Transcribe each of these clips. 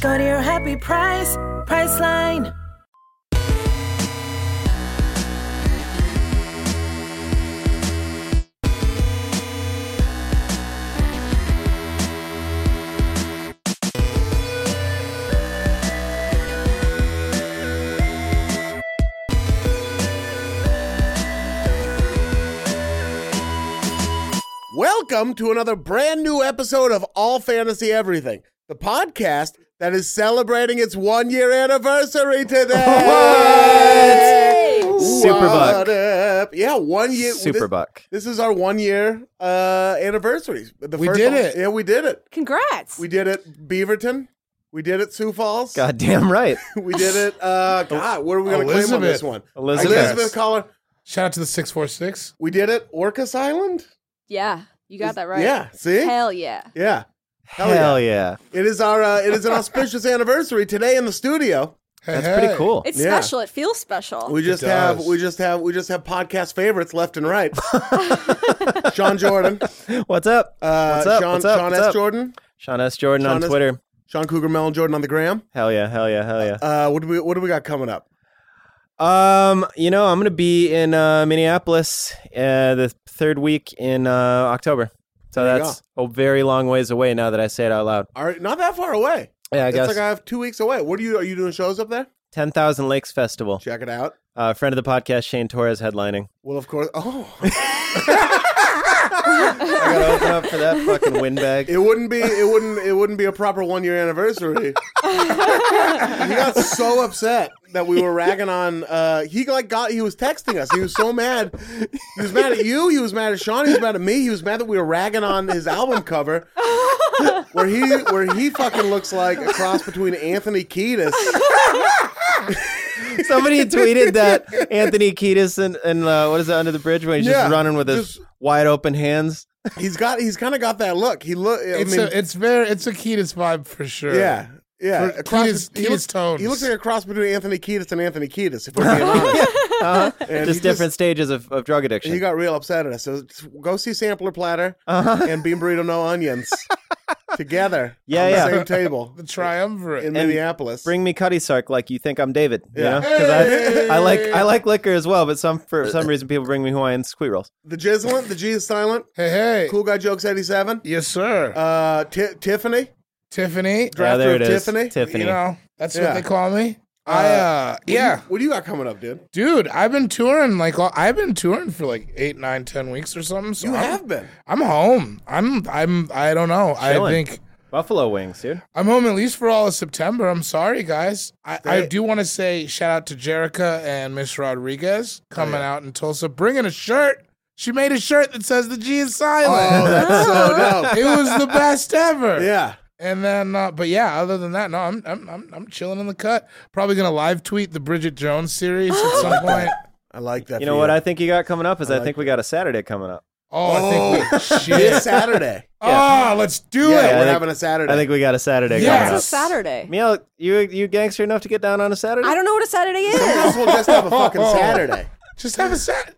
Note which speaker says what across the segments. Speaker 1: Go to your happy price, Priceline.
Speaker 2: Welcome to another brand new episode of All Fantasy Everything, the podcast that is celebrating its one year anniversary today.
Speaker 3: What? Superbuck.
Speaker 2: What up? Yeah, one year.
Speaker 3: Super
Speaker 2: this,
Speaker 3: buck.
Speaker 2: This is our one year uh, anniversary. The
Speaker 4: We
Speaker 2: first
Speaker 4: did
Speaker 2: one-
Speaker 4: it.
Speaker 2: Yeah, we did it.
Speaker 5: Congrats.
Speaker 2: We did it Beaverton. We did it Sioux Falls.
Speaker 3: God damn right.
Speaker 2: We did it. Uh, God, what are we going to claim on
Speaker 4: Elizabeth.
Speaker 2: this one?
Speaker 3: Elizabeth.
Speaker 2: Elizabeth Collar.
Speaker 4: Shout out to the 646.
Speaker 2: We did it Orcas Island.
Speaker 5: Yeah, you got that right.
Speaker 2: Yeah, see?
Speaker 5: Hell yeah.
Speaker 2: Yeah.
Speaker 3: Hell, yeah.
Speaker 2: It is our uh, it is an auspicious anniversary today in the studio.
Speaker 4: Hey,
Speaker 3: That's
Speaker 4: hey.
Speaker 3: pretty cool.
Speaker 5: It's
Speaker 2: Yeah.
Speaker 5: special. It feels special.
Speaker 2: We just
Speaker 4: does.
Speaker 2: have we just have we just have podcast favorites left and right. Sean Jordan,
Speaker 3: What's up?
Speaker 2: uh,
Speaker 3: What's up?
Speaker 2: Sean
Speaker 3: What's up?
Speaker 2: Sean
Speaker 3: What's
Speaker 2: S
Speaker 3: up?
Speaker 2: Jordan,
Speaker 3: Sean S. Jordan
Speaker 2: Sean
Speaker 3: on
Speaker 2: S.
Speaker 3: Twitter.
Speaker 2: Sean Cougar Mellon Jordan on the gram.
Speaker 3: Hell yeah. Hell yeah. Hell yeah.
Speaker 2: Uh, what do we what do we got coming up? Uh,
Speaker 3: Um, you know, I'm gonna be in uh, Minneapolis uh, the third week in uh, October. So
Speaker 2: There you
Speaker 3: that's a very long ways away now that I say it out loud.
Speaker 2: All right, not that far away.
Speaker 3: Yeah, I
Speaker 2: it's
Speaker 3: guess
Speaker 2: like I have two weeks away. What are you are you doing shows up there?
Speaker 3: ten thousand Lakes Festival.
Speaker 2: Check it out.
Speaker 3: Uh, friend of the podcast, Shane Torres, headlining.
Speaker 2: Well, of course. Oh,
Speaker 3: I gotta open up for that fucking windbag.
Speaker 2: it wouldn't be it wouldn't it wouldn't be a proper one year anniversary. he got so upset that we were ragging on. Uh, he like got he was texting us. He was so mad. He was mad at you. He was mad at Sean. He was mad at me. He was mad that we were ragging on his album cover, where he where he fucking looks like a cross between Anthony Kiedis.
Speaker 3: Somebody tweeted that Anthony Kiedis and, and uh, what is that under the bridge when he's
Speaker 2: Yeah,
Speaker 3: just running with his
Speaker 2: just-
Speaker 3: wide open hands.
Speaker 2: He's got he's kind of got that look. He look. I
Speaker 4: It's,
Speaker 2: mean,
Speaker 4: a, it's very, it's a Ketis vibe for sure.
Speaker 2: yeah. Yeah,
Speaker 4: For
Speaker 2: a cross-
Speaker 4: Kiedis-
Speaker 2: he, looks,
Speaker 4: Kiedis tones.
Speaker 2: he looks like a cross between Anthony Kiedis and Anthony Kiedis. If we're being honest,
Speaker 3: Uh-huh.
Speaker 2: And he
Speaker 3: Just different stages of, of drug
Speaker 2: And He
Speaker 3: addiction.
Speaker 2: got real upset at us. So s- go see Sampler Platter and Bean Burrito No Onions together.
Speaker 3: Uh-huh. Yeah,
Speaker 2: on
Speaker 3: yeah.
Speaker 2: The same table
Speaker 4: The triumvirate.
Speaker 2: in Minneapolis.
Speaker 3: Bring me Cuddy Sark like you think I'm David.
Speaker 2: Yeah.
Speaker 3: Yeah. I, I like I like liquor as well, but some for some reason people bring me Hawaiian squeak rolls.
Speaker 2: the Jizzlin, the G is silent.
Speaker 4: hey, hey.
Speaker 2: Cool Guy Jokes 87.
Speaker 4: Yes, sir.
Speaker 2: Uh, Ti Tiffany.
Speaker 4: Tiffany.
Speaker 3: Yeah,
Speaker 2: Drive-thru
Speaker 3: there it is.
Speaker 2: Tiffany?
Speaker 3: Tiffany.
Speaker 4: You know, that's
Speaker 2: Yeah.
Speaker 4: what they call me. I, uh, yeah.
Speaker 2: What do you got coming up, dude?
Speaker 4: Dude, I've been touring like all, I've been touring for like eight, nine, ten weeks or something. So
Speaker 2: You
Speaker 4: I'm,
Speaker 2: have been.
Speaker 4: I'm home. I'm I'm I don't know. I
Speaker 3: Chilling.
Speaker 4: think
Speaker 3: Buffalo wings, dude.
Speaker 4: I'm home at least for all of September. I'm sorry, guys. I, I
Speaker 2: They-
Speaker 4: do want to say shout out to Jerica and Miss Rodriguez coming out in Tulsa, bringing a shirt. She made a shirt that says the G is
Speaker 2: Oh,
Speaker 4: silent.
Speaker 2: that's so dope.
Speaker 4: it was the best ever.
Speaker 2: Yeah.
Speaker 4: And then, uh, but yeah, other than that, no, I'm I'm I'm, I'm chilling in the cut. Probably gonna live tweet the Bridget Jones series at some point.
Speaker 2: I like that.
Speaker 3: You
Speaker 2: for
Speaker 3: know what I think you got coming up is I, think we got a Saturday coming up.
Speaker 4: Oh, I think we,
Speaker 2: This
Speaker 4: shit.
Speaker 2: Saturday.
Speaker 4: Oh, let's do
Speaker 2: Yeah,
Speaker 3: I
Speaker 2: we're
Speaker 3: think-
Speaker 2: having a Saturday.
Speaker 3: I think we got a Saturday
Speaker 4: Yes.
Speaker 5: It's
Speaker 3: coming
Speaker 5: a
Speaker 3: up.
Speaker 5: Saturday.
Speaker 3: Meow, you you gangster enough to get down on a Saturday?
Speaker 5: I don't know what a Saturday is.
Speaker 2: Sometimes we'll just have a fucking Saturday.
Speaker 4: it. Just have a set.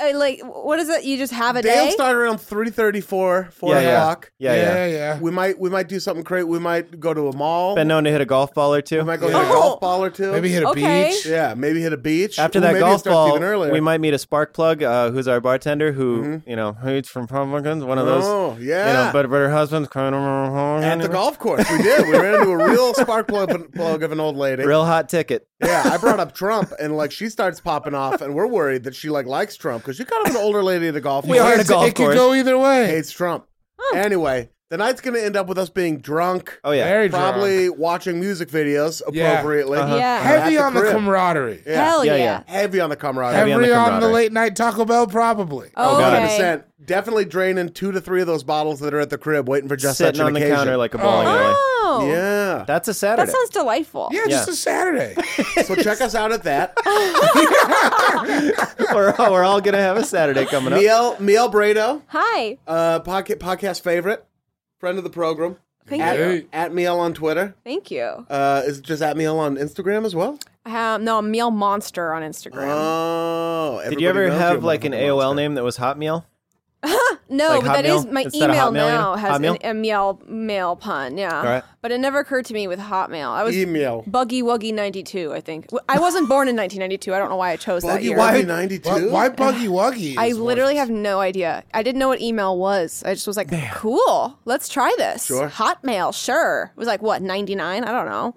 Speaker 5: Uh, like, what is it? You just have a
Speaker 2: They'll
Speaker 5: day?
Speaker 2: start around 3.34, 4
Speaker 3: yeah, yeah.
Speaker 2: o'clock.
Speaker 3: Yeah, yeah.
Speaker 4: yeah,
Speaker 2: We might we might do something great. We might go to a mall.
Speaker 3: Been known to hit a golf ball or two.
Speaker 2: We might go
Speaker 4: Yeah.
Speaker 2: hit a golf ball or two.
Speaker 4: Maybe hit a
Speaker 5: Oh. Okay.
Speaker 4: beach.
Speaker 2: Yeah, maybe hit a beach.
Speaker 3: After
Speaker 2: Ooh,
Speaker 3: that
Speaker 2: maybe it
Speaker 3: golf
Speaker 2: starts
Speaker 3: ball,
Speaker 2: even earlier.
Speaker 3: we might meet a spark plug, uh, who's our bartender, who you know, who's from Pumpkins, one of those.
Speaker 2: Oh,
Speaker 3: You know,
Speaker 2: yeah.
Speaker 3: but but her husband's kind of uh,
Speaker 2: at the golf course, we did. We ran into a real spark plug, plug of an old lady.
Speaker 3: Real hot ticket.
Speaker 2: Yeah, I brought up Trump, and like she starts popping off, and we're worried that she like likes Trump because she's kind of an older lady at the golf.
Speaker 3: We
Speaker 2: course.
Speaker 3: are at a golf
Speaker 4: it could
Speaker 3: course.
Speaker 4: go either way.
Speaker 2: hates Trump. Anyway, The night's gonna end up with us being drunk,
Speaker 3: Oh yeah.
Speaker 4: Very drunk.
Speaker 2: probably watching music videos
Speaker 4: Yeah.
Speaker 2: appropriately.
Speaker 3: Uh-huh.
Speaker 5: Yeah.
Speaker 2: At
Speaker 4: heavy on the
Speaker 2: crib.
Speaker 4: camaraderie.
Speaker 2: Yeah.
Speaker 5: Hell
Speaker 3: Yeah,
Speaker 5: yeah.
Speaker 3: yeah.
Speaker 2: Heavy on the camaraderie.
Speaker 3: Heavy on
Speaker 4: Every
Speaker 3: the
Speaker 4: on the
Speaker 3: camaraderie.
Speaker 4: late night Taco Bell, probably.
Speaker 5: Oh,
Speaker 3: God.
Speaker 5: okay.
Speaker 2: 100%. Definitely draining two to three of those bottles that are at the crib waiting for just
Speaker 3: Sitting
Speaker 2: such an
Speaker 3: on the
Speaker 2: occasion.
Speaker 3: counter like a bowling
Speaker 4: Oh.
Speaker 3: alley.
Speaker 5: Oh,
Speaker 2: yeah.
Speaker 3: That's a Saturday.
Speaker 5: that sounds delightful.
Speaker 4: Yeah, just
Speaker 3: Yeah.
Speaker 4: a Saturday.
Speaker 2: so check us out at that.
Speaker 3: we're, all, we're all gonna have a Saturday coming up.
Speaker 2: Miel Miel Bredo,
Speaker 5: Hi.
Speaker 2: uh, podcast podcast favorite, friend of the program.
Speaker 5: Thank you.
Speaker 2: At,
Speaker 4: Hey.
Speaker 2: at Miel on Twitter.
Speaker 5: Thank you.
Speaker 2: Uh, is it just at Miel on Instagram as well?
Speaker 5: Um, no, I'm Meal Monster on Instagram.
Speaker 2: Oh,
Speaker 3: Did you ever
Speaker 2: everybody knows
Speaker 3: have
Speaker 2: a
Speaker 3: like an
Speaker 2: motherfucking
Speaker 3: AOL
Speaker 2: monster.
Speaker 3: name that was Hot Meal?
Speaker 5: no,
Speaker 3: like
Speaker 5: but that is
Speaker 3: Hotmail?
Speaker 5: my
Speaker 3: Instead of
Speaker 5: email
Speaker 3: Hotmail, you
Speaker 5: now
Speaker 3: know?
Speaker 5: has an,
Speaker 3: Hotmail?
Speaker 5: a meal mail pun. Yeah.
Speaker 3: right.
Speaker 5: But it never occurred to me with Hotmail. I was
Speaker 2: Email.
Speaker 5: Buggy Wuggy 92, I think. W- I wasn't born in 1992. I don't know why I chose that
Speaker 2: Buggy
Speaker 5: year.
Speaker 2: Wuggy 92?
Speaker 4: why, why Buggy Wuggy?
Speaker 5: I
Speaker 4: is
Speaker 5: literally
Speaker 4: worse?
Speaker 5: have no idea. I didn't know what email was. I just was like, cool, let's try this.
Speaker 2: Sure.
Speaker 5: Hotmail, sure. It was like, what, 99? I don't know.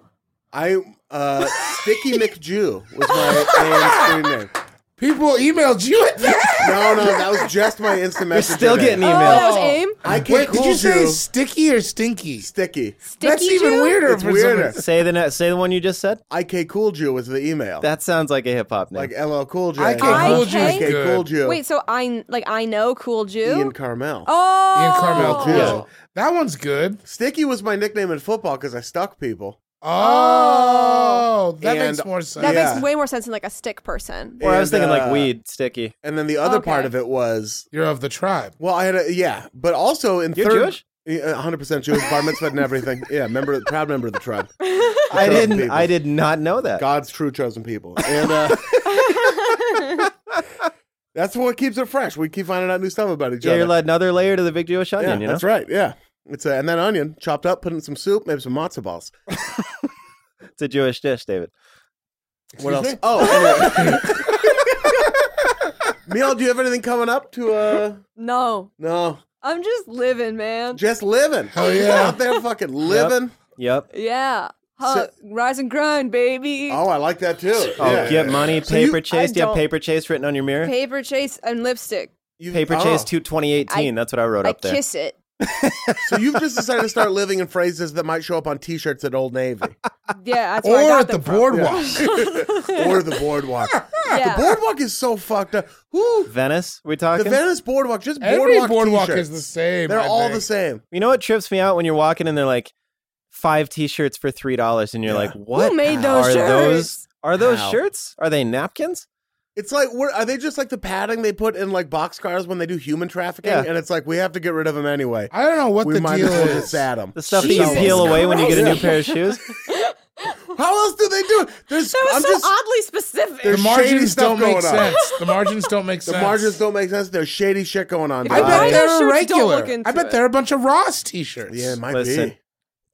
Speaker 2: I uh, Sticky McJew was my AOL screen name.
Speaker 4: people emailed you at that.
Speaker 2: No, no, that was just my instant
Speaker 3: You're
Speaker 2: message.
Speaker 3: still getting
Speaker 5: Oh, that
Speaker 3: email.
Speaker 5: was AIM?
Speaker 2: I can
Speaker 4: Wait,
Speaker 2: call
Speaker 4: did you say
Speaker 2: you
Speaker 4: sticky or stinky?
Speaker 2: sticky.
Speaker 4: That's
Speaker 5: Sticky
Speaker 4: even
Speaker 5: Jew?
Speaker 4: weirder.
Speaker 2: It's
Speaker 4: for some
Speaker 2: weirder.
Speaker 4: reason.
Speaker 3: say the ne- say the one you just said.
Speaker 2: IK Cool Jew was the email.
Speaker 3: That sounds like a hip hop name.
Speaker 2: like LL Cool J.
Speaker 4: IK
Speaker 5: Cool
Speaker 2: J.
Speaker 5: Jew is
Speaker 2: IK Cool
Speaker 4: good.
Speaker 2: Jew.
Speaker 5: Wait, so I like I know Cool Jew?
Speaker 2: Ian Carmel.
Speaker 5: oh,
Speaker 4: Ian Carmel Cool.
Speaker 2: Yeah.
Speaker 4: That one's good.
Speaker 2: Sticky was my nickname in football because I stuck people.
Speaker 4: Oh, that
Speaker 2: And-
Speaker 4: makes more sense.
Speaker 5: That
Speaker 2: Yeah.
Speaker 5: makes way more sense than like a stick person.
Speaker 3: or I was
Speaker 2: And,
Speaker 3: thinking
Speaker 2: uh,
Speaker 3: like weed, sticky.
Speaker 2: And then the other
Speaker 5: Okay.
Speaker 2: part of it was
Speaker 4: You're of the tribe.
Speaker 2: well, I had a yeah, but also in
Speaker 3: You're
Speaker 2: third,
Speaker 3: Jewish?
Speaker 2: Yeah, 100% Jewish, bar mitzvah and everything. Yeah, member, proud member of the tribe.
Speaker 3: I
Speaker 2: chosen
Speaker 3: didn't.
Speaker 2: people.
Speaker 3: I did not know that.
Speaker 2: God's true chosen people. And uh, that's what keeps it fresh. We keep finding out new stuff about each
Speaker 3: Yeah,
Speaker 2: other.
Speaker 3: you're like another layer to the big Jewish
Speaker 2: yeah,
Speaker 3: onion. you know.
Speaker 2: that's right. Yeah. It's uh, and then onion chopped up, put in some soup, maybe some matzo balls.
Speaker 3: It's a Jewish dish, David.
Speaker 2: What else? Oh, anyway. Miel, do you have anything coming up to uh
Speaker 5: No,
Speaker 2: no.
Speaker 5: I'm just living, man.
Speaker 2: Just living.
Speaker 4: Hell yeah.
Speaker 2: Out there fucking living.
Speaker 3: Yep.
Speaker 5: yeah. Huh,
Speaker 2: So-
Speaker 5: rise and grind, baby.
Speaker 2: Oh, I like that too.
Speaker 3: Oh,
Speaker 2: yeah.
Speaker 3: get money, paper
Speaker 2: you-
Speaker 3: chase.
Speaker 5: I
Speaker 3: Do you have
Speaker 5: don't-
Speaker 3: paper chase written on your mirror?
Speaker 5: Paper chase and lipstick.
Speaker 2: You-
Speaker 3: paper
Speaker 2: oh.
Speaker 3: chase two twenty eighteen.
Speaker 5: I-
Speaker 3: That's what I wrote
Speaker 5: I
Speaker 3: up there.
Speaker 5: kiss it.
Speaker 2: So you've just decided to start living in phrases that might show up on T-shirts at Old Navy
Speaker 5: Yeah, that's where I
Speaker 4: Or
Speaker 5: got
Speaker 4: at the
Speaker 5: them from.
Speaker 4: boardwalk.
Speaker 2: or the boardwalk.
Speaker 5: Yeah.
Speaker 2: The boardwk is so fucked up. Who?
Speaker 3: Venice, we
Speaker 2: The
Speaker 3: talking?
Speaker 2: Venice boardwalk. Just
Speaker 4: Every
Speaker 2: boardwalk,
Speaker 4: boardwalk,
Speaker 2: t-shirts.
Speaker 4: is the same.
Speaker 2: They're
Speaker 4: I
Speaker 2: all
Speaker 4: think.
Speaker 2: the same.
Speaker 3: You know what trips me out when you're walking and they're like five t-shirts for three dollars, and you're like, "What?
Speaker 5: made
Speaker 3: How
Speaker 5: those
Speaker 3: are those?
Speaker 5: shirts?
Speaker 3: Are those
Speaker 2: How?
Speaker 3: shirts? Are they napkins?
Speaker 2: It's like, we're, are they just like the padding they put in like boxcars when they do human trafficking?
Speaker 3: Yeah.
Speaker 2: And it's like we have to get rid of them anyway.
Speaker 4: I don't know what
Speaker 2: we
Speaker 4: the
Speaker 2: might
Speaker 4: deal
Speaker 2: as well
Speaker 4: is.
Speaker 2: just add them.
Speaker 3: The stuff that
Speaker 5: Jesus
Speaker 3: you peel away when you get a new
Speaker 5: Christ.
Speaker 3: pair of shoes?
Speaker 2: How else do they do it? There's,
Speaker 5: That was
Speaker 2: I'm
Speaker 5: so
Speaker 2: just,
Speaker 5: oddly specific.
Speaker 4: The
Speaker 2: There's shady
Speaker 4: margins
Speaker 2: stuff
Speaker 4: don't make
Speaker 2: going on.
Speaker 4: sense. The margins don't make
Speaker 2: the
Speaker 4: sense.
Speaker 2: margins don't make sense. There's shady shit going on.
Speaker 4: I
Speaker 2: dude.
Speaker 5: Why
Speaker 4: bet
Speaker 5: those
Speaker 4: they're
Speaker 5: shirts don't
Speaker 4: irregular.
Speaker 5: look into
Speaker 4: I bet
Speaker 5: it?
Speaker 4: they're a bunch of Ross t-shirts.
Speaker 2: Yeah, it might
Speaker 3: Listen,
Speaker 2: be.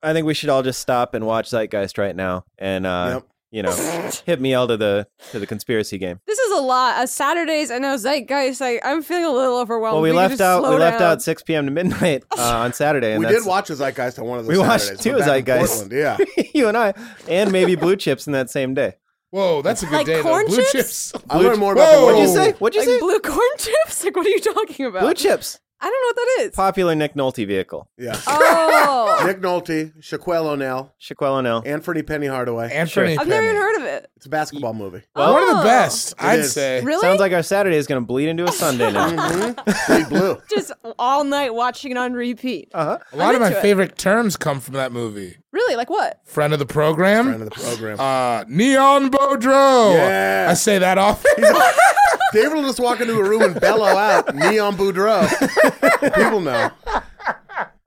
Speaker 3: I think we should all just stop and watch Zeitgeist right now, and uh,
Speaker 2: Yep.
Speaker 3: you know, hit me all to the to the conspiracy game.
Speaker 5: This is a lot. Uh, Saturdays, I know Zeitgeist. I, I'm feeling a little overwhelmed.
Speaker 3: Well, we,
Speaker 5: can
Speaker 3: left
Speaker 5: just
Speaker 3: out we
Speaker 5: Oh, slow
Speaker 3: left
Speaker 5: down.
Speaker 3: out six p.m. to midnight uh, on Saturday, and
Speaker 2: We
Speaker 3: that's
Speaker 2: did watch a Zeitgeist on one of those.
Speaker 3: We watched
Speaker 2: Saturdays.
Speaker 3: two
Speaker 2: We're back in
Speaker 3: Zeitgeists.
Speaker 2: Portland, Yeah.
Speaker 3: you and I, and maybe blue chips in that same day.
Speaker 4: Whoa, that's a good
Speaker 5: Like
Speaker 4: day. though.
Speaker 5: corn
Speaker 4: Blue
Speaker 5: chips?
Speaker 4: chips.
Speaker 2: I learned more about
Speaker 4: Whoa.
Speaker 2: the
Speaker 3: What'd you
Speaker 4: Oh.
Speaker 3: say? What'd you
Speaker 5: Like
Speaker 3: say?
Speaker 5: blue corn chips? Like, what are you talking about?
Speaker 3: blue chips,
Speaker 5: I don't know what that is.
Speaker 3: popular Nick Nolte vehicle.
Speaker 2: Yeah.
Speaker 5: Oh,
Speaker 2: Nick Nolte, Shaquille O'Neal,
Speaker 3: Shaquille O'Neal.
Speaker 2: Anthony Penny Hardaway.
Speaker 4: Anthony
Speaker 5: I've never
Speaker 4: Penny.
Speaker 5: even heard of it.
Speaker 2: it's a basketball movie.
Speaker 4: One of the
Speaker 5: Oh.
Speaker 4: best, I'd
Speaker 2: is.
Speaker 4: say.
Speaker 5: Really?
Speaker 3: Sounds like our Saturday is going to bleed into a Sunday now.
Speaker 5: Mm-hmm.
Speaker 2: Pretty blue.
Speaker 5: Just all night watching it on repeat.
Speaker 3: uh-huh.
Speaker 4: A lot of my
Speaker 5: into it.
Speaker 4: favorite terms come from that movie.
Speaker 5: Really? Like what?
Speaker 4: Friend of the program.
Speaker 2: Friend of the program.
Speaker 4: uh, Neon Baudreau.
Speaker 2: Yeah.
Speaker 4: I say that often.
Speaker 2: David will just walk into a room and bellow out Neon Boudreaux. People know.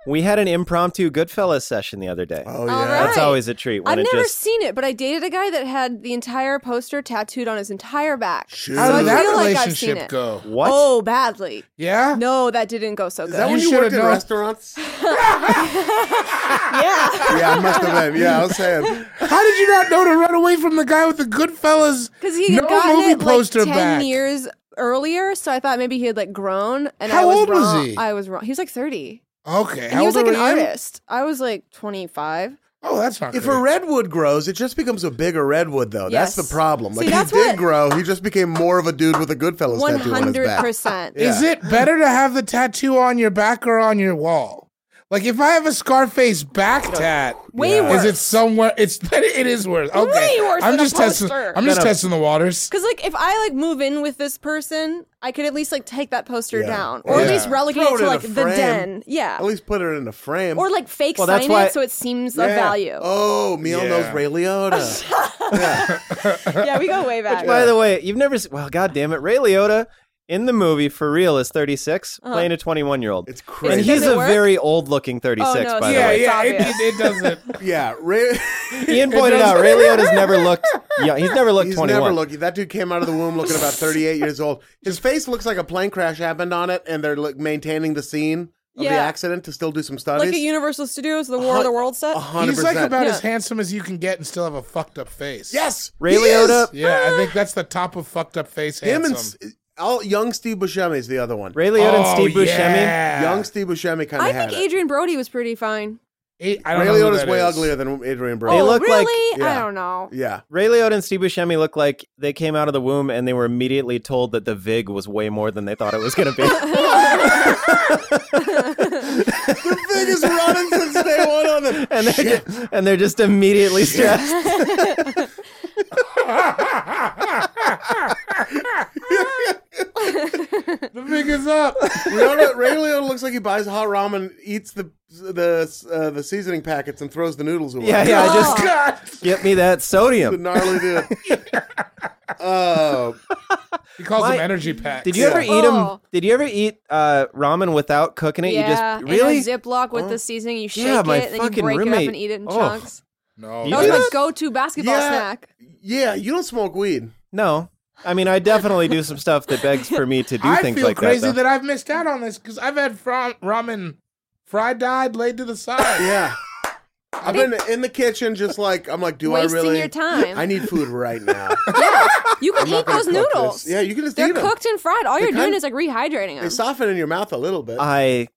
Speaker 3: We had an impromptu Goodfellas session the other day.
Speaker 2: Oh,
Speaker 5: All
Speaker 2: yeah.
Speaker 5: right.
Speaker 3: That's always a treat when
Speaker 5: I've
Speaker 3: it
Speaker 5: never
Speaker 3: just
Speaker 5: seen it, but I dated a guy that had the entire poster tattooed on his entire back.
Speaker 2: Shoot.
Speaker 4: How
Speaker 5: I
Speaker 4: did that
Speaker 5: feel like I've
Speaker 4: relationship
Speaker 5: seen it.
Speaker 4: go?
Speaker 3: what?
Speaker 5: Oh, badly.
Speaker 4: Yeah?
Speaker 5: No, that didn't go so
Speaker 2: Is
Speaker 5: good.
Speaker 2: that when
Speaker 4: You
Speaker 2: you worked
Speaker 4: shoulda
Speaker 2: in
Speaker 4: known.
Speaker 2: restaurants?
Speaker 5: yeah,
Speaker 2: yeah, it must have been. Yeah, I was saying.
Speaker 4: How did you not know to run away from the guy with the Goodfellas?
Speaker 5: because he had
Speaker 4: No
Speaker 5: gotten
Speaker 4: movie
Speaker 5: it like
Speaker 4: poster
Speaker 5: ten
Speaker 4: back.
Speaker 5: years earlier, so I thought maybe he had like grown. And
Speaker 4: How
Speaker 5: I was
Speaker 4: old was
Speaker 5: wrong.
Speaker 4: he?
Speaker 5: I was wrong. He was like thirty,
Speaker 4: Okay.
Speaker 5: and
Speaker 4: how
Speaker 5: he was
Speaker 4: old
Speaker 5: like an
Speaker 4: were you?
Speaker 5: artist. I was like twenty-five.
Speaker 4: Oh, that's not
Speaker 2: If
Speaker 4: great.
Speaker 2: a redwood grows, it just becomes a bigger redwood, though.
Speaker 5: Yes.
Speaker 2: That's the problem. Like,
Speaker 5: See, that's
Speaker 2: he did
Speaker 5: what-
Speaker 2: grow. He just became more of a dude with a Goodfellas
Speaker 5: One
Speaker 2: tattoo on his
Speaker 5: hundred
Speaker 2: back.
Speaker 5: percent.
Speaker 2: Yeah.
Speaker 4: Is it better to have the tattoo on your back or on your wall? Like if I have a Scarface back tat,
Speaker 5: Way worse.
Speaker 4: is it somewhere? It's it is worse. Okay,
Speaker 5: Way worse
Speaker 4: I'm
Speaker 5: than a
Speaker 4: just testing.
Speaker 5: poster.
Speaker 4: I'm just
Speaker 3: No, no.
Speaker 4: testing the waters.
Speaker 5: Because like if I like move in with this person, I could at least like take that poster down, or at
Speaker 4: Yeah.
Speaker 5: least relegate
Speaker 2: Throw
Speaker 5: it to
Speaker 2: in a
Speaker 5: like the
Speaker 2: frame.
Speaker 5: den, yeah,
Speaker 2: At least put it in a frame.
Speaker 5: or like fake
Speaker 3: Well, that's
Speaker 5: sign
Speaker 3: why-
Speaker 5: it so it seems
Speaker 2: Yeah.
Speaker 5: of value.
Speaker 2: Oh, Neil
Speaker 4: Yeah.
Speaker 2: knows Ray Liotta.
Speaker 5: Yeah, we go way back.
Speaker 3: By the way, you've never seen, well, god damn it, Ray Liotta in the movie for real is 36, playing a 21 year old.
Speaker 2: it's
Speaker 3: And
Speaker 2: crazy.
Speaker 5: Does
Speaker 3: he's
Speaker 5: Uh-huh. it
Speaker 3: a
Speaker 5: work? Oh,
Speaker 3: very old looking 36,
Speaker 5: no,
Speaker 3: by
Speaker 5: it's
Speaker 4: Yeah,
Speaker 3: the way.
Speaker 4: yeah, it,
Speaker 5: obvious.
Speaker 4: it, it doesn't.
Speaker 2: yeah, Ray.
Speaker 3: Ian pointed out Ray Liotta's never looked, yeah, he's never looked
Speaker 2: He's
Speaker 3: 21.
Speaker 2: never looking. That dude came out of the womb looking about 38 years old. His face looks like a plane crash happened on it, and they're like, maintaining the scene of the
Speaker 5: Yeah.
Speaker 2: accident to still do some studies.
Speaker 5: like at Universal Studios, the War of the World set.
Speaker 2: A hundred
Speaker 4: He's like
Speaker 2: percent.
Speaker 4: about
Speaker 5: Yeah.
Speaker 4: as handsome as you can get and still have a fucked up face.
Speaker 2: yes,
Speaker 3: Ray
Speaker 2: he is.
Speaker 3: Liotta-
Speaker 4: Yeah, I think that's the top of fucked up face.
Speaker 2: Him and
Speaker 4: handsome.
Speaker 2: S- all young Steve Buscemi is the other one.
Speaker 3: Ray Liotta and
Speaker 4: Oh,
Speaker 3: Steve Buscemi.
Speaker 4: yeah.
Speaker 2: Young Steve Buscemi kind
Speaker 5: I
Speaker 2: of had
Speaker 5: think
Speaker 2: it.
Speaker 5: Adrian Brody was pretty fine.
Speaker 4: Eight- I don't
Speaker 2: Ray
Speaker 4: know who
Speaker 2: Liotta's
Speaker 4: that
Speaker 2: way
Speaker 4: is.
Speaker 2: uglier than Adrian Brody.
Speaker 3: They
Speaker 5: oh,
Speaker 3: look like-
Speaker 5: really? I
Speaker 2: Yeah.
Speaker 5: don't know.
Speaker 2: yeah,
Speaker 3: Ray Liotta and Steve Buscemi look like they came out of the womb and they were immediately told that the vig was way more than they thought it was going to be.
Speaker 2: the thing is running since day one on it.
Speaker 3: and, they're just, and they're just immediately stressed.
Speaker 4: The big is up.
Speaker 2: Leona, Ray Liotta looks like he buys hot ramen, eats the the uh, the seasoning packets, and throws the noodles away.
Speaker 3: yeah, yeah, just
Speaker 4: God.
Speaker 3: get me that
Speaker 2: the
Speaker 3: sodium.
Speaker 2: gnarly dude. Uh,
Speaker 4: He calls
Speaker 3: My-
Speaker 4: them energy packs.
Speaker 3: Did you ever eat them?
Speaker 5: Oh.
Speaker 3: Did you ever eat uh, ramen without cooking it?
Speaker 5: yeah,
Speaker 3: you just really
Speaker 5: in a Ziploc
Speaker 2: Oh.
Speaker 5: with the seasoning, you shake
Speaker 3: Yeah, my
Speaker 5: it, and then
Speaker 3: fucking
Speaker 5: you break it
Speaker 3: roommate-
Speaker 5: up and eat it in
Speaker 3: Oh.
Speaker 5: chunks.
Speaker 4: No.
Speaker 3: You do
Speaker 5: That was
Speaker 3: that?
Speaker 5: my go-to basketball
Speaker 2: Yeah.
Speaker 5: snack.
Speaker 2: yeah, you don't smoke weed.
Speaker 3: no. I mean, I definitely do some stuff that begs for me to do
Speaker 4: I
Speaker 3: things
Speaker 4: feel
Speaker 3: like
Speaker 4: crazy
Speaker 3: that.
Speaker 4: that,
Speaker 3: though.
Speaker 4: I've missed out on this because I've had fra- ramen fried dyed laid to the side.
Speaker 2: Yeah. I've been in the kitchen just like I'm like, do I
Speaker 5: Wasting
Speaker 2: really
Speaker 5: your time.
Speaker 2: I need food right now.
Speaker 5: You can eat
Speaker 2: gonna
Speaker 5: those
Speaker 2: cook
Speaker 5: noodles.
Speaker 2: this. Yeah, you can just
Speaker 5: They're
Speaker 2: eat 'em.
Speaker 5: cooked and fried. All you're
Speaker 2: kind
Speaker 5: doing
Speaker 2: of-
Speaker 5: is like rehydrating
Speaker 2: They
Speaker 5: them.
Speaker 2: soften in your mouth a little bit.
Speaker 3: I,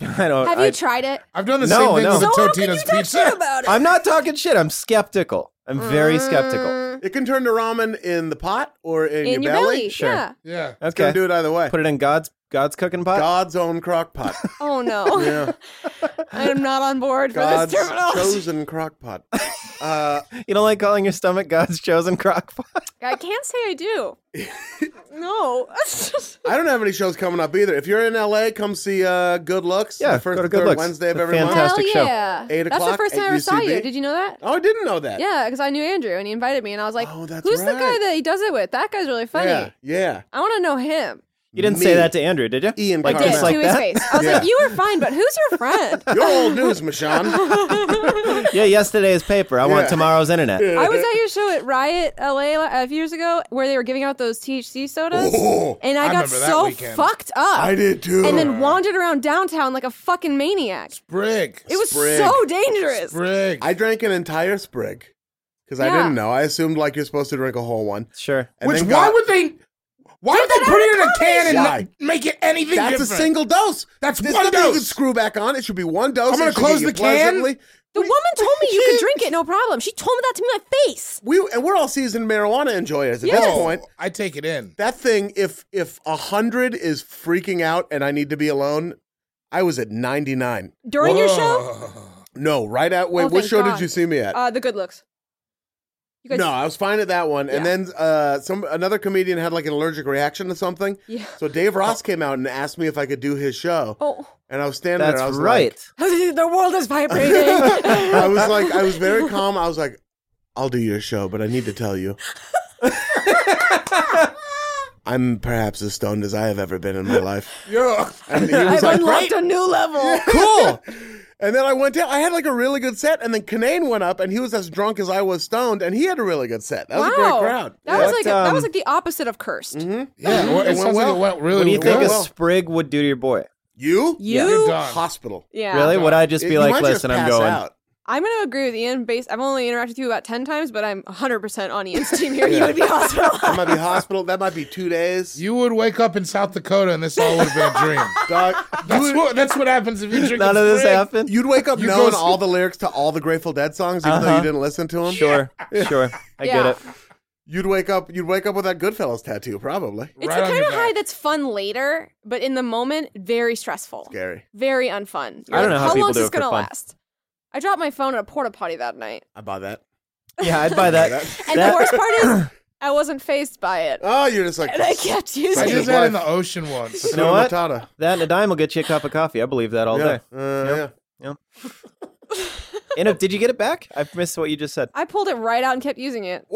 Speaker 3: I don't.
Speaker 5: Have
Speaker 3: I,
Speaker 5: you tried it?
Speaker 4: I've done the
Speaker 3: No,
Speaker 4: same thing
Speaker 3: no.
Speaker 2: Oh,
Speaker 4: with the
Speaker 3: So
Speaker 4: Totino's pizza.
Speaker 5: about
Speaker 3: I'm not talking shit. I'm skeptical. I'm very skeptical.
Speaker 5: Mm.
Speaker 2: it can turn to ramen in the pot or in,
Speaker 5: in your belly?
Speaker 3: Sure.
Speaker 5: Yeah.
Speaker 4: Yeah.
Speaker 3: Okay,
Speaker 2: Can do it either way.
Speaker 3: put it in God's God's cooking pot.
Speaker 2: God's own crock pot.
Speaker 5: Oh no.
Speaker 2: Yeah.
Speaker 5: I am not on board for
Speaker 2: God's
Speaker 5: this terminology.
Speaker 2: chosen crock pot. Uh,
Speaker 3: You don't like calling your stomach God's chosen crock pot?
Speaker 5: I can't say I do. no.
Speaker 2: I don't have any shows coming up either. If you're in LA, come see uh, Good Looks.
Speaker 3: Yeah,
Speaker 2: the first
Speaker 3: go to
Speaker 2: and
Speaker 3: Good
Speaker 2: third
Speaker 3: Looks.
Speaker 2: Wednesday of
Speaker 3: It's a
Speaker 2: every month.
Speaker 3: fantastic
Speaker 5: Hell
Speaker 3: show.
Speaker 5: yeah.
Speaker 2: Eight
Speaker 5: That's
Speaker 2: o'clock
Speaker 5: the first
Speaker 2: at
Speaker 5: time I ever saw you.
Speaker 2: UCB.
Speaker 5: Did you know that?
Speaker 2: Oh, I didn't know that.
Speaker 5: Yeah, because I knew Andrew and he invited me, and I was like,
Speaker 2: Oh, that's
Speaker 5: "Who's the guy
Speaker 2: right.
Speaker 5: that he does it with? That guy's really funny.
Speaker 2: Yeah. yeah.
Speaker 5: I want to know him."
Speaker 3: You didn't
Speaker 2: Me.
Speaker 3: say that to Andrew, did you?
Speaker 2: Ian
Speaker 3: like
Speaker 2: Carmen.
Speaker 3: just
Speaker 5: Did,
Speaker 3: like
Speaker 5: to
Speaker 3: that.
Speaker 5: his face. I was
Speaker 2: Yeah.
Speaker 5: like, "You were fine, but who's your friend?"
Speaker 2: You're old news, Michonne.
Speaker 3: Yeah, yesterday's paper. I want
Speaker 2: Yeah.
Speaker 3: tomorrow's internet.
Speaker 5: I was at your show at Riot LA li- a few years ago where they were giving out those THC sodas,
Speaker 2: Oh,
Speaker 5: and I,
Speaker 4: I
Speaker 5: got
Speaker 4: remember that
Speaker 5: so
Speaker 4: weekend.
Speaker 5: fucked up.
Speaker 2: I did too.
Speaker 5: and then wandered around downtown like a fucking maniac.
Speaker 4: Brig.
Speaker 5: It was
Speaker 2: Sprig.
Speaker 5: so dangerous.
Speaker 4: Brig.
Speaker 2: I drank an entire sprig because I
Speaker 5: Yeah.
Speaker 2: didn't know. I assumed like you're supposed to drink a whole one.
Speaker 3: Sure.
Speaker 2: And
Speaker 4: Which
Speaker 2: then
Speaker 4: why
Speaker 2: got-
Speaker 4: would they? Why would they put it in a can and
Speaker 2: Why?
Speaker 4: not make it anything
Speaker 2: That's
Speaker 4: different?
Speaker 2: a single dose.
Speaker 4: That's
Speaker 2: There's
Speaker 4: one
Speaker 2: nothing You
Speaker 4: dose.
Speaker 2: can screw back on. It should be one dose.
Speaker 4: I'm gonna
Speaker 2: It should
Speaker 4: close
Speaker 2: get you
Speaker 4: the can.
Speaker 2: pleasantly.
Speaker 5: The woman told me you could drink it, no problem. She told me that to me in my face.
Speaker 2: We and we're all seasoned marijuana enjoyers at this
Speaker 5: Yes.
Speaker 2: point.
Speaker 4: I take it in.
Speaker 2: That thing, if if a hundred is freaking out and I need to be alone, I was at ninety nine.
Speaker 5: During your show?
Speaker 2: No, right at wait.
Speaker 5: Oh,
Speaker 2: what
Speaker 5: thank
Speaker 2: show did
Speaker 5: God.
Speaker 2: you see me at?
Speaker 5: Uh, the good looks. You guys,
Speaker 2: no, I was fine at that one. And
Speaker 5: Yeah.
Speaker 2: then uh, some another comedian had like an allergic reaction to something.
Speaker 5: Yeah.
Speaker 2: So Dave Ross came out and asked me if I could do his show.
Speaker 5: Oh.
Speaker 2: And I was standing
Speaker 3: That's
Speaker 2: there. I was
Speaker 3: right.
Speaker 5: the world is vibrating.
Speaker 2: Like, I was like, I was very calm. I was like, I'll do your show, but I need to tell you. I'm perhaps as stoned as I have ever been in my life.
Speaker 4: Yeah.
Speaker 2: And he was
Speaker 5: I've
Speaker 2: like,
Speaker 5: unlocked a new level.
Speaker 2: cool. And then I went down. I had like a really good set. And then Kanane went up, and he was as drunk as I was stoned, and he had a really good set. That was
Speaker 5: wow.
Speaker 2: a great crowd.
Speaker 5: That
Speaker 2: Yeah.
Speaker 5: was like that
Speaker 3: um,
Speaker 5: was like the opposite of cursed.
Speaker 4: Yeah, well, it,
Speaker 2: It went
Speaker 4: sounds
Speaker 2: well.
Speaker 4: like it went really
Speaker 3: What do you think
Speaker 4: well.
Speaker 3: a sprig would do to your boy?
Speaker 2: you,
Speaker 5: You
Speaker 4: done.
Speaker 2: hospital.
Speaker 5: yeah.
Speaker 3: Really? Would I just
Speaker 2: It-
Speaker 3: be
Speaker 2: you
Speaker 3: like,
Speaker 2: might just
Speaker 3: listen, I'm
Speaker 2: pass
Speaker 3: going.
Speaker 2: out.
Speaker 5: I'm gonna agree with Ian based I've only interacted with you about ten times, but I'm hundred percent on Ian's team here. You would be
Speaker 2: That
Speaker 5: hospitalized.
Speaker 2: might be hospital. That might be two days.
Speaker 4: You would wake up in South Dakota and this all would have been a dream.
Speaker 2: Dog,
Speaker 4: That's what, that's what happens if you drink
Speaker 3: None
Speaker 4: a
Speaker 3: of this
Speaker 4: Sprig.
Speaker 3: happened?
Speaker 2: you'd wake up
Speaker 4: You
Speaker 2: knowing
Speaker 4: go-
Speaker 2: all the lyrics to all the Grateful Dead songs, even though you didn't listen to them.
Speaker 3: Sure. Sure. I get
Speaker 5: Yeah.
Speaker 3: it.
Speaker 2: You'd wake up. You'd wake up with that Goodfellas tattoo, probably.
Speaker 5: It's
Speaker 4: Right
Speaker 5: the
Speaker 4: on
Speaker 5: kind
Speaker 4: your
Speaker 5: of high
Speaker 4: back.
Speaker 5: that's fun later, but in the moment, very stressful.
Speaker 2: Scary.
Speaker 5: Very unfun.
Speaker 3: I don't know how people
Speaker 5: long is
Speaker 3: do
Speaker 5: this
Speaker 3: it for
Speaker 5: gonna
Speaker 3: fun.
Speaker 5: last? I dropped my phone at a porta potty that night.
Speaker 2: I buy that.
Speaker 3: Yeah, I'd buy that.
Speaker 5: And
Speaker 3: That-
Speaker 5: the worst part is I was't phased by it.
Speaker 2: Oh, you're just like.
Speaker 5: and I kept
Speaker 4: I
Speaker 5: using
Speaker 2: Right.
Speaker 5: it.
Speaker 4: did that in the ocean once.
Speaker 3: You know what?
Speaker 2: Matata.
Speaker 3: That and a dime will get you a cup of coffee. I believe that all
Speaker 2: yeah.
Speaker 3: day.
Speaker 2: Uh, yeah.
Speaker 3: And if, did you get it back? I missed what you just said.
Speaker 5: I pulled it right out and kept using it.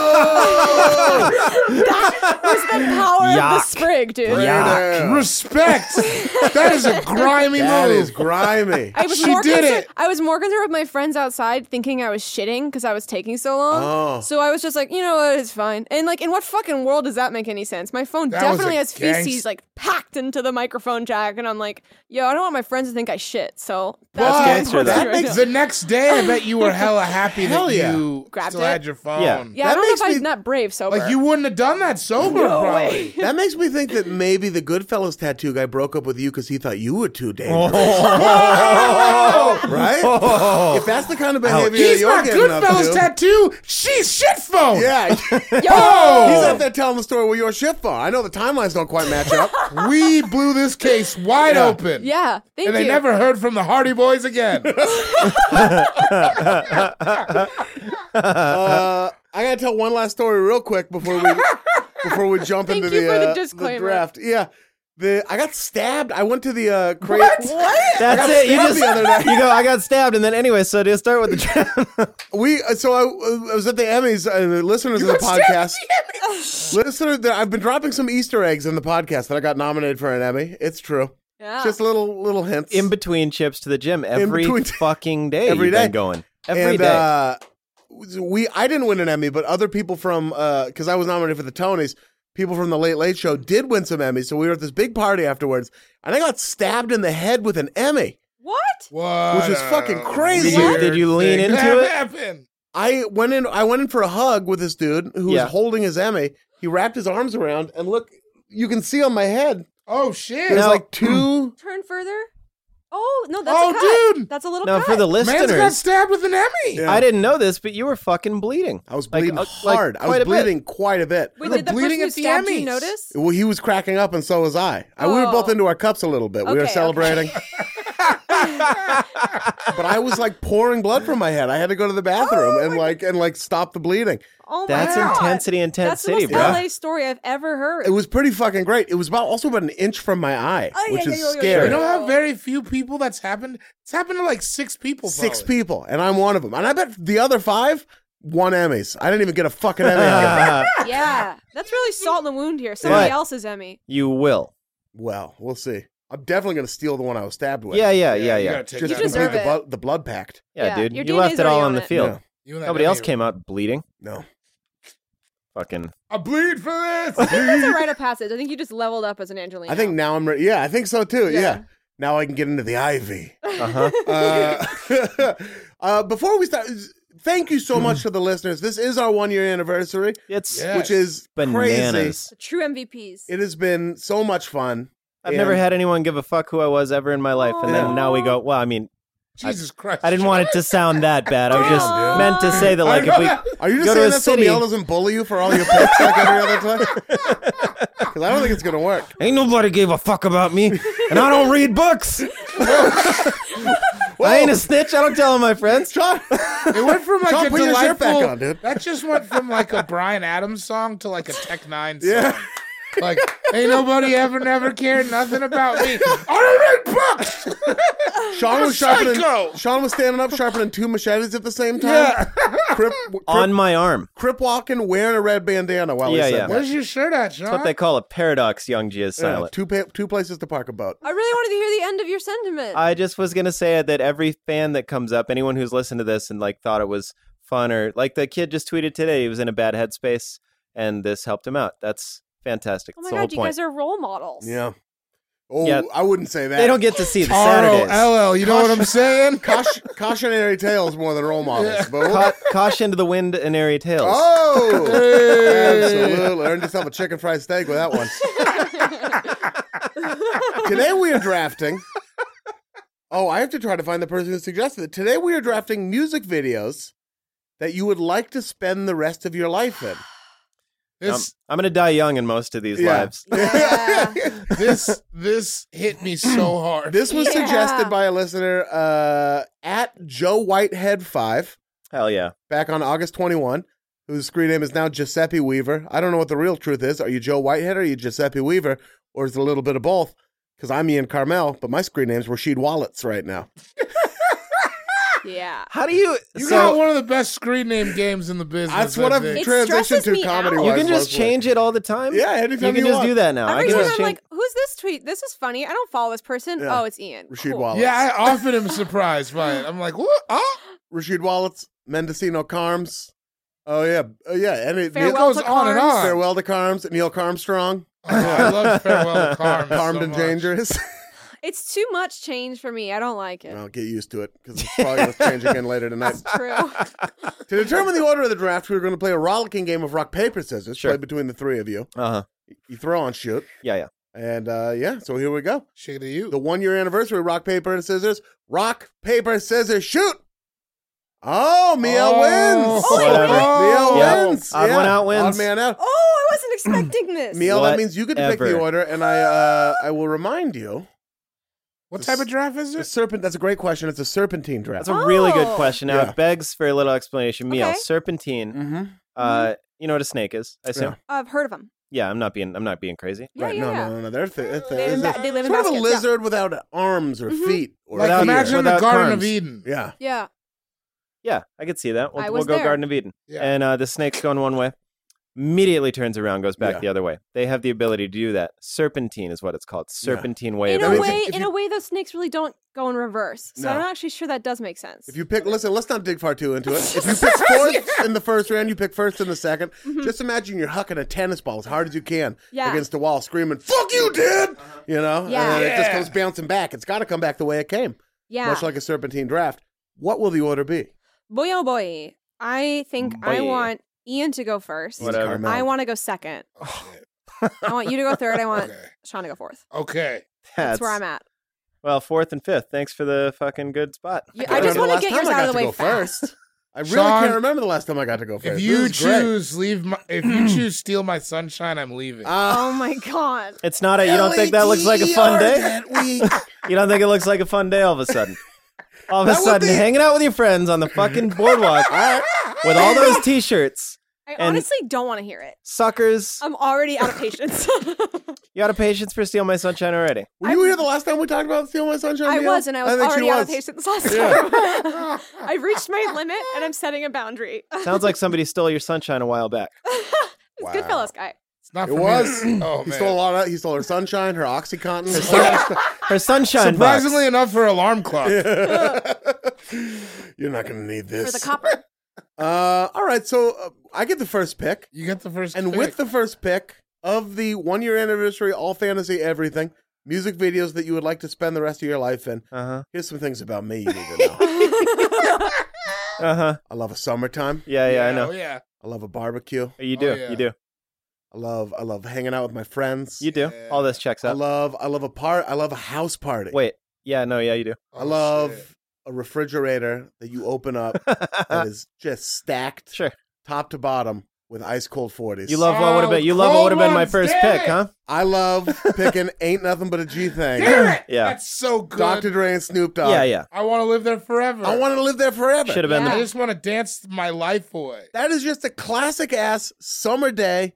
Speaker 2: Whoa!
Speaker 5: That was the power of the
Speaker 3: Yuck.
Speaker 5: sprig, dude.
Speaker 2: Yeah.
Speaker 4: Respect. that is a grimy
Speaker 2: That
Speaker 4: move.
Speaker 2: is grimy.
Speaker 5: I was
Speaker 4: She
Speaker 5: more
Speaker 4: did
Speaker 5: concerned-
Speaker 4: it.
Speaker 5: I was more concerned with my friends outside thinking I was shitting because I was taking so long.
Speaker 2: Oh.
Speaker 5: So I was just like, you know what, it's fine. And like, in what fucking world does that make any sense? My phone
Speaker 4: That was
Speaker 5: definitely
Speaker 4: a
Speaker 5: has
Speaker 4: gangst-
Speaker 5: feces like packed into the microphone jack, and I'm like, yo, I don't want my friends to think I shit. So
Speaker 3: That's
Speaker 4: But
Speaker 3: gangster, though.
Speaker 5: That
Speaker 4: that
Speaker 5: makes-
Speaker 4: makes, the next day, I bet you were hella happy
Speaker 2: Hell
Speaker 4: that
Speaker 2: yeah.
Speaker 4: you
Speaker 5: Grabbed
Speaker 4: still
Speaker 5: it?
Speaker 4: had your phone.
Speaker 3: Yeah.
Speaker 5: yeah,
Speaker 2: That
Speaker 5: I don't know
Speaker 2: makes
Speaker 5: if I was
Speaker 2: me-
Speaker 5: not brave sober.
Speaker 4: Like you wouldn't have done that sober, probably.
Speaker 2: That makes me think that maybe the Goodfellas tattoo guy broke up with you because he thought you were too dangerous. right? If that's the kind of behavior
Speaker 4: He's
Speaker 2: you're
Speaker 4: not
Speaker 2: getting up
Speaker 4: Goodfellas
Speaker 2: to-
Speaker 4: tattoo. She's shit phone.
Speaker 2: Yeah. He's out there telling the story where your shift phone. I know the timelines don't quite match up.
Speaker 4: we blew this case wide open.
Speaker 5: yeah, thank
Speaker 4: And they
Speaker 5: you.
Speaker 4: never heard from the Hardy Boys again.
Speaker 2: Uh, I gotta tell one last story real quick before we before we jump
Speaker 5: Thank
Speaker 2: into
Speaker 5: you
Speaker 2: the,
Speaker 5: for the
Speaker 2: uh,
Speaker 5: disclaimer.
Speaker 2: draft. Yeah. The I got stabbed. I went to the uh cra- what?
Speaker 3: That's it. You
Speaker 2: stabbed
Speaker 3: just
Speaker 2: the other night.
Speaker 3: you go. I got stabbed, and then anyway, so just start with the draft.
Speaker 2: We uh, so I, I was at the Emmys. Uh, the listeners of the podcast, listener, that I've been dropping some Easter eggs in the podcast that I got nominated for an Emmy. It's true.
Speaker 5: Yeah.
Speaker 2: Just little little hints.
Speaker 3: In between chips to the gym every
Speaker 2: between-
Speaker 3: fucking day.
Speaker 2: Every
Speaker 3: you've
Speaker 2: day.
Speaker 3: been going every day.
Speaker 2: and, Uh, we I didn't win an Emmy, but other people from because I was nominated for the Tonys, people from the Late Late Show did win some Emmys. So we were at this big party afterwards, and I got stabbed in the head with an Emmy.
Speaker 5: what?
Speaker 4: What
Speaker 2: Which is
Speaker 4: a
Speaker 2: fucking crazy.
Speaker 3: Did you-
Speaker 4: weird
Speaker 3: did you
Speaker 4: thing
Speaker 3: lean into
Speaker 4: that
Speaker 3: it?
Speaker 4: happened.
Speaker 2: I went in. I went in for a hug with this dude who
Speaker 3: Yeah.
Speaker 2: was holding his Emmy. He wrapped his arms around, and look, you can see on my head.
Speaker 4: Oh shit!
Speaker 2: There's
Speaker 3: Now-
Speaker 2: like two.
Speaker 5: Turn further. Oh no, that's
Speaker 4: Oh,
Speaker 5: a cut.
Speaker 4: dude.
Speaker 5: That's a little
Speaker 3: now
Speaker 5: cut.
Speaker 3: for the
Speaker 4: Man's got
Speaker 3: listeners,
Speaker 4: stabbed with an Emmy.
Speaker 2: Yeah.
Speaker 3: I didn't know this, but you were fucking bleeding.
Speaker 2: I was
Speaker 3: Like,
Speaker 2: bleeding
Speaker 3: uh, like,
Speaker 2: hard. I
Speaker 3: quite
Speaker 2: was
Speaker 3: a bit.
Speaker 2: bleeding quite a bit.
Speaker 5: Wait,
Speaker 4: We're
Speaker 5: did the
Speaker 4: bleeding
Speaker 5: person who
Speaker 4: at the
Speaker 5: stabbed you
Speaker 4: Emmys.
Speaker 5: notice?
Speaker 2: Well, he was cracking up, and so was I. I we were
Speaker 5: Oh.
Speaker 2: both into our cups a little bit. we were
Speaker 5: Okay,
Speaker 2: celebrating. but I was like pouring blood from my head. I had to go to the bathroom and like and like stop the bleeding.
Speaker 5: Oh my
Speaker 3: That's
Speaker 5: God.
Speaker 3: intensity, intense
Speaker 5: That's
Speaker 3: city,
Speaker 5: the
Speaker 3: bro.
Speaker 5: most LA story I've ever heard.
Speaker 2: It was pretty fucking great. It was about also about an inch from my eye,
Speaker 5: Oh, yeah,
Speaker 2: which
Speaker 5: yeah,
Speaker 2: is
Speaker 5: yeah, yeah, yeah.
Speaker 2: scary.
Speaker 4: You know how very few people that's happened. It's happened to like six people.
Speaker 2: Six
Speaker 4: probably.
Speaker 2: people, and I'm one of them. And I bet the other five won Emmys. I didn't even get a fucking Emmy. out of it.
Speaker 3: Uh,
Speaker 5: yeah, that's really salt in the wound here. Somebody
Speaker 3: But-
Speaker 5: else's Emmy.
Speaker 3: you will.
Speaker 2: well, we'll see. I'm definitely gonna steal the one I was stabbed with.
Speaker 3: Yeah, yeah, yeah, yeah.
Speaker 4: You
Speaker 3: Yeah,
Speaker 4: gotta take
Speaker 2: Just
Speaker 4: that
Speaker 5: You
Speaker 2: complete
Speaker 4: back.
Speaker 5: deserve
Speaker 2: the,
Speaker 5: it.
Speaker 2: bu- the blood pact.
Speaker 5: Yeah,
Speaker 3: dude.
Speaker 5: your
Speaker 3: You
Speaker 5: DNA's
Speaker 3: left it all
Speaker 5: already
Speaker 3: on the
Speaker 5: on it.
Speaker 3: field.
Speaker 2: Yeah.
Speaker 4: You and that
Speaker 3: Nobody else
Speaker 4: Emmy.
Speaker 3: came out bleeding.
Speaker 2: No.
Speaker 3: Fucking
Speaker 4: I bleed for this.
Speaker 5: I think that's a rite of passage. I think you just leveled up as an Angelina.
Speaker 2: I think now I'm ready. Yeah, I think so too. Yeah.
Speaker 5: Yeah.
Speaker 2: Now I can get into the ivy.
Speaker 3: uh huh.
Speaker 2: Uh, uh, before we start, thank you
Speaker 4: Hmm.
Speaker 2: so much to the listeners. This is our one year anniversary,
Speaker 3: It's
Speaker 4: Yeah.
Speaker 2: which is
Speaker 3: bananas.
Speaker 2: Crazy.
Speaker 5: the true MVPs.
Speaker 2: It has been so much fun.
Speaker 3: I've
Speaker 2: And-
Speaker 3: never had anyone give a fuck who I was ever in my life, and
Speaker 2: Aw.
Speaker 3: then now we go. Well, I mean,
Speaker 4: Jesus Christ!
Speaker 3: I didn't want it to sound that bad. I was just
Speaker 5: Aw.
Speaker 3: meant to say that,
Speaker 4: I
Speaker 3: like,
Speaker 4: know
Speaker 3: if we
Speaker 4: that.
Speaker 2: Are you just
Speaker 3: Go to
Speaker 2: saying
Speaker 3: a
Speaker 2: that so
Speaker 3: city.
Speaker 2: Miel doesn't bully you for all your picks like every other time? Because I don't think it's gonna work.
Speaker 3: ain't nobody gave a fuck about me, and I don't read books. I ain't a snitch. I don't tell all my friends.
Speaker 4: It went from like
Speaker 2: Sean,
Speaker 4: a
Speaker 2: put your shirt back
Speaker 4: delightful.
Speaker 2: on, dude.
Speaker 4: That just went from like a Brian Adams song to like a Tech Nine song.
Speaker 2: Yeah.
Speaker 4: Like, ain't nobody ever never cared nothing about me. Oh, I don't read books.
Speaker 2: Sean was
Speaker 4: psycho.
Speaker 2: sharpening. Sean was standing up sharpening two machetes at the same time. Crip, crip,
Speaker 3: On my arm.
Speaker 2: crip walking, wearing a red bandana while
Speaker 3: Yeah,
Speaker 2: he said
Speaker 3: yeah.
Speaker 2: that.
Speaker 4: Where's your shirt at, Sean?
Speaker 3: What they call a paradox, young G is
Speaker 2: Yeah,
Speaker 3: silent.
Speaker 2: two pa- two places to park a boat.
Speaker 5: I really wanted to hear the end of your sentiment.
Speaker 3: I just was gonna say that every fan that comes up, anyone who's listened to this and like thought it was fun or like the kid just tweeted today, he was in a bad headspace, and this helped him out. That's fantastic.
Speaker 5: oh my
Speaker 3: That's the
Speaker 5: God, you
Speaker 3: whole
Speaker 5: guys
Speaker 3: point.
Speaker 5: are role models.
Speaker 2: Yeah. Oh,
Speaker 3: Yeah.
Speaker 2: I wouldn't say that.
Speaker 3: They don't get to see the
Speaker 2: Oh,
Speaker 3: Saturdays.
Speaker 4: R-O-L-L, you know what I'm saying?
Speaker 2: Caus- cautionary tales more than role models. But we'll-
Speaker 3: Ca- caution to the wind and airy tales.
Speaker 2: oh, absolutely! Earned yourself a chicken fried steak with that one. Today we are drafting. Oh, I have to try to find the person who suggested it. Today we are drafting music videos that you would like to spend the rest of your life in?
Speaker 3: I'm,
Speaker 4: This
Speaker 3: I'm gonna die young in most of these
Speaker 2: Yeah.
Speaker 3: lives.
Speaker 5: Yeah.
Speaker 4: this this hit me so hard.
Speaker 2: This was
Speaker 5: Yeah.
Speaker 2: suggested by a listener uh, at Joe Whitehead five
Speaker 3: Hell yeah.
Speaker 2: back on August twenty one, whose screen name is now Giuseppe Weaver. I don't know what the real truth is. Are you Joe Whitehead or are you Giuseppe Weaver, or is it a little bit of both? Because I'm Ian Carmel, but my screen name's Rashid Wallets right now.
Speaker 5: yeah.
Speaker 3: How do you?
Speaker 4: you
Speaker 3: so
Speaker 4: got one of the best screen name games in the business.
Speaker 2: That's what
Speaker 4: I
Speaker 2: I've
Speaker 4: think.
Speaker 5: It
Speaker 2: transitioned
Speaker 5: stresses
Speaker 2: to
Speaker 5: me
Speaker 2: comedy.
Speaker 5: out.
Speaker 3: you can just change it all the time.
Speaker 2: Yeah,
Speaker 3: You
Speaker 2: anytime
Speaker 3: can
Speaker 2: you,
Speaker 3: just
Speaker 2: want.
Speaker 3: do that now. I
Speaker 5: Every
Speaker 3: can
Speaker 5: time
Speaker 3: just
Speaker 5: I'm
Speaker 3: change.
Speaker 5: like, who's this tweet? This is funny. I don't follow this person.
Speaker 2: Yeah.
Speaker 5: Oh, it's Ian.
Speaker 2: Rashid
Speaker 5: Cool.
Speaker 2: Wallets.
Speaker 4: Yeah, I often am surprised by it. I'm like, oh, what? Huh?
Speaker 2: Rashid Wallets, Mendocino Carms. Oh yeah, oh yeah. And it,
Speaker 4: It
Speaker 5: Farewell
Speaker 4: goes
Speaker 5: to
Speaker 4: on and
Speaker 5: Carms.
Speaker 4: on.
Speaker 2: farewell to Carms. Neil Carmstrong,
Speaker 4: Oh, I love Farewell to Carms.
Speaker 2: Carmed
Speaker 4: so
Speaker 2: and
Speaker 4: much.
Speaker 2: Dangerous.
Speaker 5: It's too much change for me. I don't like it.
Speaker 2: I'll get used to it because it's probably going to change again later tonight.
Speaker 5: That's true.
Speaker 2: to determine the order of the draft, we're going to play a rollicking game of rock paper scissors.
Speaker 3: Sure.
Speaker 2: Played between the three of you.
Speaker 3: Uh huh.
Speaker 2: You throw on shoot,
Speaker 3: Yeah, yeah.
Speaker 2: and uh, yeah. So here we go.
Speaker 4: Shit to you.
Speaker 2: The one year anniversary rock paper and scissors. Rock paper scissors shoot. Oh, Mia
Speaker 4: Oh.
Speaker 2: wins.
Speaker 4: Oh,
Speaker 3: I Whatever.
Speaker 2: Mia
Speaker 3: Yeah.
Speaker 2: wins.
Speaker 3: Odd one out wins.
Speaker 2: Odd man out.
Speaker 5: oh, I wasn't expecting this.
Speaker 2: Miel, that
Speaker 3: What
Speaker 2: means you get to pick the
Speaker 3: ever.
Speaker 2: order, and I uh, I will remind you.
Speaker 4: What type of draft is
Speaker 2: The
Speaker 4: it?
Speaker 2: serpent. That's a great question. It's a serpentine draft.
Speaker 3: That's a really good
Speaker 5: Oh.
Speaker 3: question. Now
Speaker 2: Yeah.
Speaker 3: it begs for a little explanation. Meal
Speaker 5: Okay.
Speaker 3: serpentine.
Speaker 2: mm-hmm.
Speaker 3: Uh, you know what a snake is? I assume.
Speaker 5: I've heard of him.
Speaker 3: Yeah. I'm not being. I'm not being crazy.
Speaker 5: Yeah,
Speaker 2: right?
Speaker 5: yeah,
Speaker 2: no,
Speaker 5: yeah.
Speaker 2: no, no, no. They're th- it's a-
Speaker 5: They live in
Speaker 2: it's a-
Speaker 5: ba- they live in
Speaker 2: sort of a
Speaker 5: baskets, yeah.
Speaker 2: lizard without arms or
Speaker 5: Mhm.
Speaker 2: feet or
Speaker 4: Like,
Speaker 3: Without
Speaker 2: feet.
Speaker 4: imagine the
Speaker 3: without
Speaker 4: Garden
Speaker 3: Carms.
Speaker 4: of Eden.
Speaker 2: yeah.
Speaker 5: Yeah.
Speaker 3: Yeah, I could see that. We'll,
Speaker 5: I
Speaker 3: we'll
Speaker 5: was
Speaker 3: go
Speaker 5: there.
Speaker 3: Garden of Eden.
Speaker 4: Yeah.
Speaker 3: And uh, the snake's going one way, immediately turns around, goes back
Speaker 2: Yeah.
Speaker 3: the other way. They have the ability to do that. Serpentine is what it's called. Serpentine way
Speaker 5: In
Speaker 3: of
Speaker 5: a
Speaker 2: if
Speaker 3: moving.
Speaker 5: way,
Speaker 2: you- if
Speaker 5: in
Speaker 2: you-
Speaker 5: a way, those snakes really don't go in reverse. So
Speaker 2: No.
Speaker 5: I'm not actually sure that does make sense.
Speaker 2: If you pick, listen, let's not dig far too into it. If you pick fourth in the first round, you pick first in the 2nd Just imagine you're hucking a tennis ball as hard as you can
Speaker 5: Mm-hmm. Yeah. Uh-huh.
Speaker 2: against a wall, screaming "Fuck you, dude!" You know,
Speaker 5: Yeah.
Speaker 2: and then it just comes bouncing back. It's got to come back the way it came,
Speaker 5: yeah.
Speaker 2: much like a serpentine draft. What will the order be?
Speaker 5: boy, oh boy. I think I
Speaker 3: Boy.
Speaker 5: want Ian to go first.
Speaker 3: Whatever.
Speaker 2: Carmel.
Speaker 5: I want to go second.
Speaker 4: Oh, shit.
Speaker 5: I want you to go third. I want
Speaker 4: Okay.
Speaker 5: Sean to go fourth.
Speaker 4: Okay.
Speaker 5: That's where I'm at.
Speaker 3: Well, fourth and fifth. Thanks for the fucking good spot.
Speaker 5: You-
Speaker 2: I
Speaker 5: I just
Speaker 2: remember
Speaker 5: want
Speaker 2: last
Speaker 5: to get
Speaker 2: time
Speaker 5: yours
Speaker 2: I got
Speaker 5: out of
Speaker 2: to
Speaker 5: the way
Speaker 2: go
Speaker 5: fast.
Speaker 2: I really
Speaker 4: Sean,
Speaker 2: can't remember the last time I got to go first.
Speaker 4: If you
Speaker 2: This is great.
Speaker 4: choose, leave my. If you choose, steal my sunshine. I'm leaving.
Speaker 2: Ah,
Speaker 5: oh my god.
Speaker 3: It's not a. You don't think that looks like a
Speaker 2: E
Speaker 5: E
Speaker 3: fun day? You don't think it looks like a fun day all of a sudden? All of a
Speaker 2: That would
Speaker 3: sudden,
Speaker 2: be-
Speaker 3: hanging out with your friends on the fucking boardwalk with all those t-shirts,
Speaker 5: I
Speaker 3: And-
Speaker 5: honestly don't want to hear it.
Speaker 3: suckers.
Speaker 5: I'm already out of patience.
Speaker 3: You out of patience for steal my sunshine already?
Speaker 2: Were you here the last time we talked about Steal My Sunshine?
Speaker 5: I
Speaker 2: Neil?
Speaker 5: was, and I was
Speaker 2: think she
Speaker 5: already out of
Speaker 2: was.
Speaker 5: patience last time. I've reached my limit, and I'm setting a boundary. It's
Speaker 3: Sounds like somebody stole your sunshine a while back.
Speaker 5: good Goodfellas guy.
Speaker 4: It's not
Speaker 2: It
Speaker 4: for me.
Speaker 2: was.
Speaker 4: Oh
Speaker 2: he
Speaker 4: man.
Speaker 2: stole a lot of. He stole her sunshine, her OxyContin. her-
Speaker 3: Her sunshine
Speaker 4: Surprisingly
Speaker 3: box.
Speaker 4: enough, her alarm clock.
Speaker 2: You're not gonna need this.
Speaker 5: For the copper.
Speaker 2: Uh, all right, so uh, I get the first pick,
Speaker 4: You get the first.
Speaker 2: and
Speaker 4: pick.
Speaker 2: with the first pick of the one-year anniversary, all fantasy, everything, music videos that you would like to spend the rest of your life in.
Speaker 3: Uh
Speaker 2: Here's some things about me you need to know.
Speaker 3: huh. Uh huh.
Speaker 2: I love a summertime.
Speaker 3: Yeah, yeah, I
Speaker 4: Oh
Speaker 3: know.
Speaker 4: yeah.
Speaker 2: I love a barbecue.
Speaker 3: You do.
Speaker 4: Oh, yeah.
Speaker 3: You do.
Speaker 2: I love. I love hanging out with my friends.
Speaker 3: You do.
Speaker 4: Yeah.
Speaker 3: All this checks
Speaker 2: I
Speaker 3: out.
Speaker 2: love. I love a part. I love a house party.
Speaker 3: Wait. Yeah. No. Yeah. You do.
Speaker 2: I
Speaker 4: Oh,
Speaker 2: love
Speaker 4: shit.
Speaker 2: a refrigerator that you open up that is just stacked
Speaker 3: Sure.
Speaker 2: top to bottom with ice cold 40s.
Speaker 3: You love what would have been. You love what would have been my
Speaker 4: Cold ones,
Speaker 3: first
Speaker 4: damn
Speaker 3: pick,
Speaker 4: it!
Speaker 3: huh?
Speaker 2: I love picking Ain't Nothing But a G
Speaker 4: Damn
Speaker 2: Thing.
Speaker 4: it!
Speaker 3: Yeah.
Speaker 4: That's so good.
Speaker 2: Dr. Dre and Snoop Dogg.
Speaker 3: Yeah. Yeah.
Speaker 4: I want to live there forever.
Speaker 2: I want to live there forever.
Speaker 3: Should have been.
Speaker 5: Yeah.
Speaker 4: I
Speaker 3: The,
Speaker 4: just want to dance my life away.
Speaker 2: That is just a classic ass summer day.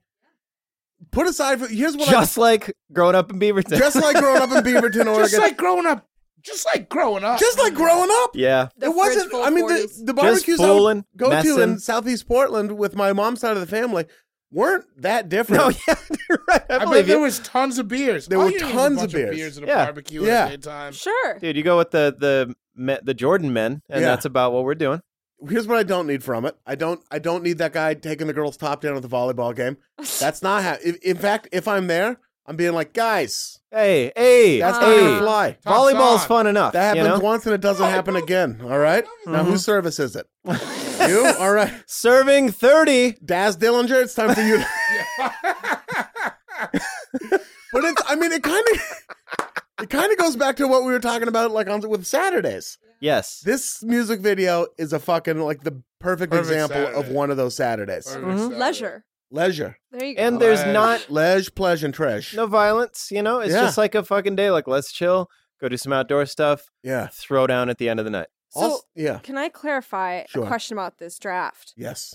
Speaker 2: Put aside for here's what
Speaker 3: just like growing up in Beaverton.
Speaker 2: I just like growing up in Beaverton, Oregon.
Speaker 4: Just like growing up. Just like growing up.
Speaker 2: just like growing up.
Speaker 3: yeah.
Speaker 5: The
Speaker 2: it wasn't.
Speaker 5: fridge full
Speaker 2: I mean,
Speaker 5: 40s.
Speaker 2: the, the barbecues I would
Speaker 3: fooling,
Speaker 2: go to in
Speaker 3: messing.
Speaker 2: Southeast Portland with my mom's side of the family weren't that different.
Speaker 3: No. Oh, Yeah. you're right. I
Speaker 4: I,
Speaker 3: believe
Speaker 4: bet there
Speaker 3: you.
Speaker 4: was tons of beers.
Speaker 2: There
Speaker 4: All
Speaker 2: were
Speaker 4: you need is a
Speaker 2: tons
Speaker 4: bunch
Speaker 2: of beers.
Speaker 4: at a
Speaker 3: Yeah.
Speaker 4: barbecue
Speaker 2: Yeah.
Speaker 4: at daytime.
Speaker 5: Sure.
Speaker 3: Dude, you go with the the me- the Jordan men, and
Speaker 2: Yeah.
Speaker 3: that's about what we're doing.
Speaker 2: here's what I don't need from it. I don't I don't need that guy taking the girls top down at the volleyball game. That's not how. If, in fact, if I'm there, I'm being like, guys,
Speaker 3: Hey, hey,
Speaker 2: that's not
Speaker 3: hey.
Speaker 2: gonna fly.
Speaker 4: Tops
Speaker 3: Volleyball's
Speaker 4: on.
Speaker 3: fun enough.
Speaker 2: That
Speaker 3: you
Speaker 2: happened
Speaker 3: know? Mm-hmm.
Speaker 2: once and it doesn't happen again. All right? Now whose service is it? you? All right.
Speaker 3: Serving thirty.
Speaker 2: Daz Dillinger, it's time for you. but it's I mean it kind of it kind of goes back to what we were talking about like on with Saturdays.
Speaker 3: Yes.
Speaker 2: This music video is a fucking like the perfect,
Speaker 4: Perfect
Speaker 2: example of
Speaker 4: Saturday.
Speaker 2: one of those Saturdays.
Speaker 4: Perfect
Speaker 3: Mhm.
Speaker 4: Saturday.
Speaker 5: Mm-hmm. Leisure.
Speaker 2: Leisure,
Speaker 5: There you go.
Speaker 3: And there's
Speaker 4: Flash.
Speaker 3: not
Speaker 2: leisure, pleasure, and trash.
Speaker 3: no violence, you know? It's
Speaker 2: Yeah.
Speaker 3: just like a fucking day. Like, let's chill, go do some outdoor stuff,
Speaker 2: Yeah.
Speaker 3: throw down at the end of the night.
Speaker 5: So-
Speaker 2: Also- yeah.
Speaker 5: Can I clarify
Speaker 2: Sure.
Speaker 5: a question about this draft?
Speaker 2: Yes.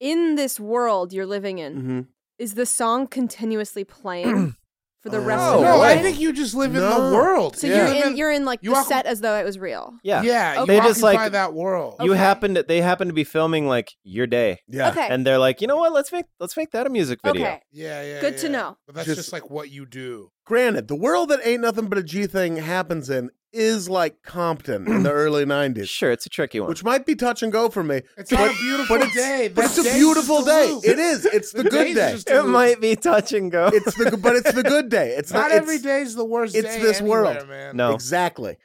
Speaker 5: In this world you're living in,
Speaker 2: Mm-hmm.
Speaker 5: is the song continuously playing for the rest
Speaker 4: No,
Speaker 5: of
Speaker 2: Oh,
Speaker 5: your
Speaker 2: No,
Speaker 4: I
Speaker 5: life?
Speaker 4: think you just live in
Speaker 2: No.
Speaker 4: the world.
Speaker 5: so
Speaker 2: yeah.
Speaker 5: you're
Speaker 4: live
Speaker 5: in you're in like
Speaker 4: you
Speaker 5: the
Speaker 4: occup-
Speaker 5: set as though it was real.
Speaker 3: Yeah.
Speaker 4: Yeah,
Speaker 5: Okay.
Speaker 4: you
Speaker 3: They just,
Speaker 4: occupy
Speaker 3: like-
Speaker 4: that world.
Speaker 3: You
Speaker 5: Okay.
Speaker 3: happen to they happen to be filming like your day.
Speaker 2: Yeah.
Speaker 5: Okay.
Speaker 3: And they're like, you know what? Let's make let's make that a music video.
Speaker 5: Okay.
Speaker 4: Yeah, yeah.
Speaker 5: Good to
Speaker 4: yeah.
Speaker 5: know.
Speaker 4: But that's
Speaker 2: Just-
Speaker 4: just, like what you do.
Speaker 2: Granted, the world that ain't nothing but a G thing happens in is like Compton in the early '90s,
Speaker 3: Sure, it's a tricky one.
Speaker 2: which might be touch and go for me.
Speaker 4: It's
Speaker 2: but,
Speaker 4: not a beautiful
Speaker 2: but it's,
Speaker 4: day.
Speaker 2: But
Speaker 4: That
Speaker 2: it's a
Speaker 4: day's
Speaker 2: beautiful
Speaker 4: just a
Speaker 2: day.
Speaker 4: loop.
Speaker 2: It is. It's the good
Speaker 4: day's
Speaker 2: day.
Speaker 4: just a
Speaker 3: it
Speaker 4: loop.
Speaker 3: might be touch and go.
Speaker 2: It's the but it's the good day. It's
Speaker 4: Not,
Speaker 2: not,
Speaker 4: every
Speaker 2: it's-
Speaker 4: day's the worst
Speaker 2: it's
Speaker 4: day
Speaker 2: this
Speaker 4: anywhere,
Speaker 2: world.
Speaker 4: man.
Speaker 3: No.
Speaker 2: Exactly.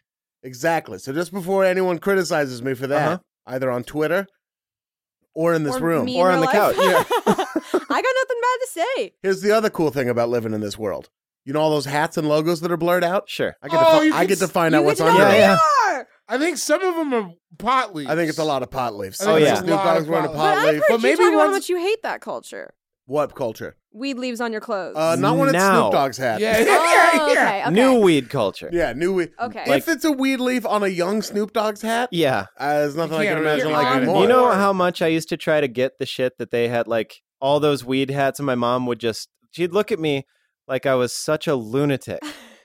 Speaker 2: Exactly. So just before anyone criticizes me for that,
Speaker 3: Uh-huh.
Speaker 2: either on Twitter or in this
Speaker 5: or
Speaker 2: room.
Speaker 5: me
Speaker 3: Or
Speaker 5: in
Speaker 3: on
Speaker 5: real
Speaker 3: the
Speaker 5: life.
Speaker 3: couch, yeah.
Speaker 5: I got nothing bad to say.
Speaker 2: Here's the other cool thing about living in this world. You know all those hats and logos that are blurred out?
Speaker 3: Sure.
Speaker 2: I get
Speaker 4: Oh,
Speaker 2: to
Speaker 4: you
Speaker 2: fi- I
Speaker 4: can
Speaker 2: get to
Speaker 4: s-
Speaker 2: find
Speaker 5: you
Speaker 2: out
Speaker 5: get
Speaker 2: what's
Speaker 5: to
Speaker 2: on
Speaker 5: know
Speaker 2: there.
Speaker 3: what they Yeah,
Speaker 5: are.
Speaker 4: I think some of them are pot leaves.
Speaker 2: I think it's a lot of pot leaves.
Speaker 4: I think
Speaker 3: Oh, yeah.
Speaker 2: Snoop Dogg's wearing a
Speaker 4: But
Speaker 5: But
Speaker 2: pot
Speaker 5: I've
Speaker 2: leaf.
Speaker 5: heard
Speaker 4: But
Speaker 5: you
Speaker 4: maybe
Speaker 5: talk about how
Speaker 4: once-
Speaker 5: much you hate that culture.
Speaker 2: What culture?
Speaker 5: Weed leaves on your clothes.
Speaker 2: Uh, not when it's
Speaker 3: Now.
Speaker 2: Snoop Dogg's hat.
Speaker 4: Yeah, yeah,
Speaker 5: oh,
Speaker 4: yeah.
Speaker 5: okay, okay.
Speaker 3: New weed culture.
Speaker 2: Yeah, new weed.
Speaker 5: Okay.
Speaker 3: Like-
Speaker 2: if it's a weed leaf on a young Snoop Dogg's hat,
Speaker 3: Yeah.
Speaker 2: uh, there's nothing I
Speaker 4: can't
Speaker 2: can
Speaker 4: really
Speaker 2: imagine
Speaker 5: do
Speaker 2: liking
Speaker 5: that.
Speaker 2: more.
Speaker 3: You
Speaker 5: Boy.
Speaker 3: know how much I used to try to get the shit that they had, like all those weed hats, and my mom would just she'd look at me like I was such a lunatic.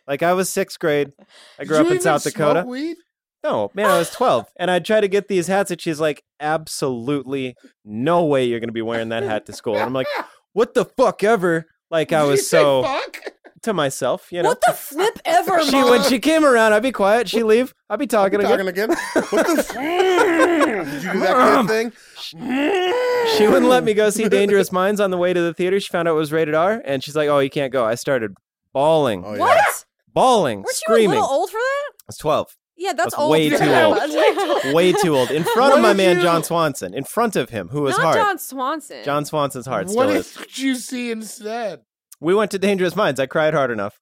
Speaker 3: like I was sixth grade. I
Speaker 4: Did
Speaker 3: grew
Speaker 4: you
Speaker 3: up in
Speaker 4: even
Speaker 3: South
Speaker 4: smoke
Speaker 3: Dakota.
Speaker 4: Weed?
Speaker 3: No, man, I was twelve, and I'd try to get these hats, and she's like, "Absolutely no way you're gonna be wearing that hat to school." And I'm like, "What the fuck ever." Like I
Speaker 4: Did you
Speaker 3: was
Speaker 4: say
Speaker 3: so
Speaker 4: fuck?
Speaker 3: to myself, you know.
Speaker 5: What the flip ever,
Speaker 3: she
Speaker 5: Mom?
Speaker 3: when she came around, I'd be quiet. She would leave, I'd be talking,
Speaker 2: Talking
Speaker 3: again.
Speaker 2: again? what the? F- Did you do that kid thing?
Speaker 3: She wouldn't let me go see Dangerous Minds on the way to the theater. She found out it was rated R, and she's like, "Oh, you can't go." I started bawling,
Speaker 2: Oh, yeah.
Speaker 5: What?
Speaker 3: bawling,
Speaker 5: Weren't you a
Speaker 3: screaming.
Speaker 5: little
Speaker 3: I
Speaker 5: old for that?
Speaker 3: was twelve,
Speaker 5: Yeah, that's
Speaker 3: That's
Speaker 5: old.
Speaker 3: way
Speaker 5: for
Speaker 3: too
Speaker 5: that
Speaker 3: old.
Speaker 5: much.
Speaker 3: way too old, in front of
Speaker 4: What
Speaker 3: my
Speaker 4: did
Speaker 3: man
Speaker 4: you-
Speaker 3: John Swanson, in front of him, who was
Speaker 5: Not
Speaker 3: hard.
Speaker 5: John Swanson.
Speaker 3: John Swanson's hard
Speaker 4: What
Speaker 3: still
Speaker 4: did
Speaker 3: is.
Speaker 4: you see instead?
Speaker 3: We went to Dangerous Minds. I cried hard enough.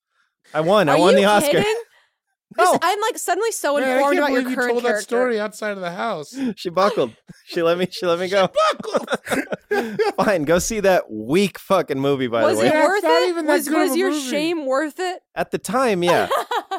Speaker 3: I won. I
Speaker 5: Are
Speaker 3: won
Speaker 5: you
Speaker 3: the Oscar.
Speaker 5: kidding? This-
Speaker 3: No.
Speaker 5: I'm like suddenly so
Speaker 4: Man, I
Speaker 5: informed
Speaker 4: can't
Speaker 5: about your
Speaker 4: believe you
Speaker 5: current
Speaker 4: told
Speaker 5: character.
Speaker 4: that story outside of the house.
Speaker 3: She buckled. she let me. She let me go. Fine, go see that weak fucking movie. By
Speaker 5: was
Speaker 3: the way,
Speaker 5: it
Speaker 4: Yeah, it's
Speaker 5: worth
Speaker 4: not
Speaker 5: it?
Speaker 4: even that
Speaker 5: was
Speaker 4: good of
Speaker 5: was
Speaker 4: a
Speaker 5: your
Speaker 4: movie.
Speaker 5: shame worth it?
Speaker 3: at the time, yeah.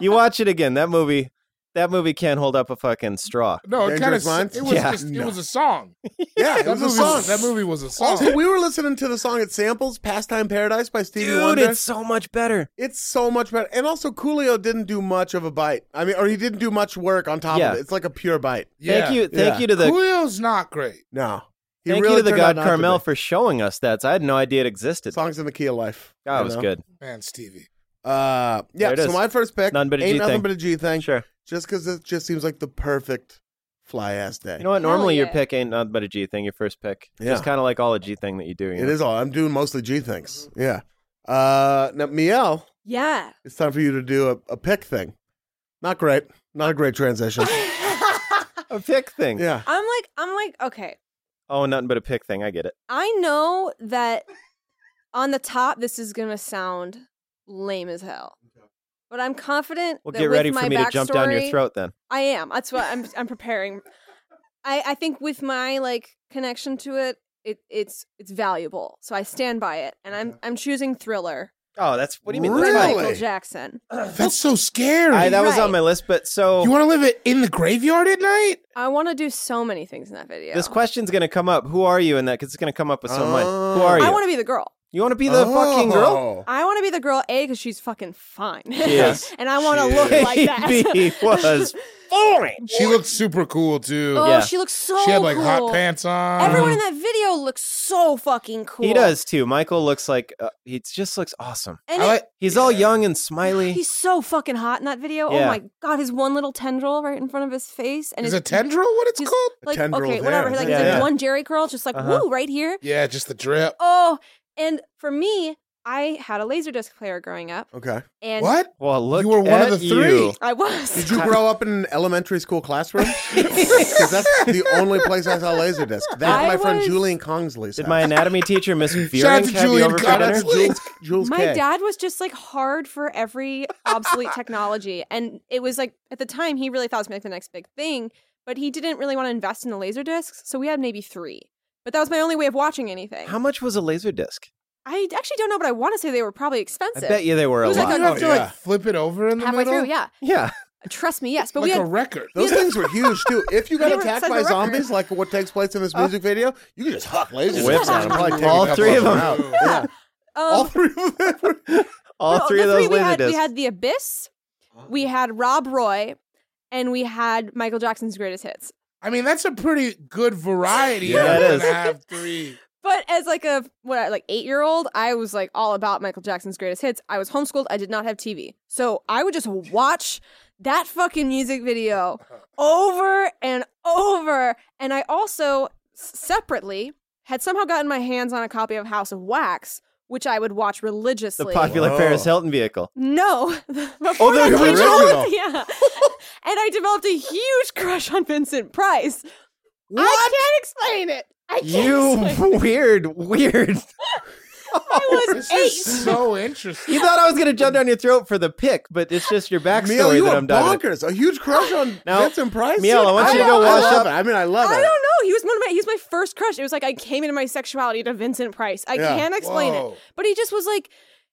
Speaker 3: you watch it again. That movie. That movie can't hold up a fucking straw.
Speaker 4: No, it kind
Speaker 2: Dangerous
Speaker 4: of
Speaker 2: Minds?
Speaker 4: it was
Speaker 3: Yeah.
Speaker 4: just, it
Speaker 2: No.
Speaker 4: was a song.
Speaker 2: Yeah, it
Speaker 4: That
Speaker 2: was
Speaker 4: movie
Speaker 2: a song.
Speaker 4: was, that movie was a song.
Speaker 2: Also, we were listening to the song it samples, "Pastime Paradise" by Stevie
Speaker 3: Dude,
Speaker 2: Wonder.
Speaker 3: it's so much better.
Speaker 2: It's so much better. And also, Coolio didn't do much of a bite. I mean, or he didn't do much work on top
Speaker 3: Yeah.
Speaker 2: of it. It's like a pure bite.
Speaker 4: yeah.
Speaker 3: Thank you, thank
Speaker 2: Yeah.
Speaker 3: you to the
Speaker 4: Julio's not great.
Speaker 2: No, he
Speaker 3: thank
Speaker 2: really
Speaker 3: you to the
Speaker 2: turned out
Speaker 3: God
Speaker 2: not to
Speaker 3: Carmel
Speaker 2: be.
Speaker 3: for showing us that. I had no idea it existed.
Speaker 2: songs in the key of life.
Speaker 3: God,
Speaker 2: you
Speaker 3: it was
Speaker 2: know?
Speaker 3: good.
Speaker 4: Man, Stevie.
Speaker 2: Uh,
Speaker 3: There
Speaker 2: yeah.
Speaker 3: it
Speaker 2: So
Speaker 3: is.
Speaker 2: my first pick,
Speaker 3: None but a
Speaker 2: ain't
Speaker 3: G
Speaker 2: nothing
Speaker 3: thing.
Speaker 2: but a G thing.
Speaker 3: Sure.
Speaker 2: Just because it just seems like the perfect fly ass day.
Speaker 3: You know what?
Speaker 5: Hell
Speaker 3: Normally your
Speaker 5: yeah.
Speaker 3: pick ain't nothing but a G thing. Your first pick.
Speaker 2: Yeah.
Speaker 3: It's kind of like all a G thing that you do. You
Speaker 2: It
Speaker 3: know?
Speaker 2: is all. I'm doing mostly G things. Yeah. Uh, now Miel,
Speaker 5: Yeah.
Speaker 2: it's time for you to do a, a pick thing. Not great. Not a great transition.
Speaker 3: a pick thing.
Speaker 2: yeah.
Speaker 5: I'm like I'm like okay.
Speaker 3: Oh, nothing but a pick thing. I get it.
Speaker 5: I know that on the top this is gonna sound lame as hell, but I'm confident.
Speaker 3: Well,
Speaker 5: that
Speaker 3: get
Speaker 5: with
Speaker 3: ready
Speaker 5: my
Speaker 3: for me to jump down your
Speaker 5: backstory-
Speaker 3: throat then.
Speaker 5: I am. That's what I'm. I'm preparing. I I think with my like connection to it, it it's it's valuable. So I stand by it, and I'm I'm choosing Thriller
Speaker 3: Oh, that's what do you mean?
Speaker 5: by
Speaker 3: That's fine.
Speaker 2: Really?
Speaker 5: Michael Jackson.
Speaker 4: That's so scary.
Speaker 3: I, that was
Speaker 5: Right.
Speaker 3: on my list, but so
Speaker 4: you want to live it in the graveyard at night?
Speaker 5: I want to do so many things in that video.
Speaker 3: this question's gonna come up. Who are you in that? Because it's gonna come up with someone.
Speaker 2: Oh.
Speaker 3: Who are you?
Speaker 5: I want to be the girl.
Speaker 3: you want to be the fucking
Speaker 2: Oh.
Speaker 3: girl?
Speaker 5: I want to be the girl A because she's fucking fine.
Speaker 3: Yes.
Speaker 5: and I want to
Speaker 2: Oh.
Speaker 5: look like
Speaker 3: Baby
Speaker 5: that.
Speaker 3: was boring.
Speaker 4: She looked super cool too.
Speaker 5: oh,
Speaker 3: Yeah.
Speaker 5: she looks so.
Speaker 4: she had like
Speaker 5: cool.
Speaker 4: hot pants on.
Speaker 5: Everyone in that video looks so fucking cool.
Speaker 3: He does too. Michael looks like uh, he just looks awesome.
Speaker 5: And
Speaker 4: I
Speaker 5: it-
Speaker 4: like,
Speaker 3: He's all young and smiley.
Speaker 5: He's so fucking hot in that video.
Speaker 3: Yeah.
Speaker 5: Oh my god, his one little tendril right in front of his face, and
Speaker 4: is
Speaker 5: his,
Speaker 4: a tendril what it's
Speaker 5: his-
Speaker 4: called?
Speaker 5: like
Speaker 2: tendril
Speaker 5: okay,
Speaker 2: there,
Speaker 5: whatever.
Speaker 2: isn't
Speaker 5: Like,
Speaker 3: it?
Speaker 5: his, like,
Speaker 3: Yeah.
Speaker 5: one jerry curl, just like
Speaker 3: Uh-huh.
Speaker 5: woo right here.
Speaker 4: Yeah, just the drip.
Speaker 5: Oh, and for me, I had a laserdisc player growing up,
Speaker 2: Oh. Okay.
Speaker 5: and
Speaker 4: What?
Speaker 3: Well, look,
Speaker 4: You were one of
Speaker 3: at
Speaker 4: the three.
Speaker 3: you.
Speaker 5: I
Speaker 2: Did
Speaker 5: was.
Speaker 2: you grow up in an elementary school classroom? Because that's the only place I saw Laserdisc. That
Speaker 5: I
Speaker 2: my friend
Speaker 5: was-
Speaker 2: Julian Kongsley's.
Speaker 3: Did
Speaker 2: house.
Speaker 3: my anatomy teacher, Miss
Speaker 4: Shout
Speaker 3: Fearing,
Speaker 4: out to
Speaker 3: have you
Speaker 4: Julian
Speaker 3: over for
Speaker 4: Cox.
Speaker 3: dinner?
Speaker 2: Jules, Jules
Speaker 5: My
Speaker 2: K.
Speaker 5: dad was just like hard for every obsolete technology, and it was like at the time he really thought it was gonna be, like the next big thing, but he didn't really want to invest in the laserdiscs, so we had maybe three. But that was my only way of watching anything.
Speaker 3: How much was a laser disc?
Speaker 5: I actually don't know, but I want to say they were probably
Speaker 3: I
Speaker 5: expensive.
Speaker 3: bet you they were a
Speaker 5: It was
Speaker 3: lot.
Speaker 5: like
Speaker 4: You have to
Speaker 2: Oh, yeah.
Speaker 4: like flip it over in the
Speaker 5: halfway
Speaker 4: middle.
Speaker 5: through, yeah.
Speaker 3: yeah.
Speaker 5: Trust me, yes. But
Speaker 4: like
Speaker 5: we had um,
Speaker 4: a record.
Speaker 2: Those things were huge too. If you got
Speaker 5: They were
Speaker 2: attacked
Speaker 5: set
Speaker 2: by
Speaker 5: the record.
Speaker 2: zombies, like what takes place in this music video, you could just huck lasers.
Speaker 3: Whips
Speaker 2: at 'em,
Speaker 3: at 'em.
Speaker 2: probably take a
Speaker 3: All
Speaker 2: couple
Speaker 3: three of 'em.
Speaker 2: out.
Speaker 5: Yeah.
Speaker 2: All
Speaker 5: um,
Speaker 2: three of them. were-
Speaker 3: All
Speaker 5: no,
Speaker 3: three of
Speaker 5: the
Speaker 3: those
Speaker 5: we
Speaker 3: laser
Speaker 5: had,
Speaker 3: discs.
Speaker 5: We had the Abyss, we had Rob Roy, and we had Michael Jackson's greatest hits.
Speaker 4: I mean, that's a pretty good variety.
Speaker 3: Yeah,
Speaker 4: of
Speaker 3: it
Speaker 4: them
Speaker 3: is.
Speaker 4: to have three.
Speaker 5: But as like a what like eight year old, I was like all about Michael Jackson's greatest hits. I was homeschooled. I did not have TV, so I would just watch that fucking music video over and over. And I also s- separately had somehow gotten my hands on a copy of House of Wax, which I would watch
Speaker 3: the
Speaker 5: religiously.
Speaker 3: popular
Speaker 2: Whoa.
Speaker 3: Paris Hilton vehicle.
Speaker 5: No.
Speaker 3: Oh,
Speaker 5: Before
Speaker 3: the
Speaker 5: that came
Speaker 2: original.
Speaker 5: out, Yeah. and I developed a huge crush on Vincent Price. I can't explain it. I can't
Speaker 3: You
Speaker 5: explain
Speaker 3: weird, weird.
Speaker 5: I was
Speaker 4: This
Speaker 5: eight.
Speaker 4: is so interesting.
Speaker 3: You thought I was going to jump down your throat for the pick, but it's just your
Speaker 2: Miel,
Speaker 3: backstory
Speaker 2: you
Speaker 3: that
Speaker 2: are
Speaker 3: I'm done with.
Speaker 2: bonkers. A huge crush on
Speaker 3: Now,
Speaker 2: Vincent Price.
Speaker 3: Miel, I want you to
Speaker 2: I
Speaker 3: go
Speaker 2: love- I
Speaker 3: wash
Speaker 2: love
Speaker 3: up.
Speaker 2: it. I mean, I love
Speaker 5: I
Speaker 2: it.
Speaker 5: don't know. He was one of my he was my first crush. It was like I came into my sexuality to Vincent Price. I
Speaker 2: Yeah.
Speaker 5: can't explain
Speaker 4: Whoa.
Speaker 5: it. But he just was like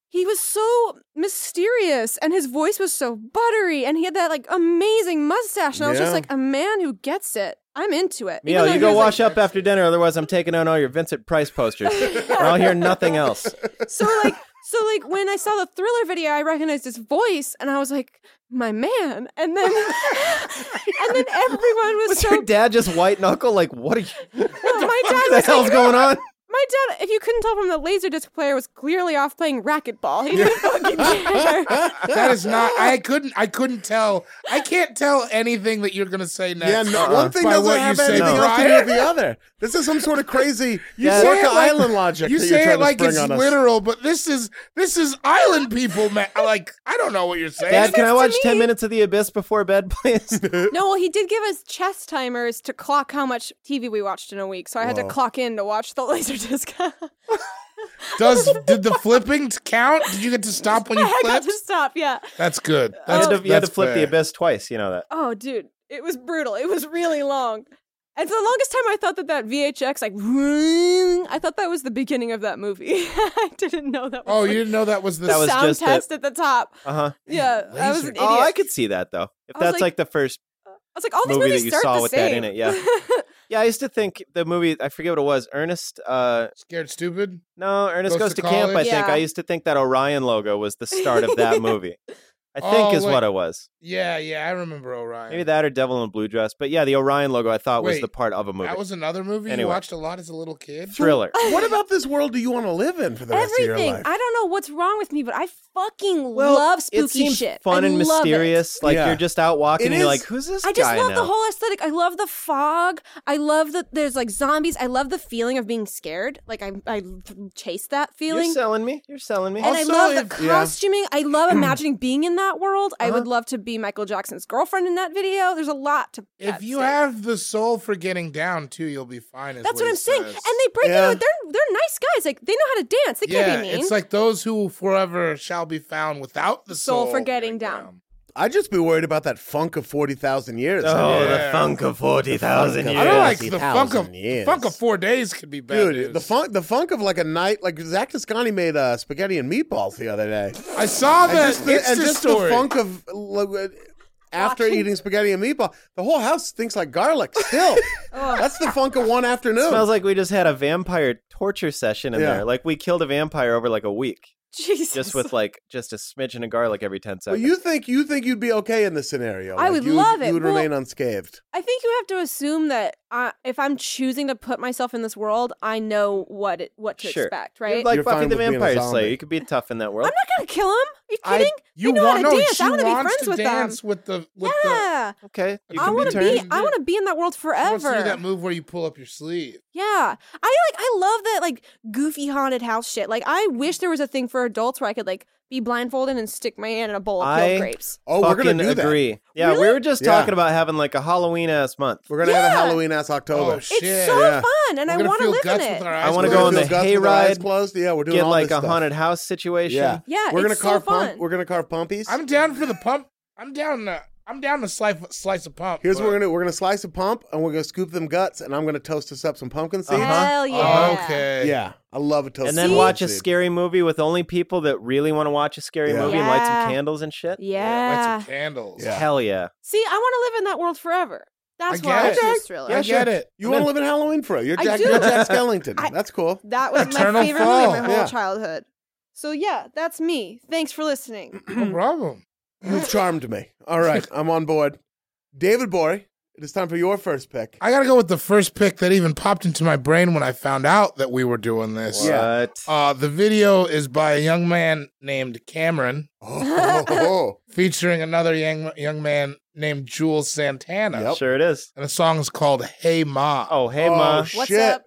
Speaker 5: he was so mysterious and his voice was so buttery and he had that like amazing mustache and I was
Speaker 2: Yeah.
Speaker 5: just like a man who gets it. I'm into it. Even
Speaker 3: Miel,
Speaker 5: though
Speaker 3: you
Speaker 5: he
Speaker 3: go
Speaker 5: was, like,
Speaker 3: wash up after dinner, otherwise I'm taking down all your Vincent Price posters. and I'll hear nothing else.
Speaker 5: So like so like when I saw the thriller video, I recognized his voice and I was like, my man. And then and then everyone was,
Speaker 3: Was
Speaker 5: so
Speaker 3: your dad just white knuckle? Like, what are you,
Speaker 5: No, my dad
Speaker 3: what the
Speaker 5: was
Speaker 3: hell's
Speaker 5: like,
Speaker 3: going on?
Speaker 5: My dad, if you couldn't tell from the laserdisc player, was clearly off playing racquetball. He didn't fucking care.
Speaker 4: That is not. I couldn't. I couldn't tell. I can't tell anything that you're gonna say next.
Speaker 2: Yeah, no, one thing
Speaker 4: by
Speaker 2: doesn't
Speaker 4: what
Speaker 2: have
Speaker 4: you say
Speaker 2: anything else to do
Speaker 4: prior.
Speaker 2: with the other. This is some sort of crazy you
Speaker 3: say
Speaker 2: Orca
Speaker 4: it like-
Speaker 2: Island logic.
Speaker 4: You
Speaker 2: that you're
Speaker 4: say
Speaker 2: trying
Speaker 4: it
Speaker 2: to
Speaker 4: like
Speaker 2: spring
Speaker 4: it's
Speaker 2: on us.
Speaker 4: literal, but this is this is island people. Man, like I don't know what you're saying.
Speaker 3: Dad, can I
Speaker 5: to
Speaker 3: watch 10
Speaker 5: me.
Speaker 3: minutes of The Abyss before bed, please?
Speaker 5: No, well, he did give us chess timers to clock how much TV we watched in a week, so I had to clock in to watch the laserdisc.
Speaker 4: Does did the flipping count? Did you get to stop when you
Speaker 5: I got
Speaker 4: flipped?
Speaker 5: to stop. Yeah.
Speaker 4: That's good.
Speaker 3: You
Speaker 4: That's,
Speaker 3: had to, you had to
Speaker 4: that's
Speaker 3: flip The
Speaker 4: fair.
Speaker 3: Abyss twice, you know that.
Speaker 5: Oh, dude, it was brutal. It was really long. And for the longest time, I thought that that VHX like, vroom, I thought that was the beginning of that movie. I didn't know that. Was
Speaker 4: Oh,
Speaker 5: like,
Speaker 4: you didn't know that was the
Speaker 3: That was
Speaker 5: sound
Speaker 3: just a-
Speaker 5: test at the top.
Speaker 3: Uh-huh.
Speaker 5: Yeah, I was an
Speaker 4: Laser-
Speaker 5: idiot.
Speaker 3: Oh, I could see that, though. If
Speaker 5: I was
Speaker 3: that's
Speaker 5: like-
Speaker 3: like the first
Speaker 5: I was like, all these
Speaker 3: movie that
Speaker 5: movies
Speaker 3: you
Speaker 5: start
Speaker 3: saw
Speaker 5: the
Speaker 3: with that in
Speaker 5: same.
Speaker 3: it, yeah. Yeah, I used to think the movie, I forget what it was, Ernest, uh,
Speaker 4: scared stupid.
Speaker 3: no, Ernest Goes,
Speaker 4: Goes
Speaker 3: to,
Speaker 4: to
Speaker 3: Camp, I
Speaker 4: College?
Speaker 3: think.
Speaker 5: Yeah.
Speaker 3: I used to think that Orion logo was the start of that movie. I think
Speaker 4: Oh,
Speaker 3: is
Speaker 4: wait.
Speaker 3: what it was.
Speaker 4: Yeah, yeah, I remember Orion.
Speaker 3: Maybe that or Devil in a Blue Dress. But yeah, the Orion logo I thought was
Speaker 4: Wait,
Speaker 3: the part of a movie.
Speaker 4: That was another movie
Speaker 3: Anyway.
Speaker 4: you watched a lot as a little kid.
Speaker 3: Thriller.
Speaker 2: What about this world do you want to live in for the rest of your
Speaker 5: Everything.
Speaker 2: life?
Speaker 5: I don't know what's wrong with me, but I fucking
Speaker 3: Well,
Speaker 5: love spooky
Speaker 3: it seems
Speaker 5: shit.
Speaker 3: Fun
Speaker 5: I
Speaker 3: and
Speaker 5: love it.
Speaker 3: mysterious. Like
Speaker 2: Yeah.
Speaker 3: you're just out walking
Speaker 2: It
Speaker 3: and you're
Speaker 2: is-
Speaker 3: like, who's this
Speaker 5: I just
Speaker 3: guy
Speaker 5: love
Speaker 3: now?
Speaker 5: the whole aesthetic. I love the fog. I love that there's like zombies. I love the feeling of being scared. Like I, I chase that feeling.
Speaker 3: You're selling me. You're selling me.
Speaker 5: and I
Speaker 4: Also,
Speaker 5: love the
Speaker 4: if-
Speaker 2: yeah.
Speaker 5: costuming. I love imagining being in that world. I would love to be Michael Jackson's girlfriend in that video. There's a lot to.
Speaker 4: If
Speaker 5: at
Speaker 4: you
Speaker 5: stake.
Speaker 4: have the soul for getting down too, you'll be fine. Is
Speaker 5: that's what
Speaker 4: he
Speaker 5: I'm saying.
Speaker 4: says.
Speaker 5: And they break
Speaker 2: Yeah.
Speaker 5: into it. They're they're nice guys. Like they know how to dance. They
Speaker 4: yeah,
Speaker 5: can't be mean.
Speaker 4: it's like those who forever shall be found without the soul,
Speaker 5: Soul for getting down.
Speaker 2: I'd just be worried about that funk of 40,000 years.
Speaker 3: oh,
Speaker 4: Yeah.
Speaker 3: the funk of 40,000
Speaker 2: The
Speaker 3: years.
Speaker 2: funk
Speaker 4: I don't like
Speaker 2: Yes,
Speaker 4: the
Speaker 2: a
Speaker 4: funk of
Speaker 2: thousand years.
Speaker 4: funk of four days could be better.
Speaker 2: Dude, the funk, the funk of like a night, like Zach Toscani made uh, spaghetti and meatballs the other day.
Speaker 4: I saw
Speaker 2: And
Speaker 4: that
Speaker 2: just the, and
Speaker 4: Insta
Speaker 2: just
Speaker 4: story.
Speaker 2: the funk of like, uh, after
Speaker 5: Watching-
Speaker 2: eating spaghetti and meatball, the whole house stinks like garlic. Still, that's the funk of one afternoon.
Speaker 3: Smells like we just had a vampire torture session in
Speaker 2: Yeah.
Speaker 3: there. Like we killed a vampire over like a week,
Speaker 5: Jesus.
Speaker 3: just with like just a smidgen of garlic every ten
Speaker 2: Well,
Speaker 3: seconds.
Speaker 2: you think you think you'd be okay in this scenario?
Speaker 5: I
Speaker 2: Like,
Speaker 5: would
Speaker 2: you
Speaker 5: love
Speaker 2: You
Speaker 5: it.
Speaker 2: would
Speaker 5: Well-
Speaker 2: remain unscathed.
Speaker 5: I think you have to assume that I, if I'm choosing to put myself in this world, I know what it, what to
Speaker 3: Sure.
Speaker 5: expect,
Speaker 3: You're
Speaker 5: right?
Speaker 3: like
Speaker 2: You're
Speaker 3: Buffy
Speaker 2: fine
Speaker 3: the
Speaker 2: with being a
Speaker 3: Vampire Slayer.
Speaker 2: zombie.
Speaker 3: You could be tough in that world.
Speaker 5: I'm not gonna kill him. Are you kidding? you know
Speaker 4: want
Speaker 5: how to dance.
Speaker 4: She
Speaker 5: I want to be
Speaker 4: wants
Speaker 5: friends
Speaker 4: to
Speaker 5: with
Speaker 4: dance
Speaker 5: them.
Speaker 4: with the with the.
Speaker 5: yeah,
Speaker 3: okay. You
Speaker 5: I
Speaker 3: can
Speaker 5: want to
Speaker 3: turned.
Speaker 5: be.
Speaker 4: turned.
Speaker 5: I want to be in that world
Speaker 4: She wants to do
Speaker 5: forever.
Speaker 4: that move where you pull up your sleeve.
Speaker 5: Yeah. I like I love that like goofy haunted house shit. Like I wish there was a thing for adults where I could like be blindfolded and stick my hand in a bowl of
Speaker 3: I-
Speaker 5: peeled grapes.
Speaker 2: Oh, we're gonna
Speaker 3: Fucking
Speaker 2: do that.
Speaker 3: agree. Yeah, we were just
Speaker 2: Yeah.
Speaker 3: talking about having like a Halloween ass month.
Speaker 2: We're gonna have
Speaker 5: Yeah.
Speaker 2: a Halloween ass October.
Speaker 4: Oh
Speaker 5: It's
Speaker 4: shit!
Speaker 5: so
Speaker 2: yeah.
Speaker 5: fun and
Speaker 4: We're
Speaker 5: I
Speaker 4: gonna
Speaker 5: want to
Speaker 4: feel
Speaker 5: live
Speaker 4: guts
Speaker 5: in
Speaker 4: with
Speaker 5: it.
Speaker 4: our
Speaker 3: I
Speaker 4: eyes
Speaker 3: wanna
Speaker 2: We're
Speaker 3: go
Speaker 4: closed.
Speaker 2: gonna feel
Speaker 3: on the
Speaker 2: guts with our eyes
Speaker 3: hayride,
Speaker 2: Closed. Yeah, we're doing
Speaker 3: Get
Speaker 2: all
Speaker 3: like
Speaker 2: this
Speaker 3: a
Speaker 2: stuff.
Speaker 3: haunted house situation.
Speaker 2: Yeah.
Speaker 5: Yeah,
Speaker 2: We're gonna
Speaker 5: it's so
Speaker 2: carve pump-
Speaker 5: fun.
Speaker 2: We're gonna carve pumpies.
Speaker 4: I'm down for the pump. I'm down. To, I'm down to slice slice a pump.
Speaker 2: Here's what
Speaker 4: but-
Speaker 2: we're gonna we're gonna slice a pump and we're gonna scoop them guts and I'm gonna toast us up some pumpkin seeds.
Speaker 3: Uh-huh.
Speaker 5: Hell yeah.
Speaker 4: Oh, Okay.
Speaker 2: Yeah, I love a toast.
Speaker 3: And then
Speaker 2: pumpkin
Speaker 3: watch a
Speaker 2: seed.
Speaker 3: scary movie with only people that really want to watch a scary
Speaker 2: Yeah.
Speaker 3: movie and light some
Speaker 5: Yeah.
Speaker 3: candles and shit.
Speaker 4: Light
Speaker 5: Yeah.
Speaker 4: some candles.
Speaker 2: Yeah.
Speaker 3: Hell yeah.
Speaker 5: See, I want to live in that world forever. That's
Speaker 4: I
Speaker 5: why I
Speaker 4: get it.
Speaker 5: chose thriller.
Speaker 4: I get it.
Speaker 2: You
Speaker 3: I'm
Speaker 2: want to
Speaker 3: in.
Speaker 2: live in Halloween for You're
Speaker 5: I
Speaker 2: Jack,
Speaker 5: do.
Speaker 2: you're Jack Skellington.
Speaker 5: I-
Speaker 2: That's cool.
Speaker 5: That was my
Speaker 4: Eternal
Speaker 5: favorite
Speaker 4: Fall.
Speaker 5: movie my whole
Speaker 2: Yeah.
Speaker 5: childhood. So yeah, that's me. Thanks for listening.
Speaker 4: No problem.
Speaker 2: You've charmed me. All right, I'm on board. David Bory, it is time for your first pick.
Speaker 4: I gotta go with the first pick that even popped into my brain when I found out that we were doing this.
Speaker 2: Yeah.
Speaker 3: What?
Speaker 4: Uh, the video is by a young man named Cameron,
Speaker 2: Oh, oh,
Speaker 4: featuring another young young man named Jules Santana,
Speaker 2: Yep.
Speaker 3: Sure it is.
Speaker 4: and the song is called "Hey Ma."
Speaker 3: Oh, hey, Ma.
Speaker 2: shit.
Speaker 5: What's up?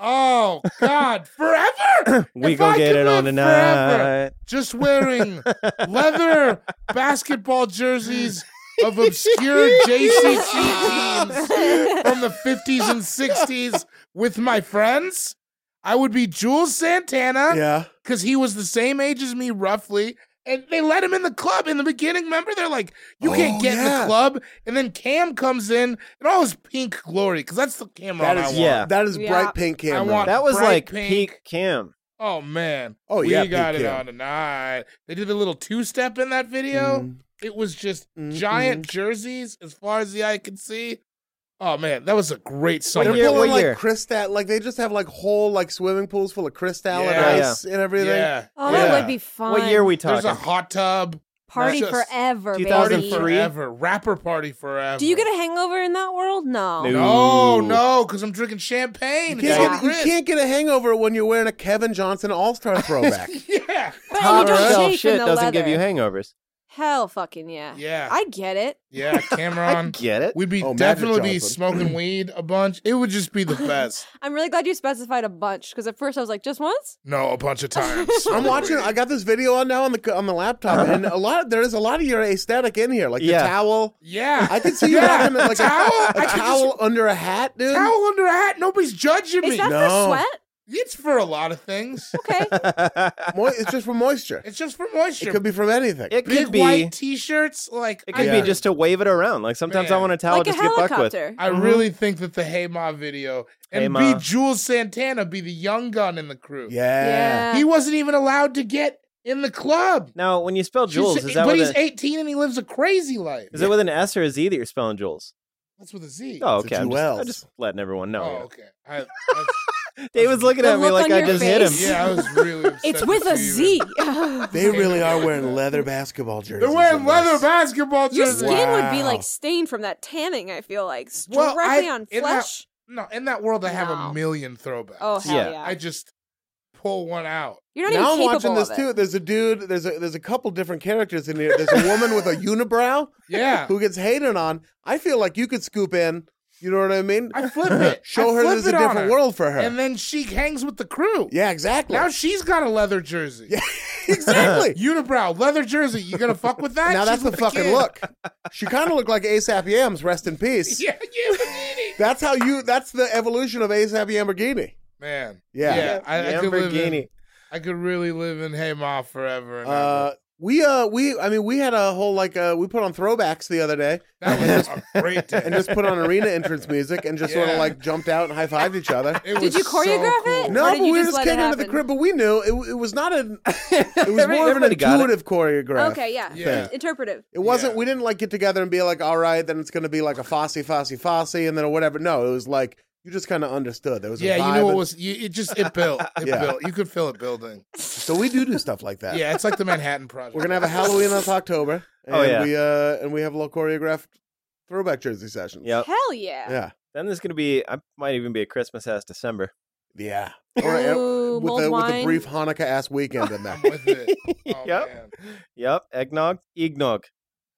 Speaker 4: Oh God, forever!
Speaker 3: we
Speaker 4: If
Speaker 3: gonna
Speaker 4: I
Speaker 3: get
Speaker 4: could
Speaker 3: it on
Speaker 4: live
Speaker 3: tonight.
Speaker 4: forever Just wearing leather basketball jerseys of obscure JCC teams from the fifties and sixties with my friends. I would be Jules Santana
Speaker 2: Yeah.
Speaker 4: because he was the same age as me, roughly. And they let him in the club in the beginning. Remember, they're like, "You can't
Speaker 2: Oh,
Speaker 4: get in the
Speaker 2: yeah.
Speaker 4: club." And then Cam comes in in all his pink glory because that's the Cameron
Speaker 2: That
Speaker 4: I want.
Speaker 2: is
Speaker 3: Yeah.
Speaker 2: that is
Speaker 5: Yeah.
Speaker 2: bright pink camera.
Speaker 4: want-
Speaker 3: That was
Speaker 4: Bright
Speaker 3: like
Speaker 4: pink.
Speaker 3: peak Kim.
Speaker 4: Oh man.
Speaker 2: Oh,
Speaker 4: we
Speaker 2: yeah,
Speaker 4: got
Speaker 2: Pete
Speaker 4: it
Speaker 2: Kim.
Speaker 4: on tonight. They did a little two step in that video.
Speaker 2: Mm.
Speaker 4: It was just
Speaker 2: Mm,
Speaker 4: giant jerseys as far as the eye could see. Oh man, that was a great song.
Speaker 2: They're
Speaker 3: year-
Speaker 4: Yeah,
Speaker 2: pulling
Speaker 3: what
Speaker 2: like
Speaker 3: year?
Speaker 2: crystal, like they just have like whole like swimming pools full of crystal and
Speaker 4: Yeah.
Speaker 2: ice and everything.
Speaker 4: yeah.
Speaker 5: Oh,
Speaker 4: yeah.
Speaker 5: that would be fun.
Speaker 3: What year are we
Speaker 4: There's
Speaker 3: talking?
Speaker 4: a hot tub.
Speaker 5: Party
Speaker 4: That's just-
Speaker 5: forever,
Speaker 4: Party
Speaker 3: 2003?
Speaker 5: baby.
Speaker 4: forever. Rapper party forever.
Speaker 5: Do you get a hangover in that world? No.
Speaker 3: No.
Speaker 4: No,
Speaker 3: Ooh.
Speaker 4: no, because I'm drinking champagne.
Speaker 2: You
Speaker 4: It's
Speaker 2: can't,
Speaker 4: on
Speaker 2: get, you
Speaker 4: Chris.
Speaker 2: can't get a hangover when you're wearing a Kevin Johnson All Star throwback.
Speaker 4: Yeah.
Speaker 5: But
Speaker 3: Hot
Speaker 5: you don't
Speaker 3: self
Speaker 5: shake
Speaker 3: shit
Speaker 5: in the
Speaker 3: doesn't
Speaker 5: leather.
Speaker 3: give you hangovers.
Speaker 5: Hell fucking yeah.
Speaker 4: Yeah.
Speaker 5: I get it.
Speaker 4: Yeah,
Speaker 3: I
Speaker 4: Cameron.
Speaker 3: get it.
Speaker 4: We'd be
Speaker 2: Oh, Magic
Speaker 4: definitely be
Speaker 2: Johnson.
Speaker 4: smoking weed a bunch. It would just be the best.
Speaker 5: I'm really glad you specified a bunch because at first I was like, just once?
Speaker 4: No, a bunch of times.
Speaker 2: I'm watching. I got this video on now on the on the laptop, and a lot there is a lot of your aesthetic in here, like
Speaker 3: Yeah.
Speaker 2: the towel.
Speaker 4: Yeah,
Speaker 2: I can see you
Speaker 4: Yeah.
Speaker 2: having like a
Speaker 4: Towel?
Speaker 2: a
Speaker 4: I could
Speaker 2: towel under a hat, dude.
Speaker 4: just- towel under a hat. Nobody's judging me.
Speaker 5: Is that
Speaker 2: No.
Speaker 5: for sweat?
Speaker 4: it's for a lot of things.
Speaker 5: Okay.
Speaker 2: Mo- it's just for moisture.
Speaker 4: It's just for moisture.
Speaker 2: It could be from anything.
Speaker 3: it
Speaker 4: big
Speaker 3: could be.
Speaker 4: white t-shirts. Like
Speaker 3: It could
Speaker 4: I,
Speaker 3: be just to wave it around. Like sometimes
Speaker 4: Man.
Speaker 3: I want a towel
Speaker 5: like a
Speaker 3: just to get bucked with.
Speaker 5: helicopter.
Speaker 4: I really think that the Hey Ma video and
Speaker 3: Hey
Speaker 4: be
Speaker 3: Ma.
Speaker 4: Jules Santana be the young gun in the crew.
Speaker 2: yeah.
Speaker 5: Yeah.
Speaker 4: he wasn't even allowed to get in the club.
Speaker 3: Now, when you spell Jules,
Speaker 4: She's-
Speaker 3: is that
Speaker 4: but
Speaker 3: with
Speaker 4: he's
Speaker 3: a,
Speaker 4: 18 and he lives a crazy life.
Speaker 3: is it with an S or a Z that you're spelling Jules?
Speaker 4: That's with a Z.
Speaker 3: Oh,
Speaker 2: It's a
Speaker 3: okay. I'm
Speaker 2: two
Speaker 3: just, I'm
Speaker 2: Ls.
Speaker 3: just letting everyone know.
Speaker 4: Oh,
Speaker 3: Yeah.
Speaker 4: okay. I, that's-
Speaker 3: Dave was looking
Speaker 5: The
Speaker 3: at me
Speaker 5: look
Speaker 3: like
Speaker 5: on
Speaker 3: I
Speaker 5: your
Speaker 3: just hit him.
Speaker 5: face.
Speaker 4: yeah, I was really. upset
Speaker 5: It's
Speaker 4: to
Speaker 5: with a
Speaker 4: see you.
Speaker 5: Z.
Speaker 2: They really are wearing leather basketball jerseys.
Speaker 4: They're wearing
Speaker 2: in
Speaker 4: leather
Speaker 2: this.
Speaker 4: basketball
Speaker 5: Your
Speaker 4: jerseys.
Speaker 5: skin would be
Speaker 2: Wow.
Speaker 5: like stained from that tanning, I feel like. s-
Speaker 4: Well,
Speaker 5: Directly
Speaker 4: I-
Speaker 5: on
Speaker 4: in that-
Speaker 5: flesh.
Speaker 4: No, in that world, I have a
Speaker 5: No.
Speaker 4: million throwbacks.
Speaker 5: Oh, hell
Speaker 3: Yeah.
Speaker 5: yeah.
Speaker 4: I just pull one out.
Speaker 5: You're not
Speaker 2: Now I'm
Speaker 5: even
Speaker 2: watching
Speaker 5: capable
Speaker 2: this
Speaker 5: of
Speaker 2: too.
Speaker 5: it.
Speaker 2: There's a dude. There's a there's a couple different characters in here. There's a woman with a unibrow
Speaker 4: Yeah,
Speaker 2: who gets hated on. I feel like you could scoop in. You know what I mean?
Speaker 4: I flip it.
Speaker 2: Show
Speaker 4: I
Speaker 2: her
Speaker 4: flip
Speaker 2: there's a
Speaker 4: it on
Speaker 2: different
Speaker 4: her.
Speaker 2: world for her.
Speaker 4: and then she hangs with the crew.
Speaker 2: yeah, exactly.
Speaker 4: Now she's got a leather jersey.
Speaker 2: Yeah, exactly.
Speaker 4: Unibrow, leather jersey. You gonna fuck with that?
Speaker 2: now
Speaker 4: She's
Speaker 2: that's the
Speaker 4: with
Speaker 2: fucking
Speaker 4: kid.
Speaker 2: look. She kind of looked like ASAP Yams. Rest in peace.
Speaker 4: Yeah, yeah, Lamborghini.
Speaker 2: That's how you. That's the evolution of ASAP Lamborghini.
Speaker 4: man.
Speaker 2: Yeah.
Speaker 4: I, I could live in,
Speaker 3: Lamborghini.
Speaker 4: I could really live in Hey Ma forever. And
Speaker 2: Uh, we uh we I mean we had a whole like uh we put on throwbacks the other day
Speaker 4: ever. that was a great day.
Speaker 2: and just put on arena entrance music and just sort
Speaker 4: Yeah.
Speaker 2: of like jumped out and high fived each other.
Speaker 4: It was
Speaker 5: you
Speaker 4: so
Speaker 5: choreograph it?
Speaker 4: cool.
Speaker 2: No,
Speaker 5: Or
Speaker 2: but
Speaker 5: did you
Speaker 2: we
Speaker 5: just
Speaker 2: just
Speaker 5: let
Speaker 2: came
Speaker 5: it
Speaker 2: into the
Speaker 5: happen?
Speaker 2: crib, but we knew it, it was not an it was
Speaker 3: Every-
Speaker 2: more of an
Speaker 3: everybody got it.
Speaker 2: intuitive choreograph.
Speaker 5: Okay, yeah.
Speaker 4: Yeah.
Speaker 5: Interpretive.
Speaker 2: It wasn't.
Speaker 4: Yeah.
Speaker 2: We didn't like get together and be like, all right, then it's going to be like a Fosse, Fosse, Fosse, and then whatever. No, it was like you just kind of understood. There was a
Speaker 4: Yeah,
Speaker 2: vibe
Speaker 4: you know what
Speaker 2: and-
Speaker 4: was? You, it just it built. It
Speaker 2: Yeah.
Speaker 4: built. You could feel it building.
Speaker 2: So we do do stuff like that.
Speaker 4: Yeah, it's like the Manhattan Project.
Speaker 2: we're gonna have a Halloween this October. And
Speaker 3: Oh, yeah.
Speaker 2: we uh and we have a little choreographed throwback jersey sessions.
Speaker 3: Yep.
Speaker 5: Hell yeah.
Speaker 2: Yeah.
Speaker 3: Then there's gonna be I might even be a Christmas ass December.
Speaker 2: Yeah.
Speaker 5: Ooh,
Speaker 2: uh, with,
Speaker 5: mulled
Speaker 2: a, with a
Speaker 5: wine.
Speaker 2: brief Hanukkah ass weekend in there.
Speaker 4: I'm with it. Oh,
Speaker 3: Yep.
Speaker 4: man.
Speaker 3: Yep, eggnog, eggnog.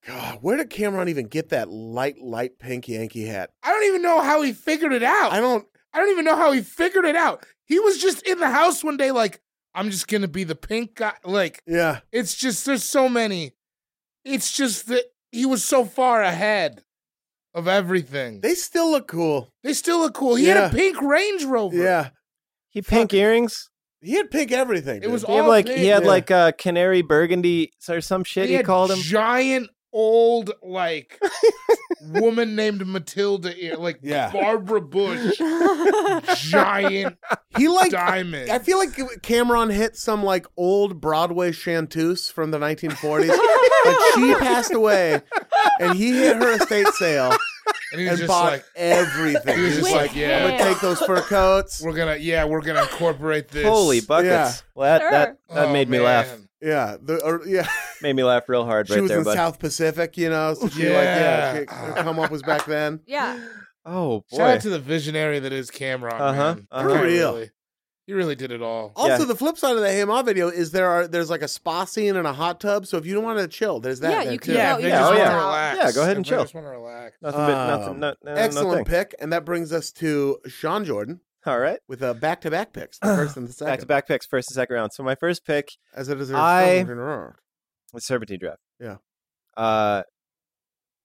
Speaker 2: God, where did Cameron even get that light, light pink Yankee hat?
Speaker 4: I don't even know how he figured it out.
Speaker 2: I don't.
Speaker 4: I don't even know how he figured it out. He was just in the house one day, like, I'm just gonna be the pink guy. Like,
Speaker 2: Yeah.
Speaker 4: it's just there's so many. It's just that he was so far ahead of everything. They,
Speaker 2: They still look cool.
Speaker 4: still look cool. He
Speaker 2: Yeah.
Speaker 4: had a pink Range Rover.
Speaker 2: Yeah.
Speaker 3: He pink earrings.
Speaker 2: He had pink everything.
Speaker 4: It was
Speaker 2: dude.
Speaker 3: He had
Speaker 4: All
Speaker 3: like he
Speaker 4: pink.
Speaker 3: had
Speaker 2: Yeah.
Speaker 3: like uh, canary burgundy or some shit.
Speaker 4: He
Speaker 3: He,
Speaker 4: had
Speaker 3: called him.
Speaker 4: giant old like woman named Matilda, ear- like
Speaker 2: Yeah.
Speaker 4: Barbara Bush, giant
Speaker 2: He like.
Speaker 4: diamond.
Speaker 2: I feel like Cameron hit some like old Broadway chanteuse from the 1940s. like she passed away, and he hit her estate sale
Speaker 4: and he's
Speaker 2: and
Speaker 4: just
Speaker 2: bought
Speaker 4: like,
Speaker 2: everything.
Speaker 4: he was just
Speaker 5: With
Speaker 4: like, yeah,
Speaker 5: him.
Speaker 2: take those fur coats.
Speaker 4: we're gonna, yeah, we're gonna incorporate this.
Speaker 3: Holy buckets!
Speaker 2: Yeah.
Speaker 3: Well, that that,
Speaker 5: Sure.
Speaker 3: that
Speaker 4: Oh,
Speaker 3: made me laugh.
Speaker 4: man.
Speaker 2: Yeah, the, or, yeah.
Speaker 3: Made me laugh real hard
Speaker 2: She
Speaker 3: right
Speaker 2: was
Speaker 3: there,
Speaker 2: in
Speaker 3: bud.
Speaker 2: South Pacific, you know. So she like yeah,
Speaker 4: Yeah.
Speaker 2: she- her come up was back then.
Speaker 5: yeah.
Speaker 3: oh boy!
Speaker 4: Shout out to the visionary that is Cameron.
Speaker 3: Uh-huh,
Speaker 4: man.
Speaker 3: uh-huh.
Speaker 4: That
Speaker 2: For
Speaker 4: guy
Speaker 2: real.
Speaker 4: really- he really did it all.
Speaker 2: Also,
Speaker 3: Yeah.
Speaker 2: the flip side of the Hey Ma video is there are there's like a spa scene and a hot tub. So if you don't want to chill, there's that.
Speaker 5: Yeah,
Speaker 2: there
Speaker 5: you
Speaker 2: too.
Speaker 5: can Yeah,
Speaker 4: if they
Speaker 3: yeah,
Speaker 4: just
Speaker 3: oh,
Speaker 4: want
Speaker 3: yeah.
Speaker 4: to relax.
Speaker 3: Yeah, go ahead and
Speaker 4: if they
Speaker 3: chill.
Speaker 4: Just want to relax.
Speaker 3: nothing, but nothing.
Speaker 2: Um,
Speaker 3: No, no,
Speaker 2: Excellent
Speaker 3: nothing.
Speaker 2: pick, and that brings us to Sean Jordan
Speaker 3: All right.
Speaker 2: with a back-to-back picks, the first and the second,
Speaker 3: Back to back picks, first and second round. So my first pick
Speaker 2: as it is. a
Speaker 3: I-
Speaker 2: round.
Speaker 3: was Serpentine Draft.
Speaker 2: Yeah.
Speaker 3: Uh,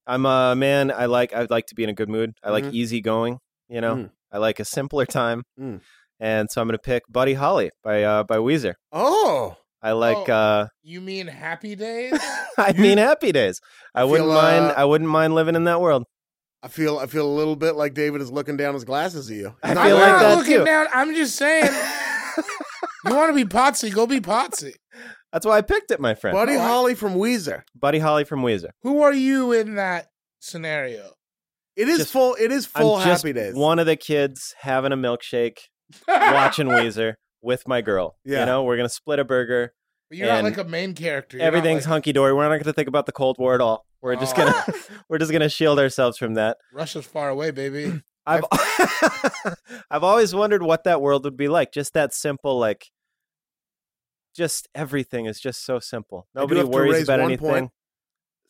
Speaker 3: I'm a man. I like. I like to be in a good mood. I like
Speaker 2: Mhm.
Speaker 3: easy going. You know.
Speaker 2: Mm.
Speaker 3: I like a simpler time.
Speaker 2: Mm.
Speaker 3: And so I'm gonna pick Buddy Holly by uh, by Weezer.
Speaker 2: Oh,
Speaker 3: I like.
Speaker 4: Oh.
Speaker 3: uh
Speaker 4: You mean happy days?
Speaker 3: I mean, Happy Days. I,
Speaker 2: feel,
Speaker 3: wouldn't mind.
Speaker 2: uh,
Speaker 3: I wouldn't mind living in that world.
Speaker 2: I feel I feel a little bit like David is looking down his glasses at you.
Speaker 3: I
Speaker 2: Not
Speaker 4: I'm
Speaker 3: feel
Speaker 2: wearing
Speaker 3: like
Speaker 4: not
Speaker 2: them.
Speaker 3: that
Speaker 4: looking
Speaker 3: too.
Speaker 4: down. I'm just saying. you want to be potsy? Go be potsy.
Speaker 3: That's why I picked it, my friend.
Speaker 2: Buddy Holly from Weezer.
Speaker 3: Buddy Holly from Weezer.
Speaker 4: Who are you in that scenario?
Speaker 2: It is
Speaker 3: Just-
Speaker 2: full. It is full
Speaker 3: I'm just
Speaker 2: happy days.
Speaker 3: one of the kids having a milkshake, watching Weezer with my girl.
Speaker 2: Yeah.
Speaker 3: You know, we're gonna split a burger.
Speaker 4: You're
Speaker 3: And
Speaker 4: not like a main character. You're not
Speaker 3: Everything's
Speaker 4: like
Speaker 3: hunky dory. We're not going to think about the Cold War at all. We're just
Speaker 4: Oh.
Speaker 3: gonna we're just gonna shield ourselves from that.
Speaker 4: Russia's far away, baby.
Speaker 3: I've I've always wondered what that world would be like. Just that simple, like just everything is just so simple.
Speaker 2: do
Speaker 3: Nobody
Speaker 2: have to
Speaker 3: worries
Speaker 2: raise
Speaker 3: about
Speaker 2: one
Speaker 3: anything.
Speaker 2: point.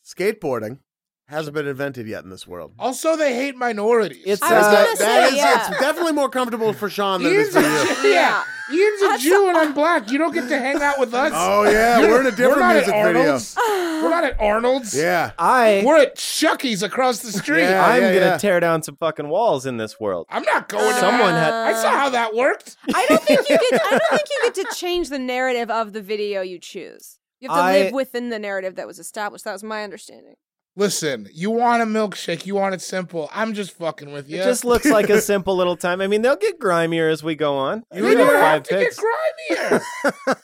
Speaker 2: Skateboarding hasn't been invented yet in this world.
Speaker 4: Also, they hate minorities.
Speaker 3: It's
Speaker 5: I was
Speaker 3: uh,
Speaker 5: gonna say-
Speaker 2: that is,
Speaker 5: yeah.
Speaker 2: it's definitely more comfortable for Sean than it is
Speaker 4: Ian's
Speaker 2: for
Speaker 4: a
Speaker 2: you.
Speaker 4: Jew. Yeah. Ian's a
Speaker 5: That's-
Speaker 4: Jew and I'm black. You don't get to hang out with us.
Speaker 2: Oh yeah, we're in a different
Speaker 4: not
Speaker 2: music
Speaker 4: at
Speaker 2: video.
Speaker 4: Arnold's. We're not at Arnold's.
Speaker 2: Yeah.
Speaker 3: I
Speaker 4: We're at Chucky's across the street.
Speaker 2: Yeah.
Speaker 3: I'm gonna
Speaker 2: yeah.
Speaker 3: tear down some fucking walls in this world.
Speaker 4: I'm not going to
Speaker 3: Someone
Speaker 4: that.
Speaker 3: had-
Speaker 4: I saw how that worked.
Speaker 5: I don't think you get. I don't think you get to change the narrative of the video you choose. You have to
Speaker 3: I-
Speaker 5: live within the narrative that was established. That was my understanding.
Speaker 4: Listen, you want a milkshake. You want it simple. I'm just fucking with you.
Speaker 3: It just looks like a simple little time. I mean, they'll get grimier as we go on.
Speaker 4: you
Speaker 3: We got
Speaker 4: don't have
Speaker 3: five
Speaker 4: to
Speaker 3: picks.
Speaker 4: get grimier.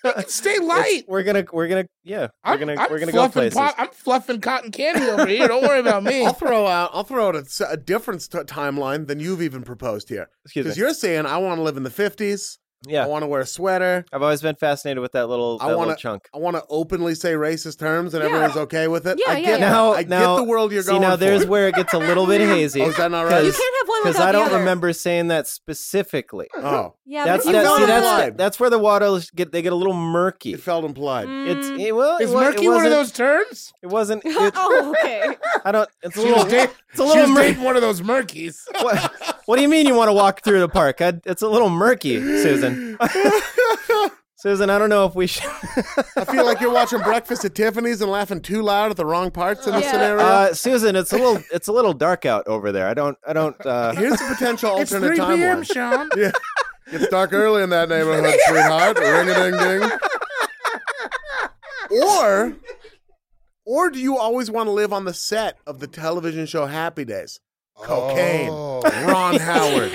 Speaker 4: You can stay
Speaker 3: It's-
Speaker 4: light.
Speaker 3: We're gonna, we're gonna, yeah, we're
Speaker 4: I'm,
Speaker 3: gonna,
Speaker 4: I'm
Speaker 3: we're gonna go
Speaker 4: fluffing
Speaker 3: places.
Speaker 4: pot- I'm fluffing cotton candy over here. Don't worry about me.
Speaker 2: I'll throw out. I'll throw out a, s- a different t- timeline than you've even proposed here,
Speaker 3: Excuse me.
Speaker 2: because you're saying I want to live in the fifties. I
Speaker 3: Yeah,
Speaker 2: want to wear a sweater.
Speaker 3: I've always been fascinated with that little,
Speaker 2: I
Speaker 3: that little
Speaker 2: wanna-
Speaker 3: chunk.
Speaker 2: I want to openly say racist terms, and
Speaker 5: Yeah.
Speaker 2: everyone's okay with it.
Speaker 5: Yeah,
Speaker 2: I
Speaker 5: yeah,
Speaker 2: get
Speaker 5: yeah.
Speaker 3: Now-
Speaker 2: I
Speaker 3: now-
Speaker 2: get the world you're
Speaker 3: See,
Speaker 2: going.
Speaker 3: now there's
Speaker 2: for.
Speaker 3: where it gets a little bit hazy.
Speaker 2: Oh, is that not right?
Speaker 5: You
Speaker 3: Because-
Speaker 5: can't have one
Speaker 3: Because
Speaker 5: without
Speaker 3: I
Speaker 5: the
Speaker 3: don't
Speaker 5: other.
Speaker 3: remember saying that specifically.
Speaker 2: Oh,
Speaker 5: Yeah,
Speaker 3: That's
Speaker 5: but
Speaker 3: that,
Speaker 5: you
Speaker 2: felt
Speaker 3: see,
Speaker 5: wanna-
Speaker 3: that's
Speaker 2: implied.
Speaker 3: that's where the waters get they get a little murky.
Speaker 2: it felt implied.
Speaker 5: Mm.
Speaker 3: it's it, well,
Speaker 4: Is
Speaker 3: it, wa- it
Speaker 4: murky one of
Speaker 3: wasn't-
Speaker 4: those terms?
Speaker 3: It wasn't. It,
Speaker 5: oh, okay.
Speaker 3: I don't. It's a
Speaker 4: She was,
Speaker 3: little.
Speaker 4: da-
Speaker 3: It's a little
Speaker 4: she was
Speaker 3: murky.
Speaker 4: dating one of those murkies.
Speaker 3: What, what do you mean you want to walk through the park? I, it's a little murky, Susan. Susan, I don't know if we should.
Speaker 2: I feel like you're watching Breakfast at Tiffany's and laughing too loud at the wrong parts in the
Speaker 5: Yeah.
Speaker 2: scenario.
Speaker 3: Uh, Susan, it's a little. It's a little dark out over there. I don't. I don't. Uh,
Speaker 2: Here's a potential
Speaker 4: It's
Speaker 2: alternate
Speaker 4: 3 p.m.,
Speaker 2: timeline.
Speaker 4: Sean.
Speaker 2: It's dark early in that neighborhood, sweetheart. Ring a ding ding. Or, or do you always want to live on the set of the television show Happy Days? Cocaine,
Speaker 4: Oh.
Speaker 2: Ron Howard.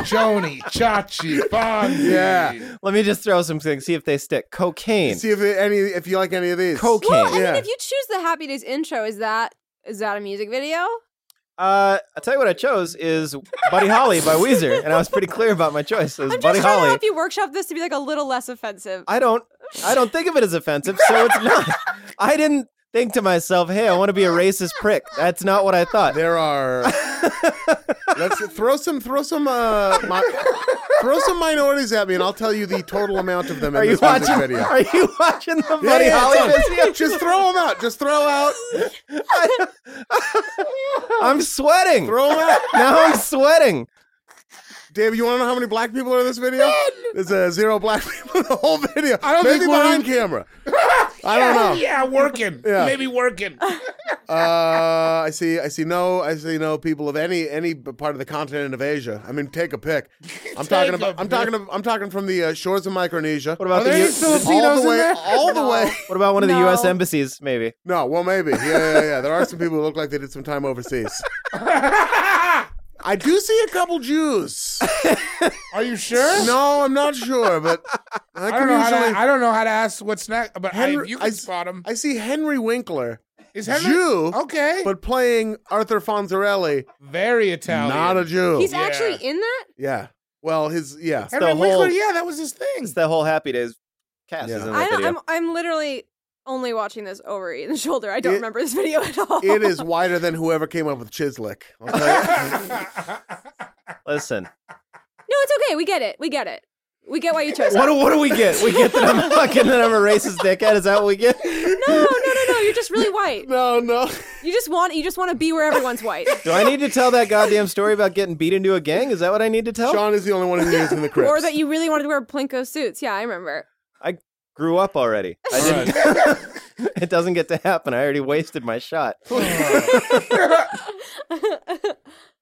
Speaker 4: Joni, Chachi, Bondi.
Speaker 2: Yeah.
Speaker 3: let me just throw some things. See if they stick. Cocaine.
Speaker 2: See if it, any if you like any of these.
Speaker 3: Cocaine.
Speaker 5: Well, I mean,
Speaker 2: Yeah.
Speaker 5: if you choose the Happy Days intro, is that is that a music video?
Speaker 3: Uh, I tell you what I chose is Buddy Holly by Weezer, and I was pretty clear about my choice. It was
Speaker 5: I'm
Speaker 3: Buddy
Speaker 5: just trying to
Speaker 3: Holly.
Speaker 5: help you workshop this to be like a little less offensive.
Speaker 3: I don't, I don't think of it as offensive, so it's not. I didn't think to myself, "Hey, I want to be a racist prick." That's not what I thought.
Speaker 2: There are Let's throw some throw some uh mi- throw some minorities at me, and I'll tell you the total amount of them in
Speaker 3: Are you
Speaker 2: this music
Speaker 3: watching?
Speaker 2: video.
Speaker 3: Are you watching the Buddy
Speaker 2: Yeah, yeah,
Speaker 3: Holly
Speaker 2: it's on.
Speaker 3: video?
Speaker 2: Just throw them out. Just throw out.
Speaker 3: I'm sweating.
Speaker 2: Throw them out.
Speaker 3: now I'm sweating.
Speaker 2: Dave, you want to know how many black people are in this video? There's uh, zero black people in the whole video.
Speaker 4: I don't
Speaker 2: Maybe
Speaker 4: think we're
Speaker 2: behind
Speaker 4: in-
Speaker 2: camera. I don't know.
Speaker 4: Yeah, working.
Speaker 2: Yeah.
Speaker 4: Maybe working.
Speaker 2: Uh, I see. I see no. I see no people of any any b- part of the continent of Asia. I mean, take a pick. I'm talking
Speaker 4: a
Speaker 2: about. I'm
Speaker 4: pick.
Speaker 2: talking. About, I'm talking from the uh, shores of Micronesia.
Speaker 3: What about
Speaker 4: Are
Speaker 3: the
Speaker 4: there any
Speaker 3: U-
Speaker 2: all
Speaker 4: Filipinos
Speaker 2: the
Speaker 4: in
Speaker 2: way?
Speaker 4: there?
Speaker 2: All the way.
Speaker 3: What about one of the
Speaker 5: No.
Speaker 3: U.S. embassies? Maybe.
Speaker 2: No. Well, maybe. Yeah, yeah, yeah. There are some people who look like they did some time overseas. I do see a couple Jews.
Speaker 4: Are you sure?
Speaker 2: No, I'm not sure, but I,
Speaker 4: I
Speaker 2: can
Speaker 4: don't know how
Speaker 2: usually.
Speaker 4: to. I don't know how to ask what's next, but I,
Speaker 2: Henry-
Speaker 4: you
Speaker 2: I
Speaker 4: can
Speaker 2: s-
Speaker 4: spot him.
Speaker 2: I see Henry Winkler,
Speaker 4: Is Henry
Speaker 2: Jew,
Speaker 4: okay?
Speaker 2: but playing Arthur Fonzarelli,
Speaker 4: very Italian.
Speaker 2: not a Jew.
Speaker 5: He's
Speaker 4: Yeah.
Speaker 5: actually in that?
Speaker 2: yeah. Well, his yeah.
Speaker 4: Henry
Speaker 3: the whole-
Speaker 4: Winkler. Yeah, that was his thing.
Speaker 3: It's the whole Happy Days cast
Speaker 2: Yeah.
Speaker 3: is in that
Speaker 5: I don't,
Speaker 3: video.
Speaker 5: I'm, I'm literally only watching this over Ian's shoulder. I don't
Speaker 2: It-
Speaker 5: remember this video at all.
Speaker 2: It is wider than whoever came up with Chislik. I'll tell you.
Speaker 3: Listen,
Speaker 5: No, it's okay. We get it. We get it. We get why you chose
Speaker 3: what
Speaker 5: it.
Speaker 3: do, what do we get? We get that I'm fucking that I'm a racist dickhead. Is that what we get?
Speaker 5: No, no, no, no. You're just really white.
Speaker 2: no, no.
Speaker 5: You just want you just want to be where everyone's white.
Speaker 3: Do I need to tell that goddamn story about getting beat into a gang? Is that what I need to tell?
Speaker 2: Sean is the only one who is in the crypt.
Speaker 5: Or that you really wanted to wear plinko suits. Yeah, I remember.
Speaker 3: I grew up already. I didn't. it doesn't get to happen. I already wasted my shot.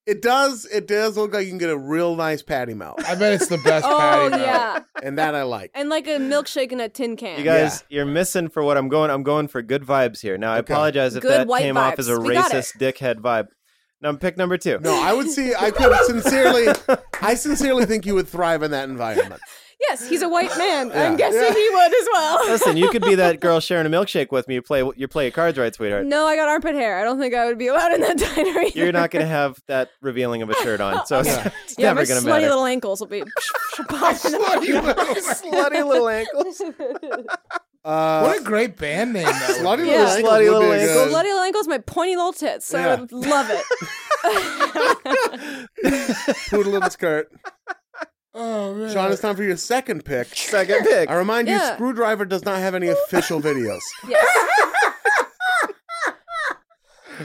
Speaker 2: it does. It does look like you can get a real nice patty melt,
Speaker 4: I bet it's the best
Speaker 5: Oh
Speaker 4: patty. melt.
Speaker 5: yeah.
Speaker 2: and that I like.
Speaker 5: And like a milkshake in a tin can.
Speaker 3: You guys, you're missing for what I'm going. I'm going for good vibes here. Now I apologize if
Speaker 5: Good
Speaker 3: that
Speaker 5: white
Speaker 3: came off as a
Speaker 5: vibes. We got it.
Speaker 3: racist dickhead vibe. Now pick number two.
Speaker 2: No, I would see. I could sincerely. I sincerely think you would thrive in that environment.
Speaker 5: yes, he's a white man. I'm guessing he would as well.
Speaker 3: Listen, you could be that girl sharing a milkshake with me. You play you play cards right, sweetheart.
Speaker 5: No, I got armpit hair. I don't think I would be allowed in that diner either.
Speaker 3: You're not gonna have that revealing of a shirt on, so it's, it's
Speaker 5: yeah,
Speaker 3: never
Speaker 5: my
Speaker 3: gonna
Speaker 5: slutty
Speaker 3: matter.
Speaker 5: little ankles will be popping up.
Speaker 3: slutty little ankles.
Speaker 2: Uh,
Speaker 4: What a great band name that would
Speaker 2: slutty
Speaker 4: be.
Speaker 2: little
Speaker 5: Yeah.
Speaker 2: ankles would
Speaker 3: Slutty
Speaker 2: be
Speaker 3: little
Speaker 2: a
Speaker 3: ankles.
Speaker 2: good-
Speaker 5: Slutty little ankles, my pointy little tits. So I
Speaker 2: Yeah.
Speaker 5: would love it.
Speaker 2: poodle little skirt.
Speaker 4: Oh man.
Speaker 2: Sean, it's time for your second pick.
Speaker 3: Second pick.
Speaker 2: I remind you,
Speaker 5: Yeah.
Speaker 2: Screwdriver does not have any official videos.
Speaker 5: Yes.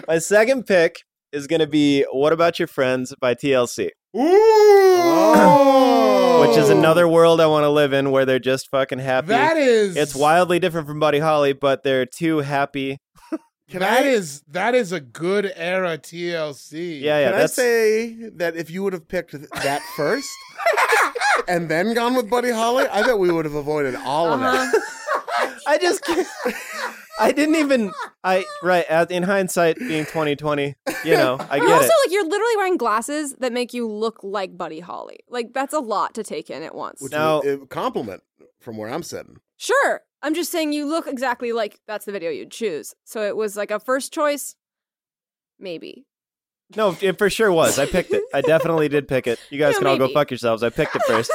Speaker 3: My second pick is gonna be "What About Your Friends" by TLC,
Speaker 2: Oh.
Speaker 3: which is another world I want to live in where they're just fucking happy.
Speaker 4: That is.
Speaker 3: It's wildly different from Buddy Holly, but they're too happy.
Speaker 4: That is that is a good era TLC.
Speaker 3: Yeah, yeah.
Speaker 2: Can I
Speaker 3: that's
Speaker 2: say that if you would have picked th- that first and then gone with Buddy Holly, I bet we would have avoided all
Speaker 5: Uh-huh.
Speaker 2: of it.
Speaker 3: I just can't- I didn't even I right as- in hindsight being 2020, you know, I
Speaker 5: But
Speaker 3: get
Speaker 5: also,
Speaker 3: it.
Speaker 5: like, you're literally wearing glasses that make you look like Buddy Holly. Like, that's a lot to take in at once.
Speaker 2: Which
Speaker 3: Now-
Speaker 2: is a compliment from where I'm sitting.
Speaker 5: Sure. I'm just saying you look exactly like that's the video you'd choose. So it was like a first choice, maybe.
Speaker 3: No, it for sure was. I picked it. I definitely did pick it. You guys
Speaker 5: Yeah,
Speaker 3: can all go
Speaker 5: maybe.
Speaker 3: fuck yourselves. I picked it first.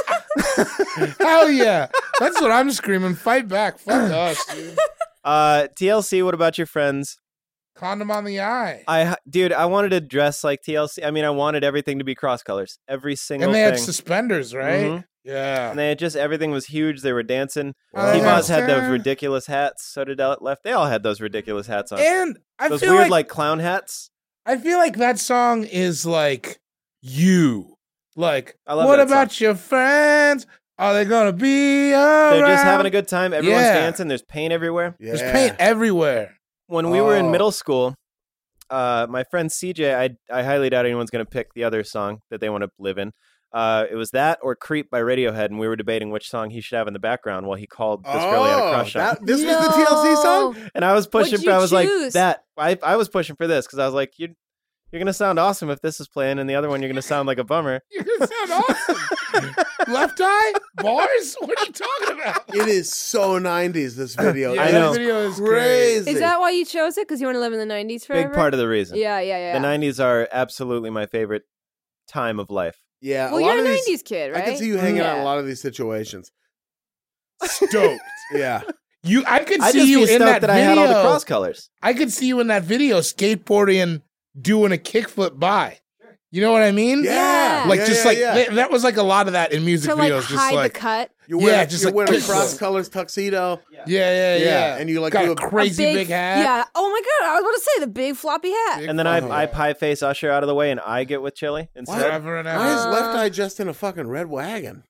Speaker 4: Hell yeah. That's what I'm screaming. Fight back. Fuck us, dude.
Speaker 3: Uh TLC, what about your friends?
Speaker 4: Condom on the eye.
Speaker 3: I dude, I wanted to dress like TLC. I mean, I wanted everything to be cross colors. Every single
Speaker 4: and they
Speaker 3: thing.
Speaker 4: had suspenders, right?
Speaker 3: Mhm.
Speaker 4: Yeah.
Speaker 3: and they had just everything was huge. They were dancing.
Speaker 5: Uh-huh.
Speaker 4: Wow.
Speaker 3: T-Boz had those
Speaker 4: Yeah.
Speaker 3: ridiculous hats. So did Out Left. They all had those ridiculous hats on.
Speaker 4: And I
Speaker 3: those
Speaker 4: feel
Speaker 3: weird
Speaker 4: like,
Speaker 3: like clown hats.
Speaker 4: I feel like that song is like you. Like
Speaker 3: I love
Speaker 4: what
Speaker 3: that
Speaker 4: about your friends? Are they gonna be around?
Speaker 3: They're just having a good time. Everyone's
Speaker 4: Yeah.
Speaker 3: dancing. There's paint everywhere.
Speaker 2: Yeah.
Speaker 4: There's paint everywhere.
Speaker 3: when we were in
Speaker 4: Oh.
Speaker 3: middle school, uh, my friend CJ, I I highly doubt anyone's going to pick the other song that they want to live in. Uh, it was that or "Creep" by Radiohead, and we were debating which song he should have in the background while he called this girl he had a
Speaker 2: Oh,
Speaker 3: crush on.
Speaker 2: that- this was the TLC song?
Speaker 3: And I was pushing,
Speaker 5: What'd
Speaker 3: for, I
Speaker 5: you
Speaker 3: was like
Speaker 5: choose?
Speaker 3: that. I I was pushing for this because I was like you. You're gonna sound awesome if this is playing, and the other one you're gonna sound like a bummer.
Speaker 4: You sound awesome. Left eye? Bars? What are you talking about?
Speaker 2: It is so 90s, this video.
Speaker 3: I
Speaker 2: It
Speaker 3: know.
Speaker 2: is
Speaker 4: video is
Speaker 2: Crazy.
Speaker 5: Is that why you chose it? Because you want to live in the 90s forever?
Speaker 3: Big part of the reason.
Speaker 5: Yeah, yeah, yeah.
Speaker 3: The '90s are absolutely my favorite time of life.
Speaker 2: yeah,
Speaker 5: well,
Speaker 2: a lot
Speaker 5: you're a
Speaker 2: of
Speaker 5: 90s
Speaker 2: these,
Speaker 5: kid,
Speaker 2: I
Speaker 5: right?
Speaker 2: can see you hanging out in
Speaker 5: Yeah.
Speaker 2: a lot of these situations.
Speaker 4: Stoked.
Speaker 2: Yeah.
Speaker 4: You, I could
Speaker 3: I just
Speaker 4: see you
Speaker 3: be
Speaker 4: in
Speaker 3: stoked
Speaker 4: that,
Speaker 3: that, I had
Speaker 4: video.
Speaker 3: all the cross colors.
Speaker 4: I could see you in that video skateboarding, doing a kickflip by. You know what I mean?
Speaker 2: Yeah.
Speaker 4: Like
Speaker 2: Yeah,
Speaker 4: just
Speaker 2: yeah,
Speaker 4: like
Speaker 2: yeah.
Speaker 4: th- that was like a lot of that in music
Speaker 5: to like
Speaker 4: videos. just
Speaker 5: hide
Speaker 4: like
Speaker 5: the cut.
Speaker 2: You wear,
Speaker 4: Yeah,
Speaker 2: just
Speaker 4: just
Speaker 2: you
Speaker 4: like
Speaker 2: wear a
Speaker 4: kick
Speaker 2: cross
Speaker 4: it.
Speaker 2: colors tuxedo.
Speaker 4: Yeah, yeah, yeah,
Speaker 2: Yeah, and you, like,
Speaker 4: got
Speaker 2: do
Speaker 4: a
Speaker 2: a- A
Speaker 4: crazy big, hat.
Speaker 5: Yeah. Oh my god, I was about to say the big floppy hat.
Speaker 4: Big
Speaker 3: And then I,
Speaker 4: fucking
Speaker 3: I
Speaker 4: hat.
Speaker 3: pie face Usher out of the way, and I get with Chili instead.
Speaker 4: forever and ever.
Speaker 2: Why is Left Eye just in a fucking red wagon?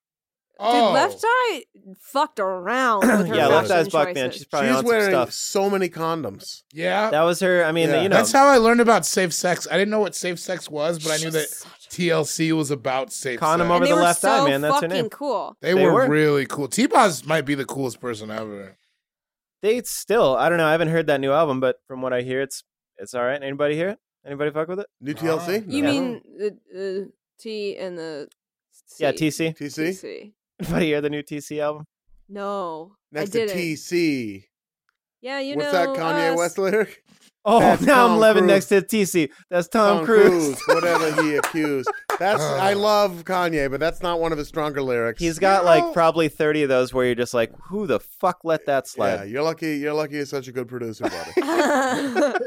Speaker 5: Dude,
Speaker 4: oh,
Speaker 5: Left Eye fucked around with her
Speaker 3: Yeah, Left
Speaker 5: fashion
Speaker 3: Eye's Buck, man.
Speaker 5: choices.
Speaker 3: She's probably
Speaker 2: She's
Speaker 3: on some
Speaker 2: wearing
Speaker 3: stuff.
Speaker 2: so many condoms.
Speaker 4: yeah.
Speaker 3: That was her. I mean,
Speaker 2: Yeah.
Speaker 3: you know,
Speaker 4: That's how I learned about safe sex. I didn't know what safe sex was, but I knew that TLC was about safe
Speaker 3: Condom
Speaker 4: sex.
Speaker 3: over
Speaker 5: and they
Speaker 3: the
Speaker 5: were
Speaker 3: left
Speaker 5: so
Speaker 3: eye, man. That's her
Speaker 5: fucking
Speaker 3: name.
Speaker 5: cool.
Speaker 4: They,
Speaker 3: They
Speaker 4: were,
Speaker 3: were.
Speaker 4: really cool. T Boz might be the coolest person ever.
Speaker 3: They still, I don't know. I haven't heard that new album, but from what I hear, it's it's all right. Anybody hear it? Anybody fuck with it?
Speaker 2: New TLC?
Speaker 5: You
Speaker 2: No.
Speaker 5: mean the, the T and the C.
Speaker 3: Yeah, TC.
Speaker 2: TC?
Speaker 5: TC.
Speaker 3: Anybody hear the new TC album?
Speaker 5: No,
Speaker 2: Next
Speaker 5: I
Speaker 2: to
Speaker 5: didn't.
Speaker 2: TC.
Speaker 5: Yeah, you
Speaker 2: What's
Speaker 5: know uh,
Speaker 2: that Kanye
Speaker 5: us.
Speaker 2: West lyric?
Speaker 3: Oh,
Speaker 2: That's
Speaker 3: now
Speaker 2: Tom
Speaker 3: I'm living
Speaker 2: Cruise.
Speaker 3: next to TC. That's Tom, Cruise.
Speaker 2: whatever he accused. That's I love Kanye, but that's not one of his stronger lyrics.
Speaker 3: He's got like probably 30 of those where you're just like, who the fuck let that
Speaker 2: yeah.
Speaker 3: slide?
Speaker 2: You're lucky. You're lucky. He's such a good producer, buddy.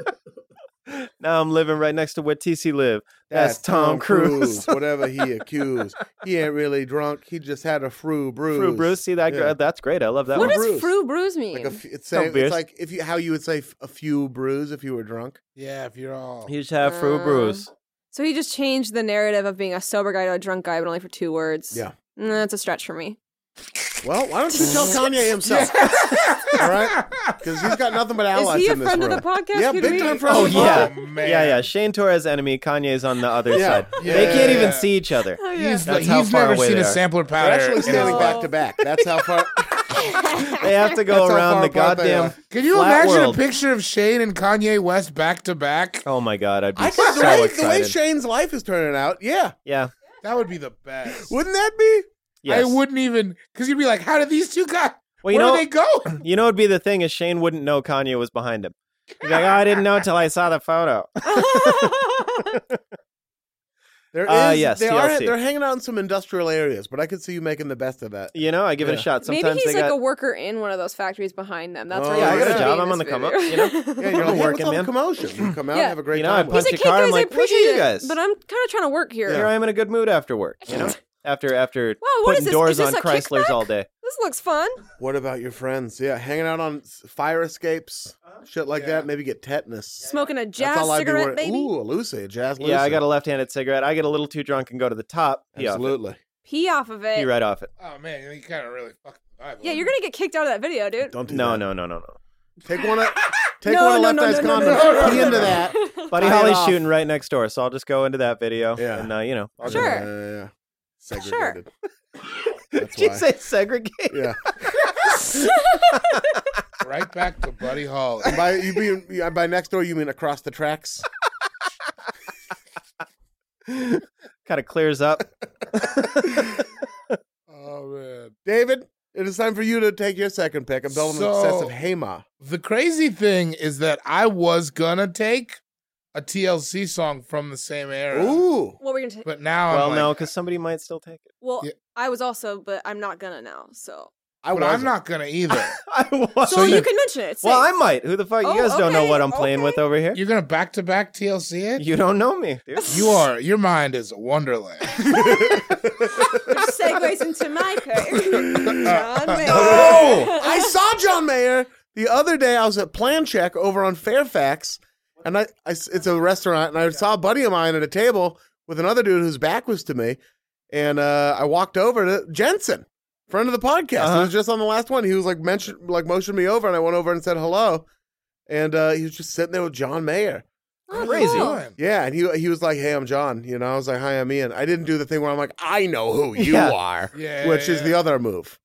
Speaker 3: Now I'm living right next to where TC live. That's, Tom, Cruise.
Speaker 2: whatever he accused. He ain't really drunk. He just had a fru bruise.
Speaker 3: Fru Bruce, see that? gr-
Speaker 2: Yeah.
Speaker 3: That's great. I love that one.
Speaker 5: what
Speaker 2: is- bruise.
Speaker 5: does Fru Bruise mean?
Speaker 2: Like a, f- it's, saying,
Speaker 3: beers.
Speaker 2: it's like if you how you would say f- a few brews if you were drunk.
Speaker 4: Yeah, if you're all
Speaker 3: You should have Fru
Speaker 5: Uh,
Speaker 3: Bruce.
Speaker 5: so he just changed the narrative of being a sober guy to a drunk guy, but only for two words.
Speaker 2: Yeah.
Speaker 5: Mm, that's a stretch for me.
Speaker 2: Well, why don't you tell Kanye himself? All right, because he's got nothing but
Speaker 5: Is
Speaker 2: allies
Speaker 5: he a
Speaker 2: in this
Speaker 5: friend
Speaker 2: room.
Speaker 5: of the podcast?
Speaker 2: yeah,
Speaker 5: Could
Speaker 2: big
Speaker 5: we-
Speaker 2: time friend.
Speaker 3: Oh,
Speaker 2: of the podcast.
Speaker 3: yeah.
Speaker 4: man.
Speaker 3: Yeah, yeah. Shane Torres enemy. Kanye's on the other
Speaker 2: Yeah.
Speaker 3: side.
Speaker 4: Yeah,
Speaker 3: they can't
Speaker 4: yeah,
Speaker 3: even
Speaker 4: yeah.
Speaker 3: see each other.
Speaker 2: Oh,
Speaker 4: He's,
Speaker 3: That's
Speaker 4: like,
Speaker 3: how
Speaker 4: he's
Speaker 3: far
Speaker 4: never
Speaker 3: away
Speaker 4: seen
Speaker 3: they
Speaker 4: a
Speaker 3: are.
Speaker 4: sampler
Speaker 2: They're
Speaker 4: pattern.
Speaker 2: actually standing
Speaker 5: No.
Speaker 2: back to back. That's how far.
Speaker 3: They have to go
Speaker 2: That's how
Speaker 3: around
Speaker 2: far
Speaker 3: the
Speaker 2: apart they are.
Speaker 3: goddamn.
Speaker 4: Can you
Speaker 3: flat
Speaker 4: imagine
Speaker 3: world.
Speaker 4: a picture of Shane and Kanye West back to back?
Speaker 3: Oh my god, I'd be
Speaker 2: I
Speaker 3: so
Speaker 2: could, the, way,
Speaker 3: excited.
Speaker 2: the way Shane's life is turning out, yeah,
Speaker 3: yeah.
Speaker 4: That would be the best.
Speaker 2: wouldn't that be?
Speaker 3: Yes.
Speaker 4: I wouldn't even because you'd be like, how did these two guys?
Speaker 3: Well, you
Speaker 4: where
Speaker 3: know-
Speaker 4: did they go?
Speaker 3: You know, it'd be the thing is Shane wouldn't know Kanye was behind him. He'd be like, oh, I didn't know until I saw the photo.
Speaker 2: There is.
Speaker 3: Uh, yes,
Speaker 2: they are.
Speaker 3: TLC.
Speaker 2: They're hanging out in some industrial areas, but I could see you making the best of that.
Speaker 3: You know, I give it a
Speaker 2: Yeah.
Speaker 3: shot. Sometimes
Speaker 5: Maybe he's
Speaker 3: they
Speaker 5: like
Speaker 3: got
Speaker 5: a worker in one of those factories behind them. That's
Speaker 2: Oh,
Speaker 5: where
Speaker 2: yeah,
Speaker 5: he
Speaker 2: I got a
Speaker 5: wants to be
Speaker 3: job.
Speaker 5: in
Speaker 3: I'm on
Speaker 5: this
Speaker 3: the come up,
Speaker 5: video.
Speaker 3: you know?
Speaker 2: Yeah, you're
Speaker 3: I'm
Speaker 2: like, hey,
Speaker 3: working,
Speaker 2: what's all the
Speaker 3: man.
Speaker 2: commotion? You come out,
Speaker 5: Yeah.
Speaker 2: have a great
Speaker 3: You know, I
Speaker 2: time. with
Speaker 3: punch
Speaker 5: He's
Speaker 2: it.
Speaker 3: Punch
Speaker 5: like,
Speaker 3: a car,
Speaker 5: hey
Speaker 3: I'm
Speaker 5: guys, I
Speaker 3: like, look at
Speaker 5: appreciate
Speaker 3: you
Speaker 5: it,
Speaker 3: guys."
Speaker 5: but I'm kind of trying to work here.
Speaker 3: here I am in a good mood after work, you know? after after
Speaker 5: Wow, what
Speaker 3: putting
Speaker 5: is this? Is
Speaker 3: doors
Speaker 5: this
Speaker 3: on
Speaker 5: a
Speaker 3: Chryslers
Speaker 5: kickback?
Speaker 3: all day.
Speaker 5: This looks fun.
Speaker 2: What about your friends? Yeah, hanging out on s- fire escapes, shit like that. Maybe get tetanus.
Speaker 5: Smoking a
Speaker 2: That's
Speaker 5: jazz
Speaker 2: all I'd be
Speaker 5: cigarette,
Speaker 2: worried-
Speaker 5: baby.
Speaker 2: Ooh, a Lucy, a jazz. Lucy.
Speaker 3: Yeah, I got a left handed cigarette. I get a little too drunk and go to the top. Yeah.
Speaker 2: absolutely.
Speaker 5: Pee off of it.
Speaker 3: He right off it.
Speaker 4: Oh man, you kind of really fucked. the vibe.
Speaker 5: Yeah, you're gonna get kicked out of that video, dude.
Speaker 2: Don't do
Speaker 3: No,
Speaker 2: that.
Speaker 3: no, no, no, no.
Speaker 2: Take one. Of, take
Speaker 5: No,
Speaker 2: one of
Speaker 5: no,
Speaker 2: Left
Speaker 5: no,
Speaker 2: Eye's
Speaker 5: no, no,
Speaker 2: condoms.
Speaker 5: no, no,
Speaker 2: Pee
Speaker 5: no,
Speaker 2: into
Speaker 5: no.
Speaker 2: that.
Speaker 3: Buddy
Speaker 2: Tie it
Speaker 3: Holly's
Speaker 2: off.
Speaker 3: shooting right next door, so I'll just go into that video.
Speaker 2: Yeah. Oh,
Speaker 3: And, uh, you know, I'll
Speaker 5: Sure.
Speaker 3: just-
Speaker 2: Yeah, yeah, yeah.
Speaker 5: Sure.
Speaker 2: Segregated. That's
Speaker 3: Did you
Speaker 2: why.
Speaker 3: say segregate?
Speaker 2: Yeah.
Speaker 4: right back to Buddy Holly.
Speaker 2: By you mean yeah, by next door you mean across the tracks?
Speaker 3: Kind of clears up.
Speaker 4: oh man.
Speaker 2: David, it is time for you to take your second pick. I'm building
Speaker 4: So-
Speaker 2: an excess of Hema.
Speaker 4: The crazy thing is that I was gonna take a TLC song from the same era,
Speaker 2: Ooh.
Speaker 5: What were you gonna take?
Speaker 4: but
Speaker 2: Oh,
Speaker 4: now
Speaker 3: well,
Speaker 4: I'm
Speaker 3: no,
Speaker 4: like,
Speaker 3: because somebody might still take it.
Speaker 5: Well,
Speaker 4: Yeah.
Speaker 5: I was also, but I'm not gonna now. So,
Speaker 2: I
Speaker 4: but I'm
Speaker 2: wasn't.
Speaker 4: not gonna either.
Speaker 3: I was.
Speaker 5: so,
Speaker 4: So
Speaker 5: you
Speaker 4: then-
Speaker 5: can mention it. It's
Speaker 3: well,
Speaker 5: safe.
Speaker 3: I might. Who the fuck?
Speaker 5: Oh,
Speaker 3: you guys don't know
Speaker 5: okay,
Speaker 3: what I'm playing with
Speaker 5: okay.
Speaker 3: over here.
Speaker 4: you're gonna back to back TLC it.
Speaker 3: You don't know me, dude.
Speaker 4: You are. Your mind is a wonderland.
Speaker 5: Which segues into my pick. John Mayer.
Speaker 2: Oh! I saw John Mayer the other day. I was at Plan Check over on Fairfax, and I, I s- it's a restaurant, and I saw a buddy of mine at a table with another dude whose back was to me, and uh, I walked over to Jensen, friend of the podcast. He
Speaker 3: Uh-huh.
Speaker 2: was just on the last one. He was like mentioned, like motioned me over, and I went over and said hello, and uh, he was just sitting there with John Mayer.
Speaker 5: Oh,
Speaker 3: Crazy.
Speaker 5: cool.
Speaker 2: Yeah, and he he was like, "Hey, I'm John." You know, I was like, "Hi, I'm Ian." I didn't do the thing where I'm like, "I know who you
Speaker 3: Yeah.
Speaker 2: are,"
Speaker 4: Yeah,
Speaker 2: which
Speaker 4: yeah,
Speaker 2: is
Speaker 4: yeah.
Speaker 2: the other move.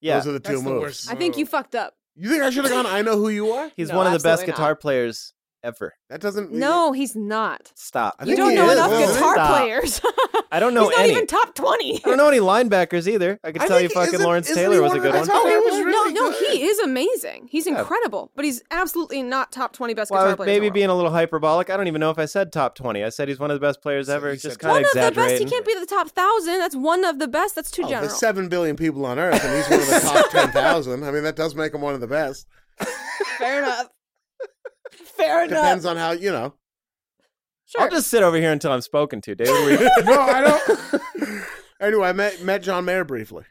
Speaker 3: Yeah.
Speaker 2: Those are the
Speaker 4: That's
Speaker 2: two
Speaker 4: the
Speaker 2: moves.
Speaker 4: worst.
Speaker 5: I think you fucked up.
Speaker 2: You think I should have gone? I know who you are.
Speaker 3: He's
Speaker 5: No,
Speaker 3: one of the best
Speaker 5: absolutely not.
Speaker 3: guitar players ever.
Speaker 2: That doesn't.
Speaker 5: No, he's not.
Speaker 3: Stop.
Speaker 2: I
Speaker 5: You
Speaker 2: think
Speaker 5: don't
Speaker 2: he
Speaker 5: know
Speaker 2: is,
Speaker 5: enough
Speaker 2: isn't he?
Speaker 5: guitar
Speaker 3: Stop.
Speaker 5: players.
Speaker 3: I don't know
Speaker 5: he's not
Speaker 3: any.
Speaker 5: even top twenty.
Speaker 3: I don't know any linebackers either. I could
Speaker 2: I
Speaker 3: tell you
Speaker 2: think-
Speaker 3: fucking
Speaker 2: isn't-
Speaker 3: Lawrence
Speaker 2: isn't he
Speaker 3: Taylor was
Speaker 2: one
Speaker 3: a
Speaker 2: of
Speaker 3: good
Speaker 2: the
Speaker 3: one.
Speaker 2: top-
Speaker 4: Oh, he was
Speaker 5: no,
Speaker 4: really
Speaker 5: no,
Speaker 4: good.
Speaker 5: he is amazing. He's incredible, but he's absolutely not top twenty best
Speaker 3: Well, I
Speaker 5: guitar
Speaker 3: was
Speaker 5: players.
Speaker 3: maybe
Speaker 5: in the world.
Speaker 3: being a little hyperbolic. I don't even know if I said top 20. I said he's one of the best players ever.
Speaker 4: you
Speaker 3: Just
Speaker 4: said
Speaker 3: kind of
Speaker 5: one of the best. He
Speaker 3: exaggerating.
Speaker 5: can't be the top thousand. That's one of the best. That's too
Speaker 2: Oh,
Speaker 5: general.
Speaker 2: there's seven billion people on Earth, and he's one of the top ten thousand. I mean, that does make him one of the best.
Speaker 5: Fair enough. Fair enough.
Speaker 2: Depends on how you know.
Speaker 5: Sure.
Speaker 3: I'll just sit over here until I'm spoken to, David. Will you-
Speaker 4: No, I don't.
Speaker 2: Anyway, I met met John Mayer briefly.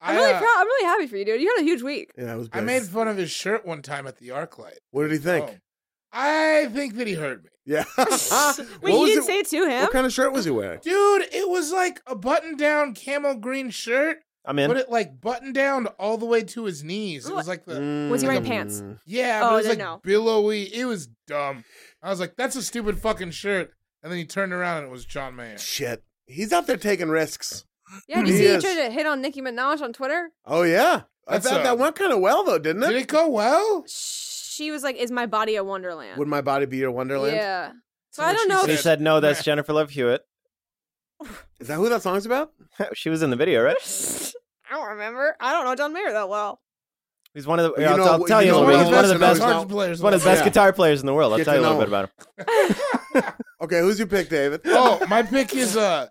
Speaker 5: I'm
Speaker 4: I,
Speaker 5: really
Speaker 4: uh,
Speaker 5: proud. I'm really happy for you, dude. You had a huge week.
Speaker 2: Yeah, it was.
Speaker 4: I
Speaker 2: big.
Speaker 4: made fun of his shirt one time at the arc light.
Speaker 2: What did he think?
Speaker 4: Oh. I think that he heard me.
Speaker 2: Yeah.
Speaker 5: Wait,
Speaker 2: What
Speaker 5: you
Speaker 2: was
Speaker 5: didn't
Speaker 2: it-
Speaker 5: say it to him?
Speaker 2: What kind of shirt was he wearing?
Speaker 4: Dude, it was like a button down camo green shirt,
Speaker 3: I'm in.
Speaker 4: but it like buttoned down all the way to his knees. It was like the
Speaker 5: Was he wearing
Speaker 2: Mm.
Speaker 5: pants?
Speaker 4: Yeah,
Speaker 5: Oh,
Speaker 4: but it was
Speaker 5: then
Speaker 4: like
Speaker 5: no.
Speaker 4: billowy. It was dumb. I was like, that's a stupid fucking shirt. And then he turned around and it was John Mayer.
Speaker 2: Shit, he's out there taking risks.
Speaker 5: Yeah, did you
Speaker 2: He
Speaker 5: see he
Speaker 2: is.
Speaker 5: tried to hit on Nicki Minaj on Twitter?
Speaker 2: Oh yeah,
Speaker 4: That's
Speaker 2: I thought
Speaker 4: a-
Speaker 2: that went kind of well though, didn't it?
Speaker 4: Did it go well?
Speaker 5: She was like, "Is my body a wonderland?"
Speaker 2: Would my body be your Wonderland?
Speaker 5: Yeah.
Speaker 4: That's
Speaker 5: So I
Speaker 4: what
Speaker 5: don't
Speaker 4: she
Speaker 5: know.
Speaker 3: He
Speaker 5: If,
Speaker 3: said, "No, that's Jennifer Love Hewitt.
Speaker 2: Is that who that song's about?
Speaker 3: she was in the video, right?
Speaker 5: I don't remember. I don't know John Mayer that well.
Speaker 3: He's one of the.
Speaker 2: You
Speaker 3: I'll,
Speaker 2: know-
Speaker 3: I'll tell
Speaker 2: you
Speaker 3: you, a
Speaker 2: know
Speaker 3: little bit.
Speaker 2: what
Speaker 3: He's one of the
Speaker 2: else I know is
Speaker 3: best.
Speaker 4: guitar
Speaker 2: not-
Speaker 4: players.
Speaker 3: He's one of the best
Speaker 2: Yeah.
Speaker 3: guitar players in the world. I'll
Speaker 2: Get
Speaker 3: tell you a
Speaker 2: to
Speaker 3: little bit
Speaker 2: know
Speaker 3: about him.
Speaker 2: Okay, who's your pick, David?
Speaker 4: oh, my pick is uh,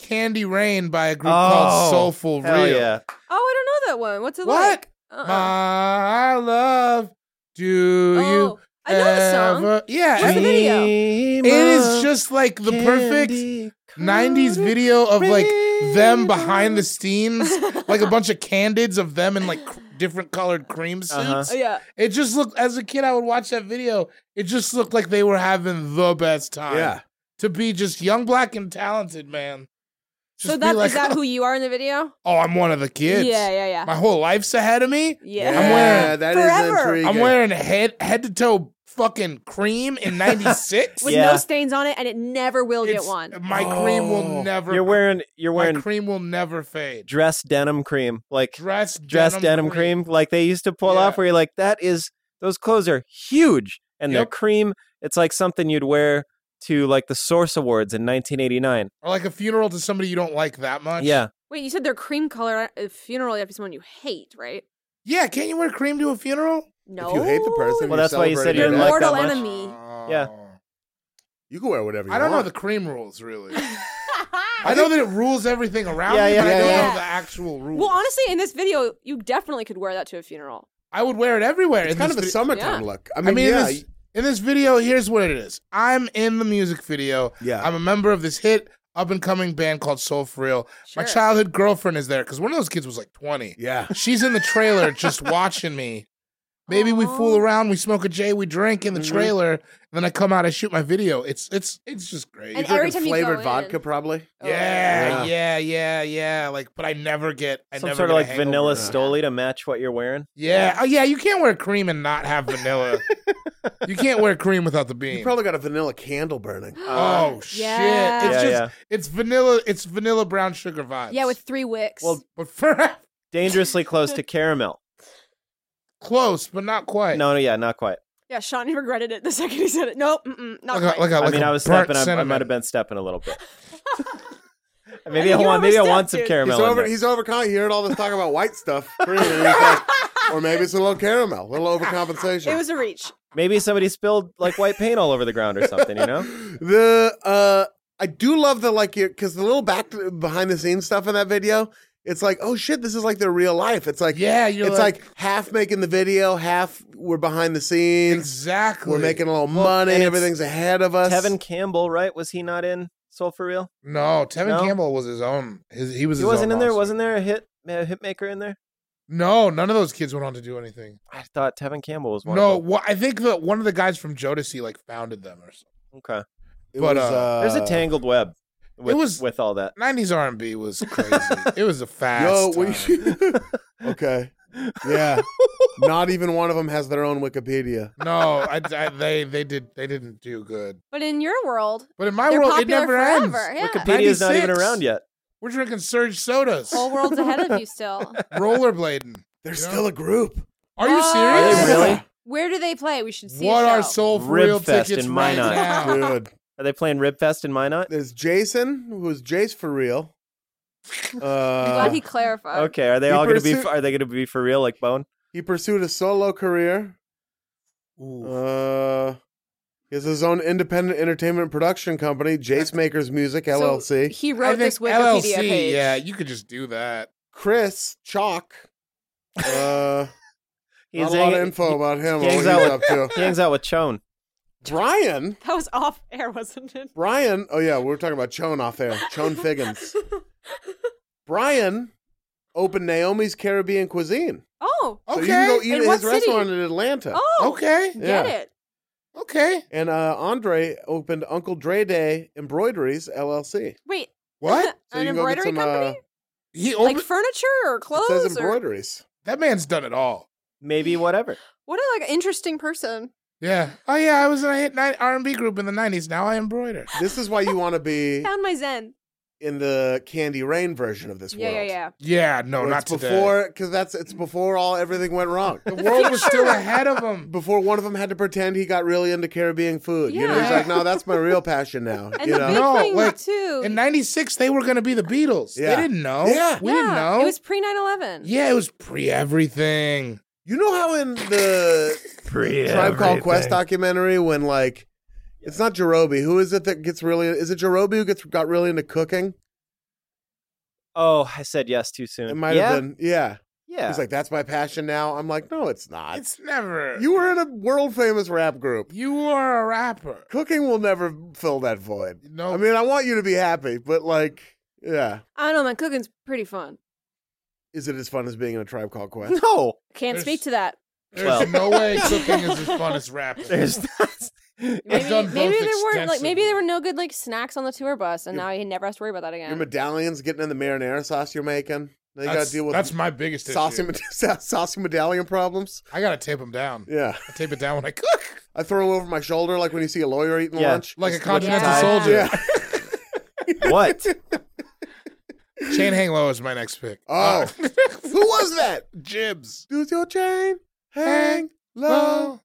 Speaker 4: Candy Rain by a
Speaker 3: Oh,
Speaker 4: group called Soulful
Speaker 3: Hell
Speaker 4: Real.
Speaker 3: yeah!
Speaker 5: Oh, I don't know that one. What's it
Speaker 4: What?
Speaker 5: like? Uh-uh.
Speaker 4: My love, do
Speaker 5: oh,
Speaker 4: you
Speaker 5: I know the song.
Speaker 4: ever- Yeah,
Speaker 5: What's the
Speaker 4: and
Speaker 5: video?
Speaker 4: it is just like the perfect 90s video of like them behind the scenes, like a bunch of candids of them in like cr- different colored cream suits.
Speaker 3: Uh-huh.
Speaker 5: Oh, yeah.
Speaker 4: It just looked, as a kid, I would watch that video. It just looked like they were having the best time.
Speaker 2: Yeah.
Speaker 4: To be just young, black, and talented, man. Just
Speaker 5: so
Speaker 4: be
Speaker 5: that is
Speaker 4: like,
Speaker 5: that who you are in the video?
Speaker 4: oh, I'm one of the kids.
Speaker 5: Yeah, yeah, yeah.
Speaker 4: My whole life's ahead of me.
Speaker 5: yeah.
Speaker 4: I'm wearing-
Speaker 2: Yeah, that is
Speaker 5: Forever.
Speaker 2: intriguing.
Speaker 4: I'm wearing head head to toe fucking cream in 96.
Speaker 5: With
Speaker 3: Yeah.
Speaker 5: no stains on it, and it never will
Speaker 4: It's-
Speaker 5: get one.
Speaker 4: My cream
Speaker 2: Oh.
Speaker 4: will never.
Speaker 3: You're wearing. You're
Speaker 4: my
Speaker 3: wearing
Speaker 4: cream will never fade.
Speaker 3: dress denim cream, like
Speaker 4: Dress
Speaker 3: dress denim, cream. like they used to pull
Speaker 4: Yeah.
Speaker 3: off. Where you're like, that is those clothes are huge, and they're
Speaker 4: Yep.
Speaker 3: cream. It's like something you'd wear to like the Source Awards in 1989.
Speaker 4: or like a funeral to somebody you don't like that much.
Speaker 3: Yeah,
Speaker 5: Wait, you said they're cream color at a funeral. You have to be someone you hate, right?
Speaker 4: yeah. Can't you wear cream to a funeral?
Speaker 5: No.
Speaker 2: If you hate the person,
Speaker 3: Well, that's why you said
Speaker 2: celebrating
Speaker 3: you
Speaker 5: Your
Speaker 2: their
Speaker 3: didn't
Speaker 2: death.
Speaker 3: like that
Speaker 5: mortal
Speaker 3: much.
Speaker 5: enemy.
Speaker 3: Yeah.
Speaker 2: You can wear whatever. You
Speaker 4: Oh. I don't know
Speaker 2: want.
Speaker 4: the cream rules really. I know that it rules everything around
Speaker 3: Yeah,
Speaker 4: me,
Speaker 3: yeah,
Speaker 4: but I don't
Speaker 5: yeah, yeah.
Speaker 4: know the actual rules.
Speaker 5: well, honestly, in this video, you definitely could wear that to a funeral.
Speaker 4: I would wear it everywhere.
Speaker 2: It's
Speaker 4: in
Speaker 2: kind
Speaker 4: this
Speaker 2: of a
Speaker 4: vid-
Speaker 2: summertime
Speaker 5: yeah.
Speaker 2: look. I
Speaker 4: I
Speaker 2: mean,
Speaker 4: mean,
Speaker 2: yeah,
Speaker 4: in, this, in this video, here's what it is. I'm in the music video.
Speaker 2: Yeah.
Speaker 4: I'm a member of this hit up and coming band called Soul For Real. My
Speaker 5: Sure.
Speaker 4: childhood girlfriend is there because one of those kids was like 20.
Speaker 2: yeah.
Speaker 4: She's in the trailer just watching me. Maybe we fool around, we smoke a J, we drink in the
Speaker 3: Mm-hmm.
Speaker 4: trailer, and then I come out, I shoot my video. It's it's it's just great.
Speaker 5: And
Speaker 2: Drinking
Speaker 5: every time you go
Speaker 2: flavored
Speaker 5: in-
Speaker 2: vodka, probably.
Speaker 3: Oh,
Speaker 4: yeah,
Speaker 2: Yeah.
Speaker 4: yeah, yeah, yeah. Like, but I never get I
Speaker 3: some
Speaker 4: never
Speaker 3: sort of
Speaker 4: get a
Speaker 3: like
Speaker 4: hangover.
Speaker 3: vanilla stoli to match what you're wearing.
Speaker 4: Yeah, oh yeah, you can't wear cream and not have vanilla. you can't wear cream without the bean.
Speaker 2: You probably got a vanilla candle burning.
Speaker 4: Oh
Speaker 5: Um, Yeah.
Speaker 4: shit! It's
Speaker 3: Yeah,
Speaker 4: just
Speaker 3: yeah.
Speaker 4: it's vanilla. It's vanilla brown sugar vibes.
Speaker 5: Yeah, with three wicks.
Speaker 3: Well,
Speaker 4: but for
Speaker 3: dangerously close to caramel.
Speaker 4: close, but not quite.
Speaker 3: No, no, yeah, not quite.
Speaker 5: yeah, Sean he regretted it the second he said it. Nope, mm-mm, not
Speaker 4: like a, like a,
Speaker 3: I
Speaker 4: like
Speaker 3: mean,
Speaker 4: a
Speaker 3: I was
Speaker 4: burnt
Speaker 3: stepping. I, I
Speaker 4: cinnamon.
Speaker 3: might have been stepping a little bit. maybe
Speaker 5: think
Speaker 3: I
Speaker 5: you
Speaker 3: want. Maybe I want
Speaker 5: overstepped,
Speaker 3: some
Speaker 5: dude.
Speaker 3: caramel.
Speaker 2: He's
Speaker 3: in
Speaker 2: over.
Speaker 3: there.
Speaker 2: He's overcome. You heard all this talk about white stuff, Pretty, and he's like, or maybe it's a little caramel, a little overcompensation.
Speaker 5: It was a reach.
Speaker 3: Maybe somebody spilled like white paint all over the ground or something. You know.
Speaker 2: the uh, I do love the like because the little back behind the scenes stuff in that video. It's like, oh shit, this is like their real life. It's like,
Speaker 4: Yeah, you're
Speaker 2: it's like,
Speaker 4: like-
Speaker 2: half making the video, half we're behind the scenes.
Speaker 4: exactly.
Speaker 2: We're making a little money.
Speaker 3: and it's
Speaker 2: Everything's ahead of us.
Speaker 3: Kevin Campbell, right? Was he not in Soul for Real?
Speaker 4: no. Tevin
Speaker 3: No?
Speaker 4: Campbell was his own. His, he was.
Speaker 3: He
Speaker 4: his
Speaker 3: wasn't
Speaker 4: own
Speaker 3: in there.
Speaker 4: monster.
Speaker 3: Wasn't there a hit a hit maker in there?
Speaker 4: No, none of those kids went on to do anything.
Speaker 3: I thought Tevin Campbell was one.
Speaker 4: No,
Speaker 3: of
Speaker 4: wha- I think that one of the guys from Jodeci like founded them or something.
Speaker 3: them. okay.
Speaker 2: It
Speaker 4: but, uh,
Speaker 3: There's a tangled web. With,
Speaker 4: was-
Speaker 3: with all that.
Speaker 4: 90s R&B was crazy. it was a fast.
Speaker 2: Yo,
Speaker 4: time.
Speaker 2: when you- okay, yeah. Not even one of them has their own Wikipedia.
Speaker 4: no, I, I, they they did they didn't do good.
Speaker 5: But in your world,
Speaker 4: But in my
Speaker 5: they're
Speaker 4: world, it
Speaker 5: popular
Speaker 4: never ends.
Speaker 5: forever. Yeah.
Speaker 3: Wikipedia's not even
Speaker 4: 96.
Speaker 3: around yet.
Speaker 4: We're drinking surge sodas,
Speaker 5: Whole world's ahead of you still.
Speaker 4: rollerblading.
Speaker 2: They're
Speaker 4: Yeah.
Speaker 2: still a group.
Speaker 4: Are you
Speaker 5: Oh.
Speaker 4: serious?
Speaker 3: Are they really?
Speaker 5: Where do they play? We should see.
Speaker 4: What
Speaker 5: a
Speaker 4: are
Speaker 5: show.
Speaker 4: soul for
Speaker 3: Rib
Speaker 4: real
Speaker 3: Fest
Speaker 4: tickets
Speaker 3: in
Speaker 4: right
Speaker 3: Minot.
Speaker 4: now?
Speaker 2: Dude,
Speaker 3: Are they playing Ribfest in Minot?
Speaker 2: there's Jason, who's Jace for real.
Speaker 5: I'm
Speaker 2: Uh,
Speaker 5: glad he clarified.
Speaker 3: Okay, are they
Speaker 2: He
Speaker 3: all going to be?
Speaker 2: pursued-
Speaker 3: Are they going to be for real like Bone?
Speaker 2: he pursued a solo career.
Speaker 4: Ooh.
Speaker 2: Uh, he has his own independent entertainment production company, Jace Makers Music
Speaker 5: So
Speaker 2: LLC.
Speaker 5: he
Speaker 4: I
Speaker 5: wrote
Speaker 4: think
Speaker 5: this Wikipedia
Speaker 4: LLC,
Speaker 5: page.
Speaker 4: Yeah, you could just do that.
Speaker 2: Chris Chalk. Uh,
Speaker 3: He's
Speaker 2: not a lot of
Speaker 3: hang-
Speaker 2: info about him.
Speaker 3: he
Speaker 2: or what
Speaker 3: hangs
Speaker 2: he's
Speaker 3: out
Speaker 2: up to.
Speaker 3: He hangs out with Chone.
Speaker 2: Brian,
Speaker 5: That was off air, wasn't it?
Speaker 2: Brian. Oh yeah, we were talking about Chone off air. Chone Figgins. Brian opened Naomi's Caribbean Cuisine,
Speaker 5: Oh,
Speaker 2: so you can go
Speaker 4: Okay.
Speaker 2: eat
Speaker 5: In
Speaker 2: at his
Speaker 5: what city?
Speaker 2: restaurant in Atlanta.
Speaker 5: oh,
Speaker 4: Okay.
Speaker 2: Yeah.
Speaker 5: get it.
Speaker 4: Okay.
Speaker 2: And uh, Andre opened Uncle Dre Day Embroideries LLC.
Speaker 5: Wait,
Speaker 4: What?
Speaker 2: So
Speaker 5: an
Speaker 2: you can go get
Speaker 5: embroidery
Speaker 2: some, uh,
Speaker 5: company,
Speaker 4: He
Speaker 5: like
Speaker 4: opened.
Speaker 5: furniture or
Speaker 2: It says
Speaker 5: clothes, or
Speaker 2: embroideries.
Speaker 4: that man's done it all.
Speaker 3: Maybe whatever.
Speaker 5: what a like interesting person.
Speaker 4: Yeah. Oh yeah, I was in a hit night R&B group in the 90s. Now I embroider.
Speaker 2: This is why you want to be
Speaker 5: Found my zen.
Speaker 2: in the Candy Rain version of this
Speaker 5: Yeah,
Speaker 2: world.
Speaker 5: yeah, yeah.
Speaker 4: Yeah, no,
Speaker 2: Where
Speaker 4: not
Speaker 2: it's
Speaker 4: today.
Speaker 2: before because that's it's before all everything went wrong.
Speaker 4: the world was still ahead of him.
Speaker 2: Before one of them had to pretend he got really into Caribbean food. You know, he's
Speaker 4: Yeah.
Speaker 2: like, no, that's my real passion now.
Speaker 5: And
Speaker 2: you
Speaker 5: the
Speaker 2: know,
Speaker 5: big
Speaker 4: No,
Speaker 5: thing
Speaker 4: like,
Speaker 5: too.
Speaker 4: In 96 they were going to be the Beatles.
Speaker 2: Yeah.
Speaker 4: They didn't know.
Speaker 2: Yeah.
Speaker 4: We
Speaker 5: yeah,
Speaker 4: didn't know.
Speaker 5: It was pre 9/11.
Speaker 4: yeah, it was pre everything.
Speaker 2: you know how in the
Speaker 3: Pre
Speaker 2: Tribe Called Quest documentary when like. It's not Jerobi. Who is it that gets really? Is it Jerobi who gets got really into cooking?
Speaker 3: Oh, I said yes too soon.
Speaker 2: It might
Speaker 3: yeah?
Speaker 2: have been. Yeah.
Speaker 3: Yeah.
Speaker 2: He's like, that's my passion now. I'm like, no, it's not.
Speaker 4: It's never.
Speaker 2: you were in a world famous rap group.
Speaker 4: you are a rapper.
Speaker 2: Cooking will never fill that void.
Speaker 4: No.
Speaker 2: I mean, I want you to be happy, but like, yeah.
Speaker 5: I don't know. My cooking's pretty fun.
Speaker 2: Is it as fun as being in a tribe called Quest?
Speaker 3: no.
Speaker 5: Can't
Speaker 4: There's-
Speaker 5: speak to that.
Speaker 4: There's
Speaker 3: Well.
Speaker 4: no way cooking is as fun as rapping.
Speaker 3: There's
Speaker 5: Maybe,
Speaker 4: done
Speaker 5: maybe
Speaker 4: both
Speaker 5: there weren't like maybe
Speaker 4: extensively.
Speaker 5: there were no good like snacks on the tour bus, and now he never has to worry about that
Speaker 2: Your
Speaker 5: again.
Speaker 2: medallions getting in the marinara sauce you're making. Now you got
Speaker 4: that's,
Speaker 2: to deal with
Speaker 4: that's my biggest
Speaker 2: saucy,
Speaker 4: issue.
Speaker 2: meda- saucy medallion problems.
Speaker 4: I gotta tape them down.
Speaker 2: Yeah.
Speaker 4: I tape it down when I cook,
Speaker 2: I throw them over my shoulder like when you see a lawyer eating
Speaker 3: Yeah.
Speaker 2: lunch.
Speaker 4: like a
Speaker 3: Just look
Speaker 4: continental
Speaker 5: tired.
Speaker 4: soldier.
Speaker 2: Yeah.
Speaker 3: what?
Speaker 4: Chain hang low is my next pick.
Speaker 2: Oh.
Speaker 4: Uh,
Speaker 2: Who was that?
Speaker 4: jibs.
Speaker 2: Does your chain hang low?
Speaker 4: Low.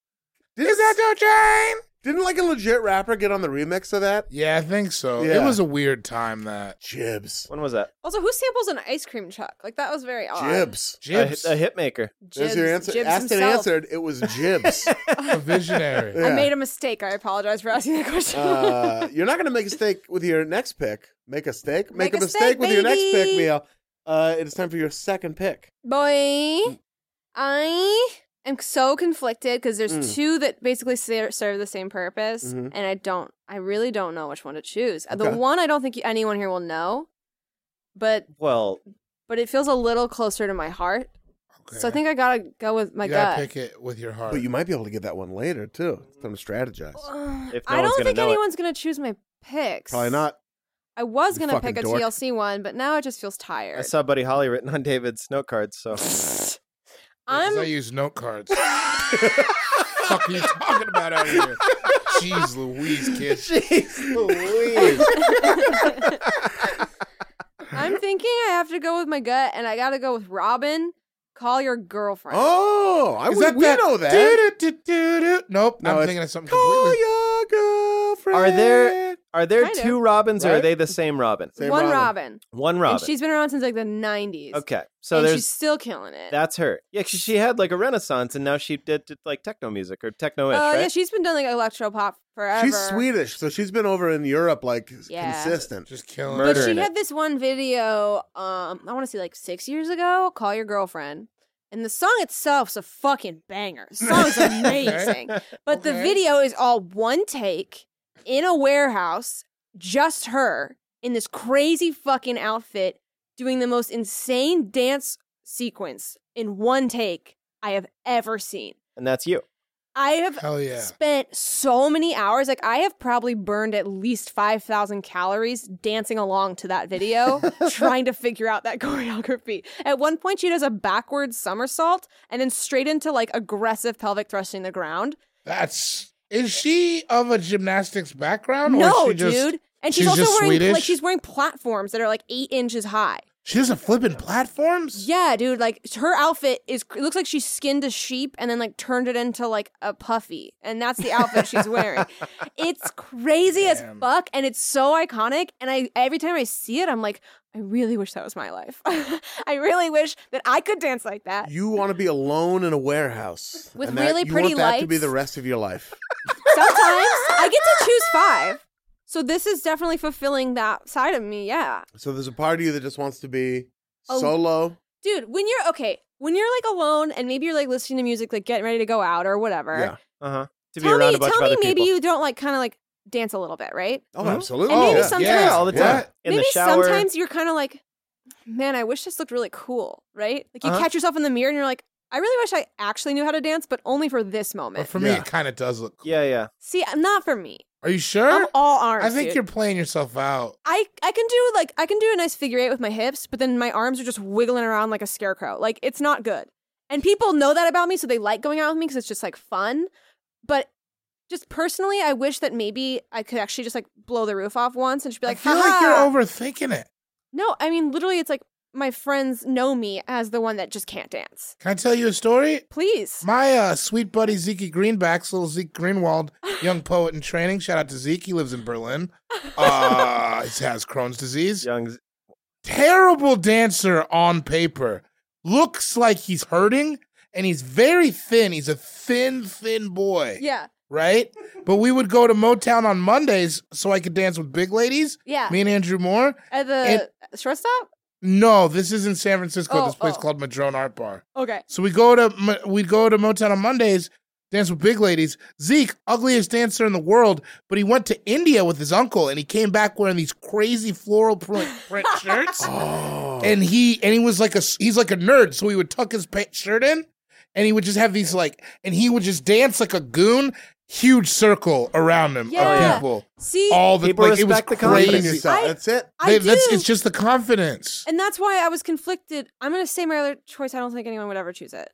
Speaker 2: Didn't,
Speaker 4: that your chain?
Speaker 2: didn't like a legit rapper get on the remix of that?
Speaker 4: Yeah, I think so.
Speaker 2: Yeah.
Speaker 4: It was a weird time that
Speaker 2: Jibs.
Speaker 3: When was that?
Speaker 5: Also, who samples an ice cream truck? Like that was very odd.
Speaker 2: Jibs.
Speaker 3: A,
Speaker 4: jibs,
Speaker 3: hi- a hit maker.
Speaker 2: There's your answer. Asked and answered. It was jibs.
Speaker 4: a visionary.
Speaker 2: Yeah.
Speaker 5: I made a mistake. I apologize for asking that question.
Speaker 2: uh, you're not going to make a mistake with your next pick. Make a stake. Make,
Speaker 5: Make
Speaker 2: a,
Speaker 5: a
Speaker 2: mistake
Speaker 5: steak,
Speaker 2: with your next pick,
Speaker 5: baby.
Speaker 2: Mia. Uh, it is time for your second pick.
Speaker 5: Boy,
Speaker 2: Mm.
Speaker 5: I am so conflicted because there's
Speaker 2: Mm.
Speaker 5: two that basically ser- serve the same purpose,
Speaker 2: Mhm.
Speaker 5: and I don't, I really don't know which one to choose. Uh, The
Speaker 2: Okay.
Speaker 5: one I don't think anyone here will know, but
Speaker 3: Well,
Speaker 5: but it feels a little closer to my heart, so I think I gotta go with my
Speaker 4: you gotta
Speaker 5: gut.
Speaker 4: pick it with your heart.
Speaker 2: But you might be able to get that one later too. It's time to strategize.
Speaker 5: Ugh,
Speaker 3: If no
Speaker 5: Uh, I
Speaker 3: one's
Speaker 5: don't
Speaker 3: gonna
Speaker 5: think
Speaker 3: know it.
Speaker 5: anyone's gonna choose my picks.
Speaker 2: Probably not.
Speaker 5: I was
Speaker 2: You
Speaker 5: gonna
Speaker 2: fucking
Speaker 5: pick a
Speaker 2: dork.
Speaker 5: TLC one, but now it just feels
Speaker 3: I
Speaker 5: tired.
Speaker 3: saw Buddy Holly written on David's note card, so
Speaker 4: Because I
Speaker 5: I'm
Speaker 4: use note cards. fuck are you talking about out here? Jeez Louise, kid.
Speaker 5: I'm thinking I have to go with my gut, and I gotta go with Robin. Call your girlfriend.
Speaker 2: Oh, I
Speaker 4: Is
Speaker 2: we,
Speaker 4: that
Speaker 2: we
Speaker 4: that?
Speaker 2: know that.
Speaker 4: doo, doo, doo, doo. Nope,
Speaker 2: No,
Speaker 4: I'm
Speaker 2: it's-
Speaker 4: thinking of something
Speaker 2: Call
Speaker 4: completely.
Speaker 2: your girlfriend.
Speaker 3: Are there- are there
Speaker 5: Kind of.
Speaker 3: two Robins or are
Speaker 4: Right?
Speaker 3: they the same Robin?
Speaker 2: Same
Speaker 5: One Robin.
Speaker 2: Robin.
Speaker 3: One
Speaker 5: And
Speaker 3: Robin.
Speaker 5: she's been around since like the 90s.
Speaker 3: okay, so
Speaker 5: and
Speaker 3: there's
Speaker 5: she's still killing it.
Speaker 3: that's her. Yeah, 'cause she had like a renaissance, and now she did, did, like techno music or techno-ish,
Speaker 5: Oh,
Speaker 3: right?
Speaker 5: yeah, she's been doing like electro pop forever.
Speaker 2: She's Swedish, so she's been over in Europe like
Speaker 5: Yeah.
Speaker 2: consistent.
Speaker 4: Just killing.
Speaker 5: But
Speaker 3: Murder.
Speaker 5: she
Speaker 3: in
Speaker 5: had
Speaker 3: it.
Speaker 5: this one video, um, I want to say like six years ago, Call Your Girlfriend. And the song itself's a fucking banger. The song's amazing. But the
Speaker 4: Okay.
Speaker 5: video is all one take in a warehouse, just her in this crazy fucking outfit doing the most insane dance sequence in one take I have ever seen.
Speaker 3: and that's you.
Speaker 5: I have
Speaker 4: Hell yeah.
Speaker 5: spent so many hours. Like I have probably burned at least five thousand calories dancing along to that video, trying to figure out that choreography. At one point, she does a backwards somersault and then straight into like aggressive pelvic thrusting the ground.
Speaker 4: That's. Is she of a gymnastics background?
Speaker 5: no,
Speaker 4: or is she just,
Speaker 5: dude. And she's,
Speaker 4: she's
Speaker 5: also
Speaker 4: just
Speaker 5: wearing like
Speaker 4: Swedish?
Speaker 5: she's wearing platforms that are like eight inches high.
Speaker 4: She doesn't flip in platforms?
Speaker 5: Yeah, dude. Like her outfit is it looks like she skinned a sheep and then like turned it into like a puffy, and that's the outfit she's wearing. It's crazy as
Speaker 4: Damn.
Speaker 5: fuck, and it's so iconic. And I every time I see it, I'm like, I really wish that was my life. I really wish that I could dance like that.
Speaker 2: You want to be alone in a warehouse
Speaker 5: With
Speaker 2: and that-
Speaker 5: really
Speaker 2: you
Speaker 5: pretty
Speaker 2: want that to be
Speaker 5: lights.
Speaker 2: the rest of your life.
Speaker 5: Sometimes I get to choose five, so this is definitely fulfilling that side of me. Yeah.
Speaker 2: So there's a part of you that just wants to be
Speaker 5: Oh.
Speaker 2: solo.
Speaker 5: dude when you're okay when you're like alone and maybe you're like listening to music like getting ready to go out or whatever
Speaker 2: Yeah.
Speaker 3: Uh huh. to be
Speaker 5: tell
Speaker 3: around
Speaker 5: me,
Speaker 3: a bunch
Speaker 5: tell
Speaker 3: of other
Speaker 5: me maybe
Speaker 3: people.
Speaker 5: you don't like kind of like dance a little bit, right?
Speaker 2: Oh,
Speaker 3: Mm-hmm.
Speaker 2: absolutely.
Speaker 5: And maybe
Speaker 2: yeah.
Speaker 5: sometimes
Speaker 4: Yeah,
Speaker 3: all the time.
Speaker 4: yeah.
Speaker 3: In
Speaker 5: maybe
Speaker 3: the shower.
Speaker 5: sometimes you're kind of like, man, I wish this looked really cool, right? Like you
Speaker 3: Uh-huh.
Speaker 5: catch yourself in the mirror and you're like, I really wish I actually knew how to dance, but only for this
Speaker 4: But
Speaker 5: moment.
Speaker 4: for me,
Speaker 2: Yeah.
Speaker 4: it kind of does look. Cool.
Speaker 3: yeah, yeah.
Speaker 5: See, uh, not for me.
Speaker 4: Are you sure?
Speaker 5: I'm all arms.
Speaker 4: I think
Speaker 5: dude.
Speaker 4: you're playing yourself out.
Speaker 5: I I can do like I can do a nice figure eight with my hips, but then my arms are just wiggling around like a scarecrow. Like it's not good. And people know that about me, so they like going out with me because it's just like fun. But just personally, I wish that maybe I could actually just like blow the roof off once and just be like,
Speaker 4: I feel
Speaker 5: "Ha
Speaker 4: like
Speaker 5: ha."
Speaker 4: you're overthinking it.
Speaker 5: No, I mean literally, it's like my friends know me as the one that just can't dance.
Speaker 4: Can I tell you a story?
Speaker 5: Please,
Speaker 4: My uh, sweet buddy Zeke Greenbacks, little Zeke Greenwald, young poet in training. Shout out to Zeke. He lives in Berlin. Uh, he has Crohn's disease.
Speaker 3: Young's
Speaker 4: Terrible dancer on paper. Looks like he's hurting, and he's very thin. He's a thin, thin boy,
Speaker 5: yeah,
Speaker 4: right? But we would go to Motown on Mondays so I could dance with big ladies.
Speaker 5: yeah.
Speaker 4: Me and Andrew Moore.
Speaker 5: At the shortstop.
Speaker 4: No, this is in San Francisco.
Speaker 5: Oh,
Speaker 4: this place
Speaker 5: oh.
Speaker 4: called Madrone Art Bar.
Speaker 5: Okay.
Speaker 4: So we go to Mo- we go to Motown on Mondays, dance with big ladies. Zeke, ugliest dancer in the world, but he went to India with his uncle, and he came back wearing these crazy floral print, print shirts.
Speaker 3: Oh.
Speaker 4: And he and he was like a s- he's like a nerd, so he would tuck his pa- shirt in, and he would just have these like, and he would just dance like a goon, huge circle around him
Speaker 5: Yeah.
Speaker 4: of people.
Speaker 5: See,
Speaker 4: All the
Speaker 3: People
Speaker 4: like, it was
Speaker 3: respect the
Speaker 2: Believe in
Speaker 3: confidence.
Speaker 4: crazy.
Speaker 2: yourself.
Speaker 5: I-
Speaker 2: That's it.
Speaker 5: I
Speaker 4: They- that's-
Speaker 5: do.
Speaker 4: it's just the confidence.
Speaker 5: And that's why I was conflicted. I'm gonna say my other choice. I don't think anyone would ever choose it.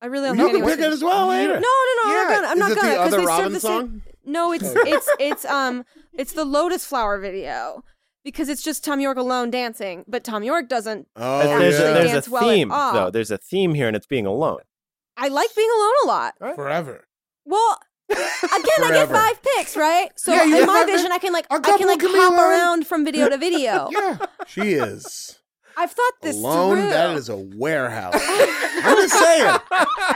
Speaker 5: I really don't
Speaker 2: You
Speaker 5: think
Speaker 2: can
Speaker 5: anyone.
Speaker 2: pick it as well
Speaker 5: No,
Speaker 2: later.
Speaker 5: no, no,
Speaker 2: Yeah. Is it
Speaker 5: I'm not gonna.
Speaker 2: the
Speaker 5: I'm not gonna. 'cause
Speaker 2: other
Speaker 5: they serve
Speaker 2: Robin
Speaker 5: the same-
Speaker 2: song?
Speaker 5: No, it's it's it's um it's the Lotus Flower video because it's just Tom York alone dancing, but Tom York doesn't.
Speaker 2: Oh,
Speaker 3: But there's
Speaker 5: yeah.
Speaker 3: a, there's a
Speaker 5: Dance well at
Speaker 3: theme
Speaker 5: all.
Speaker 3: though. There's a theme here, and it's being alone.
Speaker 5: I like being alone a lot.
Speaker 4: Forever.
Speaker 5: Well, again, I get
Speaker 4: Forever.
Speaker 5: five picks, right? So
Speaker 4: Yeah, you
Speaker 5: in
Speaker 4: get
Speaker 5: my
Speaker 4: five
Speaker 5: vision,
Speaker 4: picks.
Speaker 5: I can like
Speaker 4: A
Speaker 5: I can
Speaker 4: couple
Speaker 5: like
Speaker 4: can be
Speaker 5: hop
Speaker 4: alone.
Speaker 5: around from video to video.
Speaker 4: Yeah.
Speaker 2: She is
Speaker 5: I've thought this
Speaker 2: alone.
Speaker 5: through.
Speaker 2: That is a warehouse. I'm just saying.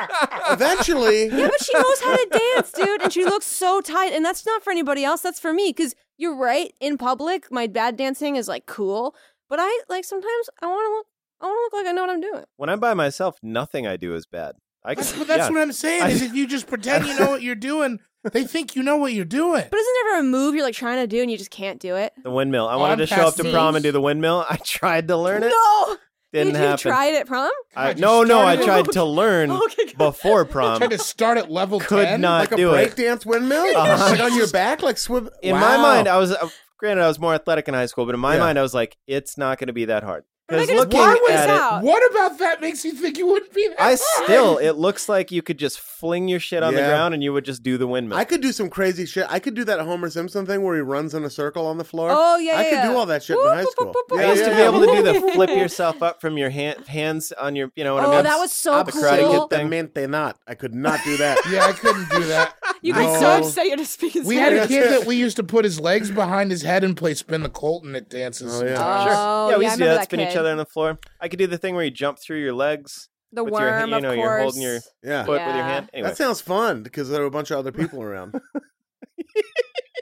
Speaker 2: Eventually,
Speaker 5: Yeah, but she knows how to dance, dude, and she looks so tight. And that's not for anybody else. That's for me. Because you're right. In public, my bad dancing is like cool, but I like sometimes I want to look. I want to look like I know what I'm doing.
Speaker 3: When I'm by myself, nothing I do is bad. I can,
Speaker 4: That's, but that's
Speaker 3: yeah.
Speaker 4: what I'm saying. is if you just pretend you know what you're doing, they think you know what you're doing.
Speaker 5: But isn't there ever a move you're like trying to do and you just can't do it?
Speaker 3: the windmill. I
Speaker 4: Oh,
Speaker 3: wanted
Speaker 4: I'm
Speaker 3: to show up to
Speaker 4: passing.
Speaker 3: prom and do the windmill. I tried to learn it.
Speaker 5: No,
Speaker 3: Didn't
Speaker 5: did you
Speaker 3: happen.
Speaker 5: try it at prom?
Speaker 3: I,
Speaker 4: God, you
Speaker 3: no, no, I
Speaker 4: started-
Speaker 3: tried to learn before prom.
Speaker 4: Trying to start at level
Speaker 3: Could
Speaker 4: 10.
Speaker 3: not
Speaker 2: like a
Speaker 3: do it.
Speaker 2: breakdance windmill,
Speaker 3: Uh-huh.
Speaker 2: like on your back, like swim.
Speaker 3: In my
Speaker 2: Wow.
Speaker 3: mind, I was uh, granted I was more athletic in high school, but in my
Speaker 2: Yeah.
Speaker 3: mind, I was like, it's not going to be that hard.
Speaker 5: But I
Speaker 3: Because
Speaker 5: could just
Speaker 3: looking
Speaker 5: block this
Speaker 3: at it,
Speaker 5: out.
Speaker 4: What about that makes you think you wouldn't be that
Speaker 3: I
Speaker 4: high?
Speaker 3: still it looks like you could just fling your shit on the
Speaker 2: Yeah.
Speaker 3: ground and you would just do the windmill.
Speaker 2: I could do some crazy shit. I could do that Homer Simpson thing where he runs in a circle on the floor.
Speaker 5: Oh, yeah,
Speaker 2: I
Speaker 5: yeah,
Speaker 2: could
Speaker 5: yeah.
Speaker 2: do all that shit
Speaker 5: Whoop,
Speaker 2: in high
Speaker 5: whoop,
Speaker 2: school.
Speaker 5: whoop, whoop,
Speaker 3: I
Speaker 5: Yeah,
Speaker 3: used
Speaker 5: yeah,
Speaker 3: to be
Speaker 5: yeah.
Speaker 3: able to do the flip yourself up from your hand, hands on your, you know what I
Speaker 5: Oh,
Speaker 3: mean?
Speaker 5: that was so
Speaker 3: the
Speaker 5: cool.
Speaker 3: Karate Kid thing.
Speaker 2: Absolutamente not. I could not do that.
Speaker 4: Yeah, I couldn't do that.
Speaker 5: You
Speaker 2: No.
Speaker 5: got so upset you had to speak.
Speaker 4: We had a kid that we used to put his legs behind his head and play spin the Colton at dances.
Speaker 2: Oh, yeah.
Speaker 3: Uh,
Speaker 5: Oh,
Speaker 3: yeah, we
Speaker 5: yeah, I
Speaker 3: used to do
Speaker 5: remember
Speaker 3: that,
Speaker 5: that
Speaker 3: spin each
Speaker 5: kid.
Speaker 3: other on the floor. I could do the thing where you jump through your legs,
Speaker 5: The
Speaker 3: with your hand-
Speaker 5: worm,
Speaker 3: you know,
Speaker 5: of
Speaker 3: you're
Speaker 5: course.
Speaker 3: holding your-
Speaker 2: Yeah.
Speaker 3: foot with your
Speaker 5: Yeah.
Speaker 3: hand. Anyway,
Speaker 2: That sounds fun because there were a bunch of other people around.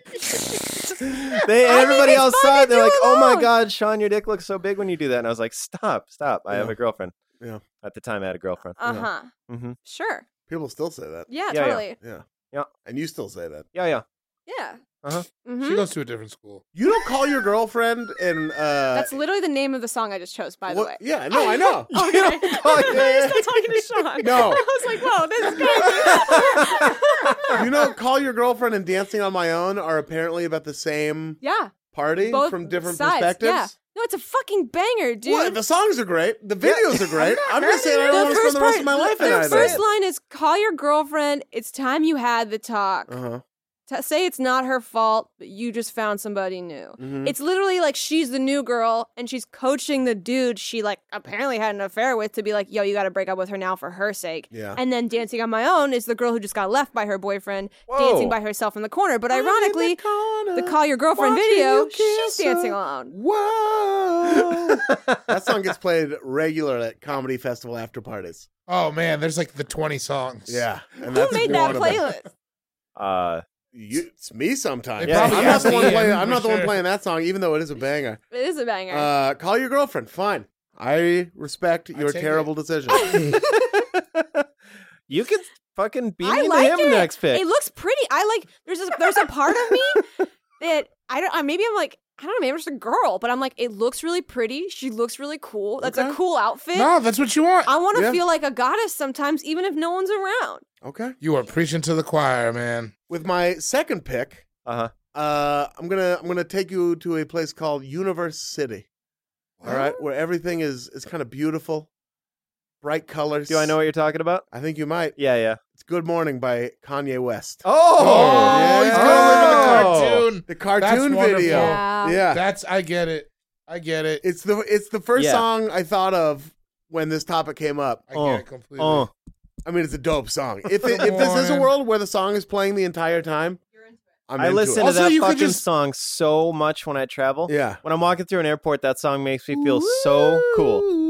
Speaker 3: they,
Speaker 5: I think
Speaker 3: everybody
Speaker 5: it's
Speaker 3: else
Speaker 5: fun
Speaker 3: saw
Speaker 5: to
Speaker 3: it. They're
Speaker 5: do
Speaker 3: like, "Oh my
Speaker 5: alone."
Speaker 3: god, Sean, your dick looks so big when you do that." And I was like, "Stop, stop! I have
Speaker 2: Yeah.
Speaker 3: a girlfriend."
Speaker 2: Yeah.
Speaker 3: At the time, I had a girlfriend.
Speaker 5: Uh huh.
Speaker 3: hmm
Speaker 5: Sure.
Speaker 2: People still say that.
Speaker 5: Yeah,
Speaker 3: Yeah, yeah.
Speaker 5: Totally.
Speaker 2: Yeah.
Speaker 3: Yeah.
Speaker 2: And you still say that.
Speaker 3: Yeah, yeah.
Speaker 5: Yeah.
Speaker 3: Uh-huh.
Speaker 5: Mhm.
Speaker 4: She goes to a different school.
Speaker 2: You don't call your girlfriend and uh
Speaker 5: That's literally the name of the song I just chose, by the
Speaker 2: what-
Speaker 5: way.
Speaker 2: Yeah, no, I know.
Speaker 5: Okay. Oh, I was talking to Sean.
Speaker 2: No.
Speaker 5: I was like, whoa, this is crazy.
Speaker 2: you know, call your girlfriend and dancing on my own are apparently about the same
Speaker 5: yeah.
Speaker 2: party
Speaker 5: Both
Speaker 2: from different
Speaker 5: sides.
Speaker 2: perspectives.
Speaker 5: Yeah. No, it's a fucking banger, dude.
Speaker 2: What? The songs are great. The videos are great. I'm just saying I
Speaker 5: The
Speaker 2: don't want to spend the rest
Speaker 5: part-
Speaker 2: of my life
Speaker 5: the
Speaker 2: in either.
Speaker 5: first line is call your girlfriend. It's time you had the talk.
Speaker 2: uh-huh.
Speaker 5: T- say it's not her fault, but you just found somebody new.
Speaker 2: Mhm.
Speaker 5: It's literally like she's the new girl and she's coaching the dude she like apparently had an affair with to be like, yo, you got to break up with her now for her sake.
Speaker 2: Yeah.
Speaker 5: And then dancing on my own is the girl who just got left by her boyfriend
Speaker 3: Whoa.
Speaker 5: dancing by herself in the corner. But ironically, the call your girlfriend
Speaker 2: watching
Speaker 5: video,
Speaker 2: you kiss
Speaker 5: she's dancing
Speaker 2: her.
Speaker 5: alone.
Speaker 2: Whoa. that song gets played regular at comedy festival after parties.
Speaker 4: Oh man, there's like the 20 songs.
Speaker 2: And
Speaker 5: Who
Speaker 2: that's
Speaker 5: made that
Speaker 2: one of them.
Speaker 5: playlist?
Speaker 3: Uh,
Speaker 2: You, it's me sometimes.
Speaker 4: They Yeah.
Speaker 2: I'm
Speaker 3: probably
Speaker 2: not
Speaker 3: asked
Speaker 2: the one
Speaker 4: Ian,
Speaker 2: playing. I'm
Speaker 4: for
Speaker 2: not the one
Speaker 4: sure.
Speaker 2: playing that song, even though it is a banger.
Speaker 5: It is a banger.
Speaker 2: Uh, call your girlfriend. Fine. I respect your
Speaker 4: take
Speaker 2: terrible decision.
Speaker 3: you can fucking be
Speaker 5: I
Speaker 3: mean to
Speaker 5: like
Speaker 3: him
Speaker 5: it.
Speaker 3: next pick.
Speaker 5: It looks pretty. I like. There's a, there's a part of me that I don't. I- Maybe I'm like I don't know. Maybe I'm just a girl, but I'm like it looks really pretty. She looks really cool. That's a
Speaker 2: Okay.
Speaker 5: cool outfit.
Speaker 4: No, that's what you want.
Speaker 5: I want to
Speaker 2: Yeah.
Speaker 5: feel like a goddess sometimes, even if no one's around.
Speaker 2: Okay.
Speaker 4: You are preaching to the choir, man.
Speaker 2: With my second pick,
Speaker 3: uh-huh.
Speaker 2: uh, I'm gonna I'm gonna take you to a place called Universe City. All right, where everything is is kind of beautiful, bright colors.
Speaker 3: Do I know what you're talking about?
Speaker 2: I think you might.
Speaker 3: Yeah, yeah.
Speaker 2: It's Good Morning by Kanye West.
Speaker 3: Oh,
Speaker 4: Oh, he's gonna live in a cartoon.
Speaker 2: The cartoon
Speaker 4: wonderful.
Speaker 2: video.
Speaker 5: Yeah.
Speaker 2: yeah.
Speaker 4: That's I get it. I get it.
Speaker 2: It's the it's the first
Speaker 3: Yeah.
Speaker 2: song I thought of when this topic came up.
Speaker 4: I
Speaker 3: Oh,
Speaker 4: get it completely.
Speaker 3: Oh,
Speaker 2: I mean, it's a dope song. If it,
Speaker 4: Come
Speaker 2: if this is a
Speaker 4: on.
Speaker 2: world where the song is playing the entire time, I'm
Speaker 3: I
Speaker 2: into
Speaker 3: listen
Speaker 2: it.
Speaker 3: to
Speaker 4: Also,
Speaker 3: that
Speaker 4: you could
Speaker 3: fucking
Speaker 4: just-
Speaker 3: song so much when I travel.
Speaker 2: Yeah.
Speaker 3: When I'm walking through an airport, that song makes me feel so cool.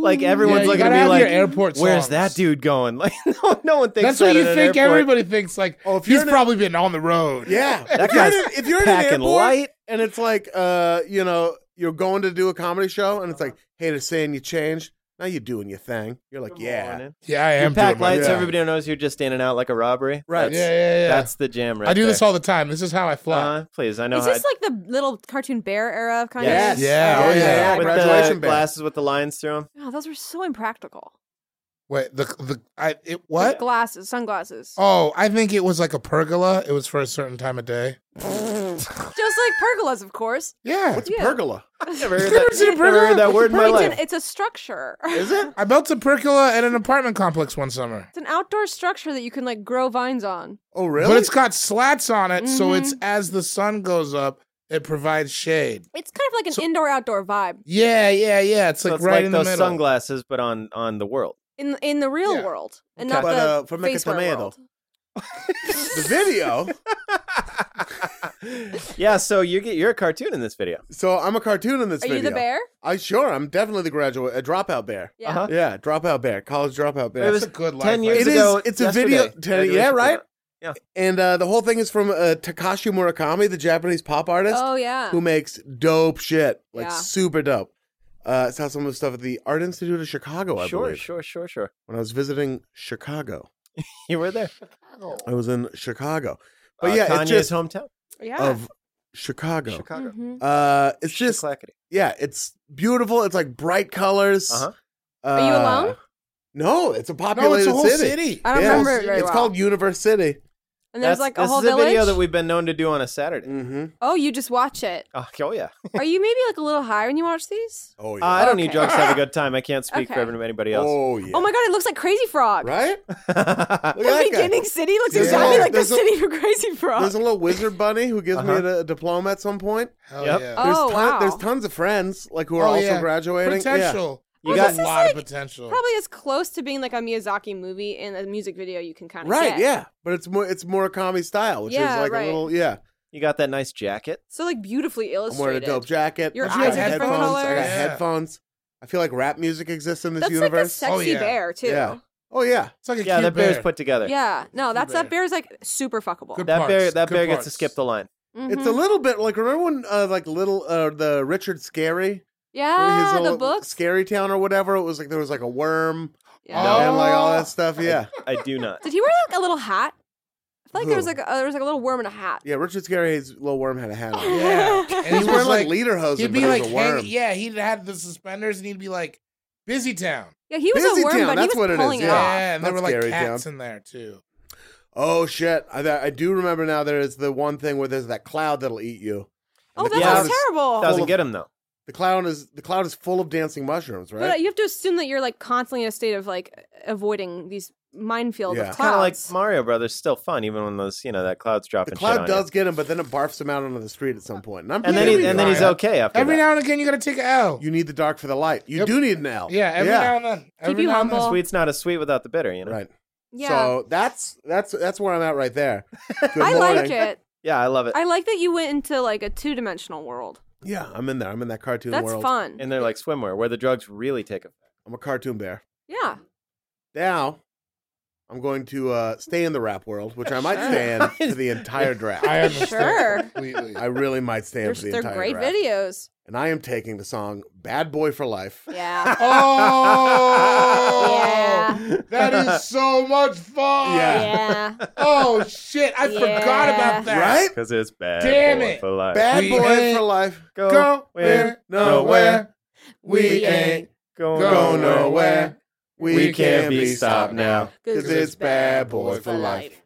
Speaker 3: like everyone's
Speaker 4: Yeah, you
Speaker 3: looking
Speaker 4: gotta
Speaker 3: at me
Speaker 4: have
Speaker 3: like,
Speaker 4: your airport
Speaker 3: "Where's
Speaker 4: songs."
Speaker 3: that dude going?" Like, no, no one thinks
Speaker 4: That's
Speaker 3: that
Speaker 4: what you
Speaker 3: at an
Speaker 4: think
Speaker 3: airport.
Speaker 4: everybody thinks. Like,
Speaker 2: Oh,
Speaker 4: oh,
Speaker 2: if you're
Speaker 4: he's
Speaker 2: in a-
Speaker 4: probably been on the road.
Speaker 2: Yeah,
Speaker 3: That
Speaker 2: if you're,
Speaker 3: guy's
Speaker 2: in, if you're in an
Speaker 3: packing
Speaker 2: airport
Speaker 3: light.
Speaker 2: and it's like, uh, you know, you're going to do a comedy show, and it's like,
Speaker 4: Uh-huh.
Speaker 2: hey, they're saying you changed. Now you're doing your thing. You're like, yeah,
Speaker 3: Morning.
Speaker 4: yeah, I
Speaker 3: You
Speaker 4: am.
Speaker 3: pack
Speaker 4: doing my
Speaker 3: lights.
Speaker 4: job.
Speaker 3: Everybody knows you're just in and out like a robbery.
Speaker 2: Right.
Speaker 3: That's,
Speaker 4: Yeah, yeah, yeah.
Speaker 3: That's the jam, right?
Speaker 4: I do this
Speaker 3: there.
Speaker 4: all the time. This is how I fly.
Speaker 3: Uh, please, I know.
Speaker 5: Is
Speaker 3: how
Speaker 5: this like the little cartoon bear era of Kanye?
Speaker 3: Yes.
Speaker 4: Yeah, oh, yeah.
Speaker 3: I, with
Speaker 2: Graduation
Speaker 3: the
Speaker 2: band.
Speaker 3: glasses with the lines through them?
Speaker 5: Oh, those were so impractical.
Speaker 4: Wait, the the I it
Speaker 5: The
Speaker 4: what?
Speaker 5: Glasses, sunglasses,
Speaker 4: Oh, I think it was like a pergola. It was for a certain time of day.
Speaker 5: just like pergolas, of course.
Speaker 4: Yeah.
Speaker 2: What's
Speaker 5: Yeah.
Speaker 2: pergola?
Speaker 3: Never heard that,
Speaker 4: seen a
Speaker 3: never heard
Speaker 4: pergola?
Speaker 3: that word in my
Speaker 5: It's an,
Speaker 3: life.
Speaker 5: it's a structure.
Speaker 2: Is it?
Speaker 4: I built a pergola at an apartment complex one summer.
Speaker 5: It's an outdoor structure that you can like grow vines on.
Speaker 2: Oh, really?
Speaker 4: But it's got slats on it, so
Speaker 3: Mm-hmm.
Speaker 4: it's as the sun goes up, it provides shade.
Speaker 5: It's kind of like an indoor outdoor vibe
Speaker 4: Yeah, yeah, yeah. It's
Speaker 3: So
Speaker 4: like
Speaker 3: it's
Speaker 4: right
Speaker 3: like
Speaker 4: in the
Speaker 3: those
Speaker 4: middle.
Speaker 3: sunglasses, but on on the world.
Speaker 5: in in the real
Speaker 4: Yeah.
Speaker 5: world and
Speaker 3: Okay.
Speaker 5: not
Speaker 2: But,
Speaker 5: the
Speaker 2: uh, for Mecca
Speaker 5: Faceboar
Speaker 2: Tomato.
Speaker 5: world.
Speaker 2: the video.
Speaker 3: Yeah. So you get you're a cartoon in this video.
Speaker 2: So I'm a cartoon in this
Speaker 5: Are
Speaker 2: video.
Speaker 5: you the bear?
Speaker 2: I sure. I'm definitely the graduate, a dropout bear.
Speaker 5: Yeah.
Speaker 3: Uh-huh.
Speaker 2: Yeah, dropout bear, college dropout bear.
Speaker 3: it was
Speaker 4: a good life
Speaker 3: ten years
Speaker 2: It
Speaker 4: lesson.
Speaker 2: is.
Speaker 3: ago.
Speaker 2: It's a video.
Speaker 3: yesterday.
Speaker 2: Ten, yeah,
Speaker 3: Graduation
Speaker 2: right.
Speaker 3: video. Yeah.
Speaker 2: And uh, the whole thing is from uh, Takashi Murakami, the Japanese pop artist,
Speaker 5: Oh yeah.
Speaker 2: who makes dope shit, like
Speaker 5: Yeah.
Speaker 2: super dope. Uh, I saw some of the stuff at the Art Institute of Chicago. I
Speaker 3: Sure,
Speaker 2: believe
Speaker 3: sure, sure, sure.
Speaker 2: when I was visiting Chicago,
Speaker 3: You were there.
Speaker 2: I was in Chicago.
Speaker 3: Uh,
Speaker 2: But yeah,
Speaker 3: Kanye's
Speaker 2: it's just
Speaker 3: hometown,
Speaker 5: yeah.
Speaker 2: of Chicago.
Speaker 3: Chicago.
Speaker 5: Mm-hmm.
Speaker 2: Uh, it's just
Speaker 3: Clackety.
Speaker 2: yeah, it's beautiful. It's like bright colors.
Speaker 3: Uh-huh.
Speaker 5: Are you
Speaker 2: Uh,
Speaker 5: alone?
Speaker 2: No, it's a populated
Speaker 4: No, it's a whole
Speaker 2: city.
Speaker 4: city.
Speaker 5: I don't
Speaker 2: yeah.
Speaker 5: remember it very
Speaker 2: It's
Speaker 5: well.
Speaker 2: called Universe City.
Speaker 5: and there's
Speaker 3: That's-
Speaker 5: like a
Speaker 3: this
Speaker 5: whole
Speaker 3: is a
Speaker 5: village.
Speaker 3: video that we've been known to do on a Saturday.
Speaker 2: Mm-hmm.
Speaker 5: oh, you just watch it.
Speaker 3: Oh, oh yeah.
Speaker 5: Are you maybe like a little high when you watch these?
Speaker 2: Oh
Speaker 3: Uh,
Speaker 2: yeah.
Speaker 3: I don't need
Speaker 5: Okay.
Speaker 3: drugs to have a good time. I can't speak
Speaker 5: Okay.
Speaker 3: for anybody else.
Speaker 2: Oh yeah.
Speaker 5: Oh my god, it looks like Crazy Frog.
Speaker 2: Right? Look
Speaker 5: The
Speaker 2: at that guy.
Speaker 5: beginning city looks
Speaker 2: There's
Speaker 5: exactly
Speaker 2: a-
Speaker 5: like the
Speaker 2: there's a-
Speaker 5: city from Crazy Frog.
Speaker 2: There's a little wizard bunny who gives me
Speaker 3: Uh-huh.
Speaker 2: a, a diploma at some point.
Speaker 4: Hell
Speaker 3: Yep.
Speaker 4: yeah.
Speaker 5: Oh,
Speaker 2: There's,
Speaker 5: wow.
Speaker 2: there's tons of friends like who are
Speaker 4: Oh,
Speaker 2: also
Speaker 4: yeah.
Speaker 2: graduating.
Speaker 4: Potential.
Speaker 3: You
Speaker 4: There's
Speaker 3: got
Speaker 4: a lot of potential.
Speaker 5: Probably as close to being like a Miyazaki movie in a music video you can kind
Speaker 2: Yeah.
Speaker 5: of
Speaker 2: Right, yeah. But it's more it's Murakami style, which
Speaker 5: Yeah,
Speaker 2: is like
Speaker 5: right.
Speaker 2: a little yeah.
Speaker 3: you got that nice jacket.
Speaker 5: So like beautifully
Speaker 2: I'm wearing a
Speaker 5: illustrated.
Speaker 2: dope jacket.
Speaker 5: Your
Speaker 2: I
Speaker 4: eyes
Speaker 2: got
Speaker 4: are different
Speaker 2: headphones. I got
Speaker 4: colors. Yeah.
Speaker 2: headphones. I feel like rap music exists in this
Speaker 5: That's like a
Speaker 2: universe.
Speaker 5: sexy
Speaker 4: Oh, yeah.
Speaker 5: bear too.
Speaker 2: yeah. Oh yeah.
Speaker 4: It's like a
Speaker 3: Yeah,
Speaker 4: cute
Speaker 3: that
Speaker 4: bear.
Speaker 3: bear's put together.
Speaker 5: Yeah, no, that's that
Speaker 4: bear.
Speaker 5: bear's like super fuckable.
Speaker 4: Good
Speaker 3: That bear
Speaker 4: parts,
Speaker 3: that
Speaker 4: good
Speaker 3: bear gets to
Speaker 4: parts.
Speaker 3: skip the line.
Speaker 5: Mhm.
Speaker 2: It's a little bit like remember when uh, like little uh, the Richard Scary
Speaker 5: yeah,
Speaker 2: his
Speaker 5: Ah, the
Speaker 2: little
Speaker 5: books.
Speaker 2: Scary Town or whatever. It was like there was like a worm
Speaker 5: Yeah.
Speaker 4: Oh.
Speaker 2: and like all that stuff. Yeah,
Speaker 3: I do not.
Speaker 5: Did he wear like a little hat? I feel like there was
Speaker 2: Who?
Speaker 5: like a, there was like a little worm in a hat.
Speaker 2: yeah. Richard Scary's little worm had a hat on.
Speaker 4: Yeah.
Speaker 2: And he's
Speaker 4: was
Speaker 2: wearing like, leader hose.
Speaker 4: He'd be like,
Speaker 2: a worm.
Speaker 4: hang, yeah, he'd had the suspenders and he'd be like, Busy Town.
Speaker 5: Yeah, he was
Speaker 2: Busy
Speaker 5: a worm,
Speaker 2: Town,
Speaker 5: but
Speaker 2: that's
Speaker 5: he was
Speaker 2: what it is,
Speaker 5: pulling it,
Speaker 2: yeah.
Speaker 5: off.
Speaker 4: Yeah, and there
Speaker 2: That's
Speaker 4: were like
Speaker 2: Gary
Speaker 4: cats in there too.
Speaker 2: Oh shit! I, I do remember now. There is the one thing where there's that cloud that'll eat you.
Speaker 5: Oh,
Speaker 2: the
Speaker 5: that
Speaker 3: cloud
Speaker 5: sounds
Speaker 3: is-
Speaker 5: terrible.
Speaker 3: Doesn't get him though.
Speaker 2: The cloud is the cloud is full of dancing mushrooms,
Speaker 5: But uh,
Speaker 2: right?
Speaker 5: you have to assume that you're like constantly in a state of like avoiding these minefields
Speaker 2: Yeah.
Speaker 5: of
Speaker 3: Kind of like
Speaker 5: clouds.
Speaker 3: Mario Brothers, still fun even when those you know that cloud's dropping.
Speaker 2: the
Speaker 3: shit
Speaker 2: cloud
Speaker 3: on
Speaker 2: does
Speaker 3: you.
Speaker 2: get him, but then it barfs him out onto the street at some point. And I'm
Speaker 3: and then
Speaker 2: pretty
Speaker 3: he,
Speaker 2: sure
Speaker 3: and then
Speaker 2: you're
Speaker 3: he's
Speaker 2: right.
Speaker 3: okay after
Speaker 4: Every
Speaker 3: that.
Speaker 4: now and again, you got to take a L.
Speaker 2: You need the dark for the light. You
Speaker 4: Yep.
Speaker 2: do need an L.
Speaker 4: yeah, every now and then. Every
Speaker 5: you
Speaker 4: now
Speaker 5: humble.
Speaker 4: And
Speaker 3: Sweet's not a sweet without the bitter, you know.
Speaker 2: right.
Speaker 5: yeah,
Speaker 2: So that's that's that's where I'm at right there. Good
Speaker 5: I like
Speaker 2: morning.
Speaker 5: it.
Speaker 3: Yeah, I love it.
Speaker 5: I like that you went into like a two dimensional world.
Speaker 2: Yeah, I'm in there. I'm in that cartoon
Speaker 5: That's
Speaker 2: world.
Speaker 5: fun.
Speaker 3: and they're like swimwear, where the drugs really take effect.
Speaker 2: I'm a cartoon bear.
Speaker 5: yeah.
Speaker 2: Now, I'm going to uh, stay in the rap world, which I might stay in for the entire draft.
Speaker 4: then. I understand
Speaker 5: Sure.
Speaker 4: completely.
Speaker 2: I really might stay in
Speaker 5: There's,
Speaker 2: for the
Speaker 5: they're
Speaker 2: entire
Speaker 5: great
Speaker 2: draft.
Speaker 5: videos.
Speaker 2: and I am taking the song Bad Boy for Life.
Speaker 5: Yeah.
Speaker 4: Oh, that is so much fun.
Speaker 2: Yeah.
Speaker 5: Yeah.
Speaker 4: Oh shit, I forgot about that.
Speaker 2: Right?
Speaker 3: Because it's bad.
Speaker 4: Damn
Speaker 3: boy
Speaker 4: it.
Speaker 3: For life.
Speaker 2: Bad
Speaker 4: We
Speaker 2: Boy
Speaker 4: ain't
Speaker 2: for Life.
Speaker 3: Go, where,
Speaker 4: nowhere. We
Speaker 5: We
Speaker 4: ain't
Speaker 3: Go,
Speaker 4: go
Speaker 2: nowhere.
Speaker 4: nowhere.
Speaker 2: We,
Speaker 3: We can't be stopped now.
Speaker 2: because it's Bad Boy for Life.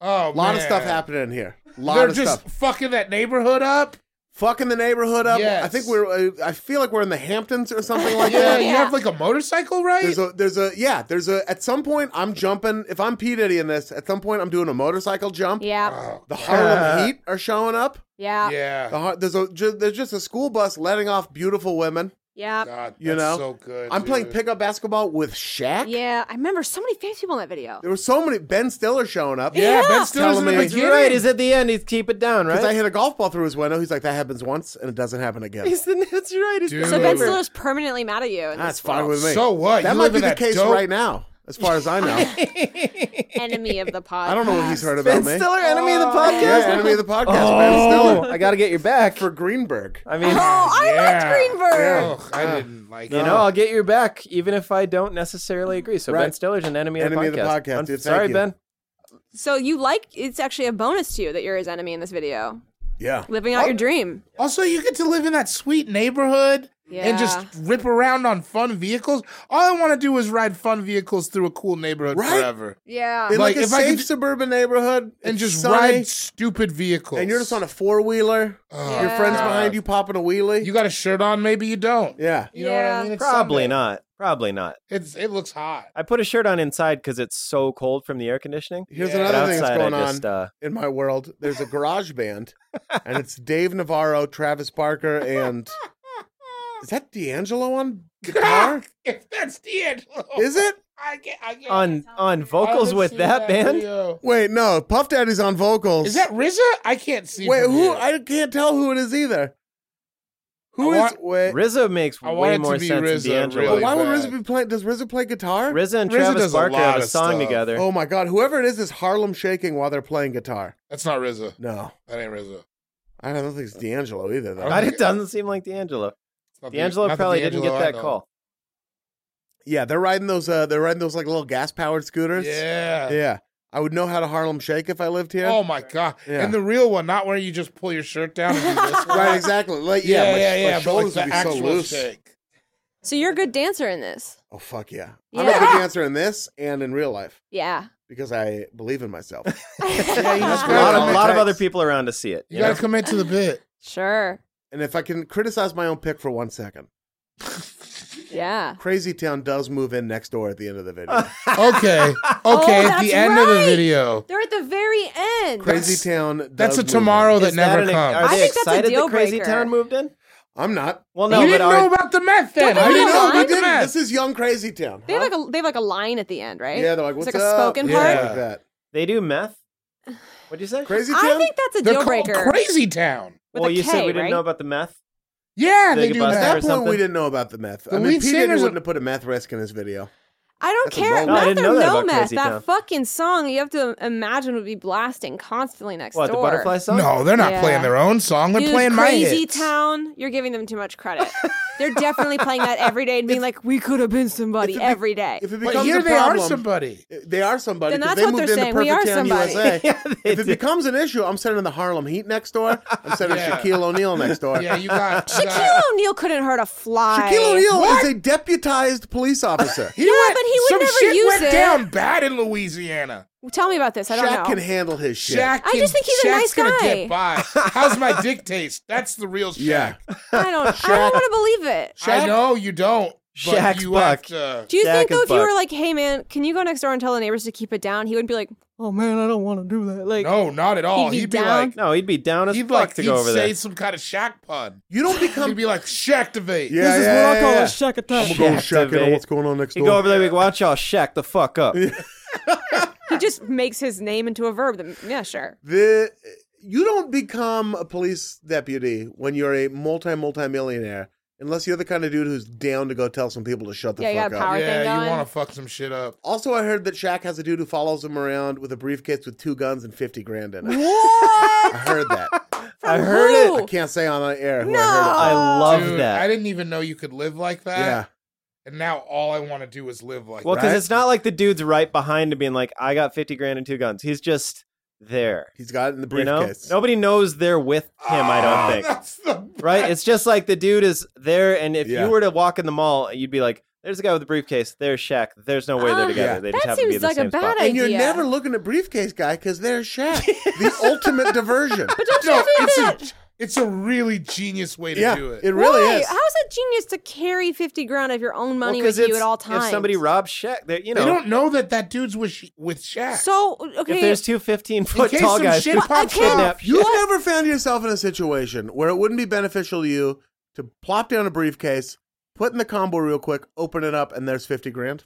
Speaker 4: Oh,
Speaker 2: A lot of
Speaker 4: man.
Speaker 2: stuff happening in here. A lot
Speaker 4: They're
Speaker 2: of
Speaker 4: just
Speaker 2: stuff.
Speaker 4: fucking that neighborhood up.
Speaker 2: Fucking the neighborhood up.
Speaker 4: Yes.
Speaker 2: I think we're. Uh, I feel like we're in the Hamptons or something like
Speaker 4: Yeah,
Speaker 2: that.
Speaker 4: you have like a motorcycle, right?
Speaker 2: There's a, there's a, yeah, there's a. At some point, I'm jumping. If I'm P Diddy in this, at some point, I'm doing a motorcycle jump.
Speaker 5: Yeah.
Speaker 4: Oh,
Speaker 2: The Harlem Heat are showing up.
Speaker 5: Yeah.
Speaker 2: The
Speaker 4: yeah.
Speaker 2: Har- there's a, ju- there's just a school bus letting off beautiful women.
Speaker 5: Yeah.
Speaker 4: God,
Speaker 2: You
Speaker 4: that's
Speaker 2: know,
Speaker 4: so good.
Speaker 2: I'm playing
Speaker 4: dude.
Speaker 2: pickup basketball with Shaq.
Speaker 5: Yeah. I remember so many famous people in that video.
Speaker 2: There were so many Ben Stiller showing up.
Speaker 4: Yeah, Ben Stiller's in
Speaker 2: Telling
Speaker 4: the
Speaker 2: me-
Speaker 4: beginning.
Speaker 3: at the end. He's keep it down,
Speaker 2: Because I hit a golf ball through his window. He's like, that happens once and it doesn't happen again.
Speaker 3: He's the, that's right. He's
Speaker 4: Dude.
Speaker 5: So Ben Stiller's permanently mad at you. in
Speaker 2: That's
Speaker 5: this
Speaker 2: fine
Speaker 5: world.
Speaker 2: with me.
Speaker 4: So what?
Speaker 2: That
Speaker 4: You
Speaker 2: might
Speaker 4: live
Speaker 2: be
Speaker 4: in
Speaker 2: the
Speaker 4: that
Speaker 2: case
Speaker 4: dope-
Speaker 2: right now, as far as I know.
Speaker 5: Enemy of the pod.
Speaker 2: I don't know what he's heard about
Speaker 3: Ben
Speaker 2: me.
Speaker 3: Stiller, enemy of the podcast.
Speaker 2: Yeah, enemy of the podcast, Ben
Speaker 3: oh,
Speaker 2: Stiller.
Speaker 3: I got to get your back.
Speaker 2: For Greenberg.
Speaker 3: Oh, I mean,
Speaker 5: I
Speaker 4: yeah.
Speaker 5: liked Greenberg.
Speaker 4: Ugh,
Speaker 2: Ah.
Speaker 4: I didn't like
Speaker 3: you
Speaker 4: it.
Speaker 3: know, I'll get your back even if I don't necessarily agree. So Ben
Speaker 2: Right.
Speaker 3: Stiller's an enemy,
Speaker 2: Enemy
Speaker 3: of the podcast.
Speaker 2: dude, thank
Speaker 3: sorry,
Speaker 2: you.
Speaker 3: Ben.
Speaker 5: So you like it's actually a bonus to you that you're his enemy in this video.
Speaker 2: Yeah.
Speaker 5: Living out your dream.
Speaker 4: Also, you get to live in that sweet neighborhood and just rip around on fun vehicles. All I want to do is ride fun vehicles through a cool neighborhood
Speaker 2: Right?
Speaker 4: forever.
Speaker 5: Yeah.
Speaker 2: In like,
Speaker 4: Like,
Speaker 2: a
Speaker 4: if I
Speaker 2: safe
Speaker 4: could-
Speaker 2: suburban neighborhood.
Speaker 4: And
Speaker 2: it's
Speaker 4: just
Speaker 2: sunny,
Speaker 4: ride stupid vehicles.
Speaker 2: And you're just on a four wheeler.
Speaker 4: Oh,
Speaker 2: Your friend's
Speaker 4: God.
Speaker 2: behind you popping a wheelie.
Speaker 4: You got a shirt on, maybe you don't.
Speaker 2: yeah.
Speaker 4: You know what I
Speaker 5: Yeah.
Speaker 4: mean? It's
Speaker 3: Probably
Speaker 4: Sunday.
Speaker 3: not. Probably not.
Speaker 4: It's it looks hot.
Speaker 3: I put a shirt on inside because it's so cold from the air conditioning.
Speaker 2: Here's
Speaker 4: Yeah.
Speaker 3: But
Speaker 2: another thing that's
Speaker 3: outside, I
Speaker 2: going
Speaker 3: just
Speaker 2: on
Speaker 3: uh,
Speaker 2: in my world. There's a garage band, and it's Dave Navarro, Travis Barker, and is that D'Angelo on guitar?
Speaker 4: if that's D'Angelo,
Speaker 2: Is it?
Speaker 4: I get, I get
Speaker 3: on on vocals with that, band.
Speaker 2: Wait, no. Puff Daddy's on vocals.
Speaker 4: Is that RZA? I can't see.
Speaker 2: Wait,
Speaker 4: from
Speaker 2: who?
Speaker 4: here.
Speaker 2: I can't tell who it is either. Who
Speaker 4: I
Speaker 2: is?
Speaker 4: want-
Speaker 2: wait,
Speaker 3: RZA makes
Speaker 4: I want it
Speaker 3: way
Speaker 4: to
Speaker 3: more
Speaker 4: be
Speaker 3: sense
Speaker 4: RZA,
Speaker 3: than D'Angelo.
Speaker 2: but
Speaker 4: really.
Speaker 2: why would
Speaker 4: bad.
Speaker 2: RZA be playing? Does RZA play guitar?
Speaker 3: RZA and
Speaker 4: RZA
Speaker 3: Travis
Speaker 4: does a
Speaker 3: Barker
Speaker 4: lot
Speaker 3: have a
Speaker 4: of
Speaker 3: song
Speaker 4: stuff.
Speaker 3: together.
Speaker 2: Oh my god! Whoever it is is Harlem shaking while they're playing guitar.
Speaker 4: That's not RZA.
Speaker 2: No,
Speaker 4: That ain't RZA.
Speaker 2: I don't think it's D'Angelo either. Though.
Speaker 4: I
Speaker 3: God, it doesn't seem like D'Angelo.
Speaker 4: It's not the-
Speaker 3: D'Angelo
Speaker 4: not the
Speaker 3: probably didn't
Speaker 4: D'Angelo
Speaker 3: get
Speaker 4: I
Speaker 3: that
Speaker 4: know.
Speaker 3: call.
Speaker 2: Yeah, they're riding those. Uh, they're riding those like little gas powered scooters.
Speaker 4: Yeah.
Speaker 2: yeah. I would know how to Harlem shake if I lived here.
Speaker 4: Oh my god!
Speaker 2: Yeah.
Speaker 4: And the real one, not where you just pull your shirt down and do this. one.
Speaker 2: right, exactly. Like, yeah,
Speaker 4: Yeah,
Speaker 2: my,
Speaker 4: yeah,
Speaker 2: my
Speaker 4: yeah. but
Speaker 2: shoulders
Speaker 4: like the
Speaker 2: would be
Speaker 4: actual
Speaker 2: so loose.
Speaker 4: shake.
Speaker 5: So you're a good dancer in this.
Speaker 2: Oh fuck yeah! I'm a good dancer in this and in real life
Speaker 5: Yeah.
Speaker 2: because I believe in myself.
Speaker 4: Yeah, you just
Speaker 3: A lot, of,
Speaker 4: gotta
Speaker 3: a lot of
Speaker 4: commit-
Speaker 3: other people around to see it.
Speaker 4: You
Speaker 3: you know?
Speaker 4: gotta commit to the bit.
Speaker 5: Sure.
Speaker 2: and if I can criticize my own pick for one second,
Speaker 5: Yeah.
Speaker 2: Crazy Town does move in next door at the end of the
Speaker 4: Uh,
Speaker 2: video.
Speaker 4: Okay, okay. at
Speaker 5: that's
Speaker 4: the end of the
Speaker 5: right.
Speaker 4: video,
Speaker 5: They're at the very end.
Speaker 2: Crazy Town. Does
Speaker 4: that's a
Speaker 2: move in.
Speaker 4: tomorrow that
Speaker 3: Is that
Speaker 4: never
Speaker 3: an-
Speaker 4: comes.
Speaker 3: Are
Speaker 5: I
Speaker 3: they
Speaker 5: think that's a
Speaker 3: excited
Speaker 5: deal
Speaker 3: that Crazy
Speaker 5: breaker.
Speaker 3: Town moved in?
Speaker 2: I'm not.
Speaker 3: Well,
Speaker 4: We
Speaker 3: no, but
Speaker 4: didn't know
Speaker 3: are,
Speaker 4: about the meth then.
Speaker 5: Don't
Speaker 4: I
Speaker 5: they
Speaker 4: didn't
Speaker 5: have
Speaker 4: know
Speaker 5: a
Speaker 4: about
Speaker 5: line?
Speaker 4: the
Speaker 2: This
Speaker 4: meth.
Speaker 2: is young Crazy Town.
Speaker 5: They have like a they have like a line at the end, right?
Speaker 2: Yeah, they're like, what's
Speaker 5: it's like a
Speaker 2: up?
Speaker 5: spoken
Speaker 4: Yeah.
Speaker 5: part.
Speaker 4: Yeah.
Speaker 2: that.
Speaker 3: they do meth? What'd you say?
Speaker 2: Crazy
Speaker 5: I
Speaker 2: Town.
Speaker 5: think that's a
Speaker 4: They're
Speaker 5: deal
Speaker 4: called
Speaker 5: breaker.
Speaker 4: Crazy Town.
Speaker 5: With
Speaker 3: well,
Speaker 5: a
Speaker 3: you said
Speaker 5: K,
Speaker 3: we didn't
Speaker 5: right?
Speaker 3: know about the meth.
Speaker 4: Yeah, they
Speaker 3: Think
Speaker 4: do
Speaker 3: about
Speaker 2: at
Speaker 3: that.
Speaker 4: that.
Speaker 2: that
Speaker 3: or
Speaker 2: point,
Speaker 3: something.
Speaker 2: we didn't know about the meth. I
Speaker 4: The
Speaker 2: mean,
Speaker 4: lead
Speaker 2: P. Diddy
Speaker 4: singer's a-
Speaker 2: wouldn't have put a meth risk in his video.
Speaker 5: I don't
Speaker 2: That's a
Speaker 5: care.
Speaker 2: bomb. No, I
Speaker 5: meth
Speaker 3: didn't
Speaker 5: or
Speaker 3: know that
Speaker 5: no
Speaker 3: about
Speaker 5: meth.
Speaker 3: Crazy
Speaker 5: That
Speaker 3: Town.
Speaker 5: fucking song you have to imagine would be blasting constantly next
Speaker 3: What,
Speaker 5: door.
Speaker 3: the butterfly song?
Speaker 4: No, they're not
Speaker 5: Yeah.
Speaker 4: playing their own song. They're
Speaker 5: Dude,
Speaker 4: playing my
Speaker 5: Crazy
Speaker 4: hits.
Speaker 5: Town. You're giving them too much credit. They're definitely playing that every day and being like, "We could have been somebody
Speaker 2: If it be-
Speaker 5: every day."
Speaker 2: If it becomes
Speaker 4: But here
Speaker 2: a
Speaker 4: they are
Speaker 2: problem,
Speaker 4: somebody.
Speaker 2: They are somebody.
Speaker 5: Then
Speaker 2: 'cause
Speaker 5: that's
Speaker 2: they
Speaker 5: what
Speaker 2: moved
Speaker 5: they're
Speaker 2: into
Speaker 5: saying. We
Speaker 2: Perfect
Speaker 5: are
Speaker 2: Town,
Speaker 5: somebody.
Speaker 2: USA.
Speaker 3: Yeah, they
Speaker 2: if it
Speaker 3: do.
Speaker 2: becomes an issue, I'm sending the Harlem Heat next door. I'm sending
Speaker 4: Yeah.
Speaker 2: Shaquille O'Neal next door.
Speaker 4: Yeah, you got. you
Speaker 5: Shaquille
Speaker 4: got-
Speaker 5: O'Neal couldn't hurt a fly.
Speaker 2: Shaquille O'Neal is a deputized police officer.
Speaker 4: He
Speaker 5: Yeah,
Speaker 4: went-
Speaker 5: but he would
Speaker 4: some
Speaker 5: never
Speaker 4: shit
Speaker 5: use
Speaker 4: went
Speaker 5: it.
Speaker 4: down bad in Louisiana.
Speaker 5: Tell me about this. I don't
Speaker 2: Shaq
Speaker 5: know.
Speaker 2: can handle his shit.
Speaker 4: Shaq.
Speaker 5: I just think he's a
Speaker 4: Shaq's
Speaker 5: nice
Speaker 4: gonna
Speaker 5: guy.
Speaker 4: get by. How's my dick taste? That's the real Shaq.
Speaker 2: Yeah.
Speaker 5: I don't. I don't want to believe it.
Speaker 4: I know you don't. But
Speaker 3: Shaq's
Speaker 4: you
Speaker 3: buck.
Speaker 4: have to.
Speaker 5: Do you
Speaker 3: Jack
Speaker 5: think
Speaker 3: is
Speaker 5: though, if you
Speaker 3: fucked.
Speaker 5: were like, "Hey man, can you go next door and tell the neighbors to keep it down?" He would be like, "Oh man, I don't want to do that." Like,
Speaker 4: No, not at all.
Speaker 5: He'd be
Speaker 4: He'd be
Speaker 5: down.
Speaker 4: like,
Speaker 3: No, he'd be down as
Speaker 4: he'd
Speaker 3: fuck
Speaker 4: like,
Speaker 3: to
Speaker 4: he'd
Speaker 3: go over
Speaker 4: say
Speaker 3: there.
Speaker 4: some kind of Shaq pun.
Speaker 2: You don't
Speaker 4: He'd
Speaker 2: become.
Speaker 4: be like Shaqtivate.
Speaker 2: yeah, this yeah, is what I call
Speaker 3: I'm
Speaker 2: yeah. Shaq. Shaq. What's going on next
Speaker 3: He'd go
Speaker 2: door?
Speaker 3: over there and be like, watch y'all shack the fuck up.
Speaker 5: he just makes his name into a verb. Then, yeah, sure.
Speaker 2: The you don't become a police deputy when you're a multi multi millionaire unless you're the kind of dude who's down to go tell some people to shut the
Speaker 5: Yeah, you
Speaker 2: fuck
Speaker 5: got
Speaker 2: up.
Speaker 5: power.
Speaker 4: Yeah,
Speaker 5: thing
Speaker 4: you
Speaker 5: going.
Speaker 4: want to fuck some shit up.
Speaker 2: Also, I heard that Shaq has a dude who follows him around with a briefcase with two guns and fifty grand in it. I heard that.
Speaker 3: I
Speaker 5: From
Speaker 3: heard
Speaker 5: who?
Speaker 3: it.
Speaker 2: I can't say on the air. who I
Speaker 5: No.
Speaker 2: heard it.
Speaker 3: I love
Speaker 4: Dude,
Speaker 3: that.
Speaker 4: I didn't even know you could live like that.
Speaker 2: Yeah.
Speaker 4: And now all I want to do is live like
Speaker 3: Well,
Speaker 4: that.
Speaker 3: because
Speaker 2: Right?
Speaker 3: it's not like the dude's right behind him being like, I got 50 grand and two guns. He's just there.
Speaker 2: He's got it in the
Speaker 3: You know?
Speaker 2: briefcase.
Speaker 3: Nobody knows they're with him, I
Speaker 4: Oh,
Speaker 3: don't think.
Speaker 4: That's the
Speaker 3: Right? It's just like the dude is there, and if
Speaker 2: Yeah.
Speaker 3: you were to walk in the mall, you'd be like, there's a guy with a briefcase. There's Shaq. There's no way they're
Speaker 5: Ah,
Speaker 3: together.
Speaker 2: yeah.
Speaker 3: They just
Speaker 5: that
Speaker 3: happen to be in
Speaker 5: seems
Speaker 3: the
Speaker 5: like a
Speaker 3: same
Speaker 5: bad
Speaker 3: spot.
Speaker 5: idea.
Speaker 2: And you're never looking at briefcase guy because there's Shaq, the ultimate diversion.
Speaker 4: no, it's a, it's a really genius way to
Speaker 2: yeah,
Speaker 4: do
Speaker 2: it really
Speaker 5: Why?
Speaker 2: is.
Speaker 5: How is it genius to carry fifty grand of your own money
Speaker 3: Well, 'cause
Speaker 5: with you
Speaker 3: it's-
Speaker 5: at all times?
Speaker 3: If somebody robs Shaq, they you
Speaker 4: they
Speaker 3: know,
Speaker 4: don't know that that dude's with Sh- with Shaq.
Speaker 5: so
Speaker 3: if
Speaker 5: okay,
Speaker 3: there's two 15
Speaker 4: in
Speaker 3: foot
Speaker 4: case
Speaker 3: tall
Speaker 4: some
Speaker 3: guys,
Speaker 4: shit pops
Speaker 5: can't-
Speaker 4: up,
Speaker 3: kidnap
Speaker 2: You've
Speaker 3: Shaq.
Speaker 2: never found yourself in a situation where it wouldn't be beneficial to you to plop down a briefcase, put in the combo real quick, open it up, and there's fifty grand.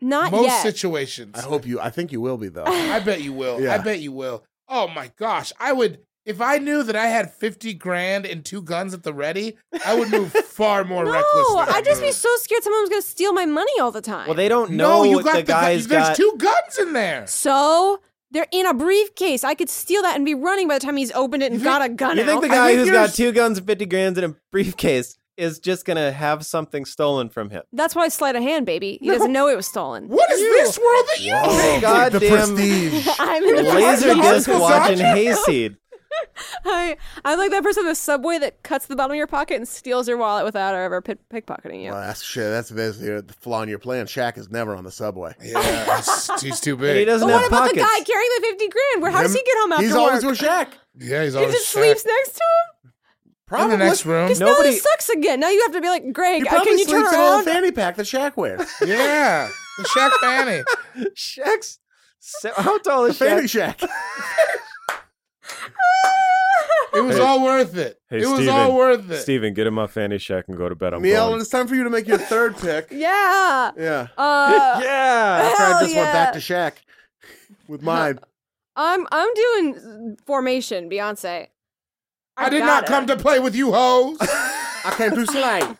Speaker 5: not
Speaker 4: most
Speaker 5: yet.
Speaker 4: situations.
Speaker 2: I hope you. I think you will be though.
Speaker 4: I bet you will.
Speaker 2: Yeah.
Speaker 4: I bet you will. Oh my gosh, I would. If I knew that I had fifty grand and two guns at the ready, I would move far more
Speaker 5: no,
Speaker 4: reckless. than
Speaker 5: I'd just be
Speaker 4: move.
Speaker 5: so scared someone was gonna steal my money all the time.
Speaker 3: Well, they don't know
Speaker 4: No, you
Speaker 3: what
Speaker 4: got
Speaker 3: the
Speaker 4: gu-
Speaker 3: guy's
Speaker 4: There's
Speaker 3: got.
Speaker 4: two guns in there.
Speaker 5: so they're in a briefcase. I could steal that and be running by the time he's opened it and got a gun
Speaker 3: You
Speaker 5: out.
Speaker 3: think the
Speaker 4: I
Speaker 3: guy
Speaker 4: think
Speaker 3: who's
Speaker 4: there's-
Speaker 3: got two guns and 50 grand in a briefcase is just going to have something stolen from him?
Speaker 5: That's why sleight of hand, baby. He doesn't know it was stolen.
Speaker 4: What is this world that you live?
Speaker 2: the
Speaker 3: Goddamn
Speaker 2: prestige.
Speaker 5: I'm in the
Speaker 3: laser
Speaker 4: Michael
Speaker 3: disc
Speaker 4: Sandra?
Speaker 3: watching Hayseed.
Speaker 5: I, I'm like that person in the subway that cuts the bottom of your pocket and steals your wallet without ever pick, pickpocketing you.
Speaker 2: Well, that's shit. That's basically the flaw in your plan. Shaq is never on the subway.
Speaker 4: Yeah, he's- he's too
Speaker 3: He
Speaker 4: big.
Speaker 3: doesn't
Speaker 5: But what
Speaker 3: have
Speaker 5: about
Speaker 3: pockets.
Speaker 5: the guy carrying the 50 grand? Where, how does
Speaker 2: Him-
Speaker 5: he get home after
Speaker 2: He's
Speaker 5: work?
Speaker 2: always with Shaq.
Speaker 4: Yeah, he's
Speaker 5: he
Speaker 4: always
Speaker 5: just
Speaker 4: Shaq.
Speaker 5: sleeps next to him?
Speaker 4: in
Speaker 2: Probably
Speaker 4: the next room.
Speaker 5: Because now
Speaker 3: Nobody-
Speaker 5: he sucks again. Now you have to be like,
Speaker 2: He
Speaker 5: Greg, uh,
Speaker 2: probably
Speaker 5: can you turn
Speaker 2: sleeps in a little
Speaker 5: around?
Speaker 2: fanny pack that Shaq wears.
Speaker 4: Yeah, the Shaq Fanny.
Speaker 3: Shaq's. So, how tall is
Speaker 2: Fanny
Speaker 3: Shaq?
Speaker 2: Shaq.
Speaker 4: It was all worth it. it was all worth it.
Speaker 3: Steven, get in my fanny shack and go to bed. I'm
Speaker 2: Neil, it's time for you to make your third pick.
Speaker 5: yeah.
Speaker 2: Yeah.
Speaker 5: Uh,
Speaker 3: Yeah.
Speaker 2: After I
Speaker 5: hell
Speaker 2: just went
Speaker 5: yeah.
Speaker 2: back to Shaq with mine.
Speaker 5: I'm I'm doing formation, Beyonce.
Speaker 4: I did
Speaker 5: got
Speaker 4: not
Speaker 5: it.
Speaker 4: come to play with you hoes.
Speaker 2: I can't do slide.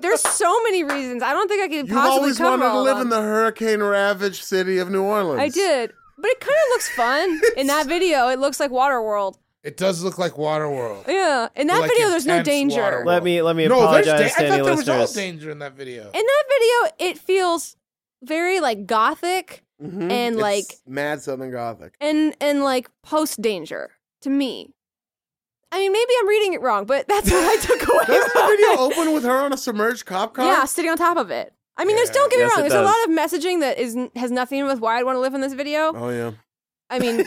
Speaker 5: There's so many reasons. I don't think I could
Speaker 2: You've
Speaker 5: possibly
Speaker 2: always
Speaker 5: cover
Speaker 2: wanted to
Speaker 5: all of
Speaker 2: live in
Speaker 5: them.
Speaker 2: the hurricane ravaged city of New Orleans.
Speaker 5: I did, but it kind of looks fun in that video. It looks like Waterworld.
Speaker 4: it does look like Waterworld.
Speaker 5: Yeah, in that
Speaker 4: Like
Speaker 5: video, there's no
Speaker 4: intense
Speaker 5: danger.
Speaker 4: water.
Speaker 3: Let me let me
Speaker 4: no, there's da- I
Speaker 3: apologize
Speaker 4: thought
Speaker 3: to any
Speaker 4: there was all
Speaker 3: listeners.
Speaker 4: danger in that video.
Speaker 5: In that video, it feels very like gothic
Speaker 2: Mhm.
Speaker 5: and
Speaker 2: It's
Speaker 5: like
Speaker 2: mad Southern Gothic.
Speaker 5: and and like post danger to me. I mean, maybe I'm reading it wrong, but that's what I took away.
Speaker 2: Doesn't the
Speaker 5: from
Speaker 2: video
Speaker 5: it.
Speaker 2: open with her on a submerged cop car?
Speaker 5: Yeah, sitting on top of it. I mean, there's
Speaker 4: Yeah.
Speaker 5: don't get me
Speaker 3: Yes,
Speaker 5: wrong.
Speaker 3: it
Speaker 5: There's a lot
Speaker 3: does.
Speaker 5: of messaging that is has nothing with why I'd want to live in this video.
Speaker 2: Oh yeah.
Speaker 5: I mean,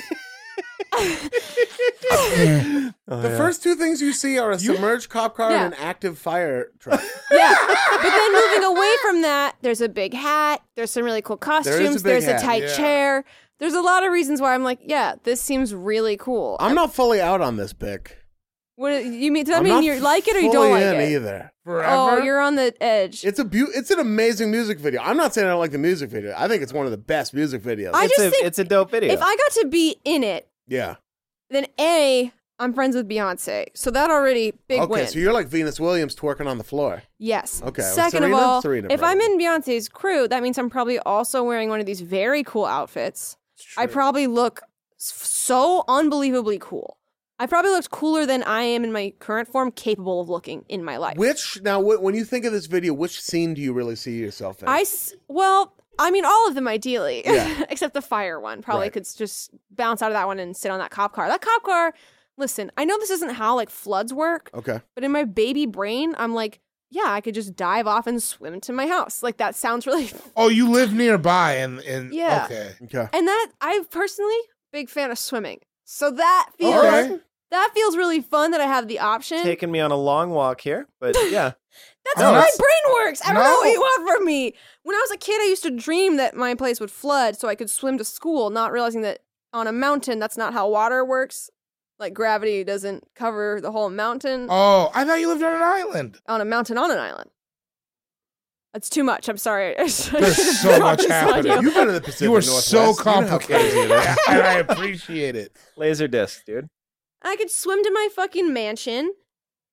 Speaker 2: the first two things you see are a submerged cop car
Speaker 5: Yeah.
Speaker 2: and an active fire truck.
Speaker 5: yeah. But then moving away from that, there's a big hat. There's some really cool
Speaker 2: big
Speaker 5: costumes. there's
Speaker 2: hat,
Speaker 5: a tight
Speaker 4: yeah.
Speaker 5: chair. There's a lot of reasons why I'm like, yeah, this seems really cool.
Speaker 2: I'm not fully out on this pick.
Speaker 5: What you mean? Does that
Speaker 2: I'm
Speaker 5: mean
Speaker 2: not
Speaker 5: you like it or you
Speaker 2: fully
Speaker 5: don't like
Speaker 2: in
Speaker 5: it?
Speaker 2: either.
Speaker 4: Forever.
Speaker 5: Oh, you're on the edge.
Speaker 2: It's a beau- it's an amazing music video. I'm not saying I don't like the music video. I think it's one of the best music videos.
Speaker 5: I
Speaker 3: it's
Speaker 5: just
Speaker 3: a
Speaker 5: think
Speaker 3: it's a dope video.
Speaker 5: if I got to be in it,
Speaker 2: yeah.
Speaker 5: then a I'm friends with Beyonce, so that already big
Speaker 2: okay,
Speaker 5: win.
Speaker 2: so you're like Venus Williams twerking on the floor.
Speaker 5: yes.
Speaker 2: Okay, well,
Speaker 5: Second
Speaker 2: Serena-
Speaker 5: of all,
Speaker 2: Serena
Speaker 5: if I'm
Speaker 2: probably.
Speaker 5: in Beyonce's crew, that means I'm probably also wearing one of these very cool outfits. I probably look s- so unbelievably cool. I probably looked cooler than I am in my current form, capable of looking in my life.
Speaker 2: Which now, wh- when you think of this video, which scene do you really see yourself in?
Speaker 5: I s- well, I mean, all of them ideally,
Speaker 2: Yeah.
Speaker 5: except the fire one. Probably
Speaker 2: Right.
Speaker 5: could s- just bounce out of that one and sit on that cop car. That cop car. Listen, I know this isn't how like floods work,
Speaker 2: okay,
Speaker 5: but in my baby brain, I'm like, yeah, I could just dive off and swim to my house. Like that sounds really.
Speaker 4: oh, you live nearby, and and
Speaker 5: Yeah.
Speaker 4: okay.
Speaker 2: okay,
Speaker 5: And that I personally big fan of swimming, so that feels
Speaker 4: All right.
Speaker 5: that feels really fun that I have the option.
Speaker 3: taking me on a long walk here, but yeah,
Speaker 5: That's
Speaker 4: No,
Speaker 5: how my
Speaker 4: it's-
Speaker 5: brain works. I don't know what
Speaker 4: No.
Speaker 5: you want from me. When I was a kid, I used to dream that my place would flood so I could swim to school, not realizing that on a mountain, that's not how water works. Like gravity doesn't cover the whole mountain
Speaker 4: Oh, I thought you lived on an island.
Speaker 5: on a mountain on an island. That's too much. I'm sorry. I should- I
Speaker 4: There's
Speaker 5: should've
Speaker 4: so
Speaker 5: brought
Speaker 4: much
Speaker 5: this on
Speaker 4: happening.
Speaker 5: you.
Speaker 2: you've been in the Pacific
Speaker 4: you were
Speaker 2: Northwest.
Speaker 4: so
Speaker 2: You know how
Speaker 4: complicated,
Speaker 2: crazy it is.
Speaker 4: and I appreciate it.
Speaker 3: laser disc, dude.
Speaker 5: I could swim to my fucking mansion,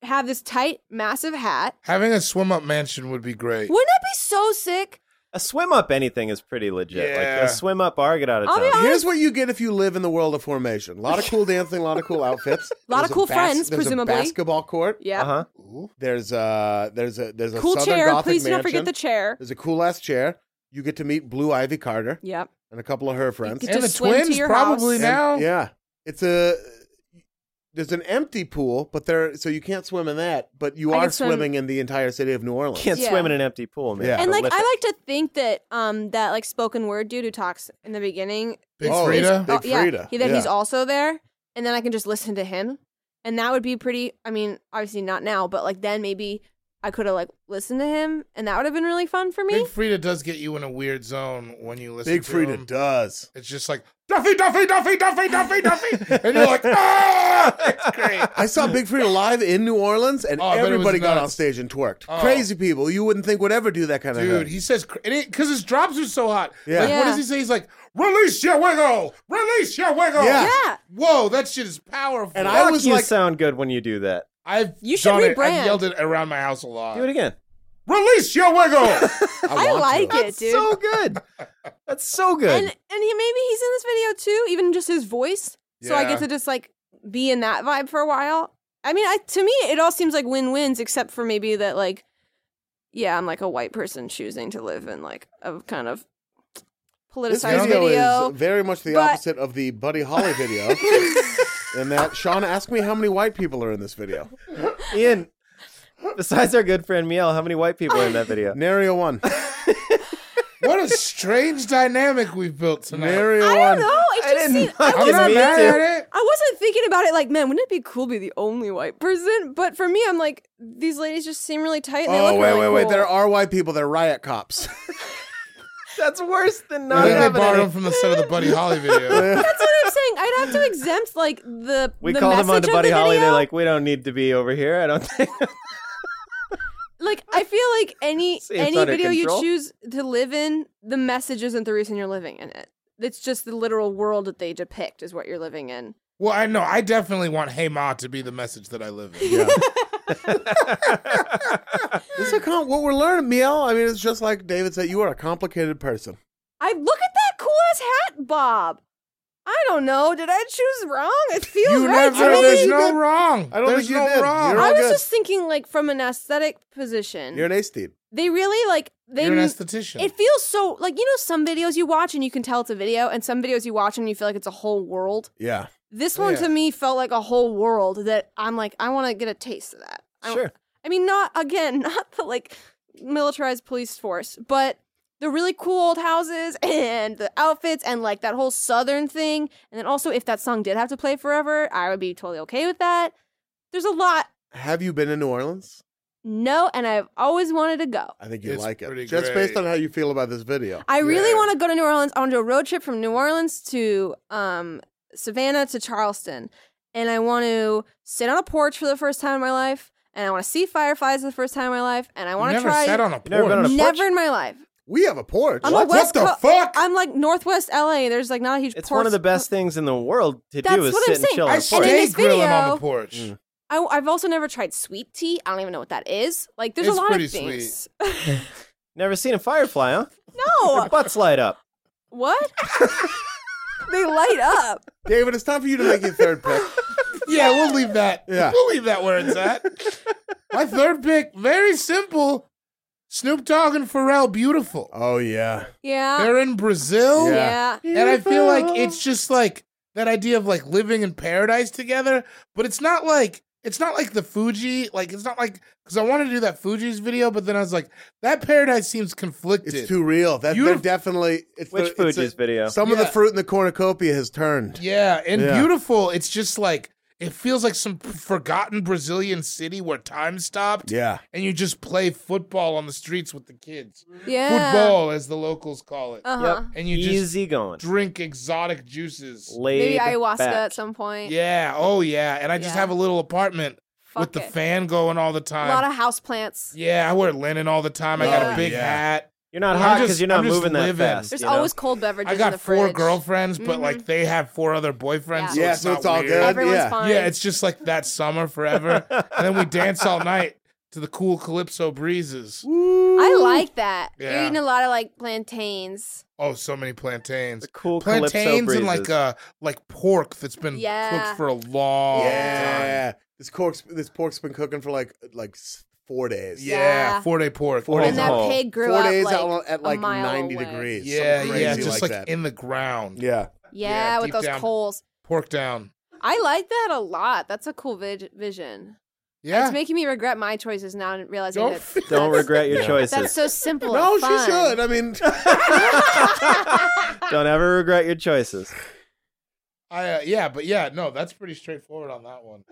Speaker 5: have this tight, massive hat.
Speaker 4: Having a swim up mansion would be great.
Speaker 5: Wouldn't that be so sick?
Speaker 3: a swim up anything is pretty legit.
Speaker 2: Yeah.
Speaker 3: Like a swim up argot out of
Speaker 5: I'll be
Speaker 3: town.
Speaker 2: Here's what you get if you live in the world of formation: a lot of cool dancing, a lot of cool outfits,
Speaker 5: Lot of
Speaker 2: There's
Speaker 5: cool
Speaker 2: bas-
Speaker 5: friends,
Speaker 2: there's
Speaker 5: presumably.
Speaker 2: a basketball court.
Speaker 5: Yeah.
Speaker 3: Uh huh.
Speaker 2: There's a there's a there's a
Speaker 5: Cool
Speaker 2: Uh-huh. Southern
Speaker 5: chair.
Speaker 2: Gothic
Speaker 5: Please do not
Speaker 2: mansion.
Speaker 5: forget the chair.
Speaker 2: There's a cool ass chair. You get to meet Blue Ivy Carter
Speaker 5: Yep.
Speaker 2: and a couple of her friends.
Speaker 5: You
Speaker 4: and the
Speaker 5: just swim to
Speaker 4: twins
Speaker 5: your
Speaker 4: probably
Speaker 5: house.
Speaker 4: now.
Speaker 2: And- yeah, it's a there's an empty pool, but there so you can't swim in that, but you
Speaker 5: I
Speaker 2: are
Speaker 5: could swim-
Speaker 2: swimming in the entire city of New Orleans.
Speaker 3: Can't
Speaker 5: Yeah.
Speaker 3: swim in an empty pool, man.
Speaker 2: Yeah.
Speaker 5: And like
Speaker 3: Prolific.
Speaker 5: I like to think that um that like spoken word dude who talks in the beginning
Speaker 4: Big
Speaker 2: Oh,
Speaker 4: Frida.
Speaker 2: Big
Speaker 5: oh, yeah,
Speaker 2: Frida,
Speaker 5: He, that he's
Speaker 2: yeah.
Speaker 5: also there, and then I can just listen to him, and that would be pretty. I mean, obviously not now, but like then maybe I could have like listened to him, and that would have been really fun for me.
Speaker 4: Big Frida does get you in a weird zone when you listen
Speaker 2: Big
Speaker 4: to
Speaker 2: Frida
Speaker 4: him.
Speaker 2: does.
Speaker 4: It's just like Duffy, Duffy, Duffy, Duffy, Duffy, Duffy, and you're like, ah, it's great.
Speaker 2: I saw Big Frida live in New Orleans, and
Speaker 4: Oh, I bet it was
Speaker 2: everybody got
Speaker 4: nuts.
Speaker 2: on stage and twerked.
Speaker 4: Oh.
Speaker 2: Crazy people. You wouldn't think would ever do that kind of
Speaker 4: Dude,
Speaker 2: thing.
Speaker 4: he says because his drops are so hot.
Speaker 2: Yeah.
Speaker 4: Like, what
Speaker 5: Yeah.
Speaker 4: does he say? He's like, "Release your wiggle, release your wiggle."
Speaker 2: Yeah.
Speaker 5: Yeah,
Speaker 4: Whoa, that shit is powerful.
Speaker 2: And I
Speaker 3: Fuck
Speaker 2: was
Speaker 3: you
Speaker 2: like-
Speaker 3: sound good when you do that.
Speaker 4: I've
Speaker 5: You should
Speaker 4: done it.
Speaker 5: rebrand.
Speaker 4: I've yelled it around my house a lot.
Speaker 3: Do it again.
Speaker 4: Release your wiggle.
Speaker 5: I,
Speaker 2: want
Speaker 5: like
Speaker 2: to.
Speaker 5: it, dude.
Speaker 3: So good. That's so good.
Speaker 5: and and he maybe he's in this video too, even just his voice. So I
Speaker 4: Yeah.
Speaker 5: get to just like be in that vibe for a while. I mean, I to me it all seems like win wins, except for maybe that like, yeah, I'm like a white person choosing to live in like a kind of
Speaker 2: This
Speaker 5: politicized
Speaker 2: video,
Speaker 5: video.
Speaker 2: is very much the
Speaker 5: but-
Speaker 2: opposite of the Buddy Holly video. and that Sean asked me how many white people are in this video.
Speaker 3: Ian, besides our good friend Miel, how many white people are in that video?
Speaker 2: Nary a one.
Speaker 4: what a strange dynamic we've built tonight.
Speaker 2: Nary a
Speaker 5: I
Speaker 2: one.
Speaker 5: don't know. It
Speaker 3: I
Speaker 5: just
Speaker 3: didn't
Speaker 5: seemed, I
Speaker 3: fucking
Speaker 4: I'm
Speaker 5: wasn't,
Speaker 4: not
Speaker 3: Me
Speaker 4: mad
Speaker 3: too.
Speaker 4: at it.
Speaker 5: I wasn't thinking about it like, man, wouldn't it be cool to be the only white person? But for me, I'm like, these ladies just seem really tight. And they
Speaker 2: Oh,
Speaker 5: look
Speaker 2: wait,
Speaker 5: really
Speaker 2: wait, wait.
Speaker 5: cool.
Speaker 2: There are white people. They're riot cops.
Speaker 3: That's worse than
Speaker 4: I
Speaker 3: not
Speaker 4: think they
Speaker 3: having
Speaker 4: borrowed
Speaker 3: any.
Speaker 4: him from the set of the Buddy Holly video.
Speaker 5: That's what I'm saying. I'd have to exempt like the
Speaker 3: We
Speaker 5: the
Speaker 3: called them on
Speaker 5: message
Speaker 3: to
Speaker 5: of
Speaker 3: Buddy
Speaker 5: the
Speaker 3: Holly.
Speaker 5: video.
Speaker 3: They're like, we don't need to be over here. I don't think.
Speaker 5: Like, I feel like any
Speaker 3: See, it's
Speaker 5: any
Speaker 3: under
Speaker 5: video
Speaker 3: control.
Speaker 5: you choose to live in, the message isn't the reason you're living in it. It's just the literal world that they depict is what you're living in.
Speaker 4: well, I know. I definitely want Hey Ma to be the message that I live in.
Speaker 2: this is a com- what we're learning, Miel. I mean, it's just like David said, you are a complicated person.
Speaker 5: I look at that cool ass hat, Bob. I don't know. Did I choose wrong? It feels
Speaker 4: You
Speaker 5: right.
Speaker 4: never.
Speaker 5: to me.
Speaker 4: There's
Speaker 2: think you
Speaker 4: no
Speaker 2: did.
Speaker 4: wrong.
Speaker 2: I don't
Speaker 4: there's
Speaker 2: think you
Speaker 4: no
Speaker 2: did.
Speaker 4: wrong.
Speaker 2: You're-
Speaker 5: I
Speaker 2: all
Speaker 5: was
Speaker 2: good.
Speaker 5: just thinking, like, from an aesthetic position,
Speaker 2: You're an aesthete.
Speaker 5: they really like they.
Speaker 4: You're an esthetician.
Speaker 5: it feels so like you know some videos you watch and you can tell it's a video, and some videos you watch and you feel like it's a whole world.
Speaker 2: Yeah.
Speaker 5: This one
Speaker 4: Yeah.
Speaker 5: to me felt like a whole world that I'm like, I want to get a taste of that. I,
Speaker 3: Sure.
Speaker 5: I mean, not again, not the like militarized police force, but the really cool old houses and the outfits and like that whole southern thing. And then also, if that song did have to play forever, I would be totally okay with that. There's a lot.
Speaker 2: Have you been in New Orleans?
Speaker 5: No, and I've always wanted to go.
Speaker 2: I think you
Speaker 4: It's
Speaker 2: like
Speaker 4: pretty
Speaker 2: it. Just
Speaker 4: great.
Speaker 2: based on how you feel about this video.
Speaker 5: I really
Speaker 4: Yeah.
Speaker 5: want to go to New Orleans. I want to do a road trip from New Orleans to um, Savannah to Charleston. And I want to sit on a porch for the first time in my life. And I want to see fireflies for the first time in my life. And I
Speaker 4: You
Speaker 5: want to
Speaker 4: never
Speaker 5: try.
Speaker 4: sat on a porch.
Speaker 3: never been on a porch?
Speaker 5: never in my life.
Speaker 2: We have a porch.
Speaker 5: I'm a
Speaker 4: What?
Speaker 5: West
Speaker 4: What the
Speaker 5: Co-
Speaker 4: fuck?
Speaker 5: I'm like Northwest LA. There's like not a huge
Speaker 3: It's
Speaker 5: porch.
Speaker 3: one of the best things in the world to
Speaker 5: That's
Speaker 3: do is
Speaker 5: what I'm
Speaker 3: sit and
Speaker 5: saying.
Speaker 3: chill on
Speaker 4: I
Speaker 3: a porch.
Speaker 5: And in
Speaker 4: stay
Speaker 5: this
Speaker 4: grilling on
Speaker 5: video-
Speaker 4: the porch.
Speaker 5: I, have also never tried sweet tea. I don't even know what that is. Like, there's
Speaker 4: It's
Speaker 5: a lot
Speaker 4: pretty
Speaker 5: of things.
Speaker 3: Never seen a firefly, huh?
Speaker 5: no.
Speaker 3: Their butts light up.
Speaker 5: What? they light up.
Speaker 2: David, it's time for you to make your third pick.
Speaker 4: Yeah, we'll leave that.
Speaker 2: Yeah.
Speaker 4: We'll leave that where it's at. My third pick, very simple. Snoop Dogg and Pharrell, beautiful.
Speaker 2: Oh, yeah.
Speaker 5: Yeah.
Speaker 4: They're in Brazil.
Speaker 2: Yeah.
Speaker 5: Uh, Oh, yeah.
Speaker 4: And I feel like it's just like that idea of like living in paradise together, but it's not like it's not like the Fuji, like it's not like because I wanted to do that Fuji's video, but then I was like, that paradise seems conflicted.
Speaker 2: It's too real. That
Speaker 4: You
Speaker 2: they're
Speaker 4: have-
Speaker 2: definitely it's
Speaker 3: Which
Speaker 2: the, it's
Speaker 3: Fuji's
Speaker 2: a-
Speaker 3: video?
Speaker 2: Some of the
Speaker 4: Yeah.
Speaker 2: fruit in the cornucopia has turned.
Speaker 4: Yeah, and
Speaker 2: Yeah.
Speaker 4: beautiful. It's just like it feels like some p- forgotten Brazilian city where time stopped,
Speaker 2: Yeah.
Speaker 4: and you just play football on the streets with the kids.
Speaker 5: Yeah.
Speaker 4: Football, as the locals call it,
Speaker 5: Uh huh.
Speaker 4: and you just
Speaker 3: Easy going.
Speaker 4: drink exotic juices.
Speaker 3: Laid
Speaker 5: Maybe ayahuasca
Speaker 3: back.
Speaker 5: at some point.
Speaker 4: Yeah, oh yeah, and I just
Speaker 5: Yeah.
Speaker 4: have a little apartment
Speaker 5: Fuck
Speaker 4: with the
Speaker 5: it.
Speaker 4: fan going all the
Speaker 5: A
Speaker 4: time.
Speaker 5: lot of house plants.
Speaker 4: yeah, I wear linen all the time. I got a
Speaker 5: Yeah.
Speaker 4: big
Speaker 2: Oh, Yeah.
Speaker 4: hat.
Speaker 3: You're not
Speaker 4: I'm
Speaker 3: hot
Speaker 4: just-
Speaker 3: because you're not
Speaker 4: I'm just
Speaker 3: moving that
Speaker 4: living.
Speaker 3: fast.
Speaker 5: There's
Speaker 3: you know?
Speaker 5: always cold beverages
Speaker 4: I
Speaker 5: in the
Speaker 4: got four
Speaker 5: fridge. Mm-hmm.
Speaker 4: girlfriends, but like they have four other boyfriends.
Speaker 5: Yeah.
Speaker 4: So
Speaker 2: yeah,
Speaker 4: it's
Speaker 2: so
Speaker 4: not
Speaker 2: it's all
Speaker 4: weird.
Speaker 2: good.
Speaker 5: Everyone's
Speaker 2: yeah.
Speaker 5: fine.
Speaker 4: Yeah, it's just like that summer forever. and then we dance all night. to the cool calypso breezes.
Speaker 5: I like that.
Speaker 4: Yeah.
Speaker 5: You're eating a lot of like plantains.
Speaker 4: Oh, so many plantains.
Speaker 3: The cool
Speaker 4: plantains
Speaker 3: calypso
Speaker 4: and like
Speaker 3: breezes.
Speaker 4: uh like pork that's been
Speaker 5: Yeah.
Speaker 4: cooked for a long time.
Speaker 2: yeah. This cork's this pork's been cooking for like like s- four days.
Speaker 4: Yeah,
Speaker 5: Yeah.
Speaker 4: four day pork.
Speaker 3: Four
Speaker 4: Oh,
Speaker 3: days
Speaker 5: And that
Speaker 3: Oh.
Speaker 5: pig grew
Speaker 2: four
Speaker 5: up
Speaker 2: days
Speaker 5: like,
Speaker 2: out on- at
Speaker 5: a
Speaker 2: like
Speaker 5: mile
Speaker 2: ninety
Speaker 5: away.
Speaker 2: degrees.
Speaker 4: Yeah,
Speaker 2: something
Speaker 4: yeah,
Speaker 2: crazy
Speaker 4: just like,
Speaker 2: like, that.
Speaker 4: in the ground.
Speaker 2: yeah.
Speaker 5: Yeah,
Speaker 4: Yeah,
Speaker 5: with
Speaker 4: deep
Speaker 5: those
Speaker 4: down.
Speaker 5: coals.
Speaker 4: Pork down.
Speaker 5: I like that a lot. That's a cool vid- vision.
Speaker 4: Yeah.
Speaker 5: It's making me regret my choices now and realizing
Speaker 4: Don't-
Speaker 5: that
Speaker 3: Don't regret your
Speaker 2: Yeah.
Speaker 5: that's
Speaker 3: choices.
Speaker 5: so simple.
Speaker 2: No,
Speaker 5: and fun.
Speaker 2: she should. I mean,
Speaker 3: Don't ever regret your choices.
Speaker 4: I uh, yeah, but yeah, no, that's pretty straightforward on that one.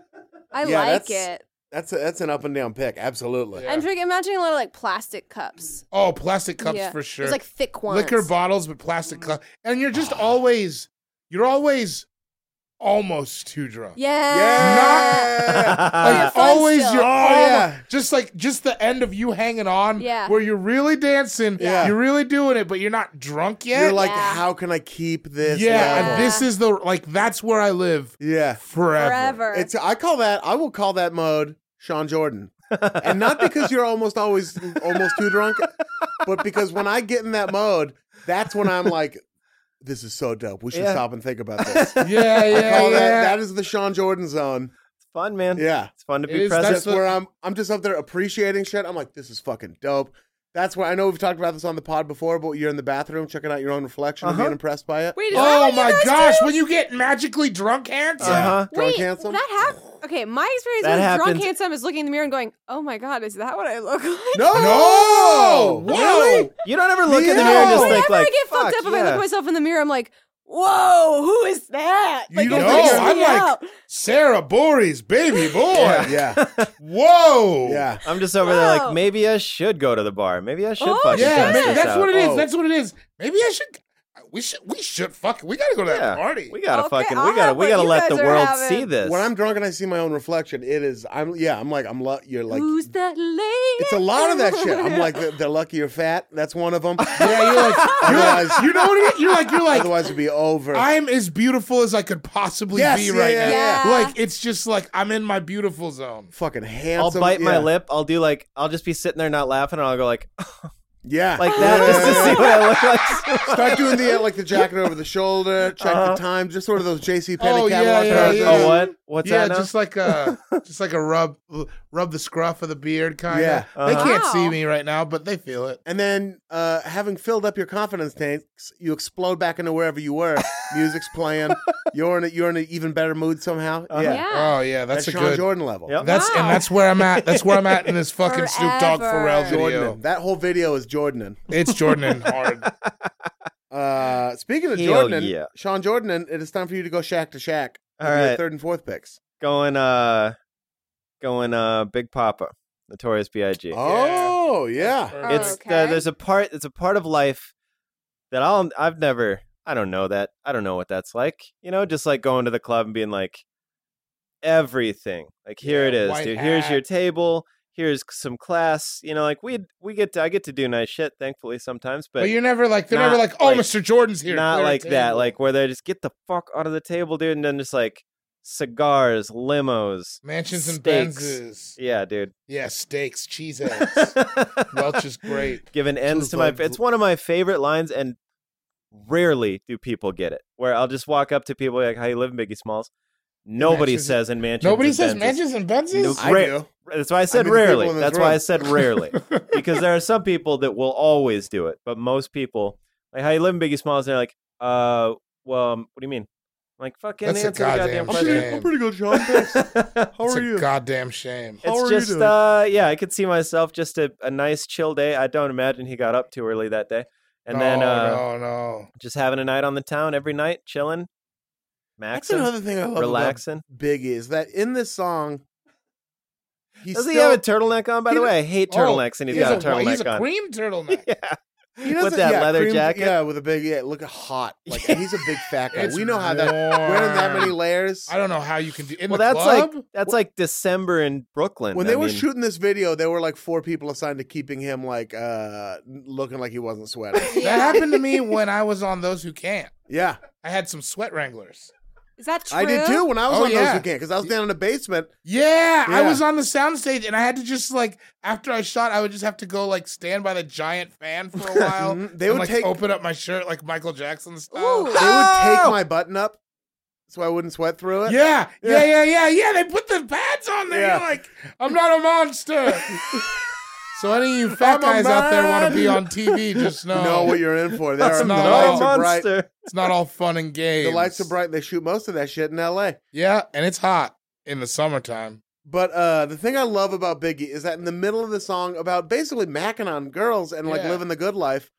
Speaker 5: I
Speaker 2: Yeah,
Speaker 5: like
Speaker 2: that's-
Speaker 5: it.
Speaker 2: that's a, that's an up and down pick. Absolutely.
Speaker 4: Yeah.
Speaker 5: I'm drinking, imagining a lot of like plastic cups.
Speaker 4: Oh, plastic cups
Speaker 5: Yeah.
Speaker 4: for sure.
Speaker 5: There's like thick ones.
Speaker 4: Liquor bottles but plastic cups. And you're just always you're always almost too drunk.
Speaker 5: Yeah.
Speaker 2: Uh,
Speaker 4: Like
Speaker 5: fun
Speaker 4: always,
Speaker 5: still.
Speaker 4: you're
Speaker 5: Oh,
Speaker 4: almo-
Speaker 2: yeah.
Speaker 4: just like just the end of you hanging on,
Speaker 5: Yeah.
Speaker 4: where you're really dancing,
Speaker 2: Yeah.
Speaker 4: you're really doing it, but you're not drunk yet.
Speaker 2: You're like,
Speaker 5: Yeah.
Speaker 2: how can I keep this?
Speaker 4: yeah,
Speaker 2: level?
Speaker 4: and this is the like that's where I live
Speaker 2: Yeah.
Speaker 4: forever.
Speaker 5: Forever.
Speaker 2: It's I call that I will call that mode Sean Jordan. and not because you're almost always almost too drunk, but because when I get in that mode, that's when I'm like, this is so dope. We should
Speaker 3: Yeah.
Speaker 2: stop and think about this.
Speaker 4: Yeah, yeah,
Speaker 2: I call
Speaker 4: yeah.
Speaker 2: that that is the Sean Jordan zone.
Speaker 3: fun, man.
Speaker 2: Yeah.
Speaker 3: It's fun to
Speaker 4: It
Speaker 3: be
Speaker 4: is-
Speaker 3: present.
Speaker 2: That's
Speaker 4: That's what-
Speaker 2: where I'm I'm just up there appreciating shit. I'm like, this is fucking dope. That's where I know we've talked about this on the pod before, but you're in the bathroom checking out your own reflection and
Speaker 3: Uh-huh.
Speaker 2: being impressed by it.
Speaker 5: Wait, is that
Speaker 4: oh
Speaker 5: what you
Speaker 4: my
Speaker 5: guys
Speaker 4: gosh,
Speaker 5: do?
Speaker 4: when you get magically drunk handsome,
Speaker 3: Uh-huh.
Speaker 2: Drunk
Speaker 5: Wait,
Speaker 2: handsome?
Speaker 5: that hap- Okay, my experience
Speaker 3: That
Speaker 5: with drunk
Speaker 3: happens-
Speaker 5: handsome is looking in the mirror and going, "Oh my god, is that what I look like?"
Speaker 2: No!
Speaker 4: No! Whoa!
Speaker 3: You don't ever look in the
Speaker 2: Yeah.
Speaker 3: mirror and just
Speaker 2: Whenever
Speaker 3: think
Speaker 5: Whenever
Speaker 3: like,
Speaker 5: I get
Speaker 3: fuck,
Speaker 5: fucked up, if I
Speaker 3: yeah.
Speaker 5: look at myself in the mirror, I'm like, "Whoa, who is that?"
Speaker 4: You
Speaker 5: it
Speaker 4: don't
Speaker 5: freaks
Speaker 4: know. I'm
Speaker 5: me
Speaker 4: like,
Speaker 5: out.
Speaker 4: Sarah Boris, baby boy.
Speaker 2: Yeah.
Speaker 4: Whoa.
Speaker 2: Yeah.
Speaker 3: I'm just over there like,
Speaker 5: Whoa.
Speaker 3: maybe I should go to the bar. Maybe I should
Speaker 5: Oh,
Speaker 3: fucking
Speaker 4: Yeah,
Speaker 3: test
Speaker 4: man,
Speaker 3: this
Speaker 4: that's
Speaker 3: out.
Speaker 4: what it is.
Speaker 2: Oh.
Speaker 4: That's what it is. Maybe I should. We should. We should. Fuck. it. We gotta go to
Speaker 3: Yeah.
Speaker 4: that party.
Speaker 3: We gotta
Speaker 5: Okay,
Speaker 3: fucking, we
Speaker 5: I'll
Speaker 3: gotta,
Speaker 5: have
Speaker 3: we
Speaker 5: what
Speaker 3: gotta
Speaker 5: you
Speaker 3: let the
Speaker 5: guys are
Speaker 3: world
Speaker 5: having.
Speaker 3: see this.
Speaker 2: When I'm drunk and I see my own reflection, it is I'm yeah, I'm like I'm lu- you're like
Speaker 5: Who's that lady?
Speaker 2: it's a lot of that shit. I'm like they're, they're lucky you're fat. That's one of them.
Speaker 4: Yeah, you're like, you're
Speaker 2: Otherwise-
Speaker 4: like, you know what I mean? You're like, you're like,
Speaker 2: Otherwise it'd be over.
Speaker 4: I'm as beautiful as I could possibly
Speaker 2: Yes,
Speaker 4: be
Speaker 2: yeah,
Speaker 4: right
Speaker 2: yeah,
Speaker 4: now.
Speaker 5: yeah.
Speaker 4: Like, it's just like I'm in my beautiful zone.
Speaker 2: Fucking
Speaker 3: I'll
Speaker 2: handsome.
Speaker 3: bite my
Speaker 2: yeah.
Speaker 3: lip. I'll do like, I'll just be sitting there not laughing, and I'll go like,
Speaker 2: Yeah.
Speaker 3: like that, just to see what I look like.
Speaker 2: Start doing the uh, like the jacket over the shoulder, check the time, just sort of those JC Penney
Speaker 4: Uh-huh. Oh,
Speaker 2: catalog
Speaker 4: yeah,
Speaker 2: photos.
Speaker 4: yeah.
Speaker 3: oh, what? What's
Speaker 4: yeah,
Speaker 3: that now?
Speaker 4: just like a, just like a rub, rub the scruff of the beard, kind of.
Speaker 2: Yeah.
Speaker 4: They can't
Speaker 5: Wow.
Speaker 4: see me right now, but they feel it.
Speaker 2: And then, uh, having filled up your confidence tanks, you explode back into wherever you were. Music's playing. You're in a, you're in an even better mood somehow.
Speaker 3: Uh-huh.
Speaker 2: Yeah, Uh,
Speaker 5: Yeah.
Speaker 4: Oh yeah, that's,
Speaker 2: that's
Speaker 4: a
Speaker 2: Sean
Speaker 4: good.
Speaker 2: Jordan level.
Speaker 3: Yep.
Speaker 4: That's and
Speaker 5: Wow.
Speaker 4: that's where I'm at. That's where I'm at in this fucking Snoop Dogg Pharrell
Speaker 5: Forever.
Speaker 4: video.
Speaker 2: Jordanin. That whole video is Jordanin.
Speaker 4: It's Jordan and hard.
Speaker 2: Uh, speaking of
Speaker 3: Hell
Speaker 2: Jordanin,
Speaker 3: yeah.
Speaker 2: Sean Jordanin, it is time for you to go shack to shack. with
Speaker 3: All
Speaker 2: your
Speaker 3: right.
Speaker 2: third and fourth picks.
Speaker 3: going, uh, going, uh, Big Papa, Notorious B.I.G.
Speaker 2: Oh yeah,
Speaker 5: Oh,
Speaker 3: it's
Speaker 5: okay.
Speaker 3: uh, there's a part it's a part of life that I'll I've never I don't know that I don't know what that's like you know just like going to the club and being like everything like here
Speaker 4: Yeah,
Speaker 3: it is
Speaker 4: white
Speaker 3: dude here's your
Speaker 4: hat.
Speaker 3: table here's some class you know like we we get to I get to do nice shit thankfully sometimes but,
Speaker 4: But, you're never like they're never
Speaker 3: not
Speaker 4: like, oh,
Speaker 3: like-
Speaker 4: Mr. Jordan's here.
Speaker 3: not
Speaker 4: clear
Speaker 3: like that
Speaker 4: table."
Speaker 3: like where they just get the fuck out of the table dude and then just like cigars limos
Speaker 4: mansions and
Speaker 3: steaks.
Speaker 4: Benzes.
Speaker 3: yeah dude
Speaker 4: Yeah, steaks, cheese ass, Welch's grape.
Speaker 3: giving ends
Speaker 2: Just
Speaker 3: to my
Speaker 2: like-
Speaker 3: it's one of my favorite lines and rarely do people get it where i'll just walk up to people like how you live in biggie smalls nobody
Speaker 4: Mansions-
Speaker 3: says in mansions
Speaker 4: Nobody
Speaker 3: and
Speaker 4: says
Speaker 3: Benzes.
Speaker 4: mansions and Benzes.
Speaker 3: No,
Speaker 2: I
Speaker 3: rare-
Speaker 2: do.
Speaker 3: that's why i
Speaker 2: I
Speaker 3: said
Speaker 2: mean, the people
Speaker 3: rarely
Speaker 2: in this
Speaker 3: that's why i
Speaker 2: room.
Speaker 3: said rarely because there are some people that will always do it but most people like how you live in biggie smalls they're like uh well um, what do you mean I'm like fucking
Speaker 4: That's a
Speaker 3: answer the
Speaker 4: goddamn
Speaker 2: I'm pretty,
Speaker 4: shame.
Speaker 2: I'm pretty good, Sean. Thanks.
Speaker 3: question.
Speaker 2: How
Speaker 4: it's
Speaker 2: are
Speaker 4: a
Speaker 2: you?
Speaker 4: goddamn shame.
Speaker 2: How are
Speaker 3: it's
Speaker 2: you
Speaker 3: just
Speaker 2: doing?
Speaker 3: uh yeah i could see myself just a, a nice chill day i don't imagine he got up too early that day and then
Speaker 4: No,
Speaker 3: uh
Speaker 4: no, no.
Speaker 3: just having a night on the town every night, chilling,
Speaker 2: That's
Speaker 3: maxing,
Speaker 2: another thing I love about
Speaker 3: relaxing.
Speaker 2: Big is that in this song. He
Speaker 3: Does
Speaker 2: still,
Speaker 3: he have a turturtleneck on? By
Speaker 2: he Oh,
Speaker 3: the
Speaker 2: do-
Speaker 3: way, I hate turtlenecks, and
Speaker 4: Oh, he's
Speaker 3: he's got a
Speaker 4: whi- He's
Speaker 3: turtleneck
Speaker 4: a
Speaker 3: on.
Speaker 4: cream turtleneck.
Speaker 3: yeah,
Speaker 2: he
Speaker 3: with
Speaker 2: doesn't-
Speaker 3: that
Speaker 2: yeah,
Speaker 3: leather
Speaker 2: cream-
Speaker 3: jacket.
Speaker 2: Yeah, with a big yeah, look hot. Like and he's a big fat guy.
Speaker 4: It's
Speaker 2: we know how that
Speaker 4: warm.
Speaker 2: wearing that many layers.
Speaker 4: I don't know how you can do in
Speaker 3: Well,
Speaker 4: the
Speaker 3: that's
Speaker 4: club.
Speaker 3: like that's like December in Brooklyn.
Speaker 2: When they
Speaker 3: I
Speaker 2: were
Speaker 3: mean,
Speaker 2: shooting this video, there were like four people assigned to keeping him like uh looking like he wasn't sweating.
Speaker 4: that happened to me when I was on those who can't.
Speaker 2: yeah.
Speaker 4: I had some sweat wranglers.
Speaker 5: Is that true?
Speaker 2: I did too when I was
Speaker 4: Oh,
Speaker 2: on
Speaker 4: yeah.
Speaker 2: those who can't because I was down in the basement.
Speaker 4: Yeah, I
Speaker 2: Yeah.
Speaker 4: was on the soundstage and I had to just like after I shot, I would just have to go like stand by the giant fan for a while.
Speaker 3: Mm-hmm.
Speaker 2: Mhm. They
Speaker 4: and,
Speaker 2: would
Speaker 4: like,
Speaker 2: take-
Speaker 4: open up my shirt like Michael Jackson style.
Speaker 5: Ooh.
Speaker 2: They would take my button up so I wouldn't sweat through it.
Speaker 4: Yeah, yeah, yeah, yeah, yeah. They put the pads on there.
Speaker 2: Yeah.
Speaker 4: You're like, I'm not a monster. so any of you
Speaker 2: I'm
Speaker 4: fat
Speaker 2: a
Speaker 4: guys out there want
Speaker 2: man.
Speaker 4: to be on TV, just know,
Speaker 2: Know what you're in for. There
Speaker 4: That's
Speaker 2: are, the
Speaker 4: not
Speaker 2: lights
Speaker 4: a
Speaker 2: are bright.
Speaker 4: it's not all fun and games.
Speaker 2: The lights are bright. They shoot most of that shit in L.A.
Speaker 4: Yeah, and it's hot in the summertime.
Speaker 2: But uh, the thing I love about Biggie is that in the middle of the song about basically macking on girls and like
Speaker 4: Yeah.
Speaker 2: living the good life,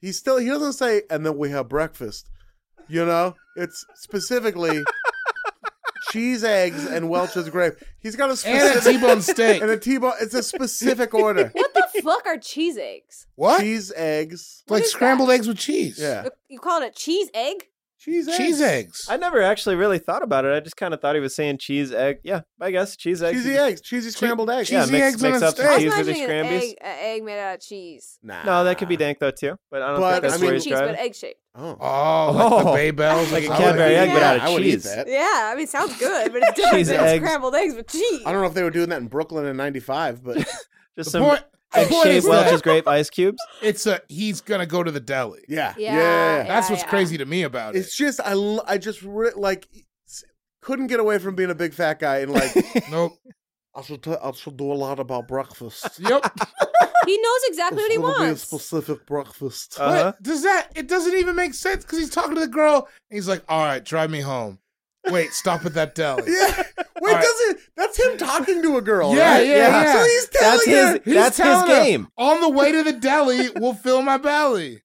Speaker 2: he still he doesn't say and then we have breakfast. You know, it's specifically cheese, eggs, and Welch's grape. He's got a
Speaker 4: And a
Speaker 2: specific
Speaker 4: T-bone steak.
Speaker 2: and a T-bone. It's a specific order:
Speaker 5: What the fuck are cheese eggs?
Speaker 4: what?
Speaker 2: cheese, eggs.
Speaker 4: like
Speaker 5: is
Speaker 4: scrambled eggs with cheese.
Speaker 2: Yeah,
Speaker 5: Uh, You call it a cheese egg?
Speaker 2: cheese,
Speaker 4: Cheese eggs.
Speaker 3: I never actually really thought about it. I just kind of thought he was saying cheese, egg. Yeah, I guess cheese, egg.
Speaker 2: cheesy eggs, cheesy scrambled eggs.
Speaker 3: Yeah,
Speaker 4: Cheesy
Speaker 3: mix,
Speaker 4: eggs on
Speaker 3: mix
Speaker 4: a
Speaker 3: up
Speaker 4: steak. I
Speaker 3: some
Speaker 4: was
Speaker 3: cheese with his
Speaker 5: imagining an
Speaker 3: scrambies.
Speaker 5: egg, an egg made out of cheese.
Speaker 2: Nah.
Speaker 3: No, that could be dank though too. But I don't
Speaker 2: But,
Speaker 3: think that's
Speaker 2: I
Speaker 3: where
Speaker 2: mean-
Speaker 3: he's
Speaker 5: cheese,
Speaker 3: driving.
Speaker 5: but egg shape.
Speaker 4: Oh, like the
Speaker 3: Oh.
Speaker 4: Bay Bells.
Speaker 3: Like a
Speaker 4: I would
Speaker 3: Cadbury
Speaker 4: eat
Speaker 3: egg, but
Speaker 4: that.
Speaker 3: out of
Speaker 2: I would eat
Speaker 3: cheese.
Speaker 2: that.
Speaker 5: Yeah, I mean, sounds good, but it's different
Speaker 3: Cheese
Speaker 5: than
Speaker 3: eggs.
Speaker 5: scrambled eggs with cheese.
Speaker 2: I don't know if they were doing that in Brooklyn in '95, but
Speaker 3: Just
Speaker 4: The
Speaker 3: some
Speaker 4: point, the
Speaker 3: egg
Speaker 4: point is
Speaker 3: shaped Welch's
Speaker 4: that
Speaker 3: grape ice cubes.
Speaker 4: it's a he's gonna go to the deli.
Speaker 2: yeah,
Speaker 5: Yeah.
Speaker 4: That's what's
Speaker 5: yeah.
Speaker 4: crazy to me about it.
Speaker 2: It's just I l- I just re- like s- couldn't get away from being a big fat guy and like
Speaker 4: Nope.
Speaker 2: I should t- I should do a lot about breakfast.
Speaker 4: Yep.
Speaker 5: He knows exactly what he
Speaker 2: It's gonna Be a
Speaker 5: wants.
Speaker 2: specific breakfast.
Speaker 3: Uh-huh.
Speaker 4: What? Does that? It doesn't even make sense because he's talking to the girl. And he's like, "All right, drive me home. Wait, stop at that deli."
Speaker 2: yeah. Wait,
Speaker 4: right.
Speaker 2: doesn't that's him talking to a girl?
Speaker 4: Yeah,
Speaker 2: right?
Speaker 4: yeah, Yeah. yeah.
Speaker 2: So he's telling
Speaker 3: That's
Speaker 2: her.
Speaker 3: his.
Speaker 4: He's
Speaker 3: That's his
Speaker 4: telling her,
Speaker 3: game.
Speaker 4: On the way to the deli, we'll fill my belly.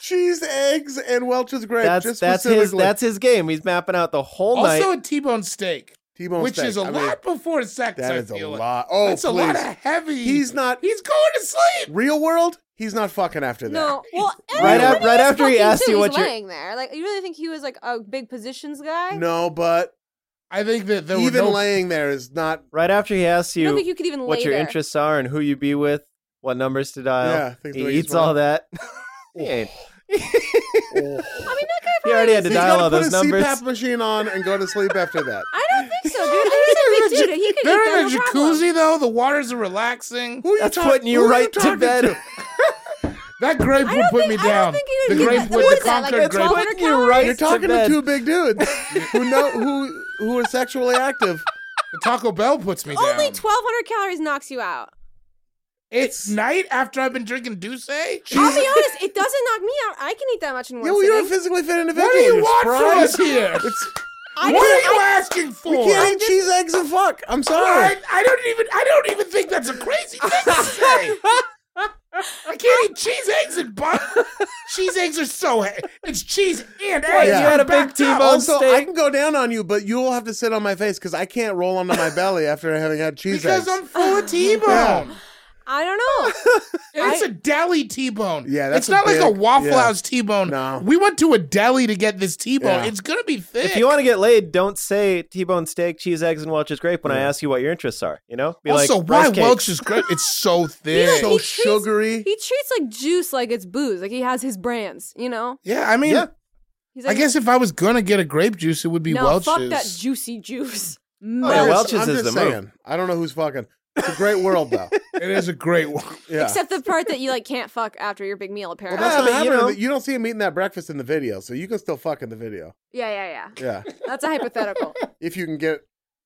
Speaker 2: cheese, eggs, and Welch's grape.
Speaker 3: That's
Speaker 2: just
Speaker 3: that's his.
Speaker 2: specifically.
Speaker 3: That's his game. He's mapping out the whole
Speaker 4: Also,
Speaker 3: night.
Speaker 4: a T-bone steak,
Speaker 2: T-bone
Speaker 4: which
Speaker 2: steak.
Speaker 4: is a
Speaker 2: I mean,
Speaker 4: lot before sex.
Speaker 2: That
Speaker 4: I
Speaker 2: is a
Speaker 4: feel like.
Speaker 2: lot. Oh,
Speaker 4: That's
Speaker 2: please.
Speaker 4: a lot of heavy.
Speaker 2: He's not
Speaker 4: He's going to sleep.
Speaker 2: real world. He's not fucking after that.
Speaker 5: No, well, and
Speaker 3: Right
Speaker 5: when
Speaker 3: up- right
Speaker 5: was
Speaker 3: after he
Speaker 5: fucking
Speaker 3: asked
Speaker 5: too,
Speaker 3: you
Speaker 5: he's
Speaker 3: what your-
Speaker 5: laying there. Like, you really think he was like a big positions guy?
Speaker 2: No, but
Speaker 4: I think that there were
Speaker 2: even
Speaker 4: no.
Speaker 2: laying there is not.
Speaker 3: Right after he asks
Speaker 5: I don't
Speaker 3: you
Speaker 5: think you could even
Speaker 3: what
Speaker 5: lay
Speaker 3: your
Speaker 5: there.
Speaker 3: interests are and who you be with, what numbers to dial.
Speaker 2: Yeah, things the way
Speaker 3: he
Speaker 2: he's
Speaker 3: eats all
Speaker 2: running.
Speaker 3: that. he ain't.
Speaker 5: I mean, that guy
Speaker 3: He already had to
Speaker 2: He's
Speaker 3: dial
Speaker 2: gotta
Speaker 3: all
Speaker 2: put
Speaker 3: those
Speaker 2: his
Speaker 3: numbers.
Speaker 2: CPAP machine on and go to sleep after that.
Speaker 5: I don't think so, dude. I think he's a big dude. He could eat
Speaker 4: They're
Speaker 5: that,
Speaker 4: in a
Speaker 5: no problem.
Speaker 4: jacuzzi though. The waters are relaxing.
Speaker 2: Who are you
Speaker 3: That's
Speaker 2: talk-
Speaker 3: putting you
Speaker 2: who are
Speaker 3: right to
Speaker 2: talking
Speaker 3: bed.
Speaker 4: That grape
Speaker 5: I
Speaker 4: would
Speaker 5: don't
Speaker 4: put
Speaker 5: think-
Speaker 4: me
Speaker 5: I don't
Speaker 4: down.
Speaker 5: think you
Speaker 4: The
Speaker 5: would
Speaker 4: grape
Speaker 5: get-
Speaker 4: would
Speaker 5: what
Speaker 4: the
Speaker 5: is that, like a
Speaker 4: conquered grape.
Speaker 5: twelve-
Speaker 3: putting you right
Speaker 2: You're
Speaker 3: to
Speaker 2: talking to
Speaker 3: bed.
Speaker 2: two big dudes who know who who are sexually active.
Speaker 4: The Taco Bell puts me down.
Speaker 5: Only 1,200 calories knocks you out.
Speaker 4: It's night after I've been drinking Douce?
Speaker 5: I'll be honest, it doesn't knock me out. I can eat that much in one
Speaker 2: Yeah, well, you're a
Speaker 5: sitting.
Speaker 2: physically fit individual.
Speaker 4: What do you
Speaker 2: You're
Speaker 4: want from
Speaker 2: spry.
Speaker 4: us here?
Speaker 2: It's,
Speaker 5: I
Speaker 4: what
Speaker 5: can-
Speaker 4: are you asking
Speaker 2: you
Speaker 4: for?
Speaker 2: can't eat cheese, eggs, and fuck. I'm sorry.
Speaker 4: I, I don't even I don't even think that's a crazy thing to say. I can't eat cheese, eggs, and bun. cheese eggs are so he- it's cheese and eggs.
Speaker 2: you had
Speaker 3: a big
Speaker 4: Backed up.
Speaker 3: T-bone
Speaker 2: Also, I
Speaker 3: steak.
Speaker 2: can go down on you, but you'll have to sit on my face because I can't roll onto my belly after having had cheese eggs.
Speaker 4: because I'm full of T-bone.
Speaker 5: I don't know.
Speaker 4: It's a deli T-bone.
Speaker 2: Yeah, that's
Speaker 4: it's not
Speaker 2: a
Speaker 4: like a
Speaker 2: big-
Speaker 4: Waffle
Speaker 2: yeah.
Speaker 4: House T-bone.
Speaker 2: No.
Speaker 4: we went to a deli to get this
Speaker 2: Yeah.
Speaker 4: T-bone. It's gonna be thick.
Speaker 3: If you want to get laid, don't say T-bone steak, cheese, eggs, and Welch's grape when I ask you what your interests are. You know, be
Speaker 4: also,
Speaker 3: like
Speaker 4: why
Speaker 3: rice cake.
Speaker 4: Welch is great? It's so thick.
Speaker 5: like-
Speaker 2: so
Speaker 5: He treats-
Speaker 2: sugary.
Speaker 5: He treats like juice like it's booze. Like he has his brands, you know?
Speaker 4: yeah, I mean,
Speaker 3: Yeah.
Speaker 5: He's
Speaker 4: I
Speaker 5: like,
Speaker 4: guess if I was gonna get a grape juice, it would be
Speaker 5: no,
Speaker 4: Welch's.
Speaker 5: fuck that juicy juice.
Speaker 3: Oh, yeah,
Speaker 5: Murder.
Speaker 3: Welch's
Speaker 2: I'm
Speaker 3: is
Speaker 2: just
Speaker 3: the move.
Speaker 2: saying. I don't know who's fucking. It's a great world though.
Speaker 4: It is a great one.
Speaker 2: Yeah.
Speaker 5: Except the part that you like can't fuck after your big meal,
Speaker 2: well,
Speaker 5: apparently.
Speaker 2: that's
Speaker 3: Yeah,
Speaker 2: what
Speaker 3: but you
Speaker 2: happened.
Speaker 3: know-
Speaker 2: You, you don't see him eating that breakfast in the video, so you can still fuck in the video.
Speaker 5: yeah, yeah, yeah.
Speaker 2: Yeah.
Speaker 5: That's a hypothetical.
Speaker 2: if you can get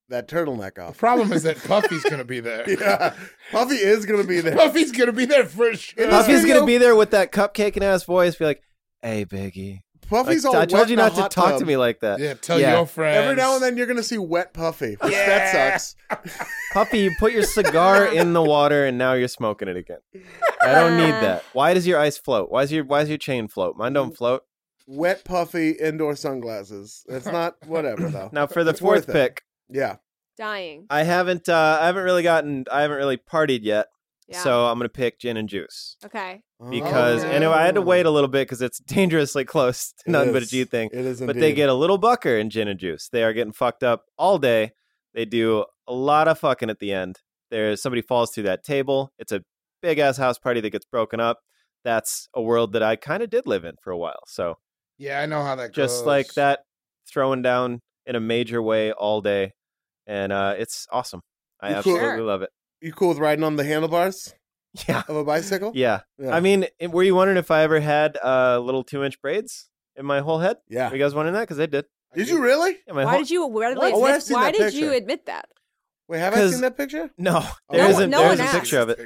Speaker 2: that turtleneck
Speaker 4: The
Speaker 2: off.
Speaker 4: problem is that Puffy's gonna be there.
Speaker 2: Yeah, Puffy is gonna be there.
Speaker 4: Puffy's gonna be there for sure.
Speaker 3: Puffy's
Speaker 2: video-
Speaker 3: gonna be there with that cupcake and ass voice. Be like, "Hey, Biggie,
Speaker 2: Puffy's
Speaker 3: Like,
Speaker 2: all
Speaker 3: I
Speaker 2: wet
Speaker 3: told you
Speaker 2: in a
Speaker 3: not to
Speaker 2: hot
Speaker 3: talk
Speaker 2: tub.
Speaker 3: to me like that."
Speaker 4: Yeah, tell
Speaker 3: Yeah.
Speaker 4: your friends.
Speaker 2: Every now and then you're gonna see wet Puffy, which
Speaker 4: Yeah.
Speaker 2: that sucks.
Speaker 3: Puppy, you put your cigar in the water and now you're smoking it again. I don't need that. Why does your ice float? Why is your why is your chain float? Mine
Speaker 2: Mm.
Speaker 3: don't float.
Speaker 2: Wet Puffy indoor sunglasses. It's not whatever though.
Speaker 3: Now for the
Speaker 2: It's
Speaker 3: fourth
Speaker 2: worth it.
Speaker 3: pick,
Speaker 2: Yeah,
Speaker 5: Dying.
Speaker 3: I haven't uh, I haven't really gotten I haven't really partied yet.
Speaker 5: Yeah.
Speaker 3: So I'm gonna pick gin and juice
Speaker 5: okay.
Speaker 3: because
Speaker 5: Okay.
Speaker 3: and I had to wait a little bit because it's dangerously close to
Speaker 2: Oh. It
Speaker 3: nothing but a
Speaker 2: is.
Speaker 3: G thing.
Speaker 2: It is,
Speaker 3: But they get a little bucker in gin and juice. They are getting fucked up all day. They do a lot of fucking at the end. There's somebody falls through that table. It's a big ass house party that gets broken up. That's a world that I kind of did live in for a while. So
Speaker 4: Yeah, I know how that goes.
Speaker 3: just like that throwing down in a major way all day, and uh, it's awesome. I
Speaker 2: You cool?
Speaker 3: absolutely love it.
Speaker 2: You cool with riding on the handlebars
Speaker 3: Yeah,
Speaker 2: of a bicycle?
Speaker 3: yeah.
Speaker 2: Yeah.
Speaker 3: I mean, it- were you wondering if I ever had uh, little two-inch braids in my whole head?
Speaker 2: Yeah.
Speaker 3: Were you guys wondering that? Because I did.
Speaker 2: Did you really?
Speaker 3: Yeah, my
Speaker 5: Why
Speaker 3: whole-
Speaker 5: did you? Why did,
Speaker 2: What? Oh, I've seen
Speaker 5: why
Speaker 2: that
Speaker 5: did you
Speaker 2: picture.
Speaker 5: admit that?
Speaker 2: Wait, have I
Speaker 3: 'Cause-
Speaker 2: seen that picture?
Speaker 3: No, there
Speaker 5: No
Speaker 3: not
Speaker 5: no
Speaker 3: there
Speaker 5: one
Speaker 3: isn't a
Speaker 5: asked.
Speaker 3: picture of it.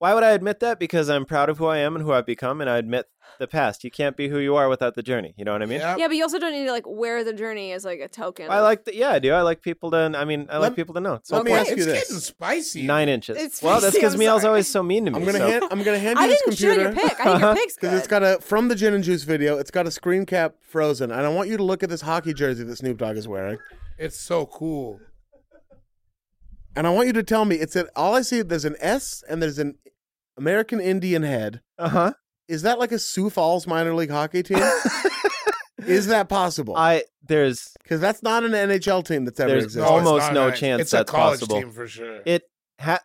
Speaker 3: Why would I admit that? Because I'm proud of who I am and who I've become, and I admit the past. You can't be who you are without the journey. You know what I mean?
Speaker 4: Yeah.
Speaker 5: Yeah, but you also don't need to like wear the journey as like a token.
Speaker 3: I
Speaker 5: of-
Speaker 3: like, the, yeah, I do. I like people to. I mean, I
Speaker 2: Let-
Speaker 3: like people to know. It's
Speaker 2: Let me
Speaker 3: important.
Speaker 2: ask you this.
Speaker 4: It's getting spicy.
Speaker 3: nine inches.
Speaker 5: It's
Speaker 3: well, that's
Speaker 5: spicy,
Speaker 3: because
Speaker 5: I'm
Speaker 3: Miao's
Speaker 5: sorry.
Speaker 3: always so mean to me.
Speaker 2: I'm gonna
Speaker 3: so-
Speaker 2: hand I'm gonna hand you
Speaker 5: I
Speaker 2: this
Speaker 5: didn't shoot on
Speaker 2: computer.
Speaker 5: your pick. I think
Speaker 3: Uh-huh.
Speaker 5: your pick's good.
Speaker 2: Because it's got a from the gin and juice video. It's got a screen cap frozen, and I want you to look at this hockey jersey that Snoop Dogg is wearing,
Speaker 4: It's so cool.
Speaker 2: and I want you to tell me it's an, all I see. There's an S and there's an American Indian head.
Speaker 3: Uh-huh.
Speaker 2: Is that like a Sioux Falls minor league hockey team? is that possible?
Speaker 3: I there's
Speaker 2: Because that's not an NHL team that's ever
Speaker 3: There's
Speaker 2: existed.
Speaker 3: no-
Speaker 4: it's
Speaker 3: Almost
Speaker 4: not
Speaker 3: no
Speaker 4: nice.
Speaker 3: chance
Speaker 4: it's
Speaker 3: that's
Speaker 4: a college
Speaker 3: possible.
Speaker 4: team for sure.
Speaker 3: it ha-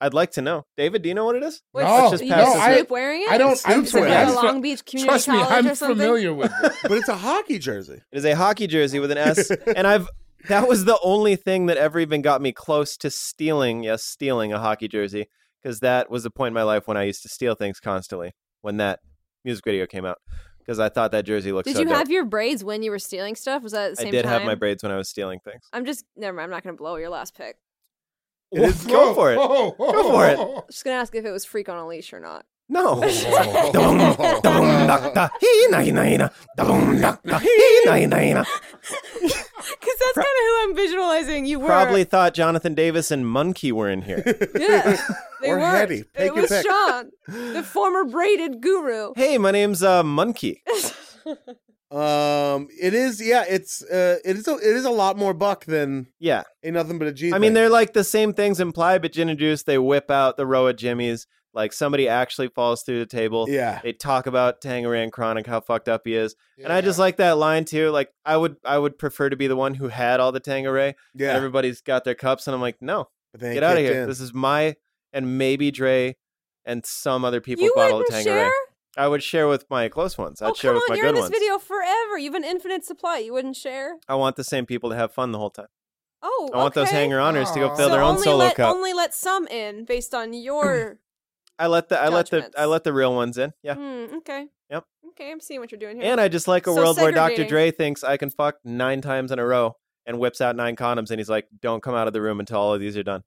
Speaker 3: I'd like to know. David, do you know what it is?
Speaker 5: Wait,
Speaker 4: No,
Speaker 5: so
Speaker 3: no,
Speaker 5: you know
Speaker 3: I-
Speaker 5: Snoop wearing it?
Speaker 4: I don't. I'm
Speaker 2: Snoop's
Speaker 5: Is it
Speaker 2: wearing
Speaker 4: familiar.
Speaker 5: like a
Speaker 2: it.
Speaker 5: Long Beach community
Speaker 4: Trust me,
Speaker 5: college
Speaker 4: I'm
Speaker 5: or something?
Speaker 4: familiar with it.
Speaker 2: but it's a hockey jersey.
Speaker 3: It is a hockey jersey with an S and I've that was the only thing that ever even got me close to stealing, yes, stealing a hockey jersey because that was the point in my life when I used to steal things constantly when that music video came out because I thought that jersey looked
Speaker 5: Did
Speaker 3: so
Speaker 5: you
Speaker 3: dope.
Speaker 5: have your braids when you were stealing stuff? Was that at the
Speaker 3: I
Speaker 5: same
Speaker 3: did
Speaker 5: time?
Speaker 3: have my braids when I was stealing things.
Speaker 5: I'm just never mind. I'm not gonna blow your last pick.
Speaker 3: Well, Go for it.
Speaker 4: Oh,
Speaker 3: Go for it.
Speaker 5: I'm just gonna ask if it was freak on a leash or not.
Speaker 3: No.
Speaker 5: Because that's kind of who I'm visualizing. You were
Speaker 3: Probably thought Jonathan Davis and Monkey were in here.
Speaker 5: yeah. They
Speaker 2: Or
Speaker 5: were.
Speaker 2: Hetty. Take
Speaker 5: it
Speaker 2: your
Speaker 5: was
Speaker 2: pick.
Speaker 5: Sean, the former braided guru.
Speaker 3: hey, my name's uh, Monkey.
Speaker 2: Um, it is. Yeah, it's uh, it is. A, it is a lot more buck than
Speaker 3: Yeah.
Speaker 2: ain't nothing but a G.
Speaker 3: I mean,
Speaker 2: thing.
Speaker 3: they're like the same things implied, but gin and juice, they whip out the row of jimmies. Like somebody actually falls through the table.
Speaker 2: Yeah.
Speaker 3: They talk about Tangeran Chronic, how fucked up he is. And I just like that line too. Like I would I would prefer to be the one who had all the Tangeray.
Speaker 2: Yeah.
Speaker 3: Everybody's got their cups and I'm like, no,
Speaker 2: But they ain't
Speaker 3: get out of
Speaker 2: kicked
Speaker 3: here.
Speaker 2: in.
Speaker 3: This is my and maybe Dre and some other people
Speaker 5: you
Speaker 3: bottle of
Speaker 5: wouldn't
Speaker 3: Tangeray.
Speaker 5: share?
Speaker 3: I would share with my close ones. I'd
Speaker 5: oh
Speaker 3: share
Speaker 5: come
Speaker 3: with my
Speaker 5: on, you're in
Speaker 3: good
Speaker 5: this
Speaker 3: ones.
Speaker 5: video forever. You have an infinite supply. You wouldn't share?
Speaker 3: I want the same people to have fun the whole time.
Speaker 5: Oh,
Speaker 3: I want those
Speaker 5: okay.
Speaker 3: hanger honors to go
Speaker 4: Aw.
Speaker 3: fill
Speaker 5: so
Speaker 3: their own
Speaker 5: only
Speaker 3: solo
Speaker 5: let,
Speaker 3: cup.
Speaker 5: Only let some in based on your.
Speaker 3: I let the I let the
Speaker 5: judgments.
Speaker 3: I let the real ones in. Yeah.
Speaker 5: Hmm, okay.
Speaker 3: Yep.
Speaker 5: Okay, I'm seeing what you're doing here.
Speaker 3: And I just like a
Speaker 5: So
Speaker 3: world where Dr.
Speaker 5: segregating.
Speaker 3: Dre thinks I can fuck nine times in a row and whips out nine condoms and he's like, Don't come out of the room until all of these are done.